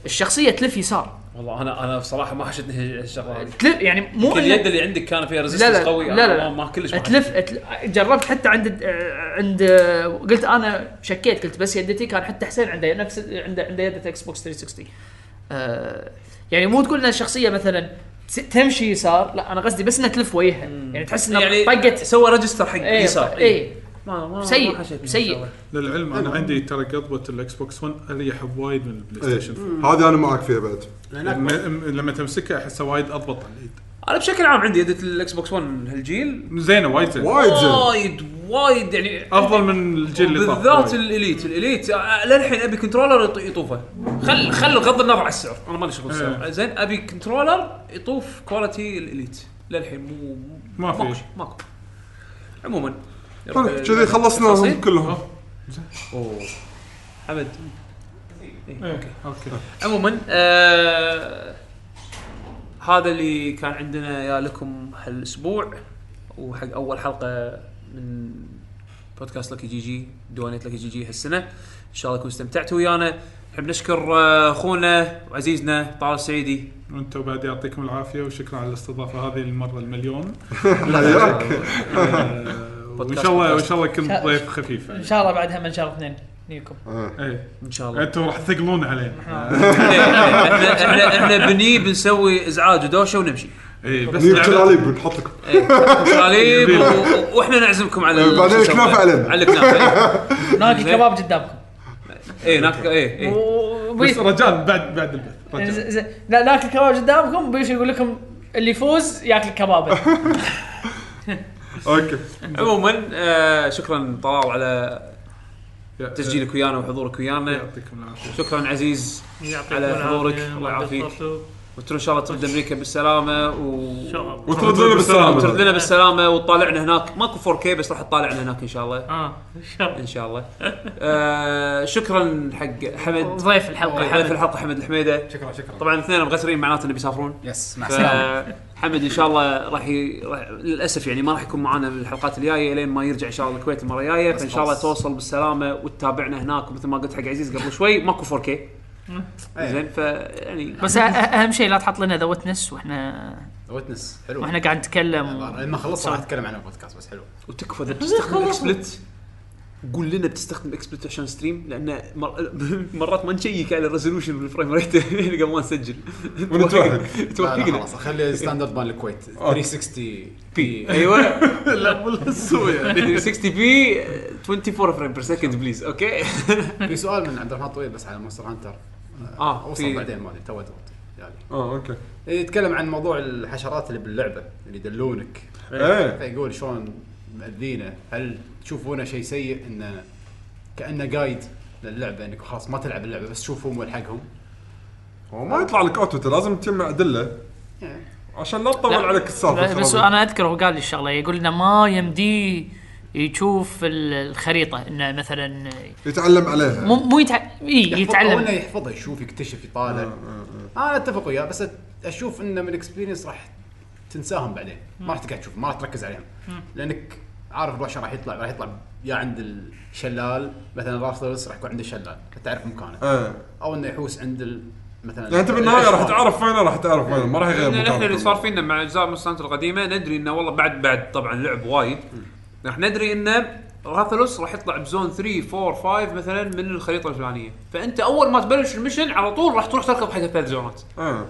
الشخصيه تلف يسار
والله انا انا بصراحه ما حشتني الشغله هذه
تلف يعني مو
يمكن
إنه-
اليد اللي عندك كان فيها
لا لا
ريزستنس قوي
لا
أنا
لا
ما- ما كلش ما
تلف أتل- جربت حتى عند آه، عند آه، قلت انا شكيت قلت بس يدتي كان حتى حسين عنده نفس عنده عنده يده اكس بوكس 360 آه، يعني مو تقول ان الشخصيه مثلا س- تمشي يسار لا انا قصدي بس انها تلف وجهها يعني تحس انها
يعني
طقت إيه،
سوى ريجستر حق
اي
يسار إيه.
اي
ما- ما- ما
سيء،
حشتني
سيء.
الشغلة.
للعلم انا عندي ترى قضبه الاكس بوكس 1 اريح بوايد من البلاي ستيشن
إيه. هذه انا معك فيها بعد
لما لما تمسكها احسها وايد اضبط على اليد
انا بشكل عام عندي يدة الاكس بوكس 1 هالجيل
زينه وايد زينه
وايد زين
وايد وايد يعني
افضل من الجيل اللي طاف
بالذات
وايد.
الاليت الاليت آه، للحين ابي كنترولر يط- يطوفه خل خل غض النظر على السعر انا مالي شغل السعر
إيه.
زين ابي كنترولر يطوف كواليتي الاليت للحين مو مو-
ما في.
ماكو شيء، ماكو عموما
حلو، طيب، كذي خلصناهم
تفاصيل؟
كلهم
أوه. حمد إيه، اوكي
اوكي
عموما آه هذا اللي كان عندنا يا لكم هالاسبوع وحق اول حلقه من بودكاست لك جي جي دونيت لك جي جي هالسنه ان شاء الله تكونوا استمتعتوا ويانا نحب نشكر آه، اخونا وعزيزنا طارق السعيدي
وانتم بعد يعطيكم العافيه وشكرا على الاستضافه هذه المره المليون
حياك
آه، وان شاء الله وان شاء الله كنت ضيف خفيف
ان شاء الله بعدها من شهر اثنين نجيكم
ايه
ان شاء الله
انتم راح تثقلون علينا
احنا احنا احنا بني بنسوي ازعاج ودوشه ونمشي
اي إيه، بس
نجيب
لعبة-
كلاليب بنحط لكم
شراليب و- واحنا نعزمكم على إيه. ال-
بعدين
شو اسمه؟
الكنافة علينا.
على الكنافه
ناكل
زين.
كباب قدامكم
اي ناكل اي اي
بس
وبيش
رجال بعد بعد البث رجال
يعني ز- ز- لا ناكل كباب قدامكم بيش يقول لكم اللي يفوز ياكل كبابه
اوكي
عموما آه شكرا طلال على إيه.
يا-
تسجيلك ويانا وحضورك ويانا
يعطيكم العافيه
شكرا عزيز
يعطيكم
على
العافية،
حضورك،
ما
الله يعافيك.
قصرتوا.
وترى ان شاء الله ترد امريكا بالسلامه و
إن شاء الله.
وترد لنا
ترد
بالسلامه
لنا بالسلامه وتطالعنا هناك ماكو 4K بس راح تطالعنا هناك ان شاء الله
اه ان شاء الله
ان شاء الله آه شكرا حق حمد
ضيف الحلقه
حمد في الحلقه حمد الحميده
شكرا شكرا
طبعا اثنين مغسرين معناته انه بيسافرون
يس مع السلامه
فحمد ان شاء الله راح ي... راح- للاسف يعني ما راح يكون معنا بالحلقات الجايه لين ما يرجع ان شاء الله الكويت المره الجايه فان شاء الله توصل بالسلامه وتتابعنا هناك ومثل ما قلت حق عزيز قبل شوي ماكو 4K
إيه.
زين ف يعني
بس أ- أ- اهم شيء لا تحط لنا ذا ويتنس واحنا
ويتنس حلو
واحنا قاعد نتكلم
لما اخلص راح اتكلم عن البودكاست بس حلو
وتكفى اذا بتستخدم اكسبلت قول لنا بتستخدم اكسبلت عشان ستريم لان مر... مرات ما نشيك على الريزولوشن بالفريم ريت يعني قبل ما نسجل
ونتوهق.
لا، لا،
توهقنا
خلاص خلي ستاندرد مال الكويت 360 بي
ايوه لا مو 60 بي 24 فريم بير سكند بليز اوكي
في سؤال من عبد الرحمن طويل بس على مونستر هانتر
اه
اوصل آه، بعدين ما ادري تو ادري يعني
اه اوكي
يتكلم عن موضوع الحشرات اللي باللعبه اللي يدلونك
ايه
فيقول شلون مأذينا هل تشوفونه شيء سيء انه كانه جايد للعبه انك خلاص ما تلعب اللعبه بس تشوفهم والحقهم
هو ما يطلع لك اوتو ترى لازم تجمع ادله عشان لا تطول عليك
لا،
السالفه
بس
خرابي.
انا اذكر هو قال لي الشغله يقول انه ما يمديه يشوف ال- الخريطه انه مثلا
يتعلم عليها
مو مو يتع... إيه
يحفظها ولا
يتعلم
يحفظها يشوف يكتشف يطالع انا اتفق وياه بس أت- اشوف انه من اكسبيرينس راح تنساهم بعدين ما راح تقعد تشوف ما راح تركز عليهم لانك عارف البشر راح يطلع راح يطلع يا عند الشلال مثلا راسلس راح يكون عنده شلال تعرف مكانه
ايه
او انه يحوس عند ال- مثلا
يعني انت بالنهايه راح تعرف وين راح تعرف وين ما راح يغير
لان احنا
مكانك
اللي صار فينا مع اجزاء مستانتر القديمه ندري انه والله بعد بعد طبعا لعب وايد راح ندري انه راثلوس راح يطلع بزون 3 4 5 مثلا من الخريطه الفلانيه فانت اول ما تبلش المشن على طول راح تروح تركض حق الثلاث زونات
ايه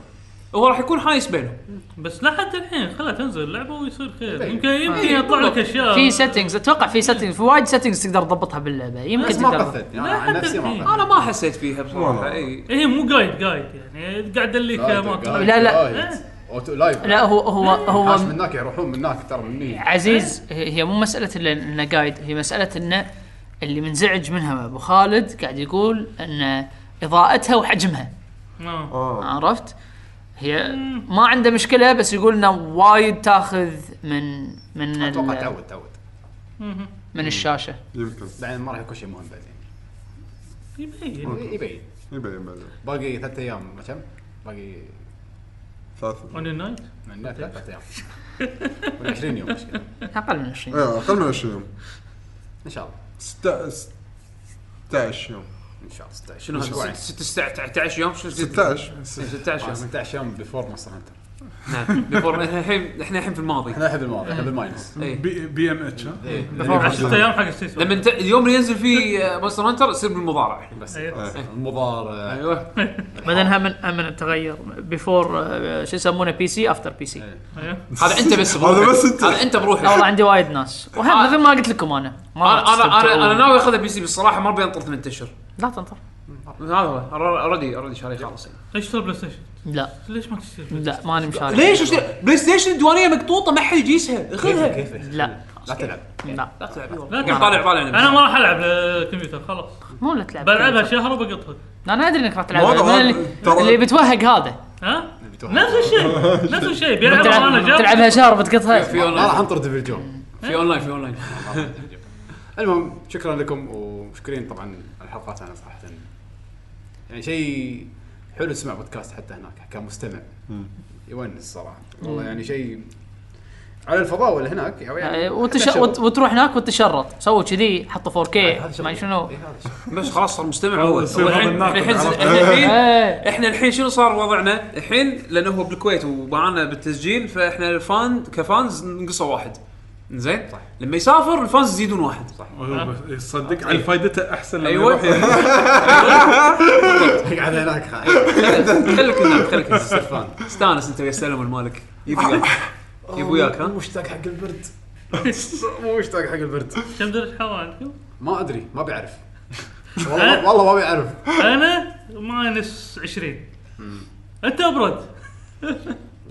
هو راح يكون حايس بينهم
بس لا حتى الحين خلها تنزل اللعبه ويصير خير
طيب.
يمكن يمكن يطلع لك اشياء
آه. في سيتنجز اتوقع في سيتنجز في وايد سيتنجز تقدر تضبطها باللعبه يمكن
بس ما
تقدر
قفلت يعني انا عن
لا،
نفسي ما
حتى
قفلت
انا ما حسيت فيها إيه. بصراحه
والله.
اي
هي إيه، مو قايد قايد يعني قاعد اللي اماكن
لا، لا.
اوتو لايف
لا هو هو هو
عاش من هناك يروحون من هناك ترى من هني.
عزيز هي هي مو مساله إلا انه قايد هي مساله انه اللي منزعج منها ابو خالد قاعد يقول ان اضاءتها وحجمها
آه.
اه
عرفت؟ هي ما عنده مشكله بس يقول انه وايد تاخذ من من
اتوقع
ال-
تعود تعود
من الشاشه
يمكن
بعدين ما راح يكون شيء مهم بعدين
يبين
يبين
يبين بعدين
باقي ثلاث ايام ما كم؟ باقي
ثلاثة
اون نايت
من لا ثلاث ايام ولا 20 يوم مشكله
اقل من
آه.
20
إيه، ايه اقل من 20 يوم
ان شاء الله
ستة- 16 يوم
ان شاء الله
شنو هالاسبوعين؟ 16 يوم شنو
16
16
آه،
يوم
16 يوم بيفور ماستر هانتر
نعم بيفور احنا الحين احنا الحين في الماضي
احنا احب الماضي احب الماينس
إي.
بي, بي ام اتش ها
إيه.
عشرة ايام حق ستيت
لما انت اليوم اللي ينزل فيه مونستر هانتر يصير بالمضارع
بس
أيوة.
المضارع
ايوه
بعدين هم هم التغير بيفور آه، شو يسمونه بي سي افتر بي
إيه.
سي
أيوة.
هذا انت بس بروحك.
هذا بس أنت.
هذا انت
لا
بروحك
والله عندي وايد ناس وهم مثل ما قلت لكم انا ما
انا انا انا, آه. أنا
تستمتعون.
ناوي اخذ بي سي بالصراحه ما ابي انطر 8 اشهر
لا تنطر
هذا هو اوريدي اوريدي شاري خلاص يعني.
ليش تشتري بلاي ستيشن؟
لا
ليش ما تشتري؟
لا ماني مشارك
ليش اشتري بلاي ستيشن الديوانيه مقطوطه ما حد يجيسها خذها
لا
لا تلعب
لا
لا تلعب
لا
قاعد طالع طالع
انا ما راح العب الكمبيوتر خلاص
مو لا تلعب
بلعبها شهر وبقطها
انا ادري انك راح
ما
تلعب
أدري،
من
هذا-
اللي,
ترى-
اللي بتوهق هذا
ها؟ نفس الشيء نفس الشيء بيلعبها
بتلعب-
وانا جاب
بتلعبها شهر بتقطها
في
ما راح
اونلاين
انطر ديفل جون
في اونلاين في اونلاين
المهم شكرا لكم ومشكورين طبعا على الحلقات انا صراحه يعني شيء حلو تسمع بودكاست حتى هناك كمستمع يونس صراحه والله يعني شيء على الفضاء ولا هناك أو يعني
آه،
حتى
وتش...
الشغل.
وت- وتروح هناك وتتشرط سووا كذي حطوا
إيه،
4K ما شنو
بس خلاص صار مستمع هو
يصير
هو الحين-
هذا
الحين
الناقد.
احنا الحين
إيه.
احنا الحين شنو صار وضعنا؟ الحين لانه هو بالكويت ومعانا بالتسجيل فاحنا الفان كفانز نقصوا واحد زين صح لما يسافر الفانز يزيدون واحد صح
صدق على فائدته احسن لما
نعم. إيه. أيوة.
يروح يعني.
إيه، قاعد هناك
خليك هنا خليك هنا. استانس انت ويا السلم المالك يبي وياك. يبي وياك ها
مشتاق حق البرد مو مشتاق حق البرد
كم درجه حراره عندكم؟
ما ادري ما بعرف والله والله ما بعرف
انا ماينس 20 انت ابرد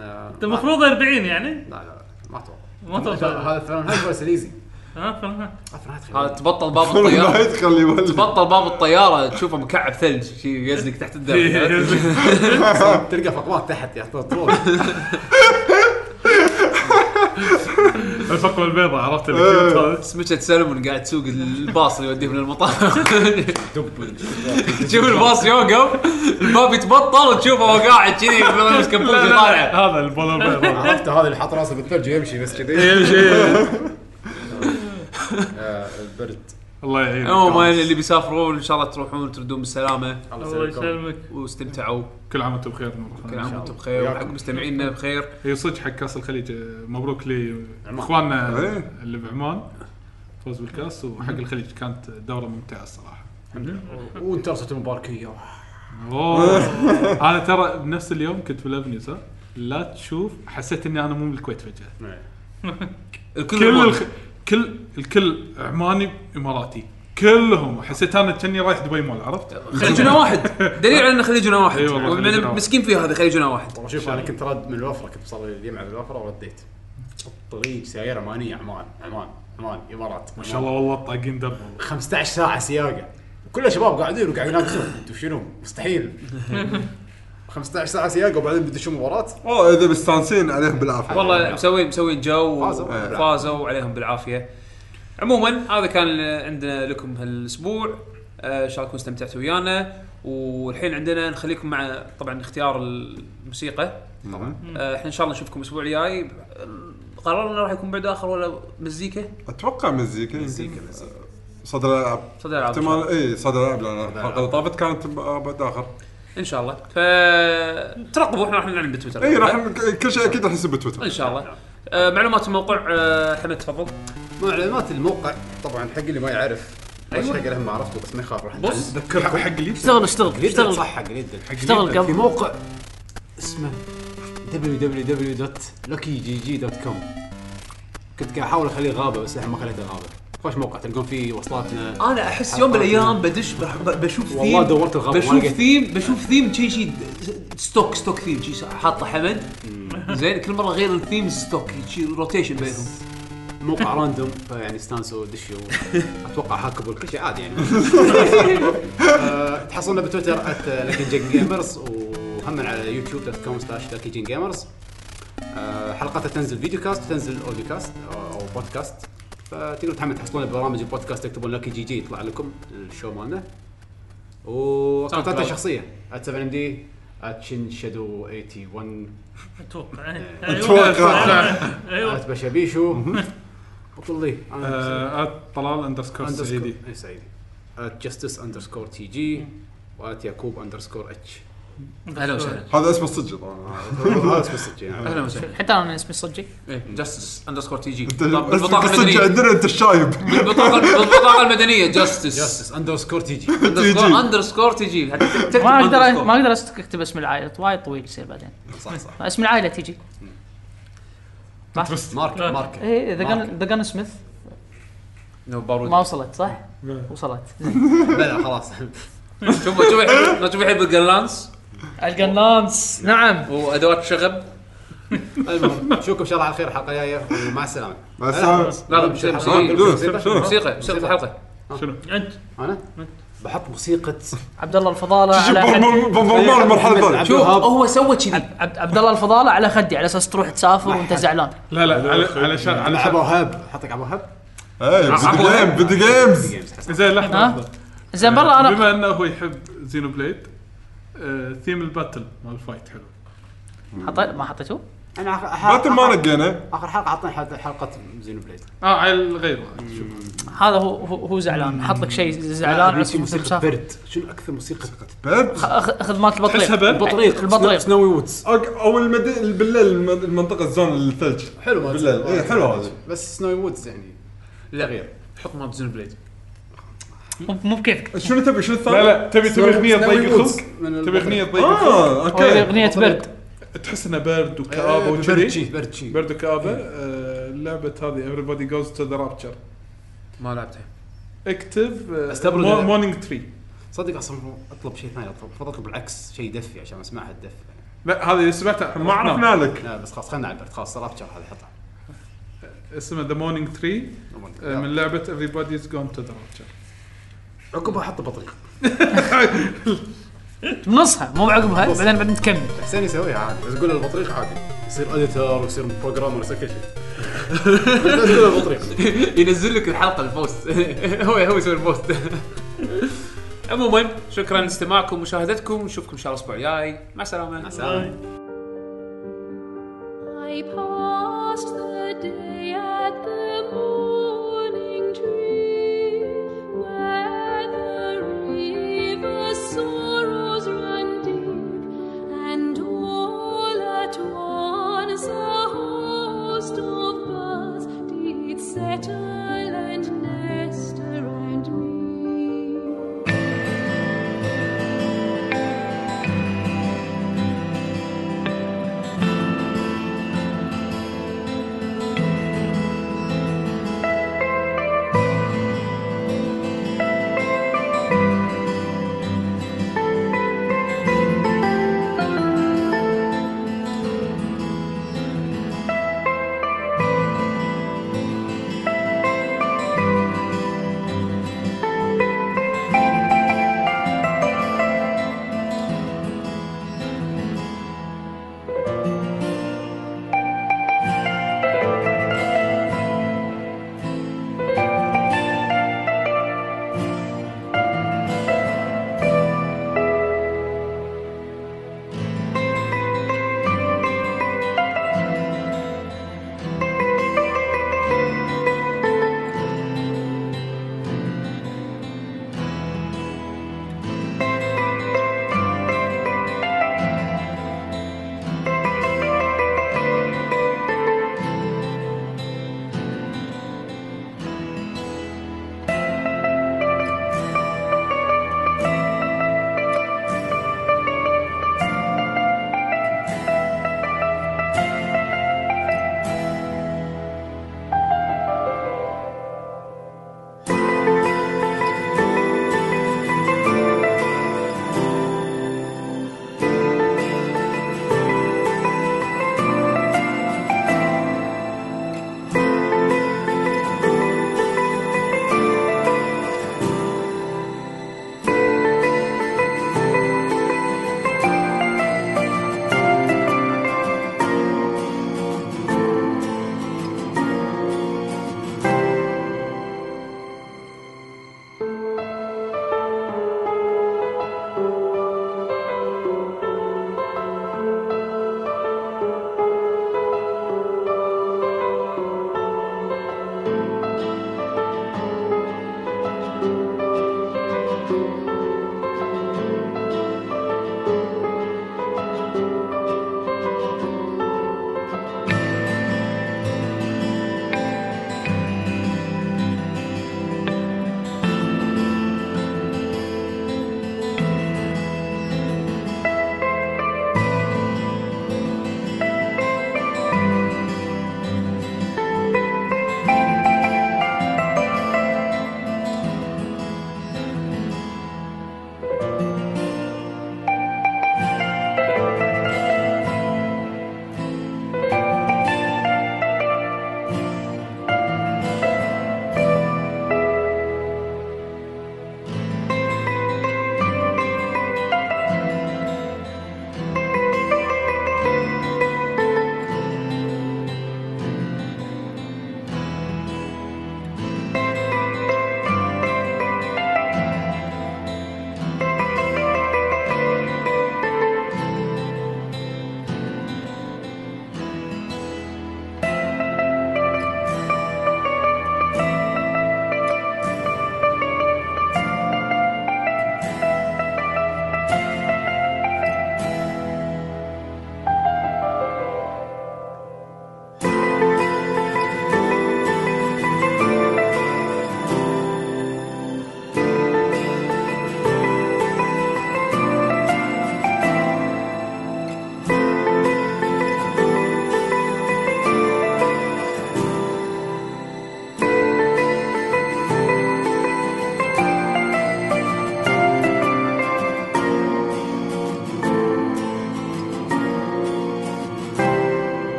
آه،
انت المفروض 40 يعني
لا لا ما اتوقع
ما توصل
هذا فرنهايت ولا سليزي
ها فهمت
هذا تبطل باب
ما
الطياره
يدخل يولد
تبطل باب الطياره تشوفه مكعب ثلج شي يزنك تحت الدرج
تلقى فقوات تحت يا طول
الفقره البيضاء عرفت اللي
إيه.
كيوت هذا
سمكة سلمون قاعد تسوق الباص اللي يوديه من المطار تشوف الباص يوقف الباب يتبطل وتشوفه هو قاعد كذي ماسك كمبوزه طالع
هذا البوله البيضاء
عرفت هذا اللي حاط راسه بالثلج ويمشي بس كذي آه، البرد
الله يعين
عموما اللي بيسافرون ان شاء الله تروحون تردون بالسلامه
الله يسلمك
واستمتعوا
كل عام وانتم بخير مره ثانيه
كل عام وانتم بخير وحق مستمعينا بخير
اي صدق حق كاس الخليج آه، مبروك لاخواننا
إيه.
اللي بعمان فوز بالكاس وحق الخليج كانت دوره ممتعه الصراحه
وانترسة مباركية
اوه انا ترى بنفس اليوم كنت بالافنيوز ها لا تشوف حسيت اني انا مو من الكويت فجاه
إيه.
الكل
كل
بالأمان.
الخ... كل الكل عماني اماراتي كلهم حسيت انا كاني رايح دبي مول عرفت؟
خليجنا واحد دليل على ان خليجنا واحد
أي والله، خليجنا واحد.
مسكين فيه هذا خليجنا واحد
والله شوف انا كنت راد من الوفره كنت بصلي الجمعه بالوفره ورديت الطريق سياره مانيه عمان عمان عمان امارات
ما شاء الله والله طاقين درب
15 ساعه سياقه كل شباب قاعدين وقاعد يناقشون انتم شنو مستحيل 15 ساعه سياقه وبعدين بيدشون مباراه
اوه اذا مستانسين عليهم بالعافيه
والله مسوين مسوين جو
فازوا.
فازوا فازوا عليهم بالعافيه عموما هذا كان عندنا لكم هالاسبوع آه، ان شاء الله تكونوا استمتعتوا ويانا والحين عندنا نخليكم مع طبعا اختيار الموسيقى
طبعا
آه، احنا ان شاء الله نشوفكم الاسبوع الجاي قررنا راح يكون بعد اخر ولا مزيكا
اتوقع مزيكا مزيكا صدر الالعاب
صدر العاب.
احتمال اي صدر الالعاب لان الحلقه اللي طافت كانت ب- آه، بعد اخر
ان شاء الله فترقبوا احنا راح نعلن بتويتر
اي إيه، راح ن- كل شيء اكيد راح يصير بتويتر
ان شاء الله آه، معلومات الموقع آه، حمد تفضل
معلومات الموقع طبعا حق اللي ما يعرف ايش حق اللي ما عرفته بس ما يخاف راح
بص
ذكركم حق لي
اشتغل اشتغل
اشتغل
اشتغل
صح حق ليدل
اشتغل
في
قبل
موقع اسمه www.luckygg.com كنت قاعد احاول اخليه غابه بس الحين ما خليته غابه خوش موقع تلقون فيه وصلاتنا
انا احس يوم من الايام بدش بح- ب- بشوف ثيم
والله دورت الغابة، ما
بشوف
لقيت.
ثيم بشوف ثيم شي شي د- ستوك ستوك ثيم شي حاطه حمد زين كل مره غير الثيمز ستوك شي روتيشن بينهم
موقع راندوم فيعني استانسوا دشوا اتوقع هاكبوا كل شيء عادي يعني آه، تحصلنا بتويتر @luckygengamers وهم على يوتيوب دوت كوم سلاش luckygengamers آه، حلقاتها تنزل فيديو كاست وتنزل اوديو كاست او أو بودكاست فتقدروا تحمل تحصلون برامج البودكاست تكتبون لكي جي جي يطلع لكم الشو مالنا وقناتنا الشخصيه @7md @shinshadu 81
اتوقع
أتوقع.
ايوه
@بشابيشو وطلي انا
آه، طلال اندرسكور
أندرسكور-
السعيدي
إيه، سعيدي
Uh, جستس اندرسكور تي جي يعقوب اندرسكور اتش
اهلا وسهلا
هذا اسمه الصدق طبعا
هذا اسمه الصج يعني
اهلا وسهلا
حتى انا اسمي صدقي
إيه، جاستس اندرسكور تي جي
انت
بالبطاقه
الصدق
المدنيه
عندنا انت الشايب
بالبطاقه بالبطاقه المدنيه جاستس
جستس اندرسكور تي جي
اندرسكور تي جي
ما اقدر ما اقدر أست- اكتب اسم العائله وايد طويل يصير بعدين
صح صح
اسم العائله تيجي
مارك مارك
ايه ذا جن ذا جن سميث ما وصلت صح؟
نعم.
وصلت
بلا خلاص
شوف شوف يحب- شوف يحب الجلانس
القنانس نعم
وادوات شغب
المهم نشوفكم ان شاء الله على خير الحلقه الجايه ومع السلامه
مع السلامه
لا لا موسيقى موسيقى موسيقى موسيقى الحلقه
انت
انا بحط موسيقى
عبد الله الفضاله
شوف
على خدي
برمر- برمر المرحله الثانيه
شوف هو سوى كذي
عبد- عبد الله الفضاله على خدي على اساس تروح تسافر وانت زعلان
لا لا على- علشان
على ابو
علشان
هاب حطك ابو هاب
اي فيديو جيم فيديو جيمز
زين لحظه
ها؟
لحظه
زين برا انا
بما انه هو يحب زينو بليد آه، ثيم الباتل مال الفايت حلو
حطيت ما حطيتوه؟
انا آخر- آخر-
باتل ما نقينا
اخر حلقه عطنا حلقه حلقة زينو بليد
اه على غيره شوف
هذا هو هو هو زعلان حط لك شيء زعلان على
اعلان
أساس وأنت
موسيقى
مسافر.
برد شنو اكثر موسيقى
برد
أخ- اخذ مالت البطريق
تحسها برد؟
البطريق البطريق
سنوي وودز
أوك- او المد... بالليل الم- المنطقه الزون الثلج
حلو
بالليل
إيه،
اي حلو هذا
بس سنوي وودز يعني
لا غير حط مال زين بليد
مو مو بكيفك
شنو تبي شنو الثاني؟
لا لا تبي تبي اغنيه تضيق الخلق
من
تبي طيب اغنيه تضيق الخلق
اه
هذه
اوكي
اغنيه برد
تحس انه برد
إيه،
وكابه
برتشي
وكذي
برتشي
برد وكابه آه، لعبه هذه everybody goes to the rapture uh,
ما لعبتها
اكتب
استبرد هذا.
مورنينج تري
صدق اصلا اطلب شيء ثاني اطلب فضلت بالعكس شيء دفي عشان اسمعها الدف
لا هذه اللي سمعتها نعم.
ما عرفنا لك
لا بس خلاص خلينا على البرد خلاص صراحه شهر هذا حطها
اسمه ذا مورنينج تري Uh, إيه،
نعم.
من لعبه everybody's gone to the rapture
عقبها حط بطريق
بنصها مو بعقبها بعدين بعدين تكمل
حسين يسويها عادي بس قول البطريق عادي يصير اديتور ويصير بروجرامر يصير كل شيء بس قول البطريق
ينزل لك الحلقه البوست هو هو يسوي البوست عموما شكرا لاستماعكم ومشاهدتكم نشوفكم ان شاء الله الاسبوع الجاي مع السلامه
سلام